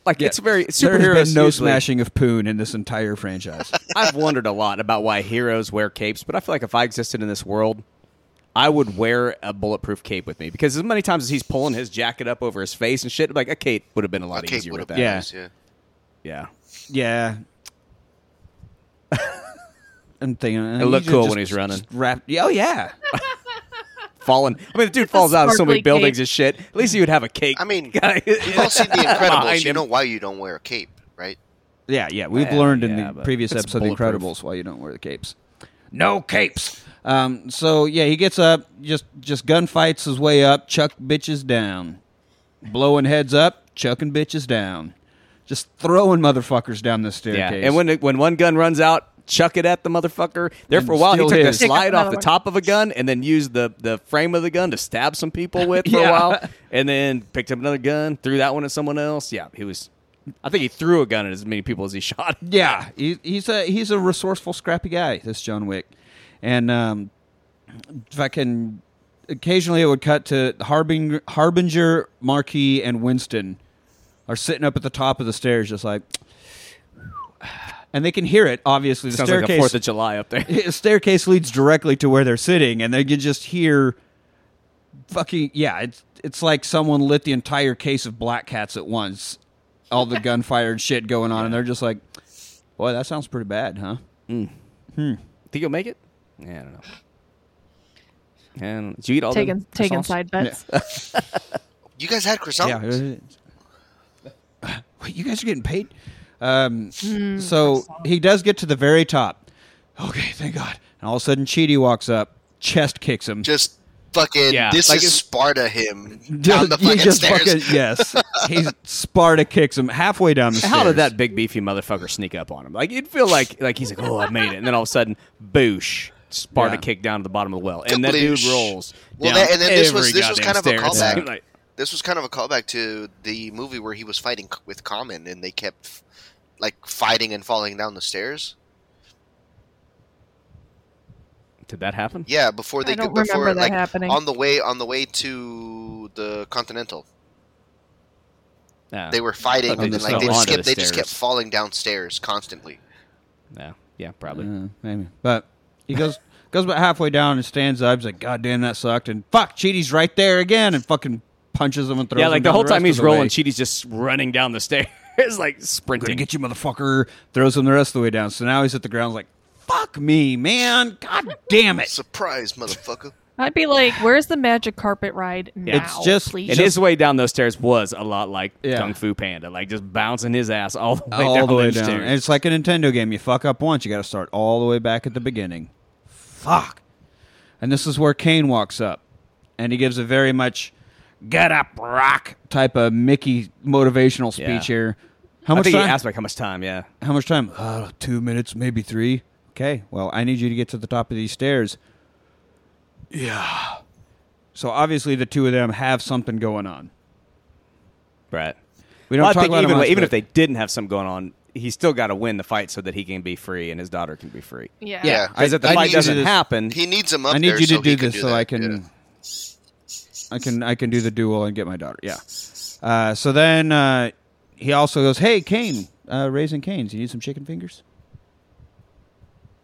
Speaker 2: Like it's very
Speaker 1: There has
Speaker 2: superheroes.
Speaker 1: been no
Speaker 2: usually-
Speaker 1: smashing of poon in this entire
Speaker 2: *laughs*
Speaker 1: franchise.
Speaker 2: I've wondered a lot about why heroes wear capes, but I feel like if I existed in this world, I would wear a bulletproof cape with me because as many times as he's pulling his jacket up over his face and shit, like a cape would have been a lot
Speaker 3: Cape
Speaker 2: easier
Speaker 3: would
Speaker 2: with
Speaker 3: have
Speaker 2: that.
Speaker 3: been
Speaker 1: Yeah.
Speaker 3: nice, yeah.
Speaker 2: Yeah. *laughs*
Speaker 1: yeah. And thinking,
Speaker 2: It looked cool when he's running.
Speaker 1: wrapped, yeah, oh yeah,
Speaker 2: Falling. I mean, the dude falls out of so many
Speaker 5: sparkly
Speaker 2: buildings
Speaker 5: cape.
Speaker 2: and shit. At least he would have a cape.
Speaker 1: *laughs*
Speaker 2: *laughs*
Speaker 3: I mean,
Speaker 2: guy.
Speaker 3: You've all seen The
Speaker 2: Behind
Speaker 3: Incredibles. You
Speaker 2: him.
Speaker 3: know why you don't wear a cape, right?
Speaker 1: yeah, yeah. We've
Speaker 2: Yeah,
Speaker 1: learned in
Speaker 2: yeah,
Speaker 1: the
Speaker 2: but
Speaker 1: previous
Speaker 2: it's
Speaker 1: episode of The
Speaker 2: bulletproof.
Speaker 1: Incredibles why you don't wear the capes. No capes. Um, so yeah, he gets up, just just gunfights his way up, chuck bitches down, blowing heads up, chucking bitches down, just throwing motherfuckers down the
Speaker 2: Yeah.
Speaker 1: staircase.
Speaker 2: And when when one gun runs out, chuck it at the motherfucker. There
Speaker 1: And
Speaker 2: for a while, he
Speaker 1: still
Speaker 2: took the
Speaker 1: his.
Speaker 5: Pick up
Speaker 2: slide off
Speaker 5: another
Speaker 2: the
Speaker 5: one.
Speaker 2: top of a gun and then used the, the frame of the gun to stab some people with
Speaker 1: *laughs*
Speaker 2: for
Speaker 1: Yeah.
Speaker 2: a while, and then picked up another gun, threw that one at someone else. Yeah, he was. I think he threw a gun at as many people as he *laughs* shot.
Speaker 1: Yeah, he, he's a he's a resourceful, scrappy guy. This John Wick, and um, if I can, occasionally it would cut to Harbinger, Harbinger, Marquis, and Winston are sitting up at the top of the stairs, just like, *sighs* and they can hear it. Obviously, the
Speaker 2: Sounds like a
Speaker 1: staircase
Speaker 2: Fourth of July up there. *laughs*
Speaker 1: the *laughs* staircase leads directly to where they're sitting, and they can just hear fucking yeah. It's it's like someone lit the entire case of black cats at once. All the gunfire and shit going on, and they're just like, "Boy, that sounds pretty bad, huh?"
Speaker 2: Think you'll make it? Yeah, I don't know. And did you eat all
Speaker 5: Taking
Speaker 2: them
Speaker 5: taking
Speaker 2: croissants?
Speaker 1: *laughs*
Speaker 5: side bets.
Speaker 3: You guys had croissants.
Speaker 1: Yeah. Wait, you guys are getting paid? Um, so he does get to the very top. Okay, thank God. And all of a sudden, Cheaty walks up, chest kicks him.
Speaker 3: Just fucking.
Speaker 2: Yeah,
Speaker 3: This
Speaker 2: like
Speaker 3: is
Speaker 2: it's-
Speaker 3: Sparta. Him
Speaker 1: Just-
Speaker 3: down the
Speaker 1: *laughs* he
Speaker 3: fucking
Speaker 1: just
Speaker 3: stairs.
Speaker 1: fucking- yes. He Sparta kicks him halfway down the stairs.
Speaker 2: How did that big beefy motherfucker sneak up on him? Like you'd feel like like he's like, oh, I made it, and then all of a sudden, boosh, Sparta
Speaker 1: Yeah.
Speaker 2: kick down to the bottom of the well, and that dude
Speaker 3: Kabloosh.
Speaker 2: rolls.
Speaker 3: Well,
Speaker 2: down
Speaker 3: that, and then this was
Speaker 2: every
Speaker 3: this was
Speaker 2: goddamn
Speaker 3: kind of a
Speaker 2: stair. It
Speaker 3: callback.
Speaker 2: seemed *laughs* like-
Speaker 3: This was kind of a callback to the movie where he was fighting c- with Common, and they kept like fighting and falling down the stairs.
Speaker 2: Did that happen?
Speaker 3: Yeah, before they
Speaker 5: I don't
Speaker 3: could- before
Speaker 5: remember
Speaker 3: like
Speaker 5: that happening.
Speaker 3: on the way on the way to the Continental,
Speaker 2: Yeah.
Speaker 3: they were fighting,
Speaker 2: But they
Speaker 3: and then
Speaker 2: just
Speaker 3: like
Speaker 2: fell
Speaker 3: they just
Speaker 2: onto
Speaker 3: kept
Speaker 2: the
Speaker 3: they just kept
Speaker 2: stairs.
Speaker 3: falling downstairs constantly.
Speaker 2: Yeah. Yeah, probably.
Speaker 1: Uh, maybe. But he goes *laughs* goes about halfway down and stands up. He's like, God damn, that sucked. And fuck, Cheaty's right there again, and fucking punches him and throws.
Speaker 2: yeah,
Speaker 1: him
Speaker 2: like the
Speaker 1: down
Speaker 2: whole
Speaker 1: rest
Speaker 2: time
Speaker 1: of
Speaker 2: he's
Speaker 1: the
Speaker 2: rolling,
Speaker 1: way.
Speaker 2: Cheaty's just running down the *laughs* stairs, like
Speaker 1: gonna
Speaker 2: sprinting.
Speaker 1: get you, motherfucker. Throws him the rest of the way down. So now he's at the ground, like, fuck me, man. God damn
Speaker 2: *laughs*
Speaker 1: it.
Speaker 3: Surprise, motherfucker!
Speaker 5: I'd be like, "Where's the magic carpet ride now?"
Speaker 1: It's just-
Speaker 5: please.
Speaker 2: and his way down those stairs was a lot like
Speaker 1: Yeah.
Speaker 2: Kung Fu Panda, like just bouncing his ass all the way
Speaker 1: all
Speaker 2: down
Speaker 1: the way
Speaker 2: them
Speaker 1: down.
Speaker 2: Stairs.
Speaker 1: And it's like a Nintendo game. You fuck up once, you got to start all the way back at the beginning. Fuck. And this is where Kane walks up, and he gives a very much "Get up, rock" type of Mickey motivational speech
Speaker 2: Yeah.
Speaker 1: here. How
Speaker 2: I
Speaker 1: much
Speaker 2: think
Speaker 1: time?
Speaker 2: he asked like how much time. Yeah,
Speaker 1: How much time? Uh, two minutes, maybe three. Okay. Well, I need you to get to the top of these stairs. Yeah. So obviously, the two of them have something going on.
Speaker 2: right.
Speaker 1: We don't
Speaker 2: Well, I
Speaker 1: talk
Speaker 2: think
Speaker 1: about it
Speaker 2: even
Speaker 1: much,
Speaker 2: even if
Speaker 1: but-
Speaker 2: they didn't have something going on, he's still got to win the fight so that he can be free and his daughter can be free.
Speaker 5: yeah.
Speaker 3: Yeah.
Speaker 2: Because if the
Speaker 1: I
Speaker 2: fight
Speaker 3: need you to
Speaker 2: doesn't
Speaker 1: just-
Speaker 2: happen,
Speaker 3: He needs him up.
Speaker 1: I need
Speaker 3: there
Speaker 1: you to
Speaker 3: so he
Speaker 1: do
Speaker 3: can
Speaker 1: this so
Speaker 3: that.
Speaker 1: I can,
Speaker 3: Yeah.
Speaker 1: I can, I can do the duel and get my daughter. Yeah. Uh, so then uh, he also goes, "Hey, Kane, uh, raising canes. You need some chicken fingers?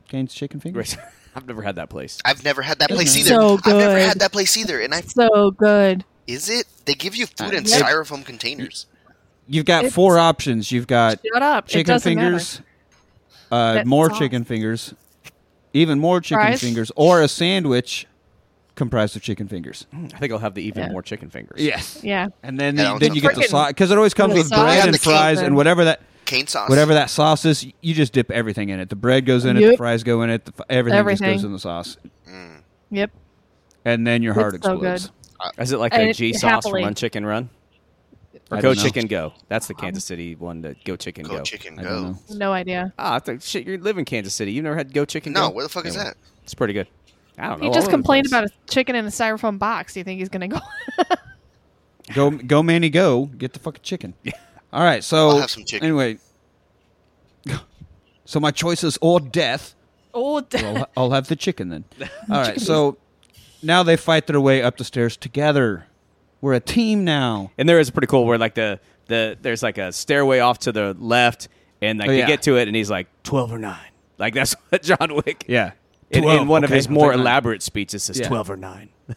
Speaker 1: Cane's chicken fingers.
Speaker 2: *laughs* I've never had that place.
Speaker 3: I've never had that place either.
Speaker 5: So
Speaker 3: I've never
Speaker 5: good.
Speaker 3: had that place either, and I
Speaker 5: So good.
Speaker 3: is it? They give you
Speaker 1: Uh,
Speaker 3: food in
Speaker 5: yeah.
Speaker 3: styrofoam containers.
Speaker 1: You've got
Speaker 5: It's-
Speaker 1: four options. You've got
Speaker 5: Shut up. it
Speaker 1: chicken
Speaker 5: doesn't matter.
Speaker 1: fingers, uh,
Speaker 5: That's
Speaker 1: more
Speaker 5: sauce.
Speaker 1: chicken fingers, even more chicken
Speaker 5: Fries?
Speaker 1: fingers, or a sandwich comprised of chicken fingers.
Speaker 2: I think I'll have the even
Speaker 5: Yeah.
Speaker 2: more chicken fingers.
Speaker 1: Yes.
Speaker 5: Yeah.
Speaker 1: And then,
Speaker 3: Yeah, that
Speaker 1: then
Speaker 3: one's
Speaker 1: you get the
Speaker 5: frickin'
Speaker 1: sauce because it always comes
Speaker 5: little
Speaker 1: with
Speaker 5: sauce.
Speaker 1: bread
Speaker 3: Yeah,
Speaker 1: and
Speaker 3: the
Speaker 1: fries
Speaker 5: cake.
Speaker 1: and whatever that
Speaker 3: Cane sauce.
Speaker 1: whatever that sauce is, you just dip everything in it. The bread goes in it, the
Speaker 5: Yep.
Speaker 1: fries go in it, the, f- everything, just goes
Speaker 5: Everything.
Speaker 1: in the sauce,
Speaker 5: Yep.
Speaker 1: and then your heart
Speaker 5: It's so
Speaker 1: explodes.
Speaker 5: good.
Speaker 2: Is it like
Speaker 5: And
Speaker 2: a
Speaker 5: it-
Speaker 2: G sauce from
Speaker 5: Uh, happily. Um,
Speaker 2: Run Chicken Run? Or
Speaker 1: I
Speaker 2: Go
Speaker 1: don't know.
Speaker 2: Chicken Go. That's the Kansas City one that Go Chicken Go.
Speaker 3: Go chicken
Speaker 1: I don't
Speaker 3: go.
Speaker 1: know.
Speaker 5: No idea.
Speaker 2: Ah, I thought, shit, you live in Kansas City. You've never had Go Chicken Go?
Speaker 3: No, where the fuck is
Speaker 2: Anyway,
Speaker 3: that?
Speaker 2: It's pretty good. I don't know.
Speaker 5: He
Speaker 2: all
Speaker 5: just
Speaker 2: over the
Speaker 5: complained
Speaker 2: place.
Speaker 5: *laughs* about a chicken in a styrofoam box. Do you think he's gonna go?
Speaker 1: Go, go, Manny, go get the fucking chicken. All right, so
Speaker 3: I'll have some chicken.
Speaker 1: anyway. *laughs* So my choice is or death.
Speaker 5: Oh, d-
Speaker 1: Well, I'll, I'll have the chicken
Speaker 2: *laughs*
Speaker 1: then. All right, so now they fight their way up the stairs together. We're a team now.
Speaker 2: And there is pretty cool where like the the there's like a stairway off to the left, and like
Speaker 1: Oh,
Speaker 2: they
Speaker 1: yeah.
Speaker 2: get to it, and he's like twelve or nine. Like that's *laughs* what John Wick.
Speaker 1: Yeah,
Speaker 2: In, in
Speaker 1: 12,
Speaker 2: one of
Speaker 1: okay,
Speaker 2: his
Speaker 1: I'll
Speaker 2: more
Speaker 1: take nine.
Speaker 2: elaborate speeches, says
Speaker 1: Yeah.
Speaker 2: twelve or nine, *laughs*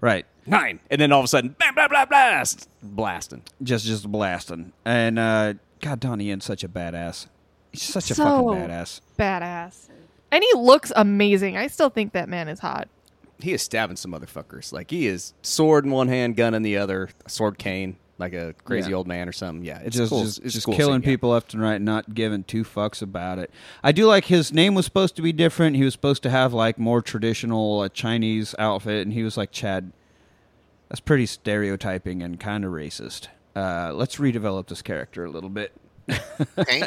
Speaker 1: Right,
Speaker 2: nine, and then all of a sudden, blah blah blah blast, blasting.
Speaker 1: just just blasting. And uh, God, Donnie Yen's such a badass. He's such a
Speaker 5: So-
Speaker 1: fucking badass.
Speaker 5: badass. And he looks amazing. I still think that man is hot.
Speaker 2: He is stabbing some motherfuckers. Like he is sword in one hand, gun in the other, sword cane, like a crazy
Speaker 1: Yeah.
Speaker 2: old man or something. Yeah, it's
Speaker 1: just
Speaker 2: cool.
Speaker 1: just,
Speaker 2: it's
Speaker 1: just
Speaker 2: cool
Speaker 1: killing
Speaker 2: scene, yeah.
Speaker 1: people left and right, not giving two fucks about it. I do like his name was supposed to be different. He was supposed to have like more traditional uh, Chinese outfit, and he was like Chad. That's pretty stereotyping and kind of racist. Uh, let's redevelop this character a little bit. *laughs*
Speaker 3: Okay?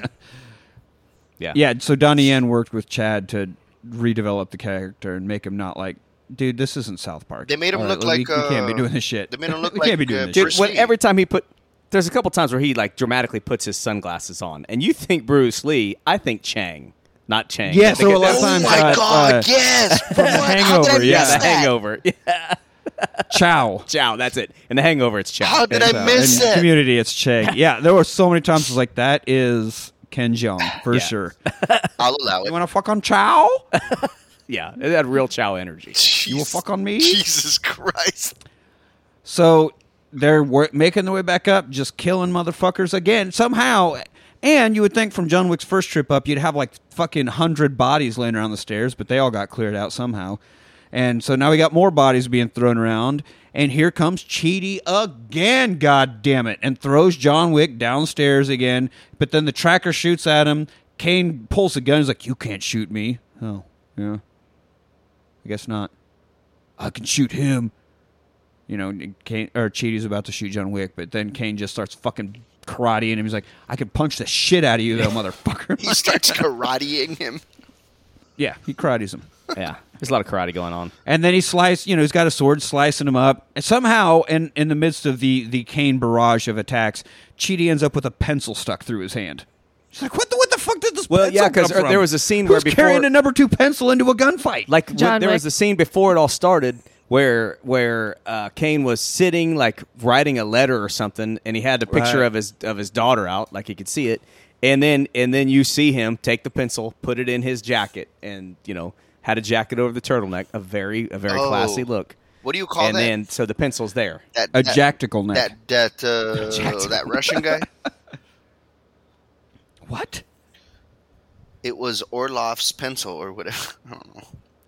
Speaker 2: Yeah,
Speaker 1: Yeah, so Donnie Yen worked with Chad to redevelop the character and make him not like, dude, this isn't South Park.
Speaker 3: They made him
Speaker 1: All
Speaker 3: look
Speaker 1: we-
Speaker 3: like,
Speaker 1: we, can't be
Speaker 3: uh,
Speaker 1: doing this shit.
Speaker 3: they made him
Speaker 1: *laughs*
Speaker 3: look
Speaker 1: we can't
Speaker 3: like,
Speaker 1: be doing
Speaker 3: uh,
Speaker 1: this shit.
Speaker 2: Dude,
Speaker 3: Bruce
Speaker 2: when,
Speaker 3: Lee.
Speaker 2: every time he put, there's a couple times where he like dramatically puts his sunglasses on, and you think Bruce Lee, I think Chang, not Chang.
Speaker 1: Yes,
Speaker 2: I think
Speaker 1: there were a lot
Speaker 2: it's-
Speaker 1: of
Speaker 3: oh
Speaker 1: times,
Speaker 3: my
Speaker 1: uh,
Speaker 3: god,
Speaker 1: uh,
Speaker 3: yes!
Speaker 1: *laughs*
Speaker 3: What? How did I
Speaker 1: Hangover, yeah,
Speaker 2: *laughs*
Speaker 3: miss
Speaker 2: yeah, the
Speaker 3: that?
Speaker 2: Hangover. *laughs* Yeah,
Speaker 1: Chow.
Speaker 2: Chow, that's it. And the Hangover, it's Chow.
Speaker 3: How did
Speaker 1: And,
Speaker 3: I
Speaker 1: uh,
Speaker 3: miss
Speaker 1: in
Speaker 3: it?
Speaker 1: Community, it's
Speaker 3: *laughs*
Speaker 1: Che. Yeah, there were so many times I was like, that is Ken Jeong for
Speaker 2: Yeah.
Speaker 3: *laughs*
Speaker 1: sure.
Speaker 3: I'll allow
Speaker 1: You
Speaker 3: it.
Speaker 1: want to fuck on Chow?
Speaker 2: yeah, it had real Chow
Speaker 3: *laughs*
Speaker 2: energy.
Speaker 1: You will
Speaker 3: Jeez.
Speaker 1: fuck on me?
Speaker 3: *laughs* Jesus Christ.
Speaker 1: So they're wor- making their way back up, just killing motherfuckers again somehow. And you would think from John Wick's first trip up, you'd have like fucking hundred bodies laying around the stairs, but they all got cleared out somehow. And so now we got more bodies being thrown around. And here comes Cheaty again, god damn it, and throws John Wick downstairs again. But then the tracker shoots at him. Kane pulls the gun. He's like, "You can't shoot me." Oh, yeah. I guess not. I can shoot him you know, Kane or Chidi's about to shoot John Wick, but then Kane just starts fucking karateing him. He's like, "I could punch the shit out of you,
Speaker 2: *laughs*
Speaker 1: though, motherfucker." *laughs*
Speaker 3: He starts karateing him.
Speaker 1: yeah, he karates him,
Speaker 2: Yeah, there's a lot of karate going on.
Speaker 1: and then he slices. You know, he's got a sword slicing him up. And somehow, in in the midst of the the Kane barrage of attacks, Chidi ends up with a pencil stuck through his hand. She's like, "What the what the fuck did this?"
Speaker 2: Well,
Speaker 1: pencil
Speaker 2: yeah, 'cause uh,
Speaker 1: come from?
Speaker 2: there was a scene
Speaker 1: Who's
Speaker 2: where before-
Speaker 1: carrying a number two pencil into a gunfight.
Speaker 2: Like w-
Speaker 5: John
Speaker 2: there
Speaker 5: Wick.
Speaker 2: was a scene before it all started where where uh, Kane was sitting like writing a letter or something, and he had the picture
Speaker 1: Right.
Speaker 2: of his of his daughter out, like he could see it, and then and then you see him take the pencil, put it in his jacket, and you know had a jacket over the turtleneck, a very a very
Speaker 3: Oh.
Speaker 2: classy look.
Speaker 3: What do you call
Speaker 2: and
Speaker 3: that?
Speaker 2: then so the pencil's there.
Speaker 3: That,
Speaker 1: a
Speaker 3: that,
Speaker 1: jactical neck.
Speaker 3: That that
Speaker 1: *laughs*
Speaker 3: uh, that Russian guy.
Speaker 1: what?
Speaker 3: It was Orlov's pencil or whatever. *laughs* I don't know.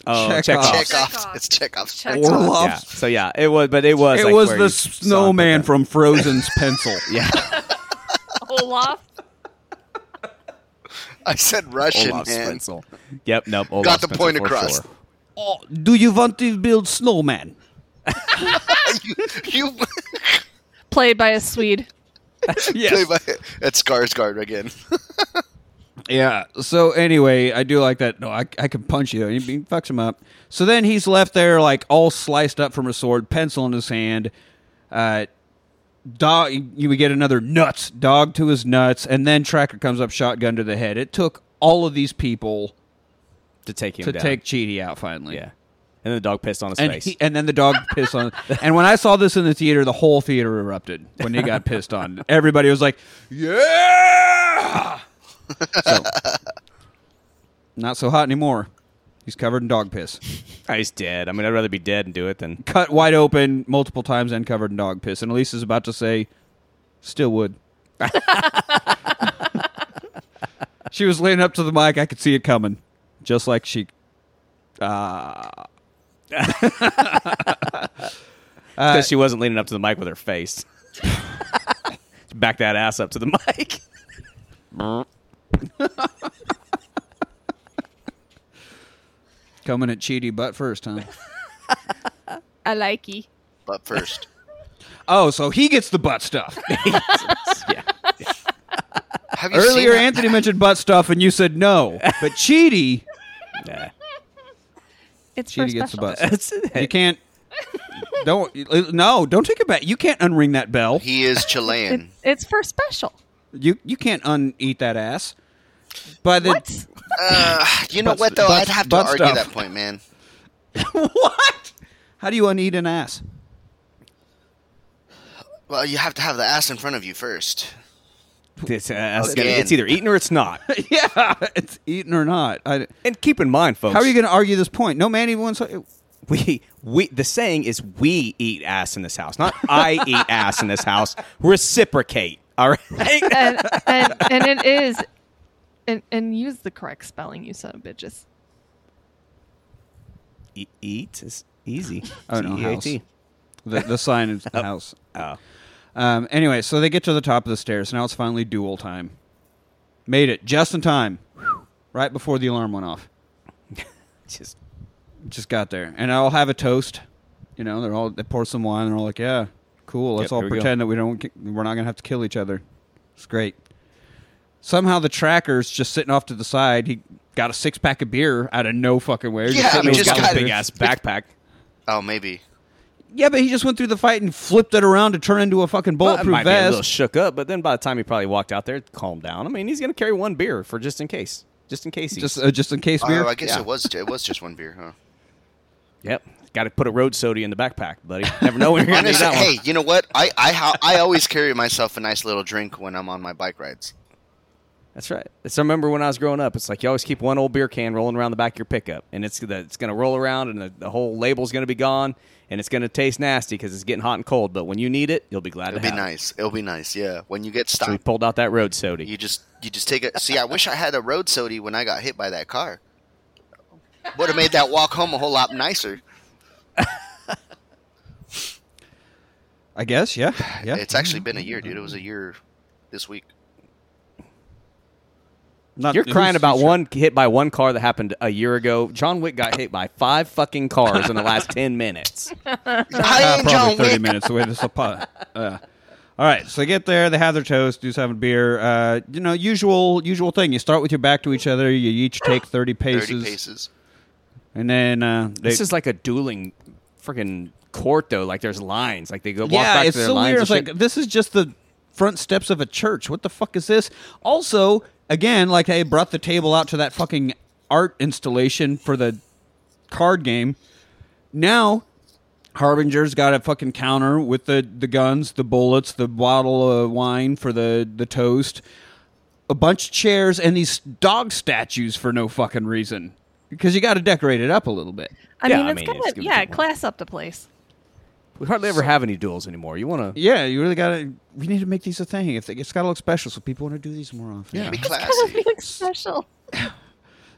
Speaker 2: Oh,
Speaker 1: Chekhov.
Speaker 2: Chekhov.
Speaker 1: Chekhov.
Speaker 3: Chekhov's.
Speaker 5: Chekhov.
Speaker 3: It's Chekhov's
Speaker 5: Chekhov.
Speaker 3: pencil.
Speaker 1: Orlov.
Speaker 2: Yeah. So yeah, it was, but it was.
Speaker 1: It
Speaker 2: like,
Speaker 1: was
Speaker 2: where
Speaker 1: the
Speaker 2: you saw him put
Speaker 1: snowman
Speaker 2: that-
Speaker 1: from *laughs* Frozen's pencil.
Speaker 2: Yeah,
Speaker 5: Olaf.
Speaker 3: I said Russian,
Speaker 2: Olaf's
Speaker 3: man.
Speaker 2: pencil. Yep, nope. Olaf's
Speaker 3: Got the
Speaker 2: pencil
Speaker 3: point
Speaker 2: for
Speaker 3: across.
Speaker 2: sure.
Speaker 1: Oh, do you want to build snowman?
Speaker 3: you *laughs* you
Speaker 5: *laughs*
Speaker 1: *laughs*
Speaker 5: Played by a Swede.
Speaker 3: *laughs* play by that's Skarsgård again. *laughs*
Speaker 1: Yeah. So anyway, I do like that. No, I, I can punch you. He, he fucks him up. So then he's left there, like all sliced up from a sword, pencil in his hand. Uh, dog. You would get another nuts dog to his nuts, and then Tracker comes up, shotgun to the head. It took all of these people
Speaker 2: to take him
Speaker 1: to
Speaker 2: down.
Speaker 1: take Cheaty out finally.
Speaker 2: Yeah. And then the dog pissed on his
Speaker 1: And
Speaker 2: face.
Speaker 1: he, and then the dog pissed on. And when I saw this in the theater, the whole theater erupted when he got pissed on. Everybody was like, "Yeah!" So, not so hot anymore. He's covered in dog piss.
Speaker 2: Ah, he's dead. I mean, I'd rather be dead and do it than.
Speaker 1: Cut wide open multiple times and covered in dog piss. And Elise is about to say, "Still would." *laughs* she was leaning up to the mic. I could see it coming, just like she.
Speaker 2: Because she wasn't leaning up to the mic with her face. *laughs* Back that ass up to the mic.
Speaker 1: Coming at Cheaty butt first, huh?
Speaker 5: I like ye.
Speaker 3: But first,
Speaker 1: Oh, so he gets the butt stuff.
Speaker 2: *laughs* yeah.
Speaker 3: have you
Speaker 1: Earlier,
Speaker 3: seen that-
Speaker 1: Anthony mentioned butt stuff, and you said no. But Cheaty,
Speaker 2: Nah.
Speaker 5: It's for
Speaker 1: Cheaty gets the
Speaker 5: special. *laughs*
Speaker 1: butt. Stuff. You can't. Don't no, don't take it back. You can't unring that bell.
Speaker 3: *laughs* He is Chilean.
Speaker 5: *laughs* It's, it's for special.
Speaker 1: You you can't uneat that ass. By the
Speaker 5: What?
Speaker 3: uh, you know
Speaker 1: Butt-
Speaker 3: what though?
Speaker 1: butt-
Speaker 3: I'd have to
Speaker 1: butt
Speaker 3: argue
Speaker 1: stuff.
Speaker 3: that point, man.
Speaker 1: *laughs* what? How do you uneat an ass?
Speaker 3: Well, you have to have the ass in front of you first.
Speaker 2: It's, uh, it's gonna-
Speaker 3: Again.
Speaker 2: it's either eaten or it's *laughs* not.
Speaker 1: yeah, *laughs* it's eaten or not. I,
Speaker 2: And keep in mind, folks,
Speaker 1: how are you going to argue this point? No man even wants.
Speaker 2: we we the saying is we eat ass in this house, not *laughs* I eat ass in this house. Reciprocate. All *laughs* right.
Speaker 5: And and, and it is and and use the correct spelling, you son of bitches.
Speaker 2: E- eat is easy. E
Speaker 1: Oh, no, house.
Speaker 2: T-E-A-T.
Speaker 1: The, the sign is the house.
Speaker 2: Oh.
Speaker 1: Um, anyway, so they get to the top of the stairs. Now it's finally duel time. Made it just in time, right before the alarm went off.
Speaker 2: Just
Speaker 1: Just got there, and I'll have a toast. You know, they're all they pour some wine. They're all like, "Yeah, cool. Let's
Speaker 2: Yep,
Speaker 1: all
Speaker 2: here we go.
Speaker 1: pretend that we don't. ki- We're not gonna have to kill each other. It's great." Somehow the tracker's just sitting off to the side. He got a six pack of beer out of no fucking where. sitting
Speaker 3: Yeah, I mean,
Speaker 1: on
Speaker 2: he's
Speaker 3: just
Speaker 1: the
Speaker 2: got a
Speaker 3: got-
Speaker 1: counter.
Speaker 2: big *laughs* ass backpack.
Speaker 3: Oh, maybe.
Speaker 1: Yeah, but he just went through the fight and flipped it around to turn into a fucking
Speaker 2: Well, it
Speaker 1: bulletproof
Speaker 2: might be a little
Speaker 1: vest.
Speaker 2: shook up, but then by the time he probably walked out there, calmed down. I mean, he's gonna carry one beer for just in case, just in case. He's,
Speaker 1: Just, uh, just in case beer.
Speaker 3: Oh, I guess
Speaker 2: Yeah.
Speaker 3: it was it was just one beer,
Speaker 1: *laughs*
Speaker 3: huh?
Speaker 2: yep, got to put a road soda in the backpack, buddy. Never know when
Speaker 3: *laughs*
Speaker 2: you're gonna need
Speaker 3: Honestly,
Speaker 2: that
Speaker 3: hey,
Speaker 2: one.
Speaker 3: you know what? I I ho- I always carry myself a nice little drink when I'm on my bike rides.
Speaker 2: That's right. It's, I remember when I was growing up. It's like you always keep one old beer can rolling around the back of your pickup, and it's the, it's gonna roll around, and the, the whole label's gonna be gone, and it's gonna taste nasty because it's getting hot and cold. But when you need it, you'll be glad
Speaker 3: It'll
Speaker 2: to
Speaker 3: be
Speaker 2: have it.
Speaker 3: nice. It'll be nice. Yeah. When you get
Speaker 2: So he
Speaker 3: stopped,
Speaker 2: pulled out that road soda.
Speaker 3: you just you just take a. See, I wish I had a road soda when I got hit by that car. Would have made that walk home a whole lot nicer.
Speaker 1: I guess, yeah, yeah.
Speaker 3: It's actually been a year, dude. It was a year this week.
Speaker 1: Not-
Speaker 2: You're crying
Speaker 1: who's-
Speaker 2: about
Speaker 1: who's-
Speaker 2: one hit by one car that happened a year ago. John Wick got hit by five fucking cars in the
Speaker 3: *laughs*
Speaker 2: last ten minutes.
Speaker 1: Uh,
Speaker 3: I ain't
Speaker 1: *laughs* probably
Speaker 3: John
Speaker 1: thirty
Speaker 3: Wick.
Speaker 1: minutes away. This will po- uh. All right, so they get there. They have their toast. Dude's having beer. Uh, you know, usual usual thing. You start with your back to each other. You each take thirty paces,
Speaker 3: Thirty paces.
Speaker 1: and then uh, they,
Speaker 2: This is like a dueling freaking court, though. Like there's lines. Like they go walk
Speaker 1: yeah,
Speaker 2: back
Speaker 1: it's
Speaker 2: to their
Speaker 1: so
Speaker 2: lines.
Speaker 1: weird.
Speaker 2: and
Speaker 1: It's like
Speaker 2: shit.
Speaker 1: this is just the front steps of a church. What the fuck is this? Also, again, like they brought the table out to that fucking art installation for the card game. Now, Harbinger's got a fucking counter with the the guns, the bullets, the bottle of wine for the the toast, a bunch of chairs, and these dog statues for no fucking reason. Because you got to decorate it up a little bit.
Speaker 5: I
Speaker 2: Yeah,
Speaker 5: mean
Speaker 2: I
Speaker 5: it's
Speaker 2: mean,
Speaker 5: kind
Speaker 2: it's
Speaker 5: of
Speaker 2: gonna
Speaker 5: yeah,
Speaker 2: take one.
Speaker 5: class up the place.
Speaker 2: we hardly ever have any duels anymore. You want to?
Speaker 1: Yeah, you really got to. We need to make these a thing. If they, it's got to look special, so people want to do these more often.
Speaker 3: Be
Speaker 5: *laughs* Gotta
Speaker 3: classy.
Speaker 5: be special.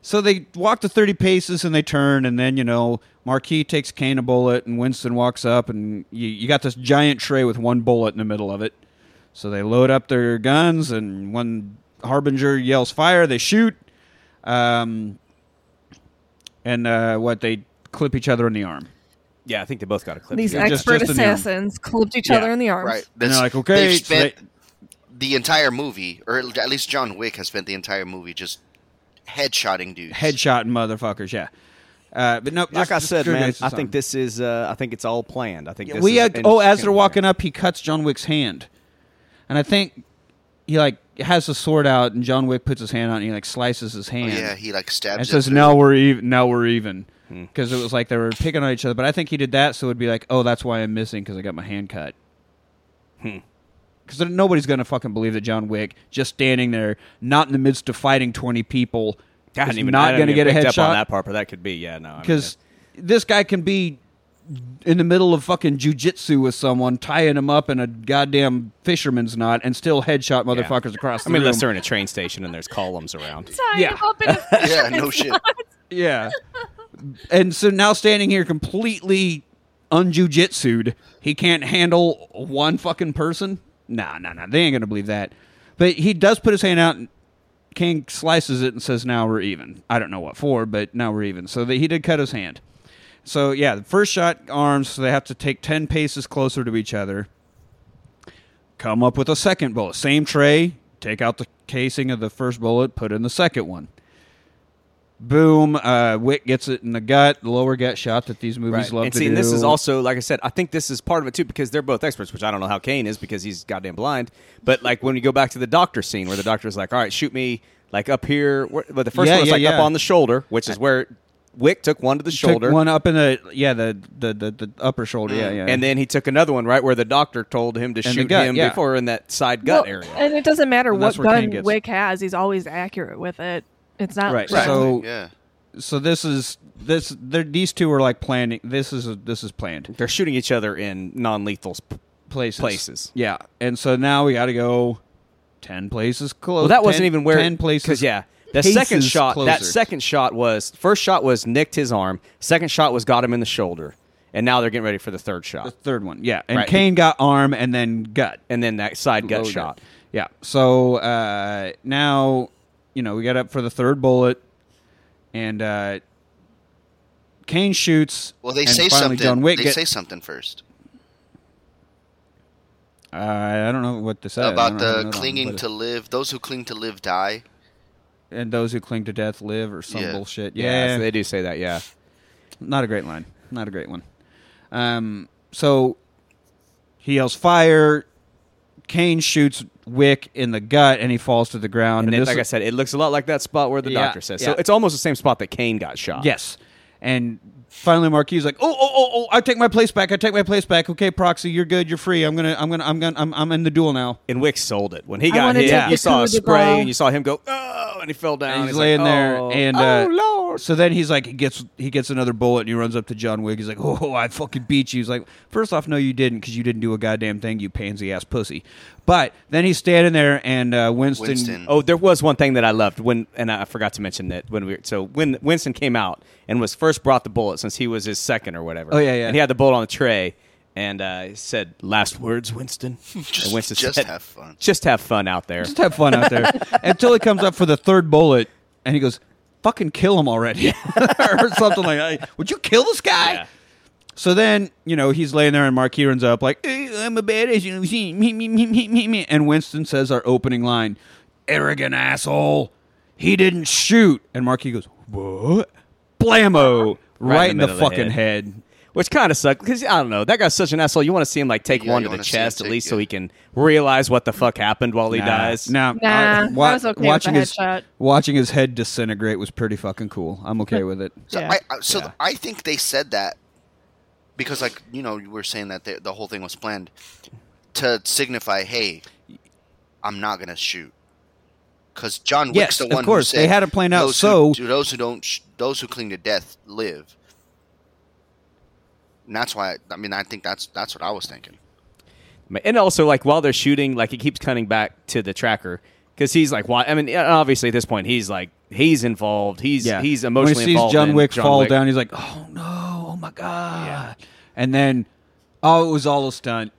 Speaker 1: So they walk the 30 paces and they turn, and then, you know, Marquis takes Kane a bullet, and Winston walks up, and you, you got this giant tray with one bullet in the middle of it. So they load up their guns, and when Harbinger yells fire, they shoot. Um, and uh, what? They clip each other in the arm.
Speaker 2: Yeah, I think they both got a clip.
Speaker 5: These
Speaker 2: together.
Speaker 1: just-
Speaker 5: expert
Speaker 1: just in the arm.
Speaker 5: assassins clipped each
Speaker 2: Yeah,
Speaker 5: other in the arms. *laughs*
Speaker 3: Right.
Speaker 1: And
Speaker 3: That's-
Speaker 1: they're like, okay.
Speaker 3: They've
Speaker 1: so
Speaker 3: spent
Speaker 1: they-
Speaker 3: the entire movie, or at least John Wick has spent the entire movie just headshotting dudes.
Speaker 1: headshot motherfuckers, yeah. Uh, but no,
Speaker 2: like
Speaker 1: just-
Speaker 2: I
Speaker 1: just
Speaker 2: said, man,
Speaker 1: curious
Speaker 2: I
Speaker 1: or something.
Speaker 2: think this is. Uh, I think it's all planned. I think
Speaker 1: Yeah,
Speaker 2: this
Speaker 1: we
Speaker 2: is
Speaker 1: had, oh, as they're walking up, he cuts John Wick's hand, and I think he like has the sword out, and John Wick puts his hand on, it and he like slices his
Speaker 3: Oh,
Speaker 1: hand.
Speaker 3: yeah, he like stabs.
Speaker 1: and
Speaker 3: it
Speaker 1: says,
Speaker 3: through.
Speaker 1: "Now we're even. Now we're even."
Speaker 2: Hmm.
Speaker 1: Because it was like they were picking on each other, but I think he did that so it'd be like, "Oh, that's why I'm missing because I got my hand cut."
Speaker 2: Hmm.
Speaker 1: Because nobody's gonna fucking believe that John Wick just standing there, not in the midst of fighting twenty people,
Speaker 2: I
Speaker 1: is
Speaker 2: hadn't even, I
Speaker 1: not
Speaker 2: hadn't
Speaker 1: gonna
Speaker 2: even
Speaker 1: get a
Speaker 2: picked up on
Speaker 1: headshot
Speaker 2: that part, but that could be. Yeah, no, I mean,
Speaker 1: because this guy can be in the middle of fucking jujitsu with someone, tying him up in a goddamn fisherman's knot, and still headshot
Speaker 2: yeah.
Speaker 1: motherfuckers across the
Speaker 2: I mean,
Speaker 1: room.
Speaker 2: unless they're in a train station and there's columns around.
Speaker 5: Tying
Speaker 1: Yeah.
Speaker 5: them
Speaker 1: *laughs*
Speaker 5: up in a-
Speaker 3: *laughs* Yeah, no shit.
Speaker 2: *laughs*
Speaker 1: yeah. and so now standing here completely unjujitsued, he can't handle one fucking person. Nah, nah, nah. They ain't gonna believe that. But he does put his hand out. and King slices it and says, "Now we're even." I don't know what for, but now we're even. So that he did cut his hand. So yeah, the first shot arms. So they have to take ten paces closer to each other. Come up with a second bullet. Same tray. Take out the casing of the first bullet. Put in the second one Boom. Uh, Wick gets it in the gut, the lower gut shot that these movies
Speaker 2: Right.
Speaker 1: love
Speaker 2: and
Speaker 1: to
Speaker 2: see,
Speaker 1: do.
Speaker 2: and this is also, like I said, I think this is part of it too because they're both experts, which I don't know how Kane is because he's goddamn blind. But like when you go back to the doctor scene where the doctor's like, "All right, shoot me like up here," where, but the first
Speaker 1: Yeah,
Speaker 2: one was
Speaker 1: yeah,
Speaker 2: like up
Speaker 1: yeah.
Speaker 2: on the shoulder, which is where Wick took one to the
Speaker 1: Took
Speaker 2: shoulder, Mm-hmm.
Speaker 1: one up in the yeah the the the, the upper shoulder. Yeah, yeah.
Speaker 2: and then he took another one right where the doctor told him to
Speaker 1: the
Speaker 2: shoot
Speaker 1: gut,
Speaker 2: him
Speaker 1: yeah.
Speaker 2: before in that side gut
Speaker 5: Well,
Speaker 2: area.
Speaker 5: And it doesn't matter
Speaker 1: And
Speaker 5: what
Speaker 1: that's where Kane
Speaker 5: gun
Speaker 1: gets-
Speaker 5: Wick has; he's always accurate with it. It's not
Speaker 1: Right.
Speaker 5: like-
Speaker 1: So
Speaker 3: yeah.
Speaker 1: so this is this they're, these two are like planning. This is this is planned.
Speaker 2: They're shooting each other in non-lethal sp-
Speaker 1: places.
Speaker 2: Places.
Speaker 1: Yeah, and so now we got to go ten places close.
Speaker 2: Well, that wasn't
Speaker 1: 10
Speaker 2: even where
Speaker 1: ten places.
Speaker 2: 'cause, Yeah, the
Speaker 1: paces
Speaker 2: second shot. That
Speaker 1: closer.
Speaker 2: second shot was first shot was nicked his arm. Second shot was got him in the shoulder, and now they're getting ready for the third
Speaker 1: the
Speaker 2: shot,
Speaker 1: third one. Yeah, and
Speaker 2: Right.
Speaker 1: Kane got arm and then gut.
Speaker 2: and then that side gut
Speaker 1: Loaded.
Speaker 2: shot.
Speaker 1: Yeah. So uh, now you know we got up for the third bullet, and uh, Kane shoots.
Speaker 3: Well, they
Speaker 1: and
Speaker 3: say
Speaker 1: finally
Speaker 3: something.
Speaker 1: John Wick
Speaker 3: they
Speaker 1: get-
Speaker 3: say something first
Speaker 1: uh, I don't know what to say I
Speaker 3: about
Speaker 1: don't know how
Speaker 3: the
Speaker 1: know that one,
Speaker 3: clinging
Speaker 1: but-
Speaker 3: to live. Those who cling to live die.
Speaker 1: and those who cling to death live or some
Speaker 3: Yeah.
Speaker 1: bullshit.
Speaker 2: Yeah, so they do say that. Yeah,
Speaker 1: not a great line. Not a great one. Um, so he yells fire. Kane shoots Wick in the gut, and he falls to the ground.
Speaker 2: and then,
Speaker 1: this
Speaker 2: like I
Speaker 1: is-
Speaker 2: said, it looks a lot like that spot where the
Speaker 1: Yeah,
Speaker 2: doctor says.
Speaker 1: yeah.
Speaker 2: So it's almost the same spot that Kane got shot.
Speaker 1: yes. And finally, Marquis like, "Oh, oh, oh, oh! I take my place back. I take my place back. Okay, Proxy, you're good. You're free. I'm gonna, I'm gonna, I'm gonna, I'm, I'm in the duel now."
Speaker 2: And Wick sold it when he
Speaker 5: I
Speaker 2: got
Speaker 5: wanna
Speaker 2: hit.
Speaker 5: take
Speaker 2: you
Speaker 5: the
Speaker 2: saw a
Speaker 5: coup de
Speaker 2: spray,
Speaker 5: grace.
Speaker 2: and you saw him go, "Oh!" and he fell down.
Speaker 1: And he's,
Speaker 2: like,
Speaker 1: laying
Speaker 2: "Oh."
Speaker 1: there, and uh,
Speaker 2: oh lord.
Speaker 1: So then he's like, he gets he gets another bullet, and he runs up to John Wick. He's like, "Oh, I fucking beat you." He's like, first off, no, you didn't, because you didn't do a goddamn thing, you pansy ass pussy." But then he's standing there, and uh, Winston,
Speaker 3: Winston.
Speaker 2: Oh, there was one thing that I loved when, and I forgot to mention that when we were, so when Winston came out and was first brought the bullet since he was his second or whatever.
Speaker 1: Oh, yeah, yeah.
Speaker 2: And he had the bullet on the tray, and uh, he said, "Last words, Winston." and Winston
Speaker 3: *laughs* just
Speaker 2: said,
Speaker 3: have fun.
Speaker 2: Just have fun out there.
Speaker 1: just have fun out there until he comes up for the third bullet, and he goes, "Fucking kill him already," *laughs* or something like that. Would you kill this guy?
Speaker 2: Yeah.
Speaker 1: So then, you know, he's laying there, and Mark runs up like, "Eh, "I'm a badass," you know, me, me, me, me, me, me. and Winston says our opening line, "Arrogant asshole, he didn't shoot," and Mark goes, "What?" Blammo, right, in the,
Speaker 2: middle of the
Speaker 1: fucking head.
Speaker 2: Which kind of sucked because I don't know that guy's such an asshole. You want to see him like take
Speaker 3: Yeah,
Speaker 2: one
Speaker 3: you
Speaker 2: to the
Speaker 3: wanna see him
Speaker 2: chest at
Speaker 3: take-
Speaker 2: least, so
Speaker 3: yeah.
Speaker 2: he can realize what the fuck happened while he dies.
Speaker 1: Nah,
Speaker 5: Nah,
Speaker 1: I-
Speaker 5: I was okay with
Speaker 1: watching
Speaker 5: the
Speaker 1: his
Speaker 5: headshot.
Speaker 1: watching his head disintegrate was pretty fucking cool. I'm okay with it.
Speaker 3: So
Speaker 5: Yeah.
Speaker 3: I, I so I think they said that because like you know you were saying that the, the whole thing was planned to signify, hey, I'm not gonna shoot. Because John Wick's
Speaker 1: Yes,
Speaker 3: the
Speaker 1: of
Speaker 3: one. who
Speaker 1: course, they
Speaker 3: said,
Speaker 1: had it planned out
Speaker 3: "Those
Speaker 1: so-
Speaker 3: who, to those who don't, sh- those who cling to death live. And that's why. I mean, I think that's that's what I was thinking.
Speaker 2: Ma- And also, like while they're shooting, like he keeps cutting back to the tracker because he's like, "Why?" I mean, yeah, obviously at this point, he's like, he's involved. He's he's emotionally
Speaker 1: when he sees
Speaker 2: involved.
Speaker 1: John
Speaker 2: in
Speaker 1: Wick
Speaker 2: John
Speaker 1: fall
Speaker 2: Wick.
Speaker 1: down. He's like, "Oh no, oh my god!" And then, oh, it was all a stunt.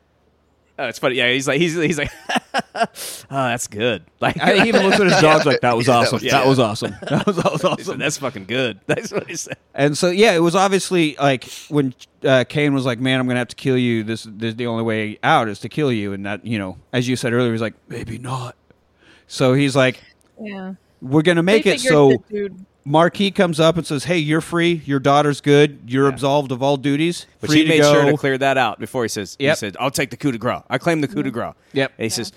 Speaker 2: Oh, it's funny. Yeah, he's like, he's he's like, *laughs* oh, that's good. *laughs* Like,
Speaker 1: I, he even looks at his dogs like, "That was
Speaker 3: Yeah, that
Speaker 1: awesome.
Speaker 3: was-
Speaker 1: That
Speaker 3: yeah.
Speaker 1: was awesome. *laughs* That was
Speaker 2: he
Speaker 1: awesome."
Speaker 2: said, that's fucking good. *laughs* That's what he said.
Speaker 1: And so, yeah, it was obviously like when uh, Kane was like, "Man, I'm gonna have to kill you. This, this the only way out is to kill you." And that, you know, as you said earlier, he's like, "Maybe not." So he's like,
Speaker 5: yeah.
Speaker 1: "We're gonna make
Speaker 5: They
Speaker 1: it
Speaker 5: figured
Speaker 1: so."
Speaker 5: that dude-
Speaker 1: Marquis comes up and says, "Hey, you're free. Your daughter's good. You're absolved of all duties.
Speaker 2: But
Speaker 1: free
Speaker 2: he
Speaker 1: to
Speaker 2: made
Speaker 1: go."
Speaker 2: sure to clear that out before he says. He
Speaker 1: Yep.
Speaker 2: said, "I'll take the coup de grace. I claim the coup de grace."
Speaker 1: Yep.
Speaker 2: And he says,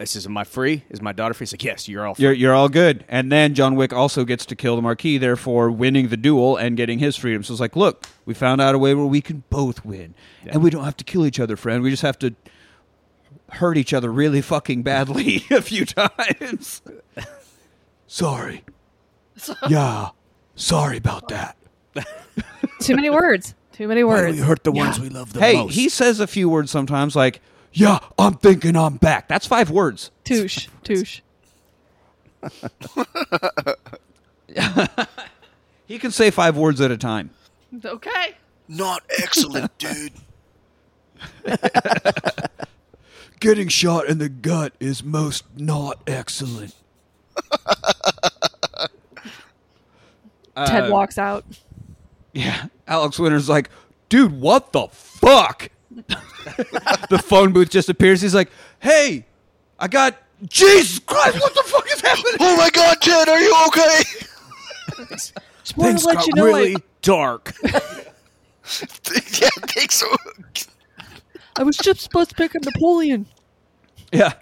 Speaker 2: "I says, am I free? Is my daughter free?" He's like, "Yes, you're all free."
Speaker 1: You're, you're all good. And then John Wick also gets to kill the Marquis, therefore winning the duel and getting his freedom. So it's like, look, we found out a way where we can both win. And we don't have to kill each other, friend. We just have to hurt each other really fucking badly *laughs* a few times.
Speaker 7: Sorry. yeah. Sorry about that.
Speaker 5: Too many words. Too many words.
Speaker 7: hurt the ones we love the
Speaker 1: hey, he says a few words sometimes like,
Speaker 7: Yeah, I'm thinking I'm back.
Speaker 1: that's five words.
Speaker 5: Touche. Touche.
Speaker 1: He can say five words at a time.
Speaker 4: Okay.
Speaker 3: Not excellent,
Speaker 7: *laughs*
Speaker 3: dude.
Speaker 7: Getting shot in the gut is most not excellent.
Speaker 1: Uh,
Speaker 5: Ted walks out.
Speaker 1: Yeah. Alex Winter's like, dude, what the fuck? the phone booth just appears. He's like, hey, I got. Jesus Christ, what the fuck is happening?
Speaker 3: oh my God, Ted, are you okay?
Speaker 5: just want to let you know.
Speaker 2: really dark.
Speaker 3: *laughs* yeah, thanks. So.
Speaker 4: I was just supposed to pick up Napoleon.
Speaker 1: Yeah.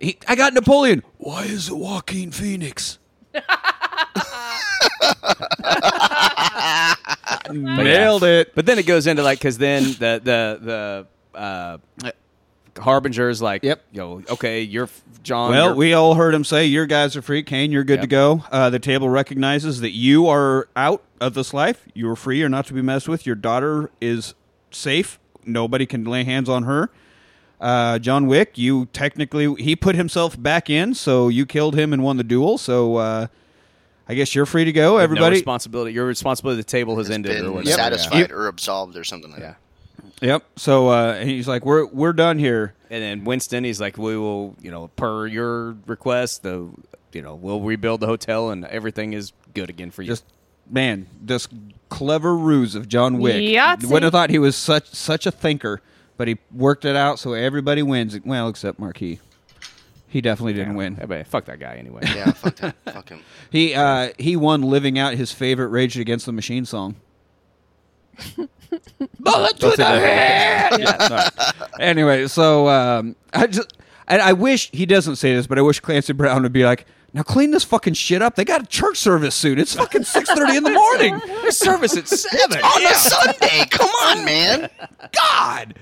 Speaker 1: He, I got Napoleon. Why is it Joaquin Phoenix? Nailed it.
Speaker 2: But then it goes into like because then the the the uh, Harbinger's like,
Speaker 1: Yep.
Speaker 2: yo, okay, you're f- John.
Speaker 1: Well,
Speaker 2: you're-
Speaker 1: we all heard him say, "Your guys are free, Kane. You're good to
Speaker 2: Yep.
Speaker 1: go." Uh, the table recognizes that you are out of this life. You are free. You're not to be messed with. Your daughter is safe. Nobody can lay hands on her. Uh, John Wick, you technically he put himself back in, so you killed him and won the duel. So uh, I guess you're free to go.
Speaker 2: have no
Speaker 1: Everybody,
Speaker 2: responsibility. Your responsibility to the table has, ended. or
Speaker 3: been
Speaker 2: whatever.
Speaker 3: satisfied
Speaker 1: Yep.
Speaker 3: or absolved or something like that.
Speaker 1: yep. So uh, and he's like, "We're we're done here."
Speaker 2: And then Winston, he's like, we will, you know, per your request, the, you know, we'll rebuild the hotel and everything is good again for you.
Speaker 1: Just man, this clever ruse of John Wick.
Speaker 5: Yahtzee.
Speaker 1: Wouldn't have thought he was such such a thinker, but he worked it out so everybody wins. Well, except Marquis. He definitely didn't
Speaker 2: Hey,
Speaker 1: win.
Speaker 2: but fuck that guy anyway.
Speaker 3: Yeah, fuck
Speaker 1: *laughs*
Speaker 3: that. fuck him.
Speaker 1: He uh, he won living out his favorite Rage Against the Machine song. Bullet to the head. Yeah, no. Anyway, so um, I just and I wish he doesn't say this, but I wish Clancy Brown would be like, "Now clean this fucking shit up. They got a church service soon. It's fucking six thirty in *laughs* the morning.
Speaker 2: Their service at *laughs* seven.
Speaker 3: On a Sunday,
Speaker 1: *laughs*
Speaker 3: come on, man.
Speaker 1: God.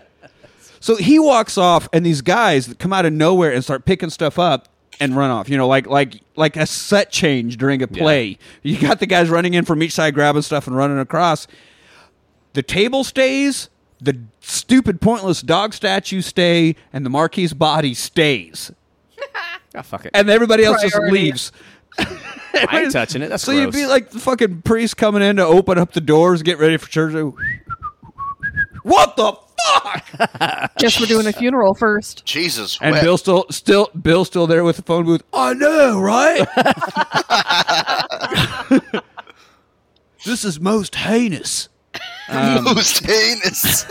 Speaker 1: So he walks off, and these guys that come out of nowhere and start picking stuff up and run off. You know, like like like a set change during a play. You got the guys running in from each side, grabbing stuff and running across. The table stays. The stupid, pointless dog statue stay, and the marquee's body stays,
Speaker 2: Ah, fuck it.
Speaker 1: and everybody else just
Speaker 5: Priority.
Speaker 1: leaves.
Speaker 2: I ain't touching it. That's
Speaker 1: So
Speaker 2: gross.
Speaker 1: you'd be like the fucking priest coming in to open up the doors, get ready for church. What the fuck?
Speaker 4: Guess we're
Speaker 1: *laughs*
Speaker 4: doing a funeral first.
Speaker 3: Jesus.
Speaker 1: And
Speaker 3: wet.
Speaker 1: Bill still, still, Bill still there with the phone booth. I know, right? *laughs* this is most heinous.
Speaker 3: most *laughs* heinous.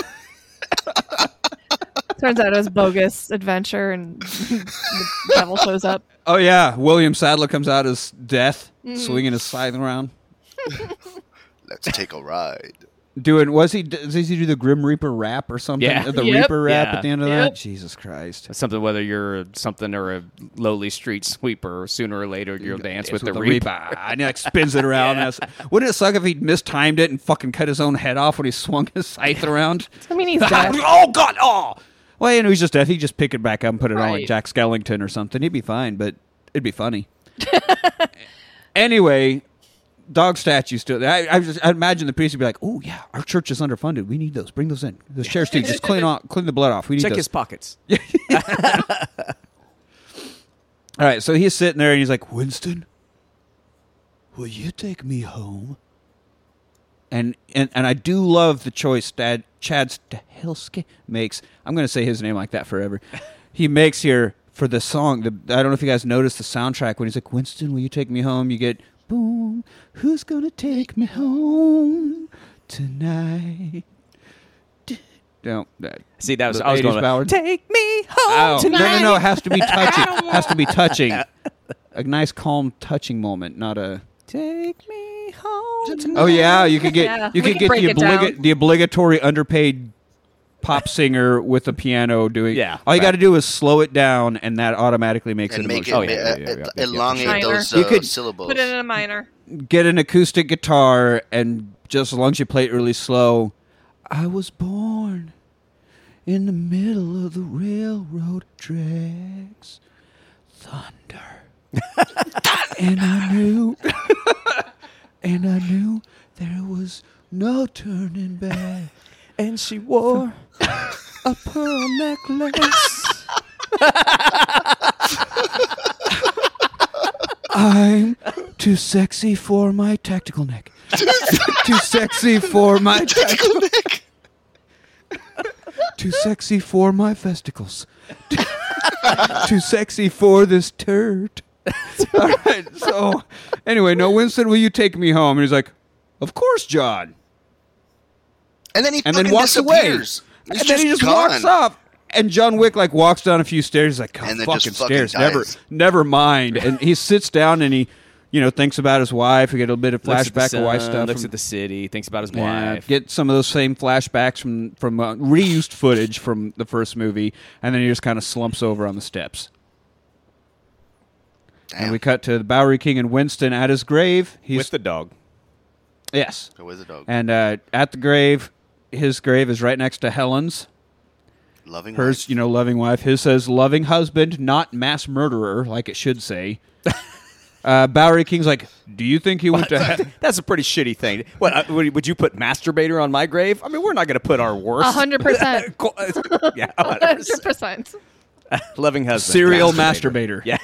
Speaker 5: Turns out it was bogus adventure, and *laughs* the devil shows up.
Speaker 1: Oh yeah, William Sadler comes out as death, swinging his scythe around,
Speaker 3: Let's take a ride.
Speaker 1: doing. Was he? Does he do the Grim Reaper rap or something?
Speaker 2: Yeah.
Speaker 1: the
Speaker 4: Yep.
Speaker 1: Reaper rap
Speaker 2: Yeah.
Speaker 1: at the end of
Speaker 4: Yep.
Speaker 1: that. Jesus Christ.
Speaker 2: something whether you're something or a lowly street sweeper, sooner or later you'll dance with, the, reaper.
Speaker 1: Ah, and he, like spins it *laughs* around. and that's- Wouldn't it suck if he mistimed it and fucking cut his own head off when he swung his scythe around?
Speaker 5: I mean, he's
Speaker 1: *laughs*
Speaker 5: dead.
Speaker 1: oh God! Oh, well, you know, he's just deaf. He just pick it back up and put it on like
Speaker 4: Right.
Speaker 1: Jack Skellington or something. He'd be fine, but it'd be funny. *laughs* anyway, dog statue still. I, I just I imagine the priest would be like, "Oh yeah, our church is underfunded. We need those. Bring those in. Those chairs too. Just clean off, clean the blood off. We need
Speaker 2: Check
Speaker 1: those."
Speaker 2: his pockets.
Speaker 1: All right, so he's sitting there and he's like, "Winston,
Speaker 7: Will you take me home?
Speaker 1: and and, and I do love the choice Dad, Chad Stahelski makes. I'm going to say his name like that forever. He makes here for the song. The, I don't know if you guys noticed the soundtrack when he's like, "Winston, will you take me home?" You get boom. Who's gonna take me home tonight? *laughs* No, that,
Speaker 2: See, that was
Speaker 1: the
Speaker 2: I was
Speaker 1: 80s
Speaker 2: going. to-
Speaker 1: ballad.
Speaker 4: Take me home
Speaker 1: Ow. No, no, no. It has to be
Speaker 2: *laughs*
Speaker 1: touching. has to be touching. A nice, calm, touching moment, not a.
Speaker 2: Take me home.
Speaker 1: Oh yeah, you could get
Speaker 5: Yeah,
Speaker 1: you
Speaker 5: we
Speaker 1: could
Speaker 5: can
Speaker 1: get
Speaker 5: break
Speaker 1: the,
Speaker 5: it down.
Speaker 1: obliga- the obligatory underpaid pop singer with a piano doing.
Speaker 2: Yeah,
Speaker 1: all you
Speaker 2: right.
Speaker 1: got to do is slow it down, and that automatically makes
Speaker 3: And
Speaker 1: it.
Speaker 3: make it
Speaker 1: emotional. Oh,
Speaker 2: yeah, yeah,
Speaker 3: uh,
Speaker 2: yeah, yeah, yeah.
Speaker 3: elongate
Speaker 5: Minor.
Speaker 3: those uh,
Speaker 1: You could-
Speaker 3: syllables.
Speaker 5: Put it in a minor.
Speaker 1: Get an acoustic guitar, and just as long as you play it really slow, I was born in the middle of the railroad tracks, thunder, *laughs* and I knew, *laughs* and I knew there was no turning back.
Speaker 2: And she wore a pearl necklace.
Speaker 1: I'm too sexy for my tactical neck. too sexy for my tactical neck. too sexy for my festicles. *laughs* too sexy for this turd. *laughs* All right. So, anyway, no, Winston, will you take me home? And he's like, "Of course, John."
Speaker 3: And then he
Speaker 1: And
Speaker 3: fucking
Speaker 1: then walks away. And
Speaker 3: disappears. He's
Speaker 1: then he just
Speaker 3: gone.
Speaker 1: walks off. And John Wick like walks down a few stairs. He's like, "God,
Speaker 3: And then
Speaker 1: fucking
Speaker 3: just fucking
Speaker 1: stairs.
Speaker 3: dies.
Speaker 1: Never, never mind." And he sits down and he you know, thinks about his wife. We get a bit of
Speaker 2: Looks at the
Speaker 1: flashback of why
Speaker 2: sun,
Speaker 1: stuff.
Speaker 2: Looks
Speaker 1: from-
Speaker 2: at the city. Thinks about his
Speaker 1: Yeah,
Speaker 2: wife.
Speaker 1: get some of those same flashbacks from from uh, reused footage from the first movie, and then he just kind of slumps over on the steps.
Speaker 3: Damn.
Speaker 1: And we cut to the Bowery King and Winston at his grave. He's
Speaker 2: with the dog.
Speaker 1: yes,
Speaker 3: Go with the dog.
Speaker 1: and uh, at the grave, his grave is right next to Helen's.
Speaker 3: Loving
Speaker 1: Hers,
Speaker 3: hers.
Speaker 1: you know, loving wife. His says loving husband, not mass murderer, like it should say. uh, Bowery King's like, do you think he went to? he-
Speaker 2: *laughs* That's a pretty shitty thing. What uh, would would you put masturbator on my grave? I mean, we're not going to put our worst.
Speaker 1: *laughs*
Speaker 5: A hundred percent.
Speaker 2: Qu- *laughs* yeah, a hundred
Speaker 5: Hundred
Speaker 2: percent.
Speaker 5: percent.
Speaker 2: loving husband,
Speaker 1: Serial masturbator.
Speaker 2: Yeah,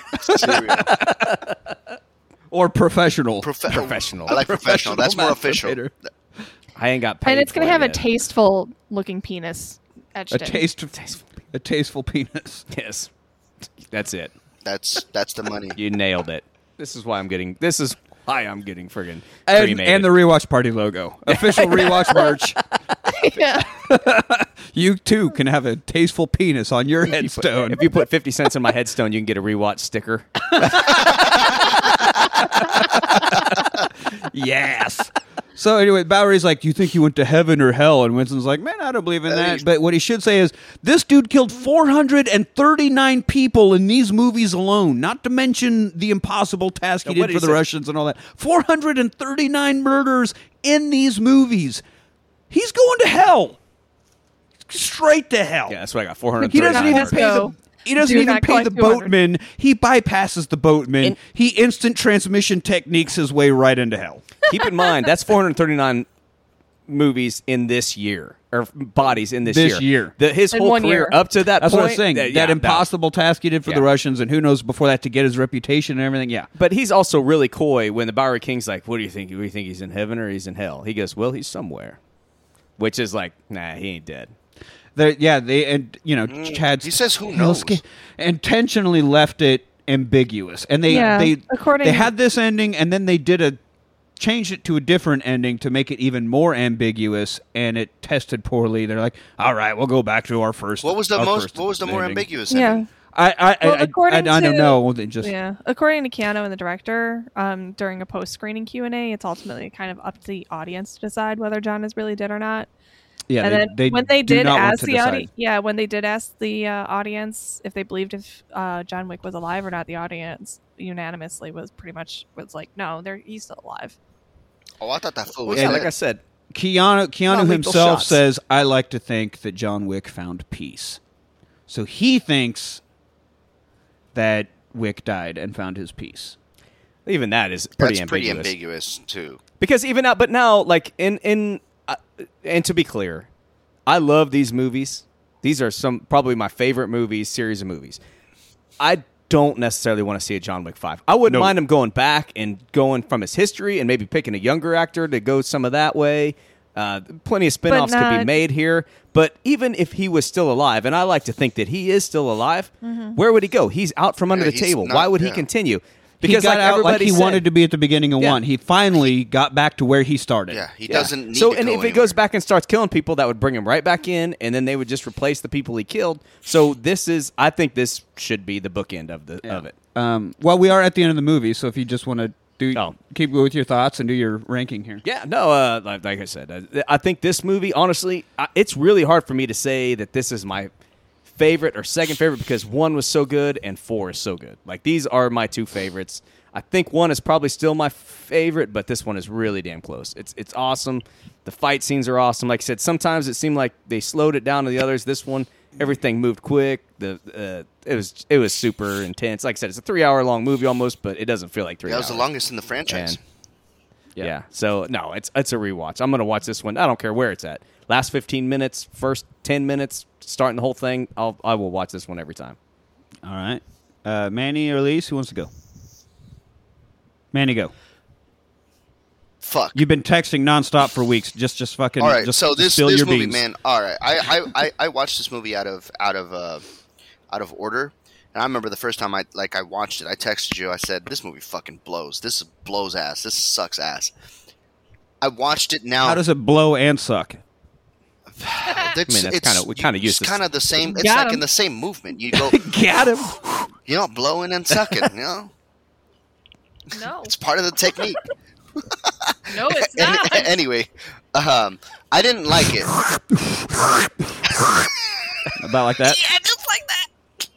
Speaker 1: or professional?
Speaker 3: Profe-
Speaker 2: professional.
Speaker 3: I like professional. That's more official.
Speaker 1: masturbator.
Speaker 2: *laughs* I ain't got paid.
Speaker 5: And it's gonna
Speaker 2: for it
Speaker 5: have a
Speaker 2: yet.
Speaker 5: tasteful looking penis etched
Speaker 1: a
Speaker 5: in.
Speaker 1: taste of a tasteful penis.
Speaker 2: Yes, that's it.
Speaker 3: That's that's the money.
Speaker 2: You nailed it. This is why I'm getting. This is why I'm getting friggin'
Speaker 1: And,
Speaker 2: cremated.
Speaker 1: and the rewatch party logo, official rewatch merch.
Speaker 5: *laughs* yeah.
Speaker 1: You too can have a tasteful penis on your headstone.
Speaker 2: If you put fifty cents on my headstone, you can get a rewatch sticker.
Speaker 1: yes. *laughs* So anyway, Bowery's like, "Do you think he went to heaven or hell?" And Winston's like, "Man, I don't believe in that." But what he should say is, "This dude killed 439 people in these movies alone. Not to mention the impossible task he
Speaker 2: Now, what
Speaker 1: did for
Speaker 2: did he
Speaker 1: the
Speaker 2: say?
Speaker 1: Russians and all that. 439 murders in these movies. He's going to hell, straight to hell."
Speaker 2: Yeah, that's what I got. Four hundred.
Speaker 1: He doesn't
Speaker 5: Thirty-nine
Speaker 1: even pay
Speaker 5: hours.
Speaker 1: the.
Speaker 5: Go.
Speaker 1: He doesn't
Speaker 5: Do
Speaker 1: even
Speaker 5: not
Speaker 1: pay
Speaker 5: collect
Speaker 1: the
Speaker 5: 200.
Speaker 1: boatman. He bypasses the boatman.
Speaker 2: And-
Speaker 1: he instant transmission techniques his way right into hell.
Speaker 2: Keep in mind that's 439 movies in this year or bodies in this,
Speaker 1: This year.
Speaker 2: The, his
Speaker 5: In
Speaker 2: whole
Speaker 5: one
Speaker 2: career
Speaker 5: year.
Speaker 2: up to that
Speaker 1: That's
Speaker 2: point.
Speaker 1: what I'm saying. That,
Speaker 2: yeah,
Speaker 1: impossible task he did for
Speaker 2: Yeah.
Speaker 1: the Russians, and who knows before that to get his reputation and everything. Yeah,
Speaker 2: But he's also really coy when the Bowery King's like, "What do you think? Do you think he's in heaven or he's in hell?" He goes, "Well, he's somewhere," which is like, "Nah, he ain't dead."
Speaker 1: They're- yeah, they and you know Chad.
Speaker 3: Mm. he says who knows.
Speaker 1: intentionally left it ambiguous, and they
Speaker 5: Yeah,
Speaker 1: they
Speaker 5: according-
Speaker 1: they had this ending, and then they did a changed it to a different ending to make it even more ambiguous, and it tested poorly. They're like, all right, we'll go back to our first.
Speaker 3: What was the
Speaker 1: our
Speaker 3: most?
Speaker 1: first
Speaker 3: What was the more
Speaker 1: ending."
Speaker 3: ambiguous?
Speaker 5: Yeah.
Speaker 3: ending?
Speaker 1: I I
Speaker 5: Well,
Speaker 1: I, I,
Speaker 5: according
Speaker 1: I don't
Speaker 5: to-
Speaker 1: know. They Just
Speaker 5: Yeah. According to Keanu and the director, um, during a post-screening Q and A, it's ultimately kind of up to the audience to decide whether John is really dead or not.
Speaker 1: yeah.
Speaker 5: and
Speaker 1: they,
Speaker 5: then
Speaker 1: they
Speaker 5: when they
Speaker 1: do
Speaker 5: did
Speaker 1: not want
Speaker 5: ask
Speaker 1: to
Speaker 5: the
Speaker 1: decide.
Speaker 5: audi- yeah, when they did ask the uh, audience if they believed if uh, John Wick was alive or not, the audience unanimously was pretty much was like, no, they're he's still alive.
Speaker 1: *laughs*
Speaker 3: Oh, I thought that fool was
Speaker 2: Yeah, like
Speaker 3: dead.
Speaker 2: I said,
Speaker 1: Keanu Keanu
Speaker 2: Non-lethal
Speaker 1: himself
Speaker 2: shots.
Speaker 1: says, "I like to think that John Wick found peace." So he thinks that Wick died and found his peace.
Speaker 2: even that is pretty
Speaker 3: That's pretty
Speaker 2: ambiguous.
Speaker 3: ambiguous too.
Speaker 2: because even now, but now, like in in, uh, and to be clear, I love these movies. These are some probably my favorite movies, series of movies. I don't necessarily want to see a John Wick five. I wouldn't mind him going back and going from his history and maybe picking a younger actor to go some of that way. Uh, plenty of spin-offs could be
Speaker 5: not-
Speaker 2: made here, but even if he was still alive, and I like to think that he is still alive,
Speaker 1: Mm-hmm.
Speaker 2: where would he go? He's out from under
Speaker 3: Yeah,
Speaker 2: the
Speaker 3: he's
Speaker 2: table.
Speaker 3: not-
Speaker 2: Why would he
Speaker 3: yeah.
Speaker 2: continue?
Speaker 1: He
Speaker 2: Because
Speaker 1: got
Speaker 2: like
Speaker 1: out like
Speaker 2: everybody
Speaker 1: he
Speaker 2: said-
Speaker 1: wanted to be at the beginning of
Speaker 2: Yeah.
Speaker 1: one. He finally got back to where he started.
Speaker 3: Yeah, he
Speaker 2: Yeah.
Speaker 3: doesn't. Need
Speaker 2: so,
Speaker 3: to
Speaker 2: and
Speaker 3: go
Speaker 2: if he goes
Speaker 3: anywhere.
Speaker 2: back and starts killing people, that would bring him right back in, and then they would just replace the people he killed. So this is, I think, this should be the bookend of the of it.
Speaker 1: Um, well, we are at the end of the movie, so if you just want to do
Speaker 2: Oh.
Speaker 1: keep with your thoughts and do your ranking here.
Speaker 2: Yeah, no, uh, like, like I said, I, I think this movie, honestly, I, it's really hard for me to say that this is my favorite or second favorite because one was so good and four is so good. Like these are my two favorites. I think one is probably still my favorite, but this one is really damn close. It's it's awesome. The fight scenes are awesome. Like I said, sometimes it seemed like they slowed it down to the others. This one, everything moved quick. The uh, it was it was super intense. Like I said, it's a three hour long movie almost, but it doesn't feel like three.
Speaker 3: That was the
Speaker 2: hours.
Speaker 3: longest in the franchise.
Speaker 2: And- yeah. So no, it's it's a rewatch. I'm gonna watch this one. I don't care where it's at. Last 15 minutes, first 10 minutes, starting the whole thing. I'll I will watch this one every time.
Speaker 1: All right, uh, Manny or Elise, who wants to go? Manny, go.
Speaker 3: Fuck.
Speaker 1: You've been texting nonstop for weeks. Just, just fucking.
Speaker 3: all right.
Speaker 1: just,
Speaker 3: so
Speaker 1: just
Speaker 3: this
Speaker 1: spill
Speaker 3: this
Speaker 1: your
Speaker 3: movie,
Speaker 1: beans.
Speaker 3: man. All right. I, I, I, I watched this movie out of out of uh, out of order, and I remember the first time I like I watched it. I texted you. I said this movie fucking blows. This blows ass. This sucks ass. I watched it now.
Speaker 1: How does it blow and suck?
Speaker 3: *laughs* it's,
Speaker 2: I mean, that's kinda- we kinda used this.
Speaker 3: kind of the same. It's
Speaker 5: Got
Speaker 3: like
Speaker 5: him.
Speaker 3: in the same
Speaker 2: *laughs*
Speaker 3: movement. You go,
Speaker 2: Got him.
Speaker 3: you know, blowing and sucking. You know,
Speaker 5: No,
Speaker 3: It's part of the
Speaker 5: *laughs*
Speaker 3: technique.
Speaker 1: *laughs*
Speaker 5: no, it's
Speaker 3: An- *laughs*
Speaker 5: not.
Speaker 3: anyway, um, I didn't like it.
Speaker 1: About like
Speaker 5: *laughs*
Speaker 1: that.
Speaker 5: yeah, just like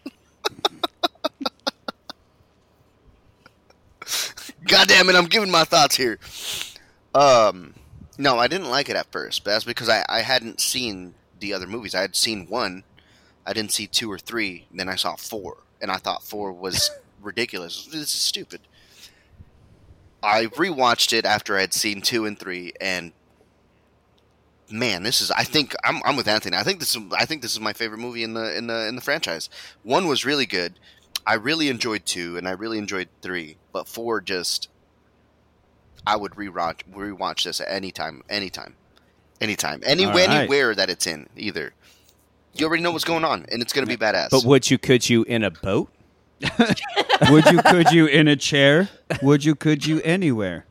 Speaker 5: that.
Speaker 3: God damn it, I'm giving my thoughts here. Um, no, I didn't like it at first, but that's because I, I hadn't seen the other movies. I had seen one, I didn't see two or three, then I saw four, and I thought four was ridiculous. This is stupid. I rewatched it after I had seen two and three, and man, this is. I think I'm, I'm with Anthony. I think this is. I think this is my favorite movie in the in the in the franchise. One was really good. I really enjoyed two, and I really enjoyed three, but four just. I would rewatch rewatch this at any time, anytime, anytime, any
Speaker 1: All right.
Speaker 3: anywhere that it's in. Either you already know what's going on, and it's gonna be badass.
Speaker 2: But would you? Could you in a boat?
Speaker 1: *laughs* Would you? Could you? In a chair? Would you? Could you?
Speaker 5: *laughs*
Speaker 1: Anywhere?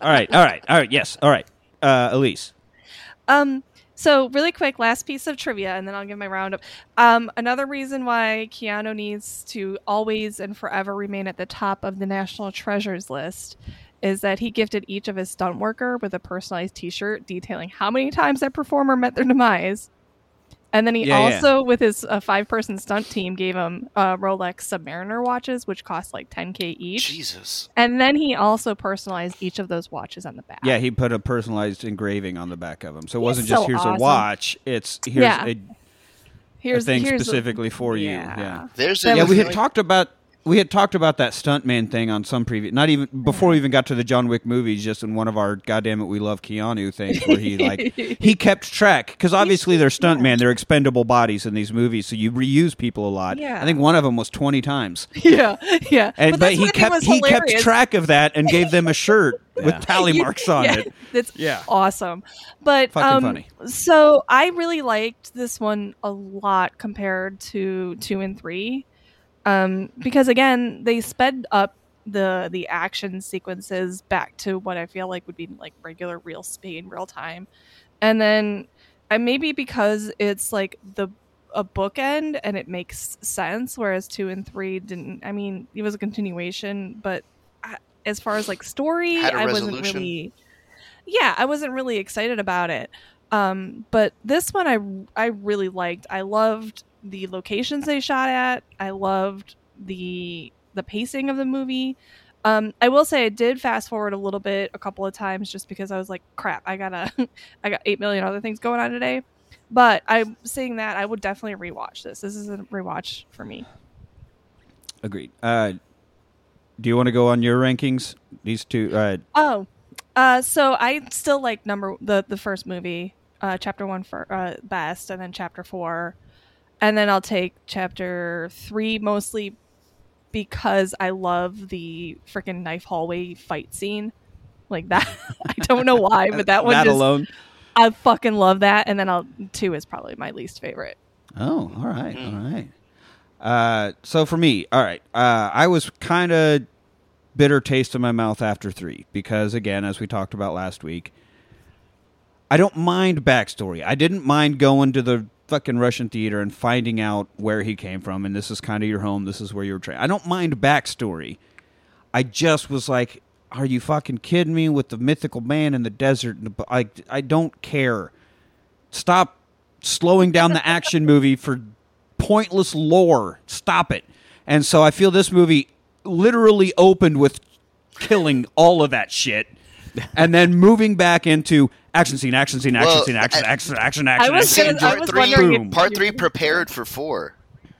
Speaker 1: All right. All right. All right. Yes. All right. Uh, Elise.
Speaker 5: Um, so really quick, last piece of trivia, and then I'll give my roundup. Um, another reason why Keanu needs to always and forever remain at the top of the national treasures list is that he gifted each of his stunt worker with a personalized T-shirt detailing how many times that performer met their demise. And then he
Speaker 1: Yeah, yeah.
Speaker 5: also, with his uh, five-person stunt team, gave him uh, Rolex Submariner watches, which cost like 10k each.
Speaker 3: Jesus,
Speaker 5: And then he also personalized each of those watches on the back.
Speaker 1: Yeah, he put a personalized engraving on the back of him, so it
Speaker 5: He's
Speaker 1: wasn't just
Speaker 5: so
Speaker 1: here's
Speaker 5: awesome.
Speaker 1: a watch. It's here's
Speaker 5: Yeah.
Speaker 1: a, a
Speaker 5: here's
Speaker 1: thing
Speaker 5: here's the-
Speaker 1: specifically for you.
Speaker 5: Yeah.
Speaker 1: Yeah.
Speaker 3: there's
Speaker 5: That
Speaker 3: a,
Speaker 1: Yeah,
Speaker 5: was
Speaker 1: we had
Speaker 5: really-
Speaker 1: talked about we had talked about that stuntman thing on some previous, not even before we even got to the John Wick movies, just in one of our goddamn it, we love Keanu things where he like
Speaker 5: *laughs*
Speaker 1: he kept track because obviously they're stuntman, they're expendable bodies in these movies, so you reuse people a lot.
Speaker 5: Yeah.
Speaker 1: I think one of them was twenty times,
Speaker 5: *laughs* yeah, yeah.
Speaker 1: and but, he
Speaker 5: that's what I think
Speaker 1: kept
Speaker 5: was
Speaker 1: he kept
Speaker 5: hilarious.
Speaker 1: track of that and gave them a shirt with tally marks on
Speaker 5: *laughs* yeah,
Speaker 1: it.
Speaker 5: That's
Speaker 1: Yeah.
Speaker 5: awesome. But
Speaker 1: Fucking
Speaker 5: um,
Speaker 1: funny.
Speaker 5: So I really liked this one a lot compared to two and three, um, because again they sped up the the action sequences back to what I feel like would be like regular real speed, real time, and then and maybe because it's like the a bookend and it makes sense whereas two and three didn't i mean it was a continuation but I, as far as like story
Speaker 3: Had a
Speaker 5: i wasn't
Speaker 3: resolution.
Speaker 5: really yeah i wasn't really excited about it um but this one i i really liked i loved the locations they shot at i loved the the pacing of the movie um i will say i did fast forward a little bit a couple of times just because i was like crap i gotta *laughs* i got 8 million other things going on today but I'm saying that I would definitely rewatch this. This is a rewatch for me.
Speaker 1: Agreed. Uh, do you want to go on your rankings? These two. Uh,
Speaker 5: Oh, uh, so I still like number the the first movie, uh, chapter one for uh, best, and then chapter four, and then I'll take chapter three mostly because I love the freaking knife hallway fight scene, like that. *laughs* I don't know why, but that
Speaker 1: *laughs*
Speaker 5: one
Speaker 1: that
Speaker 5: just
Speaker 1: alone.
Speaker 5: I fucking love that. And then I'll two is probably my least favorite.
Speaker 1: Oh, all right, all right. Uh, so for me, all right, uh, I was kind of bitter taste in my mouth after three because, again, as we talked about last week, I don't mind backstory. I didn't mind going to the fucking Russian theater and finding out where he came from, and this is kind of your home. This is where you were trained. I don't mind backstory. I just was like, "Are you fucking kidding me?" With the mythical man in the desert, and the, I I don't care stop slowing down the action movie for pointless lore. Stop it. And so I feel this movie literally opened with killing all of that shit and then moving back into action scene, action scene, action
Speaker 3: Well,
Speaker 1: scene, action,
Speaker 3: I-
Speaker 1: action, action, action.
Speaker 5: I was
Speaker 1: action.
Speaker 5: gonna- I
Speaker 3: part
Speaker 5: was
Speaker 3: three.
Speaker 5: wondering if
Speaker 1: Boom.
Speaker 3: Part three prepared for four.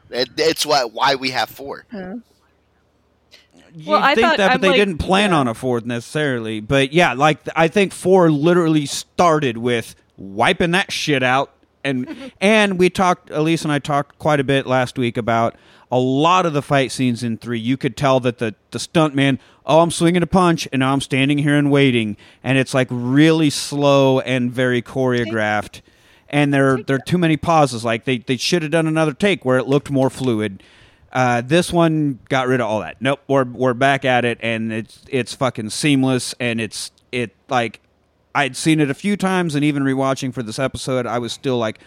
Speaker 3: It, it's why why we have four.
Speaker 1: Uh, You'd
Speaker 5: Well, I
Speaker 1: think
Speaker 5: thought-
Speaker 1: that, but
Speaker 5: I'm
Speaker 1: they
Speaker 5: like-
Speaker 1: didn't plan on a fourth necessarily. But yeah, like th- I think four literally started with wiping that shit out, and and we talked. Elise and I talked quite a bit last week about a lot of the fight scenes in three. You could tell that the the stuntman, oh, I'm swinging a punch, and now I'm standing here and waiting, and it's like really slow and very choreographed. And there, there are too many pauses. Like they, they should have done another take where it looked more fluid. Uh, this one got rid of all that. Nope, we're we're back at it, and it's it's fucking seamless, and it's it like I'd seen it a few times, and even rewatching for this episode, I was still like,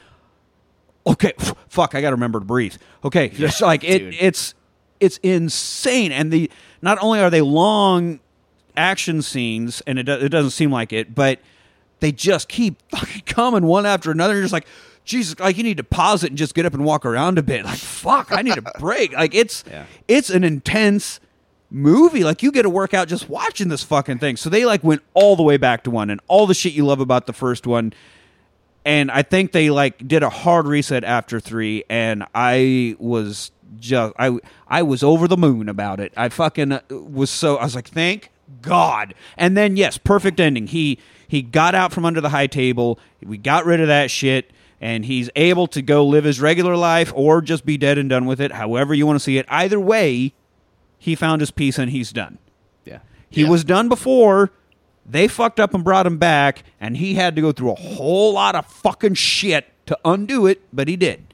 Speaker 1: okay, fuck, I got to remember to breathe. Okay, just like it,
Speaker 2: dude.
Speaker 1: it's it's insane. And the not only are they long action scenes, and it do, it doesn't seem like it, but they just keep *laughs* fucking coming one after another. You're just like, Jesus, like you need to pause it and just get up and walk around a bit. *laughs* Like, fuck, I need a break. Like it's
Speaker 2: *laughs* Yeah.
Speaker 1: it's an intense movie. Like you get a workout just watching this fucking thing. So they like went all the way back to one and all the shit you love about the first one. And I think they like did a hard reset after three, and I was just I I was over the moon about it. I fucking uh, was so I was like, thank God. And then yes, perfect ending. He he got out from under the high table. We got rid of that shit and he's able to go live his regular life or just be dead and done with it, however you want to see it. Either way, he found his peace and he's done.
Speaker 2: Yeah.
Speaker 1: He was done before. They fucked up and brought him back, and he had to go through a whole lot of fucking shit to undo it, but he did.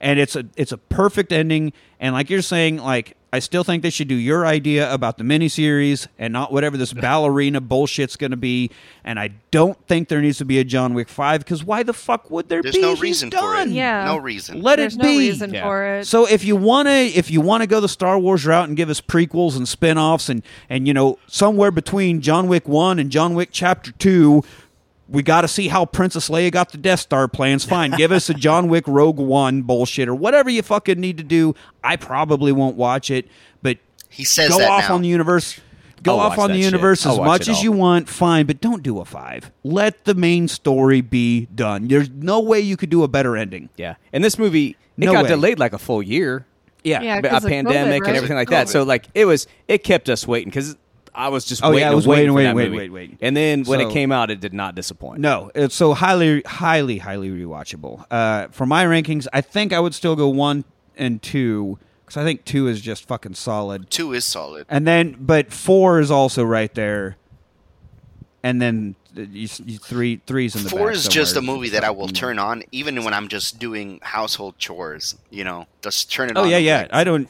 Speaker 1: And it's a it's a perfect ending. And like you're saying, like I still think they should do your idea about the miniseries and not whatever this ballerina bullshit's going to be. And I don't think there needs to be a John Wick five because why the fuck would there
Speaker 3: There's
Speaker 1: be?
Speaker 3: no
Speaker 1: He's
Speaker 3: reason for it.
Speaker 1: done.
Speaker 5: Yeah.
Speaker 3: No reason.
Speaker 1: Let
Speaker 5: There's
Speaker 1: it
Speaker 5: no
Speaker 1: be.
Speaker 5: reason
Speaker 2: Yeah.
Speaker 5: for it.
Speaker 1: So if you wanna if you wanna go the Star Wars route and give us prequels and spin-offs and and you know somewhere between John Wick 1 and John Wick Chapter 2 we got to see how Princess Leia got the Death Star plans.
Speaker 2: *laughs*
Speaker 1: Fine, give us a John Wick Rogue One bullshit or whatever you fucking need to do. I probably won't watch it, but
Speaker 3: He says
Speaker 1: go
Speaker 3: that
Speaker 1: off
Speaker 3: now.
Speaker 1: on the universe. Go
Speaker 2: I'll
Speaker 1: off
Speaker 2: watch
Speaker 1: on the
Speaker 2: that shit.
Speaker 1: universe
Speaker 2: I'll
Speaker 1: as
Speaker 2: watch
Speaker 1: much
Speaker 2: it
Speaker 1: as
Speaker 2: all.
Speaker 1: you want, fine, but don't do a five. Let the main story be done. There's no way you could do a better ending.
Speaker 2: Yeah. And this movie, it
Speaker 1: No
Speaker 2: got
Speaker 1: way.
Speaker 2: delayed like a full year.
Speaker 5: Yeah,
Speaker 2: b-
Speaker 5: 'cause
Speaker 2: a
Speaker 5: of
Speaker 2: pandemic
Speaker 5: COVID, right?
Speaker 2: and everything like that. So like it was, it kept us waiting because I was just
Speaker 1: Oh, yeah,
Speaker 2: waiting,
Speaker 1: I was
Speaker 2: and waiting,
Speaker 1: waiting, waiting,
Speaker 2: for that
Speaker 1: waiting,
Speaker 2: movie.
Speaker 1: waiting, waiting.
Speaker 2: And then when
Speaker 1: So-
Speaker 2: it came out, it did not disappoint.
Speaker 1: No, Oh, it's so highly, highly, highly rewatchable. Uh, for my rankings, I think I would still go one and two because I think two is just fucking solid,
Speaker 3: Two is solid.
Speaker 1: and then but four is also right there, and then uh, you, you, three threes in the
Speaker 3: Four
Speaker 1: back
Speaker 3: is just a
Speaker 1: somewhere.
Speaker 3: movie that I will turn on even when I'm just doing household chores. You know, just turn it
Speaker 1: Oh
Speaker 3: on.
Speaker 1: yeah,
Speaker 3: I'm
Speaker 1: yeah.
Speaker 3: like,
Speaker 1: I don't.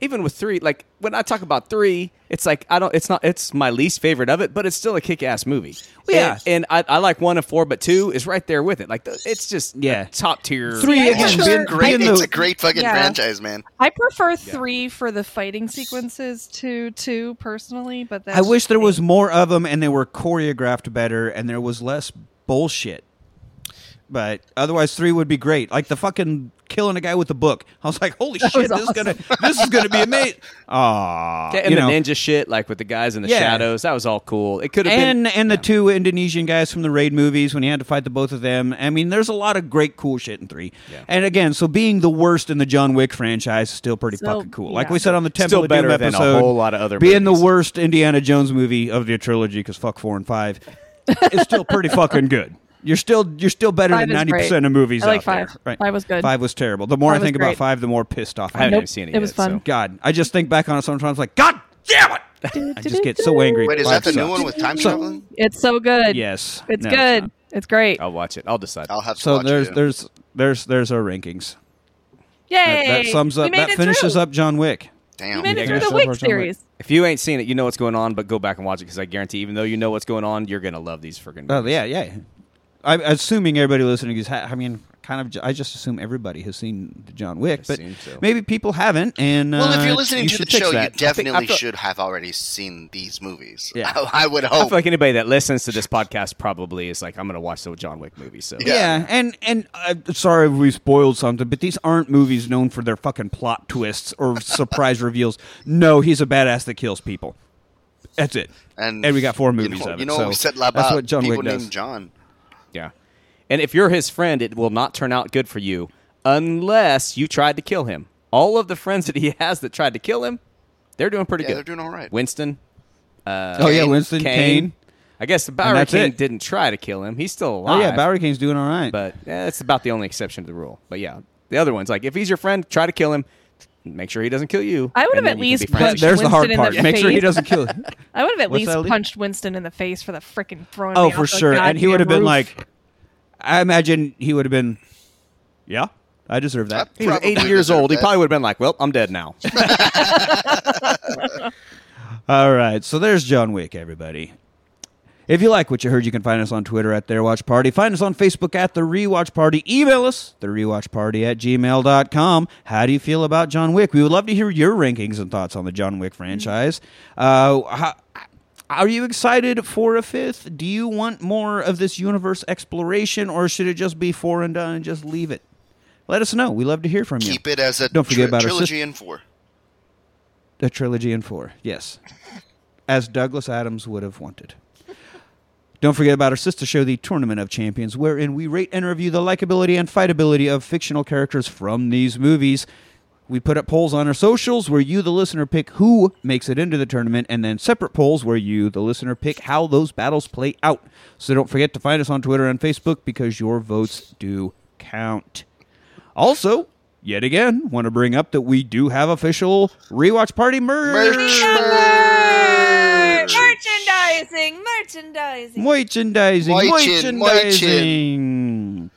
Speaker 2: Even with three, like when I talk about three, it's like I don't. It's not. It's my least favorite of it, but it's still a kick-ass movie.
Speaker 1: Yeah.
Speaker 2: and, and I, I like one and four, but two is right there with it. Like the, it's just
Speaker 1: Yeah.
Speaker 2: top tier.
Speaker 1: Three
Speaker 5: Yeah,
Speaker 1: again.
Speaker 3: It's, just
Speaker 5: Sure.
Speaker 1: being-
Speaker 3: great.
Speaker 1: being
Speaker 3: it's
Speaker 1: the-
Speaker 3: a great fucking
Speaker 5: Yeah.
Speaker 3: franchise, man.
Speaker 5: I prefer three for the fighting sequences to two personally, but that's
Speaker 1: I wish
Speaker 5: just
Speaker 1: there
Speaker 5: me.
Speaker 1: was more of them and they were choreographed better and there was less bullshit. But otherwise, three would be great. Like the fucking killing a guy with a book. I was like,
Speaker 5: *laughs*
Speaker 1: holy shit,
Speaker 5: was
Speaker 1: this is gonna *laughs* this is gonna be amazing.
Speaker 2: Yeah,
Speaker 1: Aww,
Speaker 2: and
Speaker 1: you
Speaker 2: the
Speaker 1: know.
Speaker 2: ninja shit, like with the guys in the
Speaker 1: Yeah.
Speaker 2: shadows, that was all cool. It could have
Speaker 1: And
Speaker 2: been
Speaker 1: and the two Indonesian guys from the raid movies when he had to fight the both of them. I mean, there's a lot of great cool shit in three. And again, so being the worst in the John Wick franchise is still pretty
Speaker 5: So,
Speaker 1: fucking cool. Like
Speaker 5: yeah.
Speaker 1: we said on the Temple
Speaker 2: Still
Speaker 1: of Doom
Speaker 2: better than a
Speaker 1: episode,
Speaker 2: whole lot of other
Speaker 1: being
Speaker 2: movies.
Speaker 1: the worst Indiana Jones movie of the trilogy because fuck four and five is still pretty fucking good. You're still you're still better
Speaker 5: Five
Speaker 1: than
Speaker 5: is
Speaker 1: ninety percent
Speaker 5: great.
Speaker 1: of movies
Speaker 5: I like
Speaker 1: out there.
Speaker 5: five. Five was good.
Speaker 1: Five was terrible. The more
Speaker 5: Five
Speaker 1: I
Speaker 5: was
Speaker 1: think about
Speaker 5: great.
Speaker 1: five, the more pissed off
Speaker 2: I haven't
Speaker 1: I
Speaker 2: even
Speaker 1: am.
Speaker 5: Nope.
Speaker 2: seen it.
Speaker 5: It was
Speaker 2: yet,
Speaker 5: fun.
Speaker 2: so-
Speaker 1: God, I just think back on it sometimes like God damn it! I just get so angry.
Speaker 3: Wait, is
Speaker 1: Five
Speaker 3: that the new
Speaker 1: sucks.
Speaker 3: one with time
Speaker 1: So-
Speaker 3: traveling?
Speaker 5: It's so good.
Speaker 1: Yes,
Speaker 5: It's
Speaker 1: No,
Speaker 5: good.
Speaker 1: not. Oh,
Speaker 5: It's, great.
Speaker 2: I'll watch it. I'll decide.
Speaker 3: I'll have to
Speaker 1: So
Speaker 3: watch
Speaker 1: there's
Speaker 3: it. yeah.
Speaker 1: there's there's there's our rankings.
Speaker 5: Yay!
Speaker 1: That, that sums
Speaker 5: We
Speaker 1: up.
Speaker 5: made
Speaker 1: That
Speaker 5: it
Speaker 1: finishes
Speaker 5: through.
Speaker 1: up John Wick.
Speaker 5: We
Speaker 3: Damn.
Speaker 5: made it
Speaker 1: Yeah.
Speaker 5: through
Speaker 1: Yeah.
Speaker 5: the Wick
Speaker 1: Somewhere, somewhere.
Speaker 5: series.
Speaker 2: If you ain't seen it, you know what's going on, but go back and watch it because I guarantee, even though you know what's going on, you're gonna love these freaking.
Speaker 1: Oh yeah, yeah. I'm assuming everybody listening is. Ha- I mean, kind of. ju- I just assume everybody has seen the John Wick, but
Speaker 2: assume so.
Speaker 1: maybe people haven't. And
Speaker 3: Well, if
Speaker 1: uh,
Speaker 3: you're listening
Speaker 1: you
Speaker 3: to
Speaker 1: should
Speaker 3: the
Speaker 1: fix
Speaker 3: show,
Speaker 1: that.
Speaker 3: you definitely
Speaker 2: feel-
Speaker 3: should have already seen these movies.
Speaker 1: Yeah.
Speaker 3: *laughs* I, would
Speaker 2: I
Speaker 3: hope.
Speaker 2: feel like anybody that listens to this podcast probably is like, I'm gonna watch the John Wick movie. So
Speaker 1: yeah. and and uh, sorry if we spoiled something, but these aren't movies known for their fucking plot twists
Speaker 3: *laughs*
Speaker 1: or surprise reveals. No, he's a badass that kills people. That's it.
Speaker 3: and,
Speaker 1: we got four
Speaker 3: you
Speaker 1: movies
Speaker 3: know-
Speaker 1: of it.
Speaker 3: You know
Speaker 1: so
Speaker 3: what we said about
Speaker 1: that's what John
Speaker 3: people
Speaker 1: Wick does.
Speaker 3: named John.
Speaker 2: yeah. And if you're his friend, it will not turn out good for you unless you tried to kill him. All of the friends that he *laughs* has that tried to kill him, they're doing pretty
Speaker 3: Yeah,
Speaker 2: good.
Speaker 3: they're doing all right.
Speaker 2: Winston,
Speaker 1: oh yeah,
Speaker 3: Kane.
Speaker 1: Winston Kane.
Speaker 2: Kane. I guess the Bowery
Speaker 1: that's
Speaker 2: King
Speaker 1: it.
Speaker 2: didn't try to kill him. He's still alive.
Speaker 1: Oh yeah, Bowery Kane's doing all right.
Speaker 2: but eh, that's about the only exception to the rule. But yeah, the other ones like if he's your friend, try to kill him. Make sure he doesn't kill you.
Speaker 5: I would
Speaker 2: and
Speaker 5: have
Speaker 2: then you
Speaker 5: at
Speaker 2: can
Speaker 5: least
Speaker 2: be
Speaker 1: Th-
Speaker 2: friends.
Speaker 5: punched-
Speaker 1: there's the
Speaker 5: Winston
Speaker 1: hard
Speaker 5: in
Speaker 1: part.
Speaker 5: the
Speaker 1: Make sure he
Speaker 5: face.
Speaker 1: doesn't
Speaker 5: *laughs*
Speaker 1: kill.
Speaker 5: I would have at
Speaker 1: What's that,
Speaker 5: least
Speaker 1: Lee?
Speaker 5: punched Winston in the face for the freaking throwing.
Speaker 1: oh,
Speaker 5: me
Speaker 1: for
Speaker 5: off the
Speaker 1: sure. And he would have been
Speaker 5: goddamn roof.
Speaker 1: like, I imagine he would have been, yeah, I deserve that.
Speaker 3: I
Speaker 2: He was
Speaker 3: probably
Speaker 2: 80 years
Speaker 3: deserve
Speaker 2: old. He
Speaker 3: that.
Speaker 2: probably would have been like, "Well, I'm dead now."
Speaker 1: All right. So there's John Wick, everybody. If you like what you heard, you can find us on Twitter at Their Watch Party. Find us on Facebook at The Rewatch Party. Email us, therewatchparty at gmail.com. How do you feel about John Wick? We would love to hear your rankings and thoughts on the John Wick franchise. Uh, how, are you excited for a fifth? Do you want more of this universe exploration, or should it just be four and done and just leave it? Let us know. We love to hear from you.
Speaker 3: Keep it as a
Speaker 1: Don't forget
Speaker 3: tri-
Speaker 1: about our
Speaker 3: trilogy in four.
Speaker 1: A trilogy in four, yes. As Douglas Adams would have wanted. Don't forget about our sister show, The Tournament of Champions, wherein we rate and review the likability and fightability of fictional characters from these movies. We put up polls on our socials where you, the listener, pick who makes it into the tournament, and then separate polls where you, the listener, pick how those battles play out. So don't forget to find us on Twitter and Facebook because your votes do count. Also, yet again, want to bring up that we do have official rewatch party merch.
Speaker 3: Merch.
Speaker 5: Merchandising, merchandising.
Speaker 1: Merchandising,
Speaker 3: Merchin, merchin.
Speaker 1: merchandising.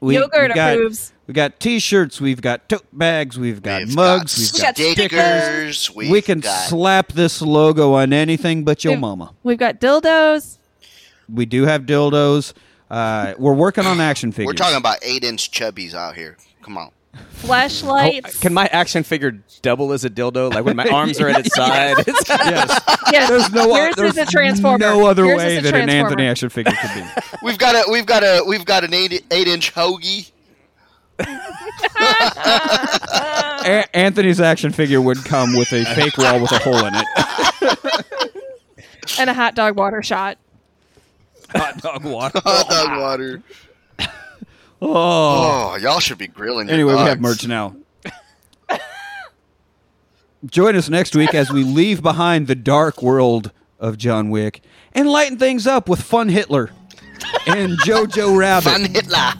Speaker 1: We,
Speaker 5: Yogurt
Speaker 1: we got,
Speaker 5: approves.
Speaker 1: We got T-shirts. We've got tote bags. We've got
Speaker 3: We've
Speaker 1: mugs.
Speaker 3: got
Speaker 1: we've
Speaker 5: got
Speaker 3: stickers.
Speaker 1: got.
Speaker 3: We've
Speaker 1: we can
Speaker 3: got
Speaker 1: slap this logo on anything but your
Speaker 5: We've-
Speaker 1: mama. Oh,
Speaker 5: We've got dildos.
Speaker 1: We do have dildos. Uh, we're working on action figures.
Speaker 3: We're talking about eight inch chubbies out here. Come on.
Speaker 5: flashlights.
Speaker 2: can my action figure double as a dildo? Like when
Speaker 3: *laughs*
Speaker 2: my arms are at its side? *laughs*
Speaker 5: yes.
Speaker 1: There's no,
Speaker 5: Yours
Speaker 1: there's
Speaker 5: is a transformer.
Speaker 1: no other
Speaker 5: Yours
Speaker 1: way
Speaker 5: is a
Speaker 1: that an
Speaker 5: transformer.
Speaker 1: Anthony action figure could be.
Speaker 5: *laughs*
Speaker 3: We've got a we've got a we've got an eight eight
Speaker 1: *laughs*
Speaker 3: inch hoagie.
Speaker 1: A- Anthony's action figure would come with a fake wall with a hole in it.
Speaker 5: and a hot dog water shot.
Speaker 2: Hot dog water.
Speaker 3: Hot dog water.
Speaker 1: Oh.
Speaker 3: Oh, y'all should be grilling. your
Speaker 1: Anyway, we
Speaker 3: dogs.
Speaker 1: have merch now. *laughs* Join us next week as we leave behind the dark world of John Wick and lighten things up with Fun Hitler and Jojo
Speaker 3: Fun
Speaker 1: Rabbit.
Speaker 3: Hitler.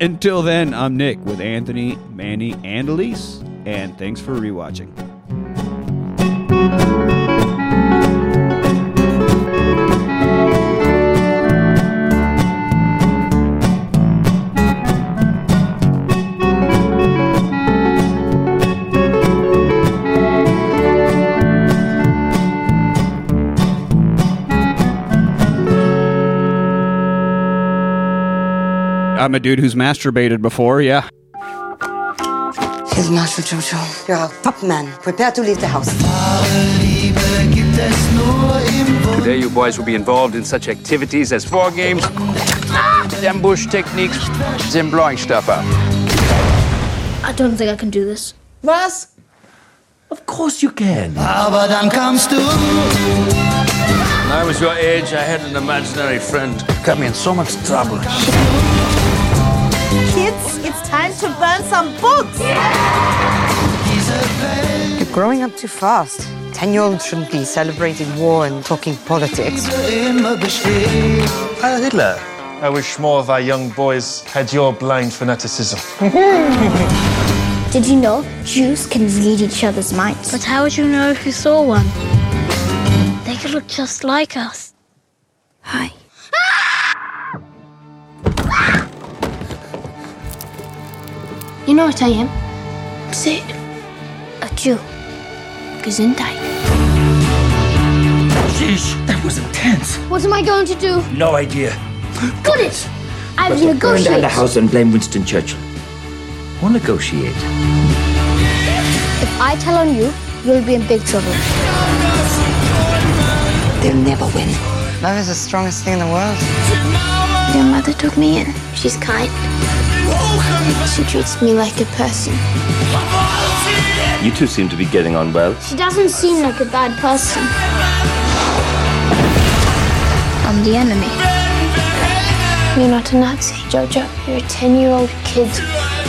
Speaker 1: Until then, I'm Nick with Anthony, Manny, and Elise. And thanks for rewatching. I'm a dude who's masturbated before, yeah.
Speaker 8: Here's Marshal Jojo. You're a top man. Prepare to leave the house.
Speaker 9: Today, you boys will be involved in such activities as war games, ambush techniques, and blowing stuff up.
Speaker 10: I don't think I can do this.
Speaker 8: Was?
Speaker 9: Of course you can. When I was your age, I had an imaginary friend. Got me in so much trouble.
Speaker 11: Kids, it's time to burn some books.
Speaker 8: You're growing up too fast. Ten year olds shouldn't be celebrating war and talking politics.
Speaker 9: Heil Hitler. I wish more of our young boys had your blind fanaticism.
Speaker 10: Did you know Jews can read each other's minds? But how would you know if you saw one? They could look just like us. Hi. You know what I am? Say it. A Jew. Gesundheit.
Speaker 9: Jeez, that was intense.
Speaker 10: What am I going to do?
Speaker 9: No idea.
Speaker 10: Got it! I've negotiated.
Speaker 9: and blame Winston Churchill. Or negotiate.
Speaker 10: If I tell on you, you'll be in big trouble.
Speaker 8: They'll never win. Love is the strongest thing in the world.
Speaker 10: Your mother took me in. She's kind. She treats me like a person.
Speaker 9: You two seem to be getting on well.
Speaker 10: She doesn't seem like a bad person. I'm the enemy. You're not a Nazi, Jojo. You're a 10 year old kid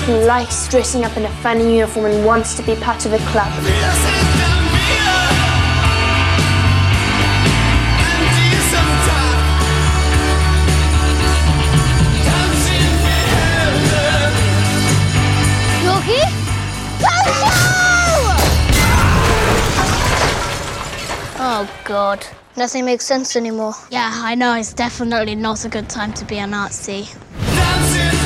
Speaker 10: who likes dressing up in a funny uniform and wants to be part of a club. You're here? Jojo! Oh god. Nothing makes sense anymore. Yeah, I know it's definitely not a good time to be a Nazi.
Speaker 11: Dancing